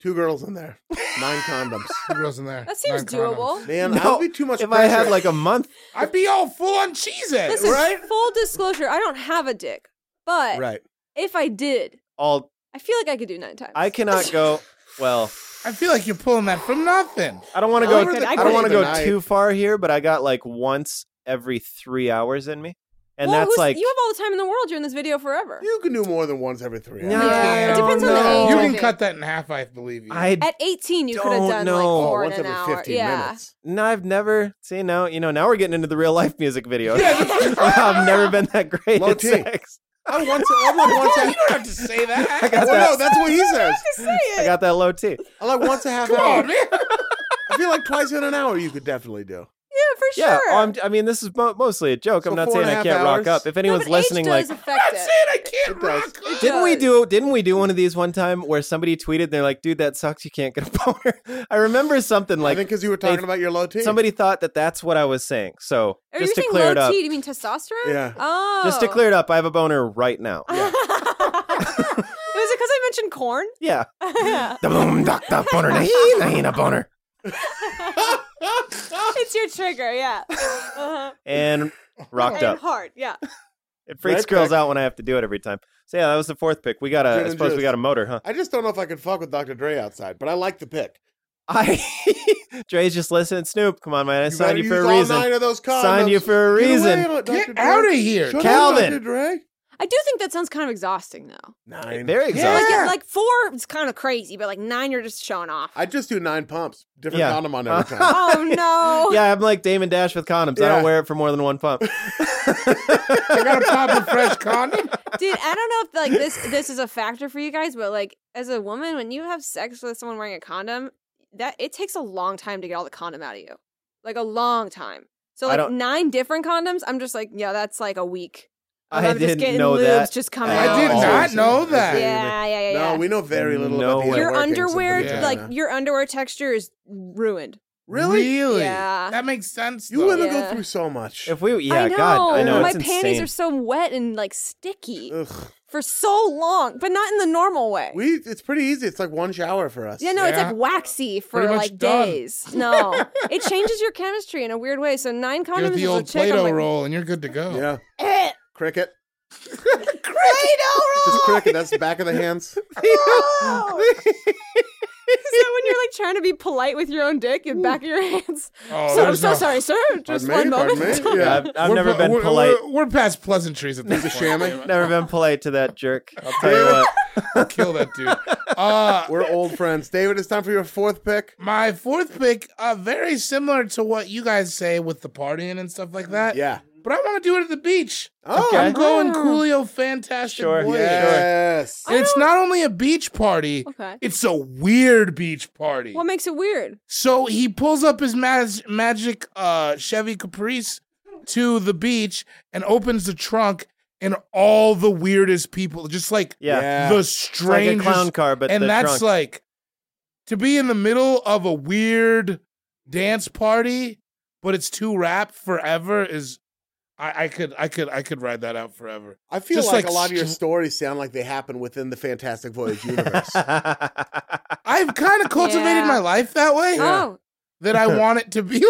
Speaker 2: two girls in there, nine condoms.
Speaker 4: Girls in there.
Speaker 5: that seems
Speaker 4: Nine condoms.
Speaker 5: doable.
Speaker 2: Man,
Speaker 3: No,
Speaker 2: that would be too much
Speaker 3: If I
Speaker 2: pressure.
Speaker 3: had like a month
Speaker 4: I'd be all full on cheese
Speaker 5: This
Speaker 4: it.
Speaker 5: is
Speaker 2: Right?
Speaker 5: full disclosure. I don't have a dick, but
Speaker 2: right.
Speaker 5: if I did,
Speaker 3: all
Speaker 5: I feel like I could do nine times.
Speaker 3: I cannot go well,
Speaker 4: I feel like you're pulling that from nothing.
Speaker 3: I don't wanna
Speaker 5: No,
Speaker 3: go
Speaker 5: I could- Oh I
Speaker 3: I don't wanna
Speaker 2: couldn't.
Speaker 3: go too far here, but I got like once every three hours in me. And
Speaker 5: Well,
Speaker 3: that's
Speaker 5: who's-
Speaker 3: like
Speaker 5: you have all the time in the world. You're in this video forever.
Speaker 2: You can do more than once every three.
Speaker 3: No,
Speaker 2: hours.
Speaker 5: It depends on the
Speaker 3: no.
Speaker 5: age.
Speaker 4: You
Speaker 5: I
Speaker 4: can
Speaker 5: think.
Speaker 4: cut that in half, I believe you.
Speaker 3: I
Speaker 5: At 18, you could have
Speaker 3: Don't
Speaker 5: done like
Speaker 3: know.
Speaker 5: four in
Speaker 2: Oh, once
Speaker 5: an
Speaker 2: every
Speaker 5: hour.
Speaker 2: fifteen
Speaker 5: yeah.
Speaker 2: minutes.
Speaker 3: No, I've never. See now, you know, now we're getting into the real life music video. I've never been that great
Speaker 2: Low
Speaker 3: at
Speaker 2: T.
Speaker 3: sex.
Speaker 2: I once. I would once.
Speaker 4: you don't
Speaker 2: have,
Speaker 4: have to say that.
Speaker 3: I got
Speaker 2: well, no,
Speaker 3: that.
Speaker 2: that's what he says.
Speaker 3: I got that low T.
Speaker 2: I like once a half hour. I feel like twice in an hour you could definitely do.
Speaker 5: Yeah, for
Speaker 3: Yeah,
Speaker 5: sure.
Speaker 3: oh, I'm, I mean, this is mo- mostly a joke.
Speaker 2: So
Speaker 3: I'm not
Speaker 2: four
Speaker 3: saying
Speaker 2: and a
Speaker 3: I
Speaker 2: half
Speaker 3: can't
Speaker 2: hours?
Speaker 3: rock up. If
Speaker 5: No,
Speaker 3: anyone's
Speaker 5: but
Speaker 3: listening,
Speaker 5: age
Speaker 3: like,
Speaker 5: does affect
Speaker 4: That's
Speaker 5: it.
Speaker 4: it. I can't rock.
Speaker 3: didn't we
Speaker 5: does.
Speaker 3: do? Didn't we do one of these one time where somebody tweeted? and They're like, "Dude, that sucks. You can't get a boner." I remember something
Speaker 2: I
Speaker 3: like
Speaker 2: think because you were talking
Speaker 3: they-
Speaker 2: about your low T.
Speaker 3: somebody thought that that's what I was saying. So
Speaker 5: Are
Speaker 3: just
Speaker 5: you
Speaker 3: to
Speaker 5: saying
Speaker 3: clear
Speaker 5: low
Speaker 3: it up,
Speaker 5: T? Do you mean testosterone?
Speaker 2: Yeah.
Speaker 5: Oh.
Speaker 3: just to clear it up, I have a boner right now.
Speaker 5: Was it because I mentioned corn?
Speaker 3: Yeah.
Speaker 5: Yeah.
Speaker 3: Da boom, da, da, boner, na, hee, na, hee, na, boner.
Speaker 5: it's your trigger, yeah. Uh-huh.
Speaker 3: And rocked
Speaker 5: And
Speaker 3: up.
Speaker 5: hard, yeah.
Speaker 3: It freaks
Speaker 2: Red
Speaker 3: girls
Speaker 2: pick.
Speaker 3: out when I have to do it every time. So yeah, that was the fourth pick. We got a.
Speaker 2: Gin
Speaker 3: I
Speaker 2: and
Speaker 3: suppose we
Speaker 2: juice.
Speaker 3: got a motor, huh?
Speaker 2: I just don't know if I could fuck with Dr. Dre outside, but I like the pick.
Speaker 3: I Dre's just listening. Snoop, come on, man. I
Speaker 2: You
Speaker 3: signed
Speaker 2: better
Speaker 3: you for
Speaker 2: use
Speaker 3: a
Speaker 2: all
Speaker 3: reason.
Speaker 2: nine of those
Speaker 3: Signed you
Speaker 2: condoms.
Speaker 3: for a
Speaker 2: Get away
Speaker 3: reason.
Speaker 2: on it, Dr.
Speaker 4: Get
Speaker 2: Dre.
Speaker 4: out of here.
Speaker 2: Shut up,
Speaker 3: Calvin.
Speaker 2: Dr. Dre.
Speaker 5: I do think that sounds kind of exhausting, though.
Speaker 2: Nine.
Speaker 3: Very
Speaker 4: Yeah.
Speaker 3: exhausting.
Speaker 5: Like, like four is kind of crazy, but like nine, you're just showing off.
Speaker 2: I just do nine pumps, different
Speaker 3: Yeah.
Speaker 2: condom on every time.
Speaker 5: oh no!
Speaker 3: Yeah. I'm like Damon Dash with condoms. I
Speaker 2: Yeah.
Speaker 3: don't wear it for more than one pump.
Speaker 4: I got to pop a fresh condom.
Speaker 5: Dude, I don't know if like this this is a factor for you guys, but like as a woman, when you have sex with someone wearing a condom, that it takes a long time to get all the condom out of you, like a long time. So
Speaker 3: I
Speaker 5: like
Speaker 3: don't-
Speaker 5: nine different condoms, I'm just like, yeah, that's like a week.
Speaker 3: I
Speaker 5: I'm just
Speaker 3: didn't
Speaker 5: getting
Speaker 3: know
Speaker 5: lubes
Speaker 3: that.
Speaker 5: just coming
Speaker 3: at
Speaker 2: Oh,
Speaker 5: out.
Speaker 4: I did
Speaker 3: all.
Speaker 4: not know that.
Speaker 5: Yeah, yeah, yeah. yeah.
Speaker 2: No, we know very little
Speaker 3: No
Speaker 2: about the
Speaker 3: way.
Speaker 5: your
Speaker 2: inner workings of the
Speaker 5: underwear,
Speaker 2: vagina.
Speaker 5: like your underwear texture, is ruined.
Speaker 2: really,
Speaker 4: Really?
Speaker 5: Yeah.
Speaker 4: That makes sense.
Speaker 2: you
Speaker 4: though.
Speaker 2: women
Speaker 5: Yeah.
Speaker 2: go through so much.
Speaker 3: If we, yeah,
Speaker 5: I know.
Speaker 3: God, I know.
Speaker 5: My
Speaker 3: it's
Speaker 5: panties
Speaker 3: insane.
Speaker 5: are so wet and like sticky
Speaker 2: Ugh.
Speaker 5: for so long, but not in the normal way.
Speaker 2: We, it's pretty easy. It's like one shower for us.
Speaker 5: yeah, no, it's
Speaker 4: Yeah.
Speaker 5: like waxy for
Speaker 4: Pretty much
Speaker 5: like
Speaker 4: done.
Speaker 5: days. No, it changes your chemistry in a weird way. So nine
Speaker 4: You're
Speaker 5: condoms
Speaker 4: the
Speaker 5: is a
Speaker 4: old
Speaker 5: chick.
Speaker 4: Play-Doh
Speaker 5: I'm like,
Speaker 4: roll, and you're good to go.
Speaker 2: Yeah. Cricket.
Speaker 5: Play-Doh
Speaker 2: Just cricket. That's the back of the hands.
Speaker 5: roll. is that when you're like trying to be polite with your own dick in the back of your hands?
Speaker 4: Oh,
Speaker 5: so, I'm
Speaker 4: there's
Speaker 5: so
Speaker 4: no-
Speaker 5: sorry, sir. Just
Speaker 2: Pardon me,
Speaker 5: one moment.
Speaker 2: pardon me. Yeah.
Speaker 3: I've, I've
Speaker 4: We're
Speaker 3: never
Speaker 4: pa-
Speaker 3: been
Speaker 4: we're-
Speaker 3: polite.
Speaker 4: We're, we're past pleasantries at this point.
Speaker 2: Shaman.
Speaker 3: never been polite to that jerk. I'll tell you what.
Speaker 4: Kill that dude. Uh,
Speaker 2: We're old friends. David, it's time for your fourth pick.
Speaker 4: my fourth pick, uh, very similar to what you guys say with the partying and stuff like that.
Speaker 2: Yeah.
Speaker 4: But I want to do it at the beach.
Speaker 2: Oh,
Speaker 3: Okay.
Speaker 4: I'm going Coolio Fantastic
Speaker 3: Sure.
Speaker 4: Voyage.
Speaker 2: yes.
Speaker 4: And it's not only a beach party,
Speaker 5: Okay.
Speaker 4: it's a weird beach party.
Speaker 5: What makes it weird?
Speaker 4: So he pulls up his mag- magic uh, Chevy Caprice to the beach and opens the trunk, and all the weirdest people, just like
Speaker 3: Yeah.
Speaker 2: Yeah.
Speaker 4: the
Speaker 3: It's like a
Speaker 4: strangest.
Speaker 3: clown car, but
Speaker 4: and
Speaker 3: the
Speaker 4: that's
Speaker 3: trunk.
Speaker 4: like to be in the middle of a weird dance party, but it's two rap forever is. I, I could I could I could ride that out forever.
Speaker 2: I feel
Speaker 4: Just
Speaker 2: like,
Speaker 4: like
Speaker 2: a lot of your
Speaker 4: str-
Speaker 2: stories sound like they happen within the Fantastic Voyage universe.
Speaker 4: I've kind of cultivated
Speaker 5: Yeah.
Speaker 4: my life that way
Speaker 5: Oh,
Speaker 4: that I want it to be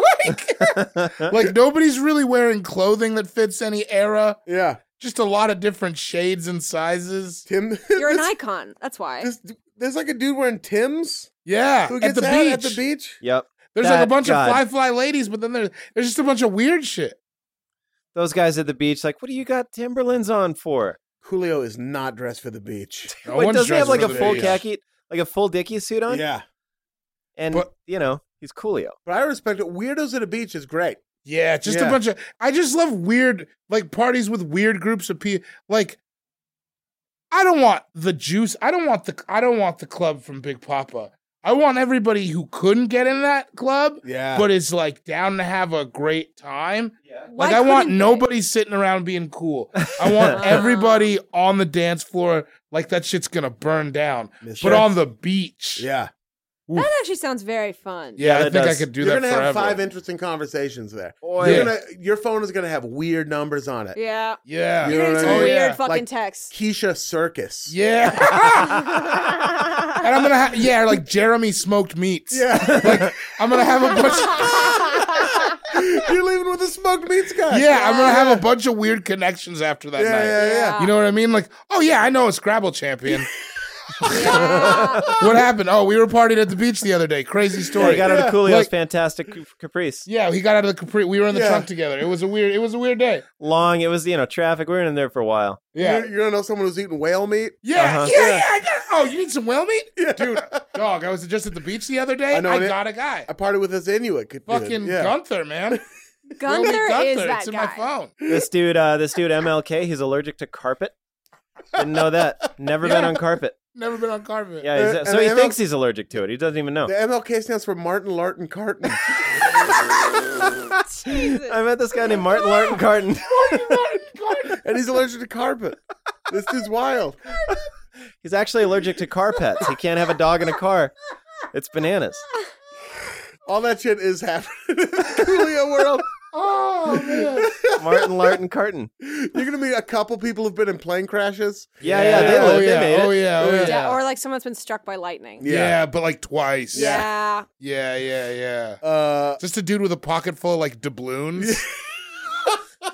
Speaker 4: like. like nobody's really wearing clothing that fits any era.
Speaker 2: yeah.
Speaker 4: Just a lot of different shades and sizes.
Speaker 2: Tim.
Speaker 5: you're an
Speaker 2: this-
Speaker 5: icon. That's why.
Speaker 2: this- there's like a dude wearing Tim's
Speaker 4: Yeah,
Speaker 2: who
Speaker 4: Ah, at
Speaker 2: gets
Speaker 4: the, beach.
Speaker 2: out at the beach.
Speaker 3: yep.
Speaker 4: There's like a
Speaker 3: That-
Speaker 4: bunch
Speaker 3: God.
Speaker 4: of fly fly ladies, but then there, there's just a bunch of weird shit.
Speaker 3: Those guys at the beach, like, what do you got Timberlands on for?
Speaker 2: Coolio is not dressed for the beach.
Speaker 4: No
Speaker 3: Wait,
Speaker 4: one's
Speaker 3: doesn't he have
Speaker 4: dressed
Speaker 3: like a
Speaker 4: for the
Speaker 3: full
Speaker 4: beach.
Speaker 3: khaki, like a full dicky suit on?
Speaker 2: yeah.
Speaker 3: And
Speaker 4: But-
Speaker 3: you know, he's Coolio.
Speaker 2: But I respect it. Weirdos at a beach is great.
Speaker 4: Yeah, just
Speaker 2: Yeah.
Speaker 4: a bunch of. I just love weird like parties with weird groups of people. Like, I don't want the juice. I don't want the. I don't want the club from Big Papa. I want everybody who couldn't get in that club,
Speaker 2: Yeah.
Speaker 4: but is like down to have a great time.
Speaker 5: Why
Speaker 4: Like I want
Speaker 5: couldn't they?
Speaker 4: nobody sitting around being cool. I want everybody on the dance floor like that shit's gonna burn down.
Speaker 2: Miss
Speaker 4: But
Speaker 2: Jackson.
Speaker 4: on the beach.
Speaker 2: yeah.
Speaker 5: That actually sounds very fun.
Speaker 4: Yeah,
Speaker 3: Yeah,
Speaker 4: I
Speaker 3: that
Speaker 4: think I
Speaker 3: does.
Speaker 4: could do
Speaker 2: You're
Speaker 4: that
Speaker 2: gonna
Speaker 4: forever.
Speaker 2: have five interesting conversations there.
Speaker 3: Or
Speaker 4: Yeah.
Speaker 2: You're gonna, your phone is gonna have weird numbers on it.
Speaker 5: Yeah.
Speaker 4: yeah.
Speaker 2: You know what
Speaker 5: It's
Speaker 2: I mean?
Speaker 5: weird
Speaker 4: yeah.
Speaker 5: fucking
Speaker 2: Like-
Speaker 5: text.
Speaker 2: Keisha Circus.
Speaker 4: Yeah. and I'm gonna have yeah, like Jeremy smoked meats.
Speaker 2: Yeah.
Speaker 4: Like I'm gonna have a bunch
Speaker 2: You're leaving with a smoked meats guy.
Speaker 4: Yeah, I'm gonna have a bunch of weird connections after that
Speaker 2: Yeah,
Speaker 4: night.
Speaker 2: yeah, yeah.
Speaker 4: You know what I mean? Like, oh yeah, I know a Scrabble champion. what happened? Oh, we were partying at the beach the other day. Crazy
Speaker 3: Yeah,
Speaker 4: story.
Speaker 3: he got out of Coolio's
Speaker 4: Like-
Speaker 3: fantastic Cap- caprice.
Speaker 4: Yeah, he got out of the Capri. We were in the
Speaker 2: Yeah.
Speaker 4: trunk together. It was a weird. It was a weird day.
Speaker 3: Long, it was you know traffic. We were in there for a while.
Speaker 4: Yeah.
Speaker 2: You're, you're gonna know someone who's eating whale meat.
Speaker 4: yeah,
Speaker 3: Uh-huh.
Speaker 4: yeah, yeah, I got. Oh, you need some whale meat, dude. Dog, I was just at the beach the other day.
Speaker 2: I
Speaker 4: I,
Speaker 2: know, and it-
Speaker 4: got a guy.
Speaker 2: I parted with this Inuit. Dude.
Speaker 4: Fucking
Speaker 2: yeah.
Speaker 4: Gunther, man. Whale meat
Speaker 5: Gunther is that
Speaker 4: it's in my
Speaker 5: guy.
Speaker 4: phone.
Speaker 3: This dude, uh, this dude MLK, he's allergic to carpet. Didn't know that. Never been
Speaker 4: Yeah.
Speaker 3: on carpet.
Speaker 4: Never been on carpet.
Speaker 3: Yeah,
Speaker 2: Uh,
Speaker 3: he's, so
Speaker 2: and
Speaker 3: he
Speaker 2: the ML
Speaker 3: thinks he's allergic to it. He doesn't even know.
Speaker 2: The MLK stands for Martin Larton Carton.
Speaker 3: I met this guy named Martin Larton Carton.
Speaker 2: and he's allergic to carpet. This dude's wild.
Speaker 3: he's actually allergic to car pets. He can't have a dog in a car. It's bananas.
Speaker 2: All that shit is happening in the Coolio world.
Speaker 4: Oh man.
Speaker 3: Martin Larton Carton.
Speaker 2: You're gonna meet a couple people who've been in plane crashes.
Speaker 3: Yeah, yeah, they
Speaker 4: oh,
Speaker 3: lived.
Speaker 4: yeah.
Speaker 3: They made
Speaker 4: oh
Speaker 3: it.
Speaker 4: yeah. Oh yeah.
Speaker 5: Yeah, or like someone's been struck by lightning.
Speaker 4: Yeah, but like twice.
Speaker 5: Yeah.
Speaker 4: Yeah. Yeah. Yeah.
Speaker 2: Uh,
Speaker 4: Just a dude with a pocket full of like doubloons.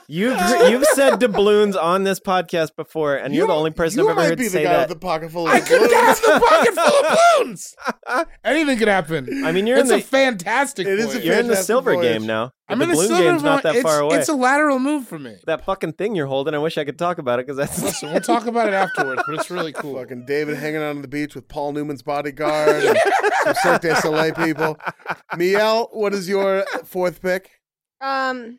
Speaker 3: You've you've said doubloons on this podcast before, and you're the only person
Speaker 2: you
Speaker 3: I've ever
Speaker 2: might
Speaker 3: heard
Speaker 2: be the
Speaker 3: say
Speaker 2: guy
Speaker 3: that.
Speaker 2: with the pocket full of
Speaker 4: I could
Speaker 2: balloons.
Speaker 4: have the pocket full of balloons. Anything could happen.
Speaker 3: I mean, you're
Speaker 4: it's
Speaker 3: in
Speaker 4: a
Speaker 3: the-
Speaker 4: fantastic.
Speaker 2: It is
Speaker 4: voyage.
Speaker 2: a
Speaker 3: You're in the
Speaker 2: Fantastic
Speaker 3: silver
Speaker 2: voyage.
Speaker 3: game now.
Speaker 4: I'm
Speaker 3: the
Speaker 4: in a
Speaker 3: balloon
Speaker 4: silver
Speaker 3: game's not
Speaker 4: voy-
Speaker 3: that far
Speaker 4: it's-
Speaker 3: away.
Speaker 4: It's a lateral move for me.
Speaker 3: that fucking thing you're holding. I wish I could talk about it because that's
Speaker 4: Listen, we'll talk about it afterwards, but it's really cool.
Speaker 2: Fucking David hanging out on the beach with Paul Newman's bodyguard and some Cirque du Soleil people. Miel, what is your fourth pick?
Speaker 5: Um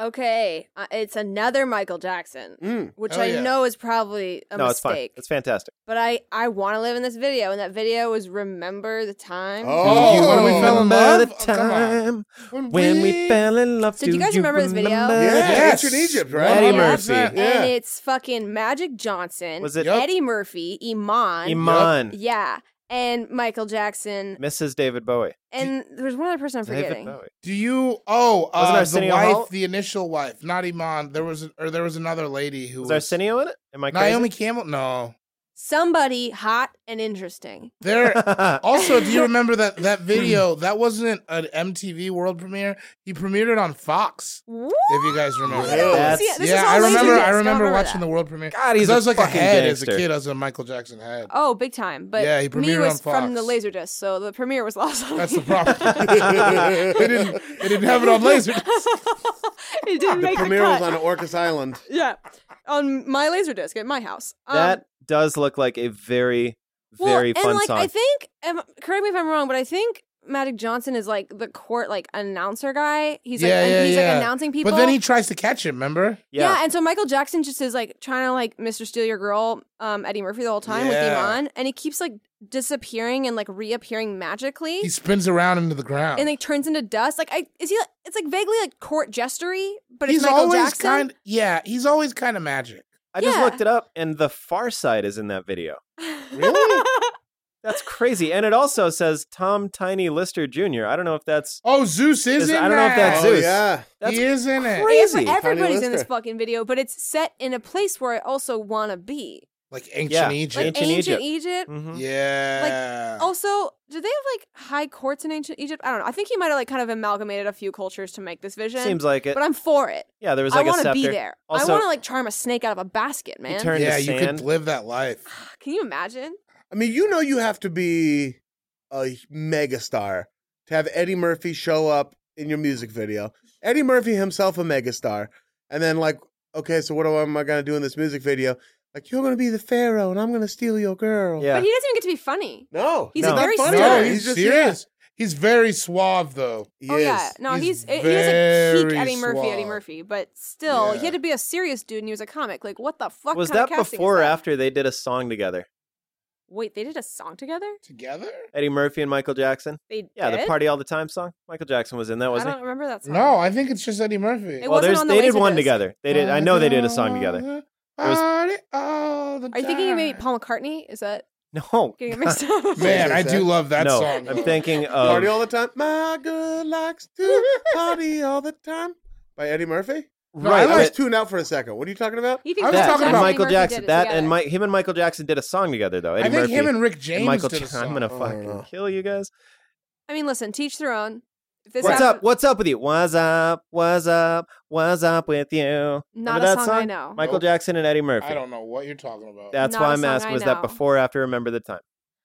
Speaker 5: Okay, uh, it's another Michael Jackson,
Speaker 2: Mm.
Speaker 5: which
Speaker 4: Oh,
Speaker 5: I
Speaker 4: yeah.
Speaker 5: know is probably a
Speaker 3: no, it's fine.
Speaker 5: mistake.
Speaker 3: It's fantastic.
Speaker 5: but I I want to live in this video, and that video was "Remember the Time."
Speaker 4: Oh,
Speaker 3: Do you
Speaker 4: when we fell in
Speaker 3: remember
Speaker 4: love?
Speaker 3: the
Speaker 4: Oh, come on.
Speaker 3: time when we fell in love.
Speaker 5: So do you guys remember this video?
Speaker 3: remember
Speaker 2: Yeah,
Speaker 4: Yes.
Speaker 2: ancient Egypt,
Speaker 3: Eddie
Speaker 2: right?
Speaker 5: Yeah.
Speaker 3: Murphy.
Speaker 4: Yeah.
Speaker 5: And it's fucking Magic Johnson,
Speaker 3: Was it
Speaker 4: Yep.
Speaker 5: Eddie Murphy, Iman,
Speaker 3: Iman?
Speaker 5: yeah, and Michael Jackson,
Speaker 3: Mrs. David Bowie.
Speaker 5: and there's one other person I'm
Speaker 3: David
Speaker 5: forgetting.
Speaker 3: Bowie.
Speaker 4: Do you? Oh,
Speaker 3: Wasn't
Speaker 4: uh, the
Speaker 3: Arsenio
Speaker 4: wife,
Speaker 3: Hall-
Speaker 4: the initial wife, not Iman. There was, or there was another lady who
Speaker 3: Was Arsenio in it? Am I crazy?
Speaker 4: Naomi Campbell. No,
Speaker 5: Somebody hot and interesting.
Speaker 4: there. Also, do you remember that that video? That wasn't an MTV world premiere. He premiered it on Fox.
Speaker 5: What?
Speaker 4: If you guys remember,
Speaker 5: I don't
Speaker 3: That's-
Speaker 5: see it. This is
Speaker 4: yeah,
Speaker 5: all
Speaker 4: I
Speaker 5: laser
Speaker 4: remember.
Speaker 5: discs.
Speaker 4: I
Speaker 5: Don't
Speaker 4: remember watching the
Speaker 5: that.
Speaker 4: world premiere.
Speaker 3: God, he's
Speaker 4: I was
Speaker 3: a
Speaker 4: like a
Speaker 3: fucking
Speaker 4: head as
Speaker 3: gangster.
Speaker 4: a kid. I was a Michael Jackson head.
Speaker 5: Oh, big time! But
Speaker 4: Yeah, he
Speaker 5: me
Speaker 4: premiered
Speaker 5: was
Speaker 4: on
Speaker 5: from the
Speaker 4: Fox.
Speaker 5: Laserdisc, so the premiere was lost on
Speaker 4: That's
Speaker 5: me.
Speaker 4: the problem. they didn't. They didn't have it on laser.
Speaker 5: it didn't
Speaker 2: The
Speaker 5: make the,
Speaker 2: premiere
Speaker 5: cut.
Speaker 2: was on Orcas Island.
Speaker 5: yeah, on my Laserdisc at my house. Um,
Speaker 3: that does look like a very,
Speaker 5: well,
Speaker 3: very
Speaker 5: and
Speaker 3: fun
Speaker 5: like
Speaker 3: song.
Speaker 5: I think, um, correct me if I'm wrong, but I think Magic Johnson is like the court like announcer guy. He's like
Speaker 4: Yeah,
Speaker 5: and
Speaker 4: yeah,
Speaker 5: he's
Speaker 4: yeah.
Speaker 5: like announcing people.
Speaker 4: But then he tries to catch him. Remember?
Speaker 5: yeah. and so Michael Jackson just is like trying to like Mr. Steal Your Girl, um, Eddie Murphy the whole time with
Speaker 4: Yeah.
Speaker 5: Iman, and he keeps like disappearing and like reappearing magically.
Speaker 4: He spins around into the ground.
Speaker 5: and like turns into dust. Like I is he? It's like vaguely like court jestery, but
Speaker 4: he's
Speaker 5: it's Michael
Speaker 4: always
Speaker 5: Jackson.
Speaker 4: kind. Yeah, he's always kind of magic.
Speaker 3: I just
Speaker 5: yeah.
Speaker 3: looked it up, and The Far Side is in that video.
Speaker 4: Really?
Speaker 3: That's crazy. And it also says Tom Tiny Lister Jr. I don't know if that's
Speaker 4: oh, Zeus is
Speaker 3: Is-
Speaker 4: in
Speaker 3: I don't know if
Speaker 4: that.
Speaker 3: that's
Speaker 2: oh,
Speaker 3: Zeus.
Speaker 2: yeah.
Speaker 3: That's
Speaker 4: he is in it.
Speaker 3: crazy.
Speaker 5: Yeah, but
Speaker 3: Tiny
Speaker 5: everybody's in this
Speaker 2: Lister.
Speaker 5: fucking video, but it's set in a place where I also want to be,
Speaker 4: Like ancient
Speaker 3: Yeah.
Speaker 5: like
Speaker 4: Egypt. Mm-hmm.
Speaker 3: Ancient
Speaker 5: ancient,
Speaker 3: Egypt.
Speaker 5: Egypt.
Speaker 3: Mhm.
Speaker 4: yeah.
Speaker 3: oh,
Speaker 5: Also, do they have like high courts in ancient Egypt? I don't know. I think he might have like kind of amalgamated a few cultures to make this vision.
Speaker 3: seems like it.
Speaker 5: but I'm for it.
Speaker 3: yeah, there was like
Speaker 5: I
Speaker 3: a
Speaker 5: want to
Speaker 3: scepter.
Speaker 5: be there. I
Speaker 3: Also-
Speaker 5: want to like charm a snake out of a basket, man.
Speaker 3: turned-
Speaker 4: yeah,
Speaker 3: to
Speaker 4: you
Speaker 3: sand.
Speaker 4: could live that life.
Speaker 5: Can you imagine?
Speaker 2: I mean, you know, you have to be a megastar to have Eddie Murphy show up in your music video. Eddie Murphy himself a megastar, and then like, okay, so what am I gonna do in this music video? Like, you're gonna be the pharaoh, and I'm gonna steal your girl.
Speaker 3: Yeah.
Speaker 5: But he doesn't even get to be funny.
Speaker 2: No,
Speaker 5: He's
Speaker 3: No.
Speaker 5: a very
Speaker 2: not funny.
Speaker 5: stern.
Speaker 4: No, he's,
Speaker 2: He's just-
Speaker 4: serious. He's very suave though.
Speaker 2: He
Speaker 5: Oh
Speaker 2: is.
Speaker 5: yeah, no,
Speaker 4: He's
Speaker 5: he's, he was like
Speaker 4: very
Speaker 5: peak Eddie Murphy, Eddie
Speaker 4: suave.
Speaker 5: Murphy, but still,
Speaker 4: Yeah.
Speaker 5: he had to be a serious dude, and he was a comic. Like, what the fuck?
Speaker 3: was
Speaker 5: kind
Speaker 3: that
Speaker 5: of casting
Speaker 3: before or
Speaker 5: is that?
Speaker 3: after they did a song together?
Speaker 5: Wait, they did a song together?
Speaker 4: Together?
Speaker 3: Eddie Murphy and Michael Jackson.
Speaker 5: They
Speaker 3: Yeah,
Speaker 5: did?
Speaker 3: the party all the time song. Michael Jackson was in that,
Speaker 5: I
Speaker 3: wasn't
Speaker 5: don't remember that song.
Speaker 4: No, I think it's just Eddie Murphy.
Speaker 5: It
Speaker 3: he? Well,
Speaker 5: wasn't
Speaker 3: there's
Speaker 5: on the Oh,
Speaker 3: they did one
Speaker 5: Laserdisc.
Speaker 3: together. They did. I know they did a song together. was-
Speaker 4: Party all the
Speaker 5: Are you thinking maybe
Speaker 4: time.
Speaker 5: Paul McCartney? Is that
Speaker 3: No,
Speaker 5: getting it mixed up?
Speaker 4: Man, I do love that
Speaker 3: no,
Speaker 4: song.
Speaker 3: I'm
Speaker 4: though.
Speaker 3: thinking
Speaker 2: Party
Speaker 3: of
Speaker 2: all the time. My girl likes to party all the time. By Eddie Murphy.
Speaker 4: No,
Speaker 3: right.
Speaker 4: I
Speaker 2: I was
Speaker 3: but
Speaker 4: like-
Speaker 2: tuned out for a second. What are you talking about?
Speaker 5: He thinks
Speaker 4: I was
Speaker 3: that
Speaker 5: Michael
Speaker 4: talking
Speaker 5: Jackson
Speaker 3: and Michael Jackson.
Speaker 4: about-
Speaker 5: and Murphy did it
Speaker 3: That
Speaker 5: together.
Speaker 3: and Mike, him and Michael Jackson did a song together though. Eddie
Speaker 4: I think
Speaker 3: Murphy.
Speaker 4: him and Rick James
Speaker 3: Michael
Speaker 4: did a
Speaker 3: Jackson.
Speaker 4: song.
Speaker 3: I'm gonna
Speaker 2: Oh,
Speaker 3: fucking
Speaker 2: no.
Speaker 3: kill you guys.
Speaker 5: I mean, listen, teach their own. If this
Speaker 3: What's
Speaker 5: happened-
Speaker 3: up? What's up with you? What's up? What's up? What's up with you?
Speaker 5: Not
Speaker 3: Remember
Speaker 5: a
Speaker 3: that
Speaker 5: song, I know.
Speaker 3: Michael
Speaker 4: Nope.
Speaker 3: Jackson and Eddie Murphy.
Speaker 4: I don't know what you're talking about.
Speaker 3: That's
Speaker 5: Not
Speaker 3: why
Speaker 5: a
Speaker 3: I'm
Speaker 5: song
Speaker 3: asking.
Speaker 5: I
Speaker 3: Was that
Speaker 5: know.
Speaker 3: before? or After? Remember the time.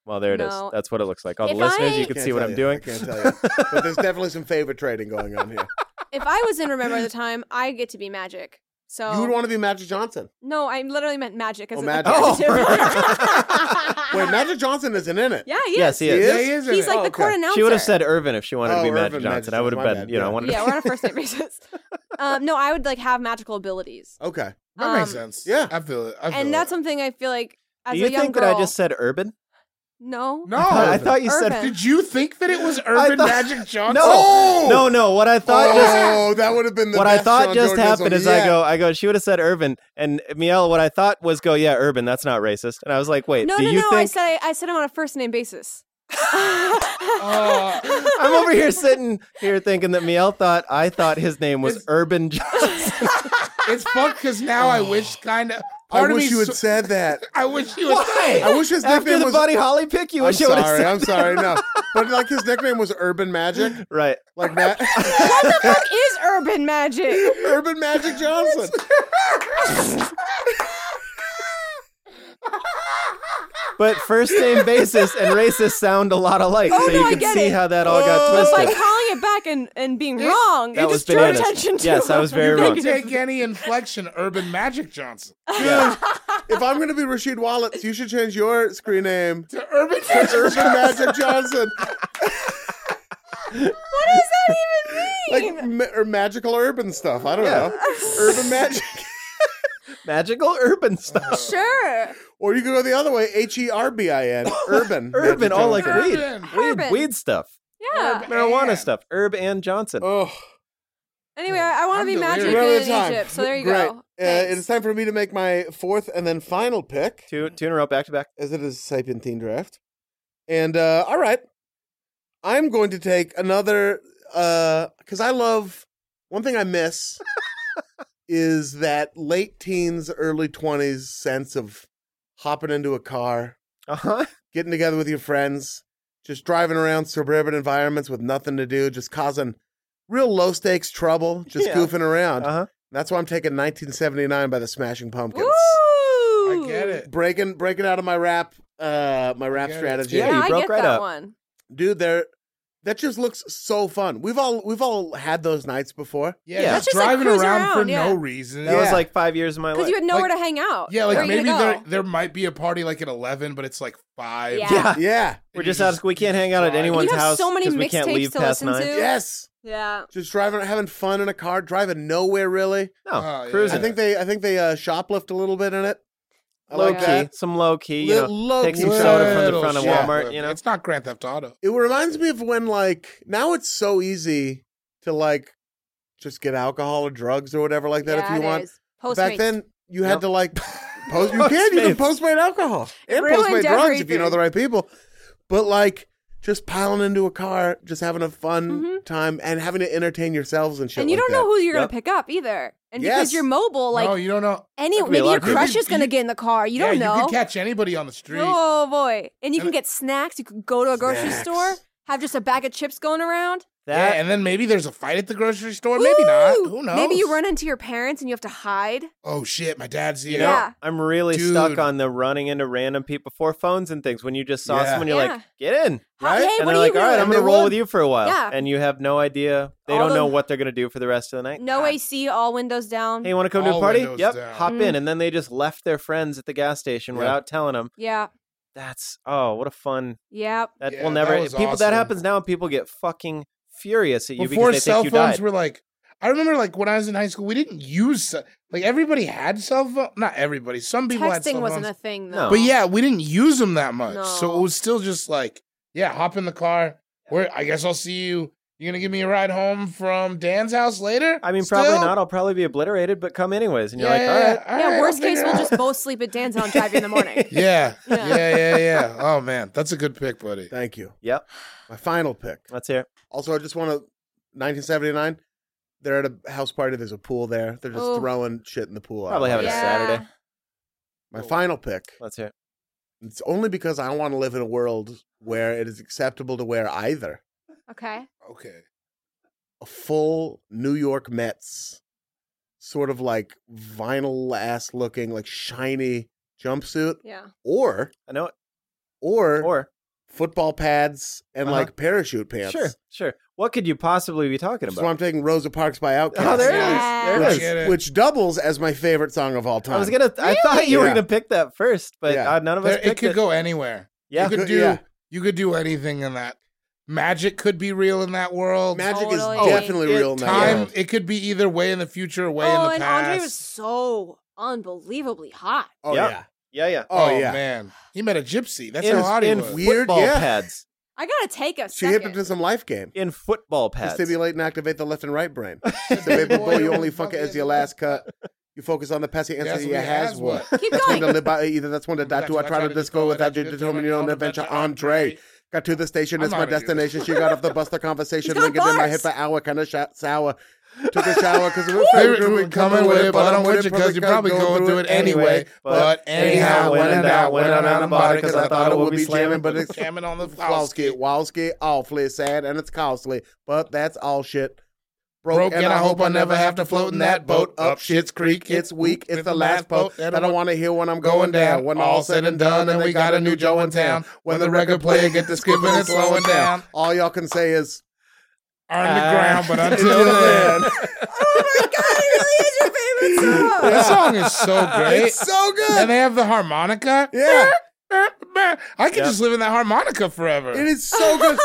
Speaker 3: Well, there it is.
Speaker 5: No.
Speaker 3: That's what it looks like. All the
Speaker 5: If
Speaker 3: listeners,
Speaker 5: I-
Speaker 3: you can
Speaker 2: Can't
Speaker 3: see what
Speaker 2: tell
Speaker 3: I'm
Speaker 2: you.
Speaker 3: doing.
Speaker 2: I can't tell you. But there's definitely some favor trading going on here.
Speaker 5: If I was in Remember the Time, I get to be magic. So
Speaker 2: You would want to be Magic Johnson.
Speaker 5: no, I literally meant magic
Speaker 2: Oh,
Speaker 5: as an
Speaker 2: magic.
Speaker 5: adjective.
Speaker 2: Wait, Magic Johnson isn't in it.
Speaker 5: yeah, he
Speaker 3: yes,
Speaker 5: is.
Speaker 3: he
Speaker 2: He
Speaker 3: is.
Speaker 4: Yeah, he is in
Speaker 5: He's
Speaker 4: it.
Speaker 5: like
Speaker 2: Oh,
Speaker 5: the court
Speaker 2: okay.
Speaker 5: announcer.
Speaker 3: She would have said Irvin if she wanted
Speaker 2: Oh,
Speaker 3: to be
Speaker 2: Irvin
Speaker 3: Magic Johnson.
Speaker 2: Magic
Speaker 3: I would have
Speaker 2: Johnson, my
Speaker 3: been,
Speaker 2: bad,
Speaker 3: you know,
Speaker 2: yeah.
Speaker 3: I wanted
Speaker 5: Yeah, we're on a first name basis. Um, no, I would like have magical abilities,
Speaker 2: Okay.
Speaker 4: that makes
Speaker 5: um,
Speaker 4: sense.
Speaker 2: yeah.
Speaker 4: I feel it. I feel
Speaker 5: and
Speaker 4: it.
Speaker 5: that's something I feel like
Speaker 3: to.
Speaker 5: as
Speaker 3: Do you
Speaker 5: a young
Speaker 3: think
Speaker 5: girl.
Speaker 3: that I just said Urban?
Speaker 5: no?
Speaker 4: no.
Speaker 3: I thought you
Speaker 5: Irvin.
Speaker 3: said.
Speaker 4: Did you think that it was Urban
Speaker 3: thought-
Speaker 4: Magic Johnson?
Speaker 3: No, no, no. What I thought just
Speaker 2: Oh, that would have been the
Speaker 3: what I
Speaker 2: best
Speaker 3: thought
Speaker 2: Sean
Speaker 3: just
Speaker 2: Jordanism
Speaker 3: happened is I
Speaker 2: yet.
Speaker 3: go, I go. She would have said Irvin, and Miel. What I thought was go, yeah, Urban. That's not racist. And I was like, wait,
Speaker 5: no,
Speaker 3: do
Speaker 5: no,
Speaker 3: you
Speaker 5: no. I
Speaker 3: think
Speaker 5: said I, I said I'm on a first name basis.
Speaker 4: Uh,
Speaker 3: I'm over here sitting here thinking that Miel thought I thought his name was Urban Johnson.
Speaker 4: it's fucked because now
Speaker 3: Oh.
Speaker 4: I wish kind of.
Speaker 2: I
Speaker 4: Part of
Speaker 2: wish
Speaker 4: me
Speaker 2: you had
Speaker 4: so-
Speaker 2: said that.
Speaker 4: I wish you would say.
Speaker 2: I wish his
Speaker 3: After
Speaker 2: nickname
Speaker 3: the
Speaker 2: was.
Speaker 3: Buddy Holly pick, you
Speaker 2: I'm
Speaker 3: wish I would have
Speaker 2: sorry.
Speaker 3: said
Speaker 2: I'm sorry. No, but like his nickname was Urban Magic,
Speaker 3: right.
Speaker 2: like that.
Speaker 5: what the fuck is urban magic?
Speaker 2: Urban Magic Johnson.
Speaker 3: But first name basis and racist sound a lot alike, so
Speaker 5: Oh, no,
Speaker 3: you
Speaker 5: I
Speaker 3: can
Speaker 5: get
Speaker 3: see
Speaker 5: it. Oh
Speaker 3: how that all got
Speaker 5: But by
Speaker 3: twisted.
Speaker 5: calling it back and, and being wrong,
Speaker 3: That
Speaker 5: it
Speaker 3: was
Speaker 5: just drew
Speaker 3: bananas.
Speaker 5: attention to
Speaker 3: Yes, I was very
Speaker 4: You
Speaker 3: wrong.
Speaker 4: can take any inflection, Urban Magic Johnson.
Speaker 2: If I'm gonna be Rashid Wallace, you should change your screen name
Speaker 4: To Urban Magic
Speaker 2: Urban Magic Johnson.
Speaker 5: What does that even mean?
Speaker 2: like ma- or magical urban stuff. I don't
Speaker 3: Yeah.
Speaker 2: know, urban magic.
Speaker 3: Magical
Speaker 2: Oh,
Speaker 3: urban stuff.
Speaker 5: Sure.
Speaker 2: Or you could go the other way, H E R B I N, urban,
Speaker 3: urban,
Speaker 2: Magic
Speaker 3: all like
Speaker 2: Johnson.
Speaker 3: weed.
Speaker 4: Urban.
Speaker 3: Weed,
Speaker 5: Urban.
Speaker 3: weed stuff.
Speaker 5: Yeah.
Speaker 3: Marijuana stuff. Herb and Johnson.
Speaker 2: Oh,
Speaker 5: Anyway, I, want to
Speaker 4: I'm
Speaker 5: be
Speaker 4: delirious.
Speaker 5: magic
Speaker 2: we're out
Speaker 5: good
Speaker 2: of
Speaker 5: in
Speaker 2: time.
Speaker 5: Egypt. So there you
Speaker 2: Great.
Speaker 5: go.
Speaker 2: Uh,
Speaker 5: Thanks.
Speaker 2: it is time for me to make my fourth and then final pick.
Speaker 3: Two, two in a row, back to back.
Speaker 2: as it is a Sapientine draft. And uh, all right, I'm going to take another because I love one thing I miss is that late teens, early 20s sense of hopping into a car,
Speaker 3: Uh huh.
Speaker 2: getting together with your friends, just driving around suburban environments with nothing to do, just causing real low stakes trouble, just
Speaker 3: Yeah.
Speaker 2: goofing around.
Speaker 3: Uh huh.
Speaker 2: That's why I'm taking 1979 by the Smashing Pumpkins.
Speaker 4: I get it.
Speaker 2: Breaking breaking out of my rap uh my rap
Speaker 4: Yeah, it's-
Speaker 2: strategy.
Speaker 3: Yeah, you
Speaker 5: I
Speaker 3: broke
Speaker 5: get
Speaker 3: right
Speaker 5: that
Speaker 3: up.
Speaker 5: one.
Speaker 2: dude there that just looks so fun we've all we've all had those nights before
Speaker 3: Yeah.
Speaker 4: Yeah, just
Speaker 3: That's
Speaker 5: just, like,
Speaker 4: driving
Speaker 5: cruise
Speaker 4: around, for
Speaker 5: around, yeah.
Speaker 4: no reason.
Speaker 3: That was
Speaker 2: Yeah.
Speaker 3: like five years of my
Speaker 5: Because
Speaker 3: life.
Speaker 5: you had nowhere
Speaker 4: Like-
Speaker 5: to hang out.
Speaker 4: yeah, like
Speaker 5: Where are you
Speaker 4: maybe
Speaker 5: gonna
Speaker 4: there
Speaker 5: go?
Speaker 4: there might be a party like at eleven, but it's like five.
Speaker 5: Yeah.
Speaker 3: yeah.
Speaker 2: yeah
Speaker 3: We're just out. We can't hang out at
Speaker 4: You'd
Speaker 3: anyone's
Speaker 5: have
Speaker 3: house
Speaker 5: so many
Speaker 3: 'cause we can't
Speaker 5: mixtapes
Speaker 3: leave
Speaker 5: to
Speaker 3: past
Speaker 5: listen
Speaker 3: nine.
Speaker 5: to.
Speaker 2: yes
Speaker 5: Yeah.
Speaker 2: just driving having fun in a car driving nowhere really
Speaker 3: No,
Speaker 4: Oh, yeah.
Speaker 3: cruising.
Speaker 2: i think they i think they uh shoplift a little bit in it I
Speaker 3: low
Speaker 2: like
Speaker 3: key,
Speaker 2: that.
Speaker 3: some low key. You
Speaker 2: Li-
Speaker 3: know,
Speaker 2: low
Speaker 3: take some
Speaker 2: key.
Speaker 3: soda from the
Speaker 4: Little
Speaker 3: front of
Speaker 4: shit.
Speaker 3: Walmart. You know,
Speaker 4: it's not Grand Theft Auto.
Speaker 2: it reminds me of when like now it's so easy to like just get alcohol or drugs or whatever like that
Speaker 5: yeah,
Speaker 2: if you
Speaker 5: it
Speaker 2: want
Speaker 5: is. Postmates.
Speaker 2: back then you had
Speaker 3: Nope.
Speaker 2: to like post you can you can
Speaker 3: Postmates.
Speaker 2: postmate alcohol and
Speaker 5: ruined
Speaker 2: postmate drugs if you
Speaker 5: everything.
Speaker 2: know the right people but like just piling into a car just having a fun time and having to entertain yourselves and shit
Speaker 5: Mm-hmm. and you
Speaker 2: like
Speaker 5: don't know
Speaker 2: that.
Speaker 5: who
Speaker 3: Yep.
Speaker 5: you're going to pick up either. And
Speaker 2: Yes.
Speaker 5: because you're mobile, like
Speaker 4: no, you don't know.
Speaker 5: any
Speaker 3: Could be a
Speaker 5: maybe
Speaker 3: lot
Speaker 5: your
Speaker 3: of people.
Speaker 5: crush is going to
Speaker 4: You-
Speaker 5: get in the car. You
Speaker 4: yeah,
Speaker 5: don't
Speaker 4: you
Speaker 5: know.
Speaker 4: could catch anybody on the street.
Speaker 5: Oh boy! And you
Speaker 4: And
Speaker 5: can get snacks. You could go to a grocery
Speaker 2: Snacks.
Speaker 5: store, have just a bag of chips going around.
Speaker 3: that
Speaker 4: yeah, and then maybe there's a fight at the grocery store. Maybe not.
Speaker 5: Ooh!
Speaker 4: Who knows?
Speaker 5: Maybe you run into your parents and you have to hide.
Speaker 4: Oh shit, my dad's here.
Speaker 3: You know,
Speaker 5: Yeah.
Speaker 3: I'm really
Speaker 4: Dude.
Speaker 3: stuck on the running into random people before phones and things. When you just saw
Speaker 4: Yeah.
Speaker 3: someone, you're
Speaker 5: Yeah.
Speaker 3: like, "Get in!"
Speaker 5: Hi- Hey,
Speaker 3: and
Speaker 5: what
Speaker 3: they're
Speaker 5: are
Speaker 3: like,
Speaker 5: you
Speaker 3: "All right,
Speaker 5: doing?
Speaker 3: I'm going to
Speaker 2: They
Speaker 3: roll
Speaker 2: would.
Speaker 3: with you for a while,"
Speaker 5: Yeah.
Speaker 3: and you have no idea. They
Speaker 5: All
Speaker 3: don't know
Speaker 5: the-
Speaker 3: what they're going to do for the rest of the night.
Speaker 5: No AC, all windows down.
Speaker 3: Hey, you want to come to a
Speaker 4: All
Speaker 3: party?
Speaker 4: windows
Speaker 3: Yep.
Speaker 4: down.
Speaker 3: Hop
Speaker 5: Mm.
Speaker 3: in, and then they just left their friends at the gas station
Speaker 4: Yeah.
Speaker 3: without telling them.
Speaker 5: yeah,
Speaker 3: That's oh, what a fun
Speaker 5: yeah.
Speaker 3: that
Speaker 4: Yeah,
Speaker 3: will never
Speaker 4: that was
Speaker 3: people
Speaker 4: awesome.
Speaker 3: that happens now. and People get fucking furious at you
Speaker 4: Before
Speaker 3: because they
Speaker 4: cell
Speaker 3: think you
Speaker 4: phones
Speaker 3: died.
Speaker 4: were like, I remember like when I was in high school, we didn't use ce- like everybody had cell phone. Not everybody. Some people had
Speaker 5: Texting
Speaker 4: cell
Speaker 5: wasn't
Speaker 4: phones.
Speaker 5: a thing
Speaker 3: No.
Speaker 5: though.
Speaker 4: But yeah, we didn't use them that much, so it
Speaker 5: No.
Speaker 4: was still just like, yeah, hop in the car. Where I guess I'll see you. You're gonna give me a ride home from Dan's house later.
Speaker 3: I mean,
Speaker 4: Still?
Speaker 3: probably not. I'll probably be obliterated, but come anyways. And you're like, all right,
Speaker 4: all
Speaker 5: yeah.
Speaker 4: right,
Speaker 5: worst
Speaker 4: I'll
Speaker 5: case,
Speaker 4: figure
Speaker 5: we'll
Speaker 4: it
Speaker 5: just
Speaker 4: out."
Speaker 5: both sleep at Dan's and I'll drive you in the morning.
Speaker 4: Yeah,
Speaker 5: Yeah.
Speaker 4: yeah, yeah, yeah. Oh man, that's a good pick, buddy.
Speaker 2: thank you
Speaker 3: yep,
Speaker 2: my final pick
Speaker 3: let's hear. it.
Speaker 2: also i just want to 1979 they're at a house party there's a pool there they're just
Speaker 5: Oh.
Speaker 2: throwing shit in the pool I
Speaker 3: Probably
Speaker 2: love
Speaker 3: having a
Speaker 2: it.
Speaker 3: Saturday.
Speaker 2: my final pick
Speaker 3: Let's hear. it.
Speaker 2: it's only because i want to live in a world where it is acceptable to wear either
Speaker 5: Okay.
Speaker 4: Okay.
Speaker 2: a full New York Mets sort of like vinyl ass looking like shiny jumpsuit
Speaker 5: Yeah.
Speaker 2: or
Speaker 3: I know it.
Speaker 2: or,
Speaker 3: Or
Speaker 2: football pads and
Speaker 3: Uh-huh.
Speaker 2: like parachute pants.
Speaker 3: sure, sure. What could you possibly be talking
Speaker 2: That's why
Speaker 3: about?
Speaker 2: I'm taking Rosa Parks by Outkast.
Speaker 3: Oh, there it is.
Speaker 5: Yeah.
Speaker 3: There it
Speaker 4: Which-
Speaker 3: is.
Speaker 4: Get it.
Speaker 2: Which doubles as my favorite song of all time.
Speaker 3: I was gonna. I thought you were
Speaker 2: Yeah.
Speaker 3: gonna pick that first, but
Speaker 2: Yeah.
Speaker 3: uh, none of us
Speaker 4: There- it
Speaker 3: picked
Speaker 4: could go anywhere.
Speaker 3: Yeah.
Speaker 4: you could
Speaker 2: Could-
Speaker 4: do.
Speaker 2: yeah.
Speaker 4: You could do anything in that. Magic could be real in that world.
Speaker 2: Magic
Speaker 5: Totally.
Speaker 2: is definitely
Speaker 3: Oh, It-
Speaker 2: real now.
Speaker 4: Time. It could be either way in the future, or way
Speaker 5: oh,
Speaker 4: in
Speaker 5: and
Speaker 4: the past.
Speaker 5: Andre was so unbelievably hot.
Speaker 2: Oh
Speaker 3: Yep.
Speaker 2: yeah.
Speaker 3: Yeah, yeah.
Speaker 2: Oh,
Speaker 4: Oh,
Speaker 2: yeah.
Speaker 4: man, he met a gypsy. That's
Speaker 3: in,
Speaker 4: how hot he
Speaker 3: in
Speaker 4: was.
Speaker 2: Weird,
Speaker 3: football
Speaker 2: yeah.
Speaker 3: pads.
Speaker 5: I gotta take a
Speaker 2: She
Speaker 5: second.
Speaker 2: hit him to some life game.
Speaker 3: In football pads.
Speaker 2: Stimulate and activate the left and right brain.
Speaker 4: Said the
Speaker 2: Baby
Speaker 4: boy
Speaker 2: boy, you
Speaker 4: who
Speaker 2: only
Speaker 4: was
Speaker 2: fuck it
Speaker 4: bumping
Speaker 2: as your
Speaker 4: in
Speaker 2: last
Speaker 4: the-
Speaker 2: cut. You focus on the past, you answer
Speaker 4: Yes,
Speaker 2: your
Speaker 4: we
Speaker 2: has
Speaker 4: has
Speaker 2: what.
Speaker 4: what.
Speaker 5: Keep
Speaker 2: That's one
Speaker 5: going.
Speaker 2: to live by either. That's one to die
Speaker 4: That's
Speaker 2: to. I
Speaker 4: what
Speaker 2: try to disco without you determining your own adventure. Andre got to the station.
Speaker 4: I'm
Speaker 2: It's
Speaker 4: not
Speaker 2: my
Speaker 4: gonna do
Speaker 2: destination. She got off the bus. The conversation
Speaker 5: He's got
Speaker 2: lingered in my
Speaker 5: bars.
Speaker 2: head for hour. Kind of sour. Took a shower because we
Speaker 4: Favorite group coming with it, but I'm with you because you're probably going through it anyway. But anyhow, when and out, when and out, I'm body because I thought it would be slamming, but it's jamming on the
Speaker 2: Wowski,
Speaker 4: flowski.
Speaker 2: Wowski, awfully sad and it's costly, but that's all shit.
Speaker 4: Broke, and I hope I never have to float in that boat. Up shit's creek,
Speaker 2: It's weak. It's the last boat that I want to hear when I'm
Speaker 4: going down.
Speaker 2: When
Speaker 4: When all said and done, and we got a new Joe in town. When the record player get to skipping and slowing down,
Speaker 2: All y'all can say is
Speaker 4: on the ground, but until
Speaker 2: Until
Speaker 4: then.
Speaker 2: then.
Speaker 4: Oh That song is so great.
Speaker 2: It's so
Speaker 4: And
Speaker 2: good.
Speaker 4: they have the harmonica.
Speaker 2: Yeah.
Speaker 4: I could
Speaker 3: Yeah.
Speaker 4: just live in that harmonica forever.
Speaker 2: It is so good.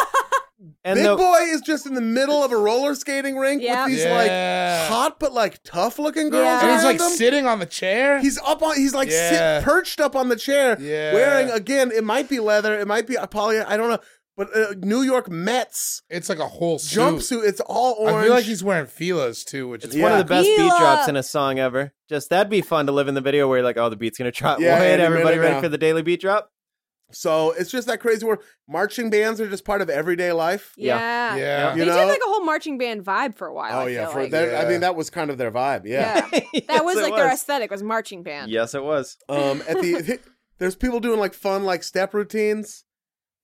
Speaker 3: And
Speaker 2: Big
Speaker 3: the-
Speaker 2: boy is just in the middle of a roller skating rink
Speaker 5: Yep.
Speaker 2: with these
Speaker 4: Yeah.
Speaker 2: like hot but like tough looking girls.
Speaker 5: Yeah.
Speaker 4: And he's
Speaker 2: around
Speaker 4: like
Speaker 2: him.
Speaker 4: sitting on the chair.
Speaker 2: He's up on. He's like
Speaker 4: Yeah.
Speaker 2: sit, perched up on the chair,
Speaker 4: Yeah.
Speaker 2: wearing again. It might be leather. It might be poly. I don't know. But uh, New York Mets
Speaker 4: it's like a whole suit.
Speaker 2: jumpsuit. It's all orange.
Speaker 4: I feel like he's wearing filos too, which
Speaker 3: It's
Speaker 4: is
Speaker 3: one of the best beat
Speaker 5: Gila.
Speaker 3: drops in a song ever. Just that'd be fun to live in the video where you're like, oh, the beat's gonna drop.
Speaker 2: Yeah,
Speaker 3: Wait,
Speaker 2: any minute
Speaker 3: everybody ready
Speaker 2: now.
Speaker 3: for the daily beat drop?
Speaker 2: so. It's just that crazy where marching bands are just part of everyday life.
Speaker 3: Yeah.
Speaker 5: Yeah.
Speaker 4: yeah.
Speaker 2: You
Speaker 5: They
Speaker 2: know?
Speaker 5: did like a whole marching band vibe for a while. I
Speaker 2: oh yeah,
Speaker 5: feel
Speaker 2: for
Speaker 5: like.
Speaker 2: that, I
Speaker 4: Yeah.
Speaker 2: mean that was kind of their vibe. Yeah.
Speaker 5: Yeah.
Speaker 3: Yes,
Speaker 5: That was
Speaker 3: it
Speaker 5: like their aesthetic was marching band.
Speaker 3: Yes, it was.
Speaker 2: Um, at the there's people doing like fun like step routines.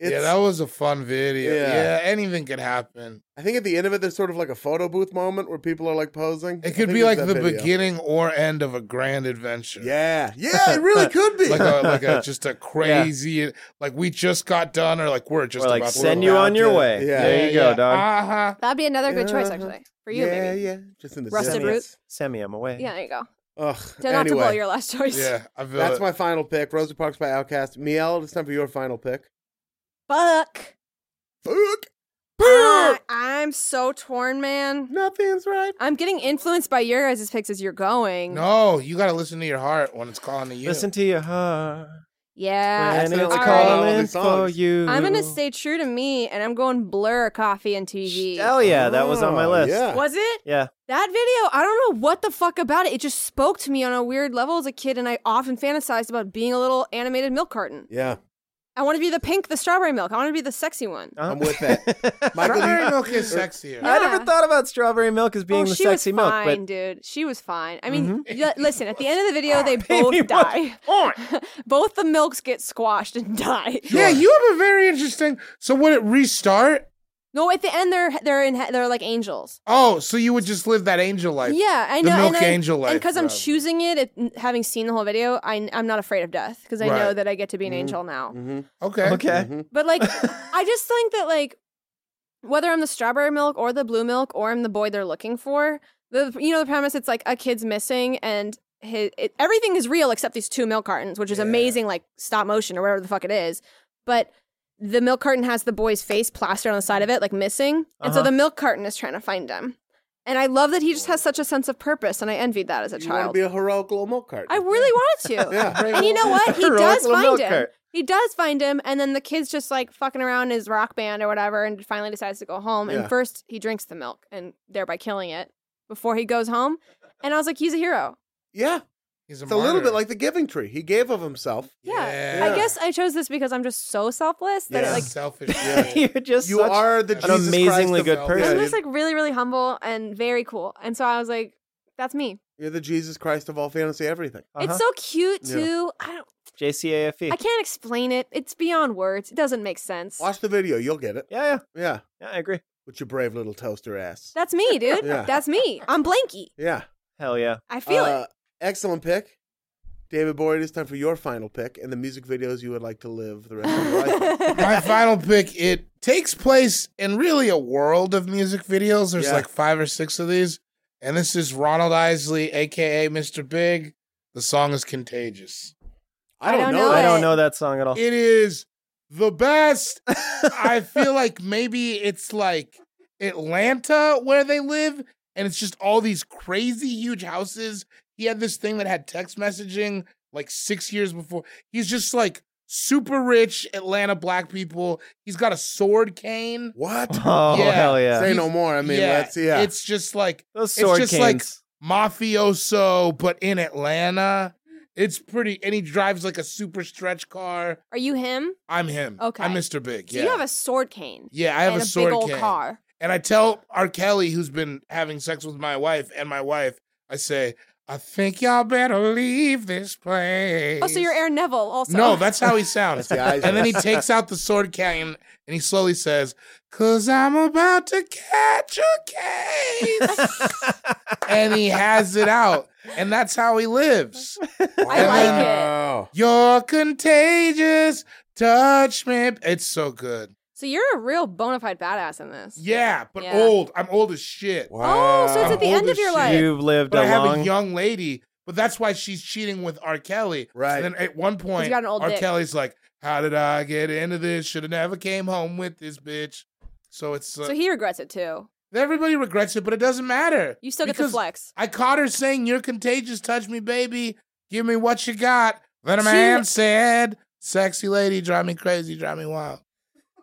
Speaker 2: It's,
Speaker 4: yeah, that was a fun video.
Speaker 2: Yeah.
Speaker 4: Yeah. anything could happen.
Speaker 2: I think at the end of it, there's sort of like a photo booth moment where people are like posing. I
Speaker 4: It could
Speaker 2: think
Speaker 4: be
Speaker 2: it's
Speaker 4: like
Speaker 2: that
Speaker 4: the
Speaker 2: video.
Speaker 4: beginning or end of a grand adventure.
Speaker 2: Yeah, yeah, it really could be.
Speaker 4: Like a like a just a crazy like we just got done or like we're just
Speaker 3: or like
Speaker 4: about
Speaker 3: send
Speaker 4: to
Speaker 3: you
Speaker 4: about
Speaker 3: on your
Speaker 4: to-
Speaker 3: way.
Speaker 2: Yeah.
Speaker 3: There you go, dog.
Speaker 5: Uh,
Speaker 4: Uh-huh.
Speaker 5: That'd be another good choice
Speaker 2: Yeah.
Speaker 5: actually for you.
Speaker 2: yeah,
Speaker 5: maybe.
Speaker 2: yeah, just in the
Speaker 5: Rusted
Speaker 2: sense.
Speaker 5: root.
Speaker 3: Sammy, I'm away.
Speaker 5: Yeah. There you go.
Speaker 2: Ugh.
Speaker 5: Don't have to blow
Speaker 2: anyway,
Speaker 5: your last choice.
Speaker 4: Yeah, I feel
Speaker 2: that's
Speaker 4: it.
Speaker 2: my final pick. Rosa Parks by Outcast. Miel, it's time for your final pick.
Speaker 5: Fuck.
Speaker 2: Fuck,
Speaker 5: I, I'm so torn, man.
Speaker 2: nothing's right.
Speaker 5: I'm getting influenced by your guys' picks as you're going.
Speaker 4: No, you got to listen to your heart when it's calling to you.
Speaker 3: Listen to your heart
Speaker 5: Yeah.
Speaker 3: when it's
Speaker 5: All
Speaker 2: called.
Speaker 5: right.
Speaker 3: calling
Speaker 2: All right.
Speaker 3: for you.
Speaker 5: I'm gonna stay true to me, and I'm going blur coffee and TV.
Speaker 3: Hell yeah, that was on my
Speaker 2: Oh,
Speaker 3: list.
Speaker 2: Yeah.
Speaker 5: Was it?
Speaker 3: Yeah.
Speaker 5: That video, I don't know what the fuck about it. It just spoke to me on a weird level as a kid, and I often fantasized about being a little animated milk carton.
Speaker 2: Yeah,
Speaker 5: I want to be the pink, the strawberry milk. I want to be the sexy one.
Speaker 3: Huh?
Speaker 2: I'm with that. Michael,
Speaker 4: Strawberry
Speaker 2: you-
Speaker 4: milk is sexier.
Speaker 3: I never
Speaker 5: Yeah.
Speaker 3: thought about strawberry milk as being
Speaker 5: oh,
Speaker 3: the
Speaker 5: she
Speaker 3: sexy
Speaker 5: was
Speaker 3: milk,
Speaker 5: fine,
Speaker 3: but Mm-hmm.
Speaker 5: dude. She was fine. I mean, y- listen. At the end of the video, they
Speaker 3: Baby,
Speaker 5: both
Speaker 3: what's
Speaker 5: die. both the milks get squashed and die.
Speaker 4: Yeah, you have a very interesting. So would it restart?
Speaker 5: No, at the end, they're they're in he- they're like angels.
Speaker 4: Oh, so you would just live that angel life?
Speaker 5: yeah, I
Speaker 4: the
Speaker 5: know.
Speaker 4: milk
Speaker 5: and I,
Speaker 4: angel life
Speaker 5: because I'm
Speaker 4: forever.
Speaker 5: choosing it, it, n- having seen the whole video, I, am not afraid of death because I know
Speaker 4: Right. Mm-hmm.
Speaker 5: that I get to be an angel now.
Speaker 4: Okay.
Speaker 3: okay.
Speaker 5: But like, I just think that like, whether I'm the strawberry milk or the blue milk or I'm the boy they're looking for, the you know the premise it's like a kid's missing and his it, everything is real except these two milk cartons, which is amazing like stop motion or whatever the fuck it is. But the milk carton has the boy's face plastered on the side of it, like missing, and so
Speaker 3: Uh-huh.
Speaker 5: the milk carton is trying to find him. And I love that he just has such a sense of purpose, and I envied that as a
Speaker 2: you want to
Speaker 5: child.
Speaker 2: be a heroic little milk cart?
Speaker 5: I really wanted to.
Speaker 2: Yeah.
Speaker 5: And you know what? He does
Speaker 3: Little
Speaker 5: find
Speaker 3: milk
Speaker 5: him.
Speaker 3: cart.
Speaker 5: He does find him, and then the kid's just like fucking around in his rock band or whatever, and finally decides to go home.
Speaker 2: Yeah.
Speaker 5: And first, he drinks the milk, and thereby killing it before he goes home. And I was like, he's a hero.
Speaker 2: yeah,
Speaker 4: He's
Speaker 2: it's a little
Speaker 4: martyr.
Speaker 2: bit like the Giving Tree. He gave of himself.
Speaker 5: Yeah.
Speaker 2: Yeah.
Speaker 5: I guess I chose this because I'm just so selfless that
Speaker 2: Yeah.
Speaker 5: it, like
Speaker 4: selfish.
Speaker 3: You're just
Speaker 2: Mm-hmm. You
Speaker 3: such
Speaker 2: are the
Speaker 4: an
Speaker 2: Jesus Christ
Speaker 3: amazingly
Speaker 2: of
Speaker 3: good
Speaker 2: milk.
Speaker 3: person.
Speaker 2: Yeah,
Speaker 5: I'm
Speaker 3: dude.
Speaker 5: just like really, really humble and very cool. And so I was like, that's me.
Speaker 2: You're the Jesus Christ of all fantasy everything.
Speaker 3: Uh-huh.
Speaker 5: It's so cute
Speaker 2: Yeah.
Speaker 5: too. I don't.
Speaker 3: JCAFE.
Speaker 5: I can't explain it. It's beyond words. It doesn't make sense.
Speaker 2: Watch the video, you'll get it.
Speaker 3: Yeah, yeah,
Speaker 2: Yeah,
Speaker 3: yeah. I agree.
Speaker 2: with your brave little toaster ass.
Speaker 5: That's me, dude.
Speaker 2: Yeah.
Speaker 5: That's me. I'm blanky.
Speaker 2: Yeah,
Speaker 3: Hell yeah.
Speaker 5: I feel it.
Speaker 2: Uh, Excellent pick, David Boyd. It's time for your final pick and the music videos you would like to live the rest of your life. with.
Speaker 4: My final pick. It takes place in really a world of music videos. There's
Speaker 2: Yeah.
Speaker 4: like five or six of these, and this is Ronald Isley, aka Mr. Big. The song is contagious.
Speaker 2: I don't,
Speaker 5: don't
Speaker 2: know.
Speaker 5: know
Speaker 3: I
Speaker 2: that.
Speaker 3: don't
Speaker 5: it.
Speaker 3: know that song at all.
Speaker 4: It is the best. I feel like maybe it's like Atlanta where they live, and it's just all these crazy huge houses. He had this thing that had text messaging like six years before. He's just like super rich Atlanta black people. He's got a sword cane.
Speaker 2: What?
Speaker 3: oh
Speaker 4: Yeah.
Speaker 3: hell yeah.
Speaker 2: Say
Speaker 4: He's-
Speaker 2: no more. I mean, that's yeah.
Speaker 4: It's just like
Speaker 3: Those
Speaker 4: it's
Speaker 3: sword
Speaker 4: just
Speaker 3: canes.
Speaker 4: like mafioso, but in Atlanta. It's pretty, and he drives like a super stretch car.
Speaker 5: Are you him?
Speaker 4: I'm him.
Speaker 5: Okay.
Speaker 4: I'm Mr. Big.
Speaker 5: So
Speaker 4: Yeah.
Speaker 5: you have a sword cane.
Speaker 4: Yeah, I have
Speaker 5: and
Speaker 4: a sword
Speaker 5: big old
Speaker 4: cane.
Speaker 5: car.
Speaker 4: And I tell R. Kelly, who's been having sex with my wife, and my wife, I say, I think y'all better leave this place.
Speaker 5: Oh, so you're Aaron Neville also.
Speaker 4: No, that's how he sounds.
Speaker 2: the eyes
Speaker 4: and then he takes out the sword cane and he slowly says, Cause I'm about to catch a case. and he has it out. And that's how he lives.
Speaker 5: I like it.
Speaker 2: Wow.
Speaker 4: You're contagious. Touch me. It's so good.
Speaker 5: So you're a real bona fide badass in this.
Speaker 4: Yeah, but
Speaker 5: Yeah.
Speaker 4: old. I'm old as shit.
Speaker 5: Oh, so it's
Speaker 4: Wow.
Speaker 5: at the end of your
Speaker 4: Holy
Speaker 5: life.
Speaker 3: You've lived
Speaker 4: But I
Speaker 3: a
Speaker 4: have
Speaker 3: long.
Speaker 4: a young lady, but that's why she's cheating with R. Kelly.
Speaker 2: Right.
Speaker 4: And then at one point,
Speaker 5: got an old
Speaker 4: R.
Speaker 5: dick.
Speaker 4: Kelly's like, How did I get into this? Should have never came home with this bitch. So it's uh,
Speaker 5: So he regrets it too.
Speaker 4: everybody regrets it, but it doesn't matter.
Speaker 5: You still get to
Speaker 4: Because
Speaker 5: flex.
Speaker 4: I caught her saying, "You're contagious. Touch me, baby. Give me what you got." Let a man said, "Sexy lady, drive me crazy, drive me wild."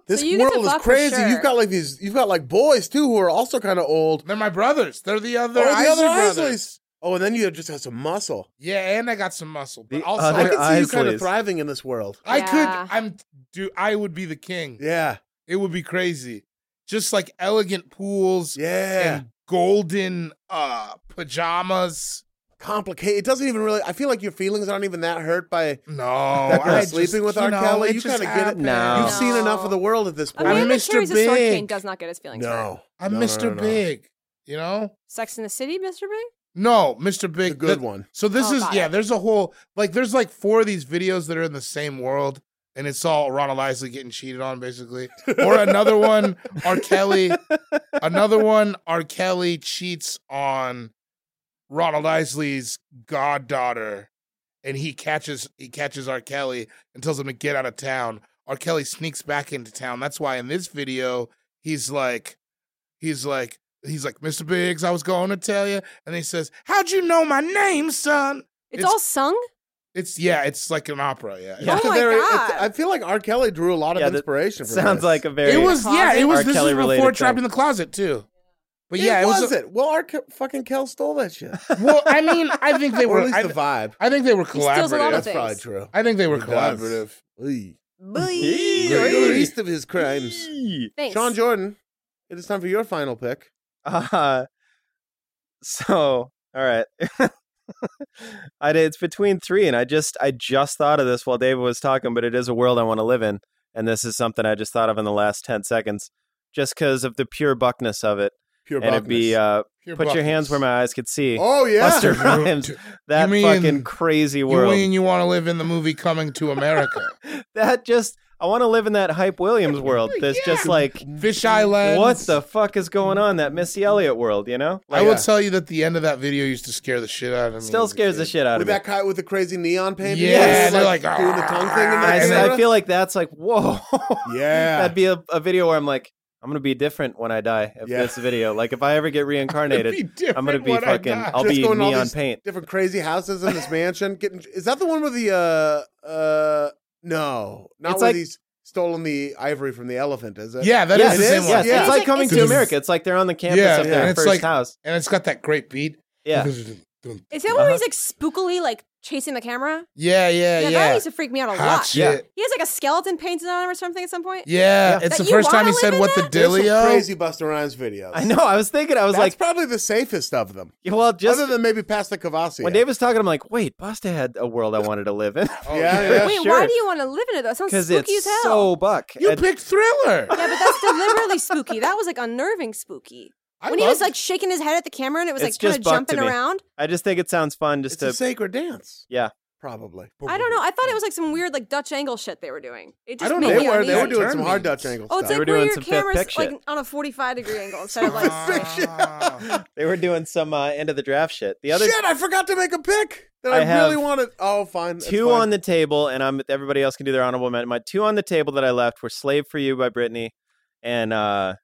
Speaker 2: This
Speaker 5: you get to
Speaker 2: world is
Speaker 5: fuck for
Speaker 2: crazy.
Speaker 5: sure.
Speaker 2: You've got like these. You've got like boys too who are also kind of old.
Speaker 4: They're my brothers. They're the other.
Speaker 2: Oh, the
Speaker 4: Isley
Speaker 2: other
Speaker 4: brothers.
Speaker 2: Isleys. Oh, and then you just have some muscle.
Speaker 4: Yeah, and I got some muscle. But
Speaker 3: The
Speaker 4: also,
Speaker 3: other
Speaker 4: I,
Speaker 2: I can
Speaker 4: could,
Speaker 2: see you kind
Speaker 3: Isleys.
Speaker 2: of thriving in this world.
Speaker 4: I
Speaker 5: Yeah.
Speaker 4: could. I'm. Dude, I would be the king.
Speaker 2: Yeah,
Speaker 4: It would be crazy. Just like elegant pools
Speaker 2: yeah.
Speaker 4: and golden uh pajamas.
Speaker 2: Complicated. It doesn't even really. I feel like your feelings aren't even that hurt by.
Speaker 4: No,
Speaker 2: That girl
Speaker 4: I
Speaker 2: sleeping
Speaker 4: just-
Speaker 2: with
Speaker 4: you
Speaker 2: R.
Speaker 4: know,
Speaker 2: Kelly,
Speaker 4: it
Speaker 2: you
Speaker 4: just
Speaker 2: kinda get it.
Speaker 3: No.
Speaker 2: You've seen enough of the world at this
Speaker 5: A
Speaker 2: point.
Speaker 4: I'm
Speaker 5: man that
Speaker 4: Mr.
Speaker 5: carries a sword
Speaker 4: Big.
Speaker 5: cane does not get his feelings hurt.
Speaker 2: no,
Speaker 4: I'm
Speaker 2: No, no,
Speaker 4: Mr.
Speaker 2: no, no.
Speaker 4: Big. You know?
Speaker 5: Sex in the City, Mr. Big?
Speaker 4: No, Mr. Big.
Speaker 2: The good
Speaker 4: that-
Speaker 2: one.
Speaker 4: So this
Speaker 5: Oh,
Speaker 4: is
Speaker 5: got
Speaker 4: yeah.
Speaker 5: it.
Speaker 4: There's a whole like there's like four of these videos that are in the same world, and it's all Ronald Isley getting cheated on basically, or another one R. Kelly, another one R. Kelly cheats on Ronald Isley's goddaughter, and he catches he catches R. Kelly and tells him to get out of town. R. Kelly sneaks back into town. That's why in this video he's like, he's like, he's like, Mr. Biggs, I was going to tell you, and he says, "How'd you know my name, son?"
Speaker 5: It's,
Speaker 4: It's-
Speaker 5: all sung?
Speaker 4: It's yeah, it's like an opera. Yeah,
Speaker 3: Yeah.
Speaker 5: Oh my
Speaker 2: There- it's-
Speaker 5: God.
Speaker 2: I feel like R. Kelly drew a lot of
Speaker 3: Yeah, that
Speaker 2: inspiration. From
Speaker 3: Sounds
Speaker 2: this.
Speaker 3: like a very.
Speaker 4: it was yeah, it was
Speaker 3: R.
Speaker 4: this
Speaker 3: Kelly
Speaker 4: was
Speaker 3: related
Speaker 4: before Trapped
Speaker 3: thing.
Speaker 4: in the Closet too. But
Speaker 2: It
Speaker 4: yeah, it was.
Speaker 2: was it. Well, R. Ke- fucking Kel stole that shit.
Speaker 4: well, I mean, I think they
Speaker 2: or
Speaker 4: were.
Speaker 2: at least
Speaker 4: I,
Speaker 2: the vibe.
Speaker 4: I think they were
Speaker 5: He steals a lot
Speaker 4: collaborative.
Speaker 5: of
Speaker 2: That's
Speaker 5: things.
Speaker 2: probably true.
Speaker 4: I think they were
Speaker 2: He does.
Speaker 4: collaborative.
Speaker 2: Eee.
Speaker 3: Eee.
Speaker 2: You're the
Speaker 3: Eee.
Speaker 2: least of his crimes.
Speaker 5: Thanks.
Speaker 2: Sean Jordan, it is time for your final pick.
Speaker 3: Uh, so, all right. I did, it's between three, and I just I just thought of this while David was talking, but it is a world I want to live in, and this is something I just thought of in the last ten seconds, just because of the pure buckness of it,
Speaker 2: Pure
Speaker 3: and it'd be
Speaker 2: Bachman's.
Speaker 3: uh,
Speaker 4: Pure
Speaker 3: put your
Speaker 4: buckets.
Speaker 3: hands where my eyes could see.
Speaker 2: oh yeah,
Speaker 3: Buster Rhymes, that
Speaker 4: mean-
Speaker 3: fucking crazy
Speaker 4: You
Speaker 3: world.
Speaker 4: mean you want to live in the movie Coming to America?
Speaker 3: that just I want to live in that hype Williams world. That's just like
Speaker 4: Fisheye lens.
Speaker 3: what the fuck is going on? That Missy Elliott world, you know?
Speaker 4: I
Speaker 3: Like,
Speaker 4: will tell you that the end of that video used to scare the shit out of me.
Speaker 3: still
Speaker 4: as a
Speaker 3: scares the
Speaker 4: kid.
Speaker 3: shit out
Speaker 2: with
Speaker 3: of me.
Speaker 2: that guy with the crazy neon paint.
Speaker 4: Yeah,
Speaker 2: Yes.
Speaker 4: they're like,
Speaker 2: doing the tongue thing. In
Speaker 3: "Ah." I,
Speaker 2: the
Speaker 3: s-
Speaker 2: camera.
Speaker 3: I feel like that's like whoa.
Speaker 2: yeah,
Speaker 3: That'd be a, a video where I'm like, I'm gonna be different when I die. If
Speaker 2: Yeah.
Speaker 3: this video, like, if I ever get
Speaker 4: Be
Speaker 3: reincarnated,
Speaker 4: different
Speaker 3: I'm gonna be
Speaker 4: when I
Speaker 3: fucking.
Speaker 4: die.
Speaker 3: I'll
Speaker 2: Just
Speaker 3: be
Speaker 2: going to all
Speaker 3: neon
Speaker 2: these
Speaker 3: paint.
Speaker 2: different crazy houses in this mansion. Getting is that the one with the uh uh no, not
Speaker 3: It's
Speaker 2: where
Speaker 3: like-
Speaker 2: he's stolen the ivory from the elephant, is it?
Speaker 4: Yeah, that is
Speaker 3: Yes,
Speaker 4: the
Speaker 2: it
Speaker 4: same
Speaker 2: is.
Speaker 4: one.
Speaker 3: Yes,
Speaker 2: Yeah.
Speaker 3: it's
Speaker 2: It's
Speaker 3: like
Speaker 5: like
Speaker 3: coming to
Speaker 4: Exorcist.
Speaker 3: America. It's like they're on the campus
Speaker 4: Yeah,
Speaker 3: of
Speaker 4: yeah.
Speaker 3: their
Speaker 4: And it's
Speaker 3: first
Speaker 4: like-
Speaker 3: house.
Speaker 4: And it's got that great beat.
Speaker 3: Yeah,
Speaker 5: Is that
Speaker 4: Uh-huh.
Speaker 5: where he's like spookily like chasing the camera?
Speaker 4: Yeah, yeah,
Speaker 5: Yeah,
Speaker 4: Uh, yeah.
Speaker 5: that used to freak me out a
Speaker 4: Hot
Speaker 5: lot.
Speaker 3: Yeah.
Speaker 4: shit.
Speaker 5: He has like a skeleton painted on him or something at some point.
Speaker 4: Yeah,
Speaker 3: Yeah.
Speaker 4: it's the
Speaker 5: That you
Speaker 4: first time he
Speaker 5: wanna
Speaker 4: said
Speaker 5: live in
Speaker 4: what the
Speaker 5: that?
Speaker 2: There's some
Speaker 4: Dilio.
Speaker 2: crazy Buster Rhymes videos.
Speaker 3: I know. I was thinking. I was
Speaker 2: That's
Speaker 3: like,
Speaker 2: probably the safest of them.
Speaker 3: well, just
Speaker 2: Other than maybe past the Cavassi.
Speaker 3: when Dave was talking, I'm like, wait, Busta had a world I wanted to live in.
Speaker 4: Oh,
Speaker 2: yeah, yeah.
Speaker 5: Wait,
Speaker 3: sure.
Speaker 5: why do you want to live in it though? It sounds
Speaker 3: Because
Speaker 5: spooky
Speaker 3: it's
Speaker 5: as hell.
Speaker 3: so buck.
Speaker 4: You
Speaker 3: And-
Speaker 4: picked Thriller.
Speaker 5: Yeah, but that's deliberately spooky. That was like unnerving spooky.
Speaker 4: I
Speaker 5: when he was
Speaker 4: loved-
Speaker 5: like shaking his head at the camera and it was
Speaker 3: It's
Speaker 5: like kind
Speaker 3: just
Speaker 5: of
Speaker 3: Buck to
Speaker 5: jumping
Speaker 3: me.
Speaker 5: around.
Speaker 3: I just think it sounds fun. Just
Speaker 2: It's a
Speaker 3: to
Speaker 2: sacred dance,
Speaker 3: yeah.
Speaker 2: probably.
Speaker 5: I don't know. I thought it was like some weird like Dutch angle shit they were doing. It just
Speaker 4: don't
Speaker 5: made
Speaker 4: know.
Speaker 2: They
Speaker 5: me
Speaker 2: were they were
Speaker 5: uneasy.
Speaker 2: doing some
Speaker 4: Turn
Speaker 2: hard
Speaker 4: means.
Speaker 2: Dutch angle
Speaker 5: Oh, it's
Speaker 2: stuff.
Speaker 3: They were
Speaker 5: like
Speaker 3: doing
Speaker 5: where your
Speaker 3: some fifth
Speaker 5: camera's
Speaker 3: pic
Speaker 5: like
Speaker 3: shit.
Speaker 5: on a forty-five degree angle instead of like.
Speaker 4: Ah.
Speaker 3: They were doing some uh, end of the draft shit. The other
Speaker 2: Shit, I forgot to make a pick that
Speaker 3: I
Speaker 2: I,
Speaker 3: have
Speaker 2: really wanted. Oh, fine. that's
Speaker 3: two
Speaker 2: fine.
Speaker 3: on the table, and I'm everybody else can do their honorable men. My two on the table that I left were "Slave for You" by Britney, and uh,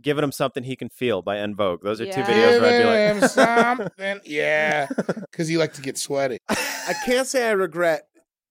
Speaker 3: "Giving Him Something He Can Feel" by En Vogue. Those are two
Speaker 5: Yeah.
Speaker 3: videos where I'd
Speaker 4: Give him something. Yeah, because you like to get sweaty.
Speaker 2: I can't say I regret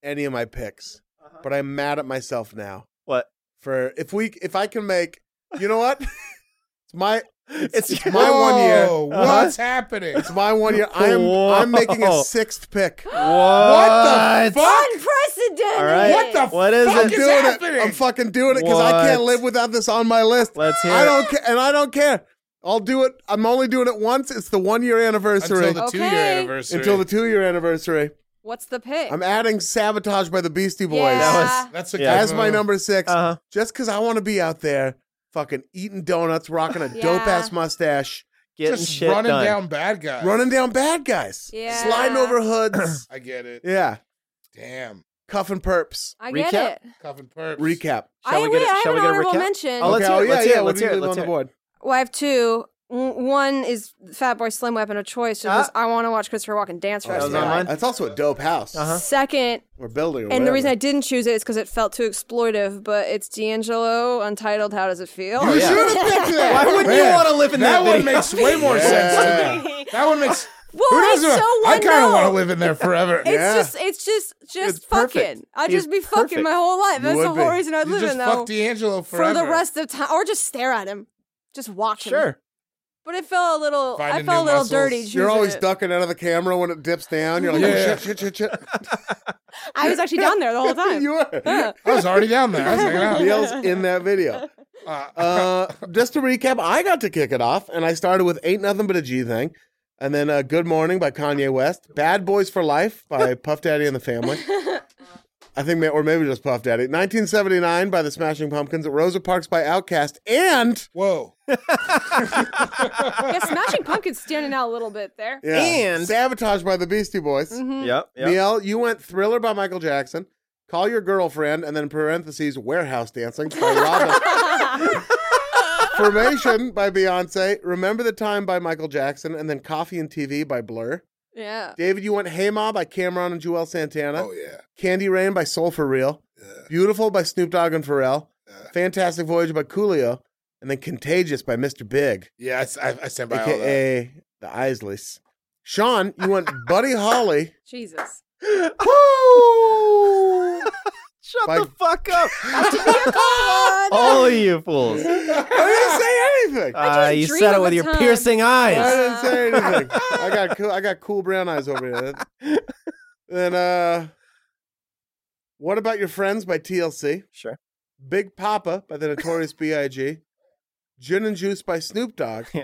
Speaker 2: any of my picks, but I'm mad at myself now
Speaker 3: be like,
Speaker 2: for if we if I can make. You know what? it's my
Speaker 3: It's
Speaker 2: it's, it's
Speaker 3: your-
Speaker 2: my one year.
Speaker 4: Whoa,
Speaker 2: Uh-huh.
Speaker 4: What's happening?
Speaker 2: It's my one year. I'm I'm making
Speaker 3: Whoa.
Speaker 2: a sixth pick.
Speaker 3: "What? What
Speaker 4: the fuck?
Speaker 5: Unprecedented.
Speaker 3: All right.
Speaker 4: What the
Speaker 3: What is
Speaker 4: fuck
Speaker 3: it?
Speaker 2: I'm
Speaker 4: is
Speaker 2: doing
Speaker 4: happening?
Speaker 2: it. I'm fucking doing it because I can't
Speaker 3: What?
Speaker 2: live without this on my list.
Speaker 3: Let's hear
Speaker 2: I
Speaker 3: it.
Speaker 2: don't care, and I don't care. I'll do it. I'm only doing it once. It's the one year anniversary
Speaker 4: Until the two-year
Speaker 5: Okay.
Speaker 4: anniversary.
Speaker 2: Until the two year anniversary.
Speaker 5: What's the pick?
Speaker 2: I'm adding "Sabotage" by the Beastie Boys
Speaker 3: That
Speaker 5: yeah.
Speaker 4: That's a
Speaker 3: Yeah.
Speaker 4: good
Speaker 2: as my
Speaker 4: move.
Speaker 2: number 6
Speaker 3: Uh-huh.
Speaker 2: just because I want to be out there, fucking eating donuts, rocking a dope ass mustache,
Speaker 3: Getting
Speaker 4: Just
Speaker 3: shit
Speaker 4: running
Speaker 3: done.
Speaker 4: down bad guys.
Speaker 2: running down bad guys,
Speaker 5: Yeah.
Speaker 2: sliding over hoods,
Speaker 4: I get it.
Speaker 2: yeah,
Speaker 4: Damn.
Speaker 2: cuffing perps.
Speaker 5: I get
Speaker 3: Recap?
Speaker 5: it.
Speaker 4: Cuffing perps.
Speaker 2: Recap.
Speaker 3: Shall
Speaker 5: I
Speaker 3: we
Speaker 5: wait,
Speaker 3: get a-
Speaker 5: I have
Speaker 3: shall we get
Speaker 5: an
Speaker 3: a
Speaker 5: honorable
Speaker 3: recap?
Speaker 5: mention.
Speaker 3: Oh, let's
Speaker 2: Okay,
Speaker 3: hear it,
Speaker 2: yeah,
Speaker 3: let's hear
Speaker 2: yeah,
Speaker 3: it, Oh,
Speaker 2: what
Speaker 3: let's
Speaker 2: do you
Speaker 3: hear it,
Speaker 2: leave
Speaker 3: let's
Speaker 2: on the
Speaker 3: hear
Speaker 2: board?
Speaker 5: Well, I have two. w- one is Fatboy Slim Weapon of Choice. Just I want to watch Christopher Walken dance for
Speaker 2: Oh,
Speaker 3: That
Speaker 5: us.
Speaker 3: was on mine. Uh-huh.
Speaker 2: That's also a dope house.
Speaker 5: Second,
Speaker 2: We're building.
Speaker 5: and the reason I didn't choose it is because it felt too exploitive. But it's D'Angelo, Untitled. How does it feel?
Speaker 4: You should have picked
Speaker 3: Why
Speaker 4: that.
Speaker 3: wouldn't you
Speaker 4: Man,
Speaker 3: want to live in that,
Speaker 4: That one
Speaker 3: video?
Speaker 4: makes way more sense to me. That one makes.
Speaker 5: Well,
Speaker 4: who
Speaker 5: I
Speaker 4: knows?
Speaker 5: so
Speaker 4: I
Speaker 5: want
Speaker 4: kind of want
Speaker 5: know.
Speaker 4: to live in there forever.
Speaker 5: It's
Speaker 2: Yeah.
Speaker 5: just, it's just, just
Speaker 3: It's perfect.
Speaker 5: fucking. I'd
Speaker 3: He's
Speaker 5: just be
Speaker 3: perfect.
Speaker 5: fucking my whole life. That's
Speaker 2: would
Speaker 5: the whole
Speaker 2: be.
Speaker 5: reason I'd
Speaker 4: you
Speaker 5: live
Speaker 4: just
Speaker 5: in
Speaker 4: fuck
Speaker 5: though.
Speaker 4: D'Angelo
Speaker 5: For
Speaker 4: forever.
Speaker 5: the rest of time, or just stare at him, just watch him.
Speaker 3: Sure.
Speaker 5: But it felt a little,
Speaker 4: Finding
Speaker 5: I felt a
Speaker 4: new
Speaker 5: little
Speaker 4: muscles.
Speaker 5: dirty.
Speaker 2: You're
Speaker 5: choosing
Speaker 2: always
Speaker 5: it.
Speaker 2: ducking out of the camera when it dips down. You're like, oh,
Speaker 4: Yeah.
Speaker 2: shit, shit, shit, shit.
Speaker 5: I was actually down there the whole time.
Speaker 2: you were.
Speaker 4: I was already down there. I was hanging out.
Speaker 2: Yells in that video. Uh, just to recap, I got to kick it off, and I started with Ain't Nothing But a G Thing, and then uh, Good Morning by Kanye West, Bad Boys for Life by Puff Daddy and the Family. I think, ma- or maybe just Puff Daddy. 1979 by the Smashing Pumpkins, Rosa Parks by Outkast, and
Speaker 4: Whoa.
Speaker 5: yeah, Smashing Pumpkins standing out a little bit there.
Speaker 2: yeah,
Speaker 3: And-
Speaker 2: Sabotage by the Beastie Boys.
Speaker 3: Yep. yep.
Speaker 2: Neil, you went Thriller by Michael Jackson, Call Your Girlfriend, and then parentheses Warehouse Dancing by Robin. Formation by Beyonce, Remember the Time by Michael Jackson, and then Coffee and TV by Blur.
Speaker 5: Yeah.
Speaker 2: David, you went Hey Ma by Cameron and Joel Santana,
Speaker 4: Oh yeah.
Speaker 2: Candy Rain by Soul for Real, Beautiful by Snoop Dogg and Pharrell, Fantastic Voyage by Coolio, and then Contagious by Mr. Big
Speaker 4: Yeah. I, I, I stand by all that.
Speaker 2: aka the Isleys. Sean, you went Buddy Holly
Speaker 5: Jesus.
Speaker 3: Shut
Speaker 2: By-
Speaker 3: the fuck up. All of you fools.
Speaker 2: I didn't say anything.
Speaker 3: Uh, you
Speaker 5: dream
Speaker 3: said it
Speaker 5: of
Speaker 3: with
Speaker 5: a
Speaker 3: your
Speaker 5: time.
Speaker 3: piercing
Speaker 2: I
Speaker 3: eyes.
Speaker 2: didn't say anything. I got cool. I got cool brown eyes over here. Then, uh, what about your friends by TLC?
Speaker 3: Sure.
Speaker 2: Big Papa by the Notorious B.I.G. Gin and Juice by Snoop Dogg.
Speaker 3: Yeah.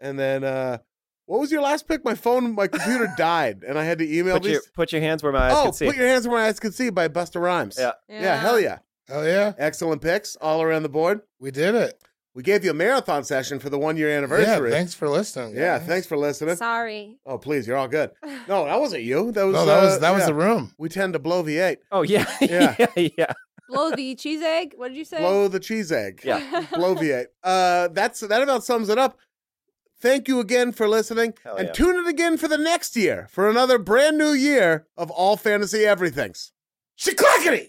Speaker 2: And then, uh, what was your last pick? My phone, my computer died, and I had to email
Speaker 3: Put
Speaker 2: these.
Speaker 3: your, put your hands where my eyes
Speaker 2: oh,
Speaker 3: can see.
Speaker 2: put your hands where my eyes can see by Busta Rhymes.
Speaker 3: Yeah.
Speaker 2: yeah, hell yeah.
Speaker 4: Hell yeah.
Speaker 2: Excellent picks all around the board.
Speaker 4: We did it.
Speaker 2: We gave you a marathon session for the one year
Speaker 4: Yeah.
Speaker 2: anniversary.
Speaker 4: Thanks for listening.
Speaker 2: Yeah,
Speaker 4: guys.
Speaker 2: thanks for listening.
Speaker 5: Sorry.
Speaker 2: Oh, please, you're all good. No, that wasn't you. That was
Speaker 4: No, that was
Speaker 2: uh,
Speaker 4: that was
Speaker 2: yeah.
Speaker 4: the room.
Speaker 2: We tend to blow the eight.
Speaker 3: oh, yeah.
Speaker 2: Yeah.
Speaker 3: Yeah. yeah.
Speaker 5: Blow the cheese egg. What did you say?
Speaker 2: Blow the cheese egg.
Speaker 3: Yeah.
Speaker 2: blow the eight. Uh, that's that about sums it up. Thank you again for listening,
Speaker 3: Hell
Speaker 2: and
Speaker 3: yeah.
Speaker 2: tune in again for the next year for another brand new year of all fantasy everything's.
Speaker 4: Shaklackety!